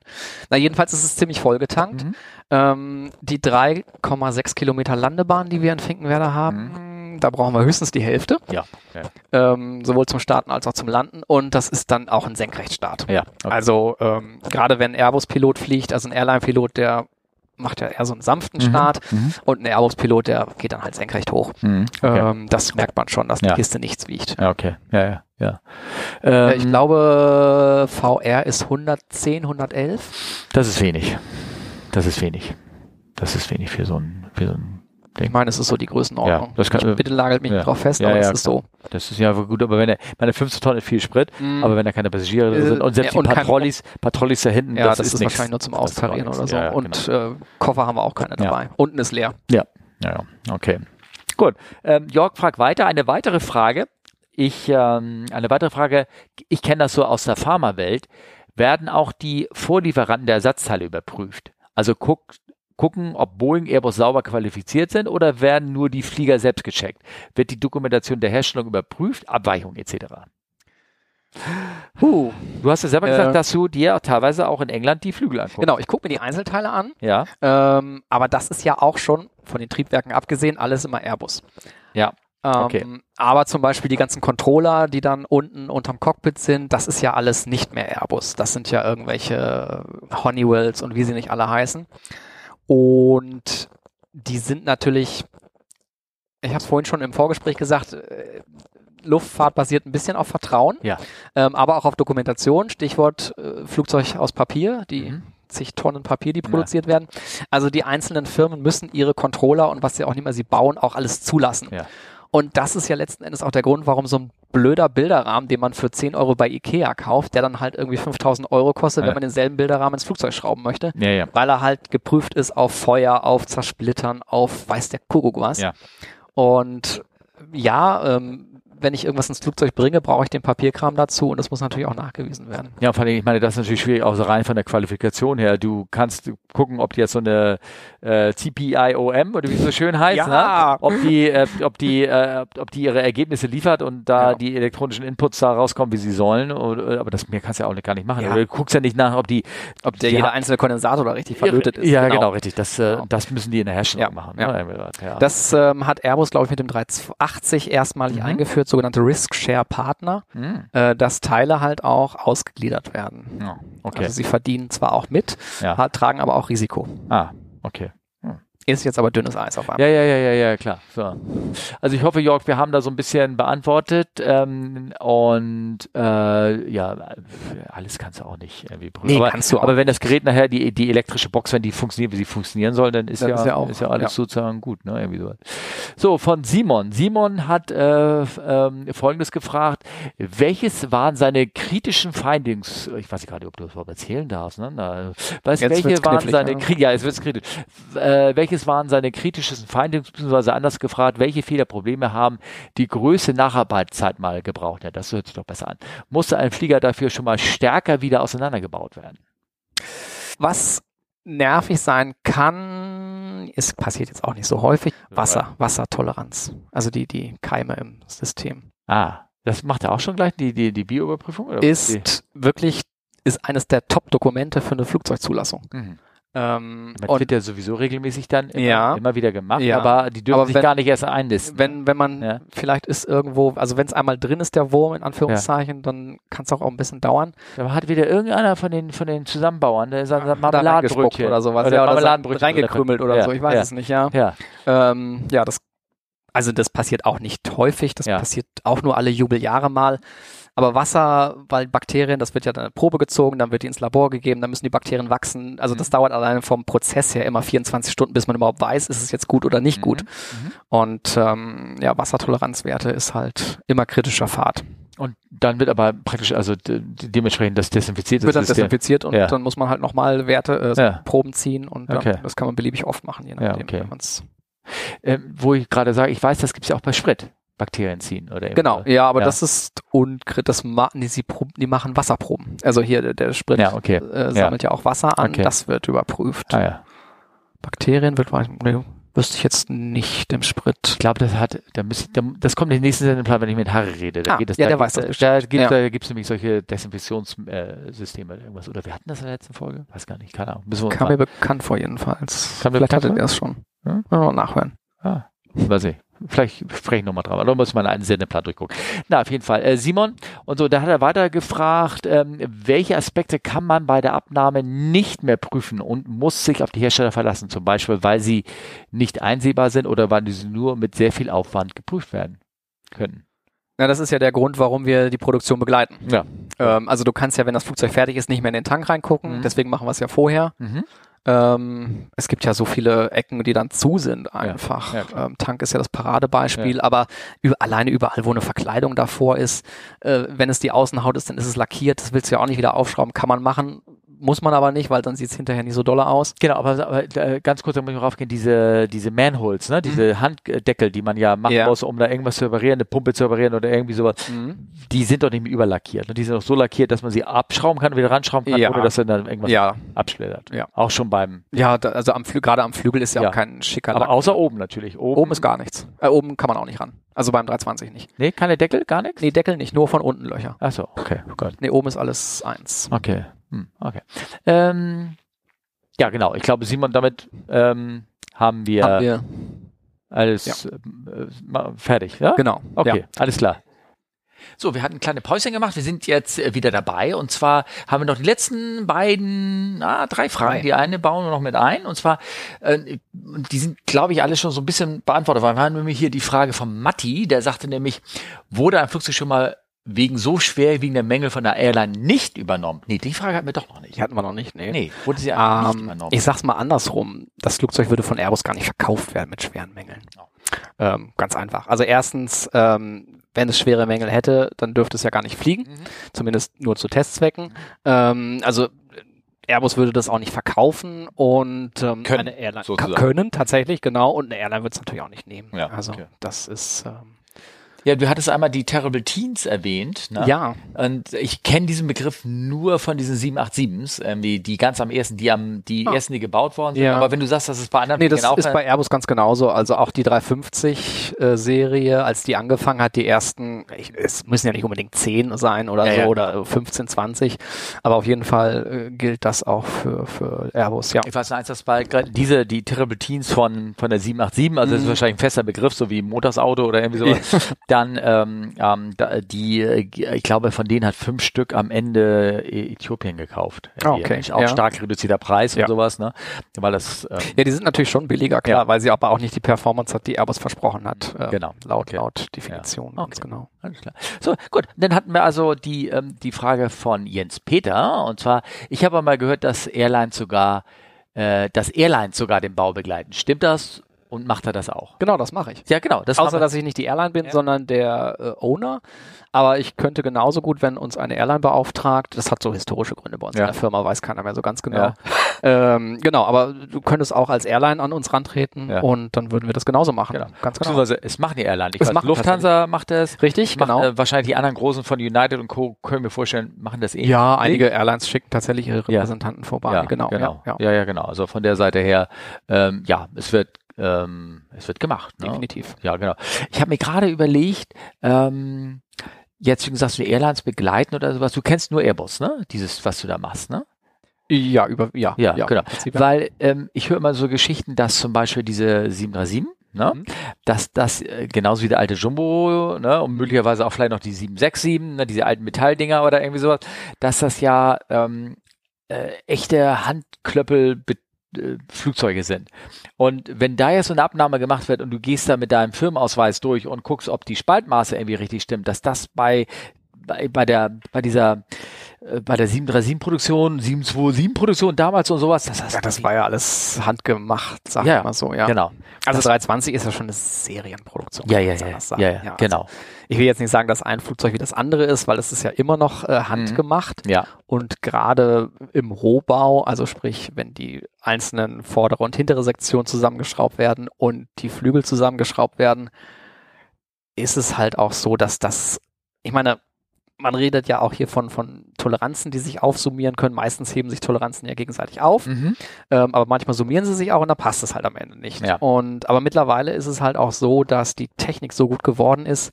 S2: Na, jedenfalls ist es ziemlich vollgetankt.
S1: Mhm.
S2: Ähm, die 3,6 Kilometer Landebahn, die wir in Finkenwerder haben,
S1: Mhm.
S2: da brauchen wir höchstens die Hälfte.
S1: Ja. ja.
S2: Ähm, sowohl zum Starten als auch zum Landen. Und das ist dann auch ein Senkrechtstart.
S1: ja. Okay.
S2: Also ähm, gerade wenn ein Airbus-Pilot fliegt, also ein Airline-Pilot, der macht ja eher so einen sanften Start
S1: Mhm.
S2: und ein Airbus-Pilot, der geht dann halt senkrecht hoch.
S1: Mhm. Okay.
S2: Ähm, das merkt man schon, dass die
S1: Ja.
S2: Kiste nichts wiegt.
S1: Ja, okay. Ja, ja, ja.
S2: Äh,
S1: Ähm,
S2: ich glaube, VR ist 110, 111.
S1: das ist wenig. Das ist wenig. Das ist wenig für so ein, für so ein
S2: Ich meine, es ist so die Größenordnung.
S1: Ja, das kann- äh,
S2: ich, bitte lagert mich
S1: ja.
S2: nicht drauf fest,
S1: Ja,
S2: aber
S1: ja,
S2: es ist so.
S1: Das ist ja gut, aber wenn er, meine 15 Tonnen ist viel Sprit, aber wenn da keine Passagiere drin
S2: Mhm. Äh,
S1: sind und selbst
S2: ja,
S1: die
S2: und kein-
S1: Patrollis, Patrollis da hinten,
S2: Ja, das, ist,
S1: nichts.
S2: wahrscheinlich nur zum
S1: Das ist gar
S2: Austarieren
S1: nichts.
S2: oder so.
S1: Ja, genau. ja,
S2: und äh, Koffer haben wir auch keine dabei. Unten ist leer.
S1: Ja, ja, okay. Gut. Ähm, Jörg fragt weiter. Eine weitere Frage. Ich, ähm, eine weitere Frage. Ich kenne das so aus der Pharmawelt. Werden auch die Vorlieferanten der Ersatzteile überprüft? Also guck, gucken, ob Boeing, Airbus sauber qualifiziert sind oder werden nur die Flieger selbst gecheckt? Wird die Dokumentation der Herstellung überprüft? Abweichung etc.
S2: Huh.
S1: Du hast ja selber
S2: Äh.
S1: gesagt, dass du dir teilweise auch in England die Flügel anguckst.
S2: Genau, ich gucke mir die Einzelteile an,
S1: Ja.
S2: ähm, aber das ist ja auch schon, von den Triebwerken abgesehen, alles immer Airbus.
S1: Ja.
S2: Ähm,
S1: Okay.
S2: Aber zum Beispiel die ganzen Controller, die dann unten unterm Cockpit sind, das ist ja alles nicht mehr Airbus. Das sind ja irgendwelche Honeywells und wie sie nicht alle heißen. Und die sind natürlich, ich habe es vorhin schon im Vorgespräch gesagt, äh, Luftfahrt basiert ein bisschen auf Vertrauen,
S1: Ja.
S2: ähm, aber auch auf Dokumentation. Stichwort äh, Flugzeug aus Papier, die
S1: Mhm.
S2: zig Tonnen Papier, die produziert werden. Also die einzelnen Firmen müssen ihre Controller und was sie auch immer sie bauen, auch alles zulassen.
S1: Ja.
S2: Und das ist ja letzten Endes auch der Grund, warum so ein blöder Bilderrahmen, den man für 10 Euro bei Ikea kauft, der dann halt irgendwie 5000 Euro kostet,
S1: Ja.
S2: wenn man denselben Bilderrahmen ins Flugzeug schrauben möchte,
S1: Ja, ja.
S2: weil er halt geprüft ist auf Feuer, auf Zersplittern, auf weiß der Kuckuck was.
S1: Ja.
S2: Und ja, ähm, wenn ich irgendwas ins Flugzeug bringe, brauche ich den Papierkram dazu und das muss natürlich auch nachgewiesen werden.
S1: Ja, vor allem, ich meine, das ist natürlich schwierig, auch so rein von der Qualifikation her. Du kannst gucken, ob die jetzt so eine äh, CPIOM oder wie es so schön heißt, ne?
S2: Ja.
S1: ob die, äh, ob die, äh, ob- ob die ihre Ergebnisse liefert und da
S2: Ja.
S1: die elektronischen Inputs da rauskommen, wie sie sollen. Oder, aber das mehr kannst du ja auch gar nicht machen.
S2: Ja.
S1: Oder du guckst ja nicht nach, ob die,
S2: Ob der
S1: Ja.
S2: jeder einzelne Kondensator da richtig verlötet ist.
S1: Ja, genau, richtig. Das, äh,
S2: Genau.
S1: das müssen die in der Herstellung
S2: Ja.
S1: machen.
S2: Ja.
S1: Ne? Ja.
S2: Das ähm, hat Airbus, glaube ich, mit dem 380 erstmalig
S1: Mhm.
S2: eingeführt, sogenannte Risk-Share-Partner,
S1: Hm.
S2: äh, dass Teile halt auch ausgegliedert werden.
S1: Ja, Okay.
S2: Also sie verdienen zwar auch mit,
S1: Ja.
S2: ha- tragen aber auch Risiko.
S1: ah, okay.
S2: Ist jetzt aber dünnes Eis auf einmal.
S1: Ja, ja, ja, ja, ja, klar. So. Also ich hoffe, Jörg, wir haben da so ein bisschen beantwortet ähm, und äh, ja, alles kannst du auch nicht irgendwie prüfen.
S2: Nee,
S1: aber,
S2: kannst du auch
S1: aber wenn das Gerät nachher die, die elektrische Box, wenn die funktioniert, wie sie funktionieren soll, dann ist,
S2: Dann
S1: ja,
S2: ist
S1: ist,
S2: ja
S1: ja,
S2: auch-
S1: alles
S2: ja.
S1: sozusagen gut, ne? Irgendwie so. so, von Simon. Simon hat äh, f- ähm, folgendes gefragt. Welches waren seine kritischen Findings? Ich weiß nicht gerade, ob du das überhaupt erzählen darfst, ne? Na, was,
S2: Jetzt wird's
S1: welche waren
S2: knifflig,
S1: seine
S2: ne?
S1: Kri- ja, es wird kritisch. Äh, welches waren seine kritischen Findings, beziehungsweise anders gefragt, welche Fehler Probleme haben die größte Nacharbeitszeit mal gebraucht hat? Das hört sich doch besser an. Musste ein Flieger dafür schon mal stärker wieder auseinandergebaut werden?
S2: Was nervig sein kann, ist passiert jetzt auch nicht so häufig, Wasser, Wassertoleranz. Also die, die Keime im System.
S1: Ah, das macht er auch schon gleich, die, die, die Bioüberprüfung? Oder Die,
S2: Ist wirklich, ist eines der Top-Dokumente für eine Flugzeugzulassung.
S1: mhm.
S2: Ähm,
S1: Man
S2: und
S1: wird ja sowieso regelmäßig dann immer,
S2: Ja.
S1: immer wieder gemacht,
S2: Ja.
S1: aber die dürfen
S2: Aber
S1: sich
S2: wenn-
S1: gar nicht erst einlisten.
S2: wenn, wenn man
S1: ne? Ja.
S2: vielleicht ist irgendwo, also wenn es einmal drin ist, der Wurm in Anführungszeichen, dann kann es auch, auch ein bisschen dauern.
S1: da hat wieder irgendeiner von den, von den Zusammenbauern, der sagt,
S2: Hat er reingespuckt
S1: Marmeladenbrötchen
S2: oder sowas.
S1: Oder
S2: ja, oder
S1: Marmeladenbrötchen.
S2: reingekrümmelt oder
S1: Ja,
S2: so, ich weiß
S1: ja.
S2: es nicht, ja.
S1: Ja,
S2: Ähm, ja, das, also das passiert auch nicht häufig, das
S1: Ja.
S2: passiert auch nur alle Jubeljahre mal. Aber Wasser, weil Bakterien, das wird ja dann eine Probe gezogen, dann wird die ins Labor gegeben, dann müssen die Bakterien wachsen.
S1: Mhm.
S2: Also das dauert alleine vom Prozess her immer 24 Stunden, bis man überhaupt weiß, ist es jetzt gut oder
S1: Mhm.
S2: nicht gut. Und ähm, ja, Wassertoleranzwerte ist halt immer kritischer Pfad.
S1: Und dann wird aber praktisch, also de de- dementsprechend das desinfizierte
S2: wird dann
S1: System.
S2: desinfiziert und
S1: Ja.
S2: dann muss man halt nochmal Werte, äh,
S1: Ja.
S2: Proben ziehen und dann,
S1: Okay.
S2: das kann man beliebig oft machen, je
S1: Ja,
S2: nachdem,
S1: okay.
S2: wenn man's.
S1: Ähm, wo ich gerade sage, ich weiß, das gibt es ja auch bei Sprit. Bakterien ziehen oder eben
S2: Genau,
S1: so.
S2: ja, aber
S1: Ja.
S2: das ist unkrit, das ma nee, sie prob- die machen Wasserproben. Also hier der, der Sprit
S1: Ja, okay.
S2: äh, sammelt ja. auch Wasser an,
S1: Okay.
S2: das wird überprüft.
S1: Ah, ja.
S2: Bakterien wird nee, wüsste ich jetzt nicht im Sprit.
S1: Ich glaube, das hat, da müsst, da, das kommt in den nächsten Sendeplan, wenn ich mit Harry rede. Da
S2: Ah,
S1: geht es,
S2: ja,
S1: da
S2: der
S1: gibt-
S2: weiß das
S1: Da
S2: bestimmt.
S1: gibt
S2: Ja.
S1: es nämlich solche Desinfektionssysteme äh, Systeme oder irgendwas. Oder wir hatten das in der letzten Folge? Weiß gar nicht, keine Ahnung. Müssen wir uns
S2: Kam mir
S1: mal,
S2: bekannt vor jedenfalls.
S1: Kam dir
S2: Vielleicht
S1: bekannt
S2: hattet
S1: vor?
S2: ihr es schon.
S1: Ja.
S2: Ja, nachhören.
S1: weiß ich. Vielleicht spreche ich nochmal dran, aber da muss man einen Sendeplan durchgucken. Na, auf jeden Fall. Äh, Simon, und so, da hat er weiter gefragt, ähm, welche Aspekte kann man bei der Abnahme nicht mehr prüfen und muss sich auf die Hersteller verlassen, zum Beispiel, weil sie nicht einsehbar sind oder weil sie nur mit sehr viel Aufwand geprüft werden können.
S2: Ja, das ist ja der Grund, warum wir die Produktion begleiten.
S1: Ja.
S2: Ähm, also du kannst ja, wenn das Flugzeug fertig ist, nicht mehr in den Tank reingucken.
S1: Mhm.
S2: Deswegen machen wir es ja vorher.
S1: Mhm.
S2: Ähm, es gibt ja so viele Ecken, die dann zu sind einfach.
S1: Ja,
S2: ähm, Tank ist ja das Paradebeispiel, aber über, alleine überall, wo eine Verkleidung davor ist, äh, wenn es die Außenhaut ist, dann ist es lackiert. Das willst du ja auch nicht wieder aufschrauben. Kann man machen, muss man aber nicht, weil dann sieht es hinterher nicht so dolle aus.
S1: Genau, aber, aber äh, ganz kurz, da muss ich noch raufgehen, diese, diese Manholes, ne? diese Handdeckel, die man ja machen
S2: Ja.
S1: muss, um da irgendwas zu reparieren, eine Pumpe zu reparieren oder irgendwie sowas,
S2: Mhm.
S1: die sind doch nicht mehr überlackiert. Ne? Die sind doch so lackiert, dass man sie abschrauben kann, und wieder ranschrauben kann,
S2: Ja.
S1: oder dass dann dann irgendwas
S2: Ja,
S1: abschlittert.
S2: Ja.
S1: Auch schon beim,
S2: ja, da, also am Flü- gerade am Flügel ist ja,
S1: Ja.
S2: auch kein schicker
S1: aber
S2: Lack.
S1: außer oben natürlich. Oben,
S2: Oben ist gar nichts. Äh, oben kann man auch nicht ran. Also beim 320 nicht.
S1: Nee, keine Deckel, gar nichts?
S2: Nee, Deckel nicht, nur von unten Löcher.
S1: Achso, okay, oh Gott.
S2: Nee, oben ist alles eins.
S1: Okay, hm, okay. Ähm, ja, genau, ich glaube, Simon, damit ähm, haben wir,
S2: Haben wir.
S1: alles äh, ma- fertig, ja?
S2: Genau.
S1: Okay,
S2: Ja.
S1: alles klar. So, wir hatten kleine Päuschen gemacht. Wir sind jetzt äh, wieder dabei. Und zwar haben wir noch die letzten beiden, ah, drei Fragen.
S2: Drei.
S1: Die eine bauen wir noch mit ein. Und zwar, äh, die sind, glaube ich, alle schon so ein bisschen beantwortet. worden. Wir haben nämlich hier die Frage von Matti. Der sagte nämlich, wurde ein Flugzeug schon mal wegen so schwerwiegender Mängel von der Airline nicht übernommen? Nee, die Frage hatten wir doch noch nicht.
S2: Die hatten wir noch nicht, nee.
S1: Nee, wurde sie einfach nicht
S2: Ähm,
S1: übernommen.
S2: ich sag's mal andersrum. Das Flugzeug würde von Airbus gar nicht verkauft werden mit schweren Mängeln. Ähm, ganz einfach. Also erstens, ähm, wenn es schwere Mängel hätte, dann dürfte es ja gar nicht fliegen.
S3: Mhm.
S2: Zumindest nur zu Testzwecken. Ähm, also äh, Airbus würde das auch nicht verkaufen und ähm,
S3: Können,
S2: eine Airline
S3: sozusagen.
S2: können tatsächlich, genau. Und eine Airline wird es natürlich auch nicht nehmen.
S3: Ja,
S2: also
S3: okay.
S2: das ist ähm,
S1: ja, du hattest einmal die Terrible Teens erwähnt. Ne?
S2: ja.
S1: Und ich kenne diesen Begriff nur von diesen 787s, irgendwie, ähm, die ganz am ersten, die am, die
S2: Ah.
S1: ersten, die gebaut worden sind.
S2: Ja.
S1: Aber wenn du sagst, dass es bei anderen
S2: Nee, das
S1: Fliegern
S2: ist bei Airbus ganz genauso. Also auch die 350-Serie, als die angefangen hat, die ersten, ich, es müssen ja nicht unbedingt 10 sein oder
S1: Ja,
S2: so,
S1: ja.
S2: oder 15, 20. Aber auf jeden Fall äh, gilt das auch für, für Airbus, ja.
S1: Ich weiß nicht, das war gerade diese, die Terrible Teens von, von der 787, also
S2: Mhm.
S1: das ist wahrscheinlich ein fester Begriff, so wie Motorsauto oder irgendwie sowas. Dann, ähm, ähm, da, die, äh, ich glaube, von denen hat fünf Stück am Ende Ä- Äthiopien gekauft.
S2: Ah, okay,
S1: Auch
S2: ja.
S1: stark reduzierter Preis
S2: Ja.
S1: und sowas, ne? Weil das, ähm,
S2: Ja, die sind natürlich schon billiger, klar,
S1: Ja.
S2: weil sie aber auch nicht die Performance hat, die Airbus versprochen hat. äh,
S1: Genau.
S2: Laut,
S1: Okay.
S2: laut Definition,
S1: Ja.
S2: ganz
S1: Okay.
S2: genau.
S1: Alles klar. So, gut. Dann hatten wir also die, ähm, die Frage von Jens Peter. Und zwar, ich habe mal gehört, dass Airlines sogar, äh, dass Airlines sogar den Bau begleiten. Stimmt das? Und macht er das auch?
S2: Genau, das mache ich.
S1: Ja, genau. Das haben
S2: Außer,
S1: wir-
S2: dass ich nicht die Airline bin, sondern der äh, Owner. Aber ich könnte genauso gut, wenn uns eine Airline beauftragt, das hat so historische Gründe bei uns
S1: Ja.
S2: in der Firma, weiß keiner mehr so ganz genau.
S1: Ja.
S2: Ähm, genau, aber du könntest auch als Airline an uns rantreten
S1: Ja.
S2: und dann würden wir das genauso machen.
S1: Genau.
S2: Ganz genau.
S1: Beziehungsweise, es machen die Airline. Ich
S2: Es
S1: weiß,
S2: machen
S1: Lufthansa macht das.
S2: Richtig,
S1: Macht,
S2: genau.
S1: äh, wahrscheinlich die anderen Großen von United und Co. können wir vorstellen, machen das eh.
S2: ja, einige Airlines schicken tatsächlich ihre
S1: Ja.
S2: Repräsentanten vorbei. genau.
S1: genau.
S2: Ja, ja.
S1: ja, genau. Also von der Seite her, ähm, ja, es wird, ähm, es wird gemacht. Ne?
S2: Definitiv.
S1: Ja, genau. Ich habe mir gerade überlegt, ähm, jetzt, wie gesagt, so Airlines begleiten oder sowas. Du kennst nur Airbus, ne? Dieses, was du da machst, ne?
S2: Ja, über, ja,
S1: Ja, genau.
S2: im Prinzip, ja.
S1: Weil ähm, ich höre immer so Geschichten, dass zum Beispiel diese 737, ne,
S2: Mhm.
S1: dass das äh, genauso wie der alte Jumbo ne, und möglicherweise auch vielleicht noch die 767, ne, diese alten Metalldinger oder irgendwie sowas, dass das ja ähm, äh, echte Handklöppel be- äh, Flugzeuge sind. Und wenn da jetzt so eine Abnahme gemacht wird und du gehst da mit deinem Firmenausweis durch und guckst, ob die Spaltmaße irgendwie richtig stimmt, dass das bei bei, bei der bei dieser äh, bei der 737 Produktion, 727 Produktion damals und sowas, das hast
S2: ja,
S1: du
S2: das
S1: nie-
S2: war ja alles handgemacht, sag
S1: Ja,
S2: ich mal so. Ja.
S1: Genau.
S2: Also 320 ist ja schon eine Serienproduktion.
S1: Ja,
S2: kann
S1: ja,
S2: man
S1: ja.
S2: anders
S1: Ja,
S2: sagen.
S1: ja,
S2: also
S1: genau.
S2: Ich will jetzt nicht sagen, dass ein Flugzeug wie das andere ist, weil es ist ja immer noch äh, handgemacht
S1: Ja.
S2: und gerade im Rohbau, also sprich, wenn die einzelnen vordere und hintere Sektionen zusammengeschraubt werden und die Flügel zusammengeschraubt werden, ist es halt auch so, dass das, ich meine, man redet ja auch hier von, von Toleranzen, die sich aufsummieren können. Meistens heben sich Toleranzen ja gegenseitig auf.
S1: Mhm.
S2: Ähm, aber manchmal summieren sie sich auch und dann passt es halt am Ende nicht.
S1: Ja.
S2: Und, aber mittlerweile ist es halt auch so, dass die Technik so gut geworden ist,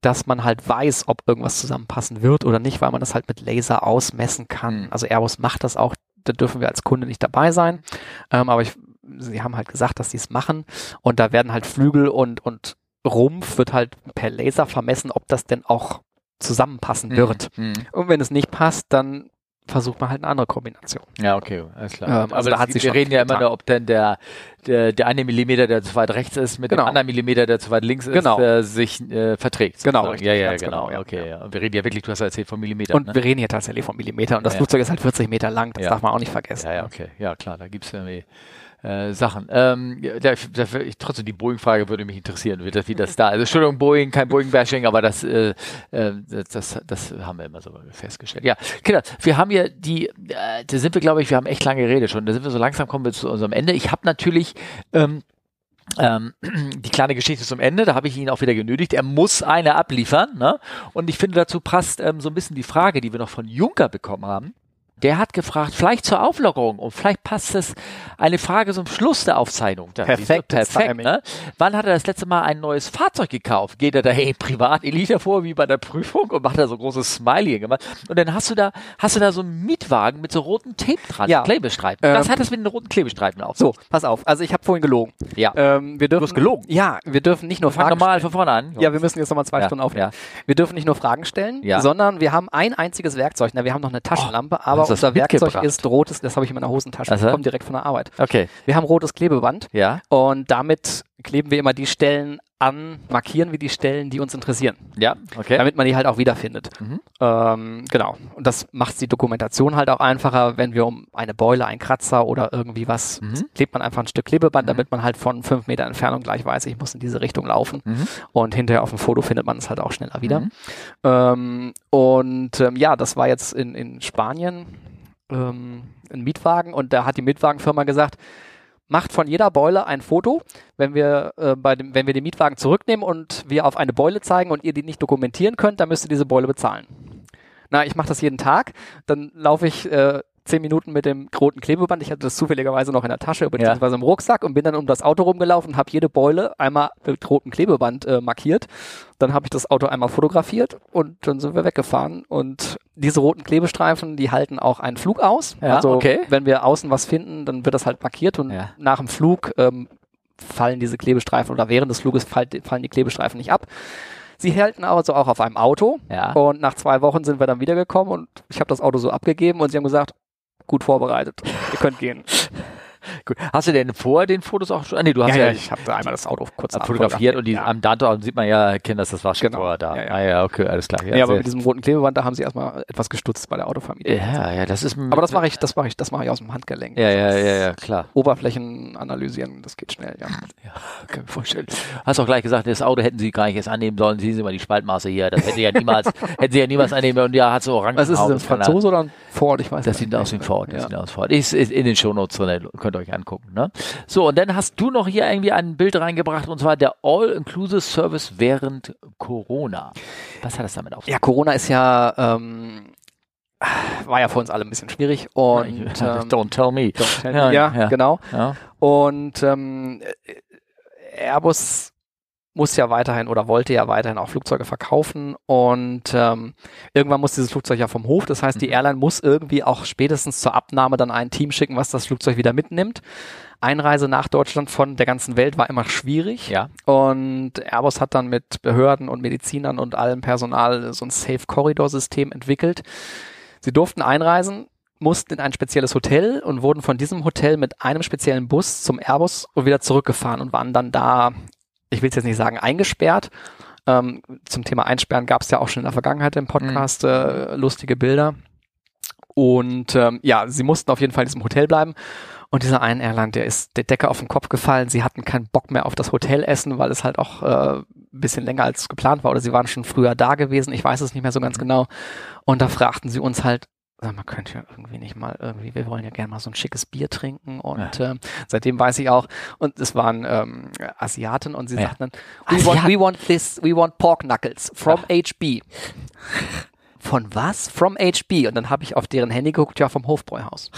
S2: dass man halt weiß, ob irgendwas zusammenpassen wird oder nicht, weil man das halt mit Laser ausmessen kann.
S1: Mhm.
S2: Also Airbus macht das auch, da dürfen wir als Kunde nicht dabei sein. Ähm, aber ich, sie haben halt gesagt, dass sie es machen und da werden halt Flügel und, und Rumpf wird halt per Laser vermessen, ob das denn auch zusammenpassen wird.
S1: Mhm.
S2: Und wenn es nicht passt, dann versucht man halt eine andere Kombination.
S1: Ja, okay, alles klar.
S2: Ähm, also da hat
S1: sie
S2: sich
S1: wir
S2: schon
S1: reden ja
S2: viel
S1: immer,
S2: getan.
S1: nur, ob denn der, der, der eine Millimeter, der zu weit rechts ist, mit
S2: Genau.
S1: dem anderen Millimeter, der zu weit links ist,
S2: Genau.
S1: äh, sich äh, verträgt.
S2: Genau,
S1: sozusagen.
S2: richtig,
S1: ja, ja,
S2: ganz
S1: genau.
S2: genau, ja.
S1: okay, ja. Und wir reden ja wirklich, du hast ja erzählt von Millimetern.
S2: Und
S1: ne?
S2: wir reden hier tatsächlich von Millimeter und das
S1: Ja.
S2: Flugzeug ist halt 40 Meter lang, das
S1: Ja.
S2: darf man auch nicht vergessen.
S1: Ja, ja, okay. Ja, klar, da gibt's irgendwie äh, Sachen. Ähm, ja, da, da, ich, trotzdem, die Boeing-Frage würde mich interessieren, wie das, wie das da Also, Entschuldigung, Boeing, kein Boeing-Bashing, aber das, äh, äh, das, das, das haben wir immer so festgestellt. Ja, Kinder, wir haben hier die, äh, da sind wir, glaube ich, wir haben echt lange geredet schon. Da sind wir so langsam, kommen wir zu unserem Ende. Ich habe natürlich. Ähm, ähm, die kleine Geschichte zum Ende, da habe ich ihn auch wieder genötigt. Er muss eine abliefern. Ne? Und ich finde, dazu passt ähm, so ein bisschen die Frage, die wir noch von Juncker bekommen haben. Der hat gefragt, vielleicht zur Auflockerung und vielleicht passt es eine Frage zum Schluss der Aufzeichnung. Da-
S2: Perfektes
S1: perfekt.
S2: Timing.
S1: Ne? Wann hat er das letzte Mal ein neues Fahrzeug gekauft? Geht er da hey, privat Elite vor wie bei der Prüfung und macht da so ein großes Smiley gemacht? Und dann hast du da hast du da so einen Mietwagen mit so roten Tape dran,
S2: Ja.
S1: Klebestreifen. das
S2: Ähm,
S1: hat es mit den roten Klebestreifen auf.
S2: So, pass auf. Also ich habe vorhin gelogen.
S1: ja.
S2: Ähm, wir dürfen,
S1: hast gelogen?
S2: Ja, wir dürfen nicht nur
S1: Fang
S2: Fragen
S1: nochmal von vorne an.
S2: Ja, wir müssen jetzt nochmal zwei
S1: Ja,
S2: Stunden aufnehmen.
S1: ja.
S2: Wir dürfen nicht nur Fragen stellen,
S1: Ja.
S2: sondern wir haben ein einziges Werkzeug. Na, wir haben noch eine Taschenlampe, aber
S1: hast du das
S2: unser Werkzeug
S1: mitgebracht?
S2: ist rotes, das habe ich in meiner Hosentasche,
S1: Also?
S2: das kommt direkt von der Arbeit.
S1: Okay.
S2: Wir haben rotes Klebeband
S1: Ja.
S2: und damit kleben wir immer die Stellen an, markieren wir die Stellen, die uns interessieren,
S3: Ja, okay.
S2: damit man die halt auch wiederfindet.
S3: Mhm.
S2: Ähm, genau. Und das macht die Dokumentation halt auch einfacher, wenn wir um eine Beule, einen Kratzer oder irgendwie was,
S3: Mhm.
S2: klebt man einfach ein Stück Klebeband, damit man halt von fünf Meter Entfernung gleich weiß, ich muss in diese Richtung laufen.
S3: Mhm.
S2: Und hinterher auf dem Foto findet man es halt auch schneller wieder.
S3: Mhm.
S2: Ähm, und ähm, ja, das war jetzt in, in Spanien ähm, ein Mietwagen und da hat die Mietwagenfirma gesagt, macht von jeder Beule ein Foto, wenn wir, äh, bei dem, wenn wir den Mietwagen zurücknehmen und wir auf eine Beule zeigen und ihr die nicht dokumentieren könnt, dann müsst ihr diese Beule bezahlen. Na, ich mache das jeden Tag, dann laufe ich äh, zehn Minuten mit dem roten Klebeband, ich hatte das zufälligerweise noch in der Tasche, beziehungsweise im Rucksack und bin dann um das Auto rumgelaufen und habe jede Beule einmal mit rotem Klebeband äh, markiert. Dann habe ich das Auto einmal fotografiert und dann sind wir weggefahren. Und diese roten Klebestreifen, die halten auch einen Flug aus.
S3: Ja,
S2: also
S3: okay.
S2: wenn wir außen was finden, dann wird das halt markiert und
S3: Ja.
S2: nach dem Flug ähm, fallen diese Klebestreifen oder während des Fluges fall, fallen die Klebestreifen nicht ab. Sie halten aber so auch auf einem Auto
S3: Ja.
S2: und nach zwei Wochen sind wir dann wiedergekommen und ich habe das Auto so abgegeben und sie haben gesagt, gut vorbereitet, ihr könnt gehen.
S1: Gut. Hast du denn vor den Fotos auch schon? Ah, Nee, du hast ja,
S2: habe da einmal das Auto kurz
S1: fotografiert und die,
S2: Ja.
S1: am Datum sieht man ja, Kinders, das war schon
S2: Genau.
S1: vorher da.
S2: Ja, ja.
S1: Ah ja, okay, alles klar. Ja,
S2: Ja, aber
S1: sehr-
S2: mit diesem roten Klebeband, da haben sie erstmal etwas gestutzt bei der Autofamilie.
S1: ja, ja, das ist.
S2: Aber das mache ich, das mache ich, das mache ich aus dem Handgelenk.
S1: Ja, ja, ja, ja, klar.
S2: Oberflächen analysieren, das geht schnell, ja.
S1: Ah, Kann mir vorstellen. Hast auch gleich gesagt, das Auto hätten sie gar nicht erst annehmen sollen. Sehen Sie mal die Spaltmaße hier. Das hätte ja niemals, hätten sie ja niemals annehmen sollen. Und ja, hat so Orangen.
S2: Was ist es, ein Franzose oder ein Ford? Ich weiß
S1: Das
S2: nicht.
S1: sieht aus wie ein Ford. Das
S2: Ja.
S1: sieht aus wie ein Ford. Ist, ist in den Shownotes drin, könnt ihr euch angucken. Ne? So, und dann hast du noch hier irgendwie ein Bild reingebracht und zwar der All-Inclusive-Service während Corona. Was hat das damit auf sich?
S2: Ja, Corona ist ja, ähm, war ja für uns alle ein bisschen schwierig und ähm,
S1: Don't tell me.
S2: ja,
S1: Ja, ja.
S2: genau.
S1: Ja.
S2: Und ähm, äh, Airbus muss ja weiterhin oder wollte ja weiterhin auch Flugzeuge verkaufen und ähm, irgendwann muss dieses Flugzeug ja vom Hof. Das heißt, die Airline muss irgendwie auch spätestens zur Abnahme dann ein Team schicken, was das Flugzeug wieder mitnimmt. Einreise nach Deutschland von der ganzen Welt war immer schwierig.
S1: Ja.
S2: Und Airbus hat dann mit Behörden und Medizinern und allem Personal so ein Safe-Corridor-System entwickelt. Sie durften einreisen, mussten in ein spezielles Hotel und wurden von diesem Hotel mit einem speziellen Bus zum Airbus und wieder zurückgefahren und waren dann da, ich will es jetzt nicht sagen, eingesperrt. Ähm, zum Thema Einsperren gab es ja auch schon in der Vergangenheit im Podcast äh, lustige Bilder. Und ähm, ja, sie mussten auf jeden Fall in diesem Hotel bleiben. Und dieser einen Airline, der ist der Decke auf den Kopf gefallen. Sie hatten keinen Bock mehr auf das Hotelessen, weil es halt auch äh, ein bisschen länger als geplant war. Oder sie waren schon früher da gewesen. Ich weiß es nicht mehr so
S1: Mhm.
S2: ganz genau. Und da fragten sie uns halt, sag mal, könnt ihr irgendwie nicht mal irgendwie, wir wollen ja gerne mal so ein schickes Bier trinken. Und ähm, seitdem weiß ich auch, und es waren ähm, Asiaten und sie
S1: Ja.
S2: sagten dann, we want,
S1: Asiaten.
S2: we want this, we want pork knuckles from HB. Von was? From HB. Und dann habe ich auf deren Handy geguckt, ja, vom Hofbräuhaus.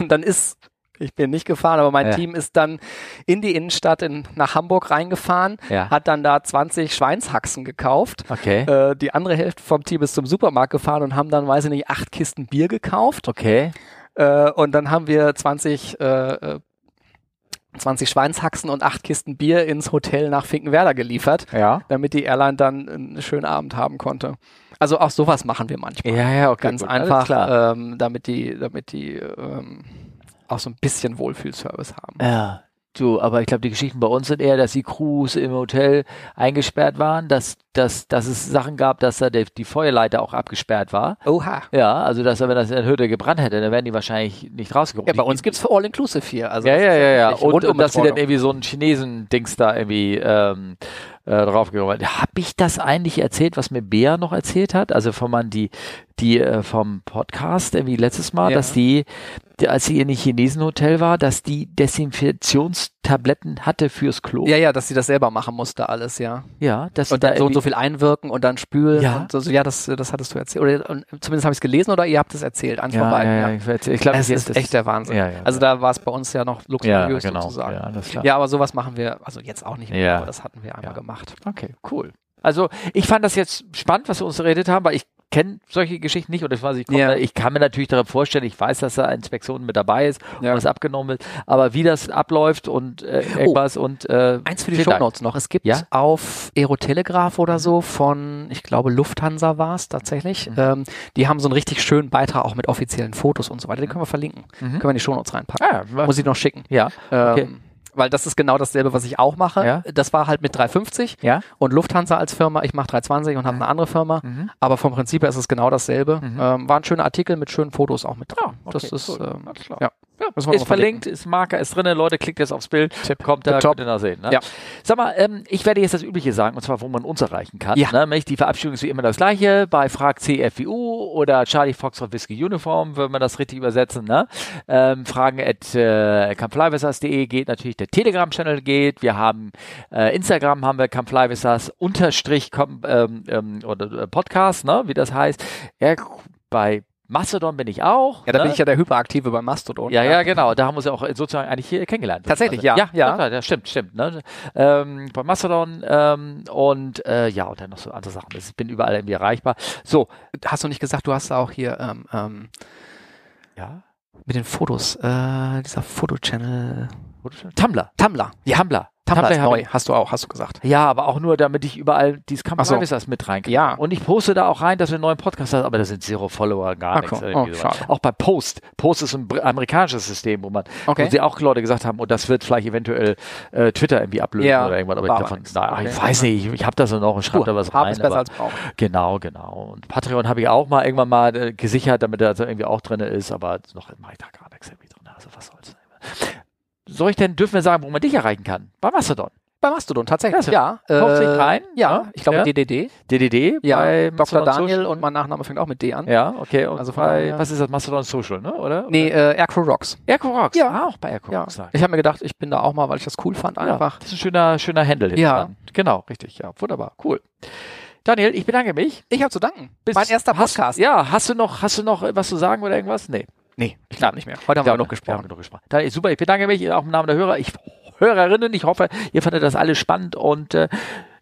S2: Und dann ist, ich bin nicht gefahren, aber mein
S1: Ja.
S2: Team ist dann in die Innenstadt in, nach Hamburg reingefahren,
S1: Ja.
S2: hat dann da 20 Schweinshaxen gekauft.
S1: Okay.
S2: Äh, die andere Hälfte vom Team ist zum Supermarkt gefahren und haben dann, weiß ich nicht, acht Kisten Bier gekauft.
S1: Okay.
S2: Äh, und dann haben wir 20, äh, äh, 20 Schweinshaxen und acht Kisten Bier ins Hotel nach Finkenwerder geliefert,
S1: Ja.
S2: damit die Airline dann einen schönen Abend haben konnte. Also auch sowas machen wir manchmal.
S1: Ja, ja, okay.
S2: Ganz
S1: gut, alles
S2: einfach,
S1: Klar.
S2: ähm, damit die, damit die ähm, auch so ein bisschen Wohlfühlservice haben.
S1: Ja, du, aber ich glaube, die Geschichten bei uns sind eher, dass die Crews im Hotel eingesperrt waren, dass, dass, dass es Sachen gab, dass da der, die Feuerleiter auch abgesperrt war.
S2: Oha.
S1: Ja, also dass er, wenn das in der Hütte gebrannt hätte, dann wären die wahrscheinlich nicht rausgekommen.
S2: Ja, bei uns gibt's für All-Inclusive hier. Also
S1: ja,
S2: das
S1: ja,
S2: ist
S1: ja, ja.
S2: wirklich
S1: Und, und dass sie dann
S2: Rundumbetreuung.
S1: irgendwie so einen Chinesen-Dings da irgendwie ähm, äh, draufgekommen haben. Hab ich das eigentlich erzählt, was mir Bea noch erzählt hat? Also von man die, die äh, vom Podcast irgendwie letztes Mal,
S2: Ja.
S1: dass die, die, als sie in einem Chinesen-Hotel war, dass die Desinfektionstabletten hatte fürs Klo.
S2: ja, ja, dass sie das selber machen musste, alles, ja.
S1: ja dass
S2: Und
S1: sie
S2: dann so und so
S1: irgendwie-
S2: viel einwirken und dann spülen.
S1: Ja.
S2: und so, so, ja das, das hattest du erzählt. Oder und zumindest habe ich es gelesen oder ihr habt es erzählt. Eins von
S1: ja,
S2: beiden.
S1: ja,
S2: Ja,
S1: ja, ich erzähl- ich glaube,
S2: Es ist echt der Wahnsinn.
S1: Ja, ja,
S2: also da war es bei uns ja noch
S1: ja,
S2: luxuriös
S1: genau.
S2: sozusagen.
S1: Ja,
S2: Ja.
S1: alles klar.
S2: aber sowas machen wir, also jetzt auch nicht mehr,
S1: Ja.
S2: aber das hatten wir einmal
S1: Ja.
S2: gemacht.
S1: Okay, cool. Also ich fand das jetzt spannend, was wir uns geredet haben, weil ich kenne solche Geschichten nicht und ich, weiß, ich, komm,
S2: Ja.
S1: da- ich kann mir natürlich darauf vorstellen, ich weiß, dass da Inspektionen mit dabei ist
S2: Ja. Oh.
S1: und was abgenommen wird, aber wie das abläuft und äh, irgendwas und äh,
S2: Eins für die
S1: vielen Dank.
S2: Shownotes noch. Mhm. Es gibt
S1: Ja?
S2: auf Aerotelegraph oder so von, ich glaube, Lufthansa war es tatsächlich. Ähm, die haben so einen richtig schönen Beitrag auch mit Mhm. offiziellen Fotos und so weiter. Den können wir verlinken. Können wir in die Shownotes reinpacken.
S1: Ah, wa-
S2: Muss ich noch schicken.
S1: ja, okay.
S2: Ähm, weil das ist genau dasselbe, was ich auch mache.
S1: Ja.
S2: Das war halt mit 350
S1: Ja?
S2: und Lufthansa als Firma. Ich mache 320 und habe eine andere Firma.
S1: Mhm.
S2: Aber vom Prinzip her ist es genau dasselbe.
S1: Mhm.
S2: Ähm, war ein schöner Artikel mit schönen Fotos auch mit drin.
S1: okay,
S2: das ist,
S1: cool.
S2: ähm,
S1: Na klar.
S2: ja. Müssen wir
S1: Ist
S2: mal
S1: verlinkt, ist Marker, ist drinne. Leute, klickt jetzt aufs Bild. Tipp kommt da,
S2: Top.
S1: könnt ihr noch sehen. Ne?
S2: Ja.
S1: Sag mal, ähm, ich werde jetzt das Übliche sagen, und zwar, wo man uns erreichen kann.
S2: Ja.
S1: Ne? Nämlich Die Verabschiedung ist wie immer das gleiche bei Frag CFWU oder Charlie Fox of Whiskey Uniform, wenn man das richtig übersetzen. Ne? Ähm, Fragen at äh, kampfleiwissers.de geht natürlich, der Telegram-Channel geht. Wir haben äh, Instagram, haben wir kampfleiwissers unterstrich kom- ähm, ähm, oder äh, Podcast, ne? wie das heißt. Ja, bei Mastodon bin ich auch.
S2: Ja, da
S1: ne?
S2: bin ich ja der Hyperaktive bei Mastodon. ne?
S1: Ja, ja, genau. Da haben wir uns ja auch sozusagen eigentlich hier kennengelernt.
S2: ähm,
S1: Also,
S2: Tatsächlich, ja,
S1: Ja,
S2: ja.
S1: ja, ja, ja stimmt, stimmt. Ne? Ähm, bei Mastodon ähm, und äh, ja, und dann noch so andere Sachen. Ich bin überall irgendwie erreichbar. So,
S2: Hast du nicht gesagt, du hast da auch hier ähm, ähm,
S1: ja,
S2: mit den Fotos, äh, dieser Fotochannel.
S1: wurde schon. Tumblr.
S2: Tumblr.
S1: Ja, Tumblr.
S2: Tumblr, ist
S1: hab
S2: neu,
S1: ich-
S2: hast du auch, hast du gesagt.
S1: Ja, aber auch nur, damit ich überall dieses
S2: Ach
S1: Campus
S2: so.
S1: Services mit reinkriege.
S2: Ja.
S1: Und ich poste da auch rein, dass wir einen neuen Podcast haben, aber da sind zero Follower, gar
S2: Ach,
S1: nichts.
S2: cool.
S1: irgendwie
S2: Oh,
S1: sowas.
S2: schade.
S1: auch bei Post. Post ist ein br- amerikanisches System, wo man,
S2: Okay.
S1: wo sie auch Leute gesagt haben, und das wird vielleicht eventuell äh, Twitter irgendwie ablösen
S2: Ja,
S1: oder irgendwas. Aber
S2: war
S1: ich,
S2: aber
S1: davon,
S2: nix.
S1: na, ich
S2: Okay.
S1: weiß nicht, ich, ich habe da so noch und schreibe da was
S2: Haben
S1: rein.
S2: ist besser
S1: aber-
S2: als brauchen.
S1: Genau, genau. Und Patreon habe ich auch mal irgendwann mal äh, gesichert, damit er da irgendwie auch drin ist, aber noch mache ich da gar nichts irgendwie drin. Also was soll's. Soll ich denn, dürfen wir sagen, wo man dich erreichen kann? Bei Mastodon.
S2: Bei Mastodon, tatsächlich.
S1: Klasse.
S2: Ja, äh,
S1: Kauft sich rein,
S2: Ja,
S1: ne?
S2: ich glaube
S1: Ja.
S2: DDD.
S1: DDD bei
S2: Ja, Dr.
S1: Mastodon
S2: Daniel
S1: Social.
S2: und mein Nachname fängt auch mit D an.
S1: Ja, okay. Und
S2: Also
S1: also
S2: von
S1: bei,
S2: daher-
S1: was ist das? Mastodon Social, ne? Oder?
S2: Nee, äh, Aircrew Rocks.
S1: Erko Rocks.
S2: Ja.
S1: Ah, auch bei Erko
S2: Ja.
S1: Rocks. sagen.
S2: Ich habe mir gedacht, ich bin da auch mal, weil ich das cool fand
S1: Ja,
S2: einfach.
S1: Das ist ein schöner, schöner Handle. hinten
S2: Ja.
S1: dran. Genau, richtig. Ja, wunderbar. Cool. Daniel, ich bedanke mich.
S2: Ich habe zu danken.
S1: Bis-
S2: mein erster Podcast.
S1: Ja, hast du noch, hast du noch was zu sagen oder irgendwas? Nee.
S2: Nee, ich glaube nicht mehr. Heute haben wir
S1: Ja,
S2: genug gesprochen.
S1: genug gesprochen. Dann, ist super, ich bedanke mich auch im Namen der Hörer, ich, Hörerinnen. Ich hoffe, ihr fandet das alle spannend und äh,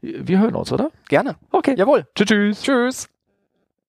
S1: wir hören uns, oder?
S2: Gerne.
S1: Okay.
S2: Jawohl.
S1: Tschüss. tschüss.
S2: Tschüss.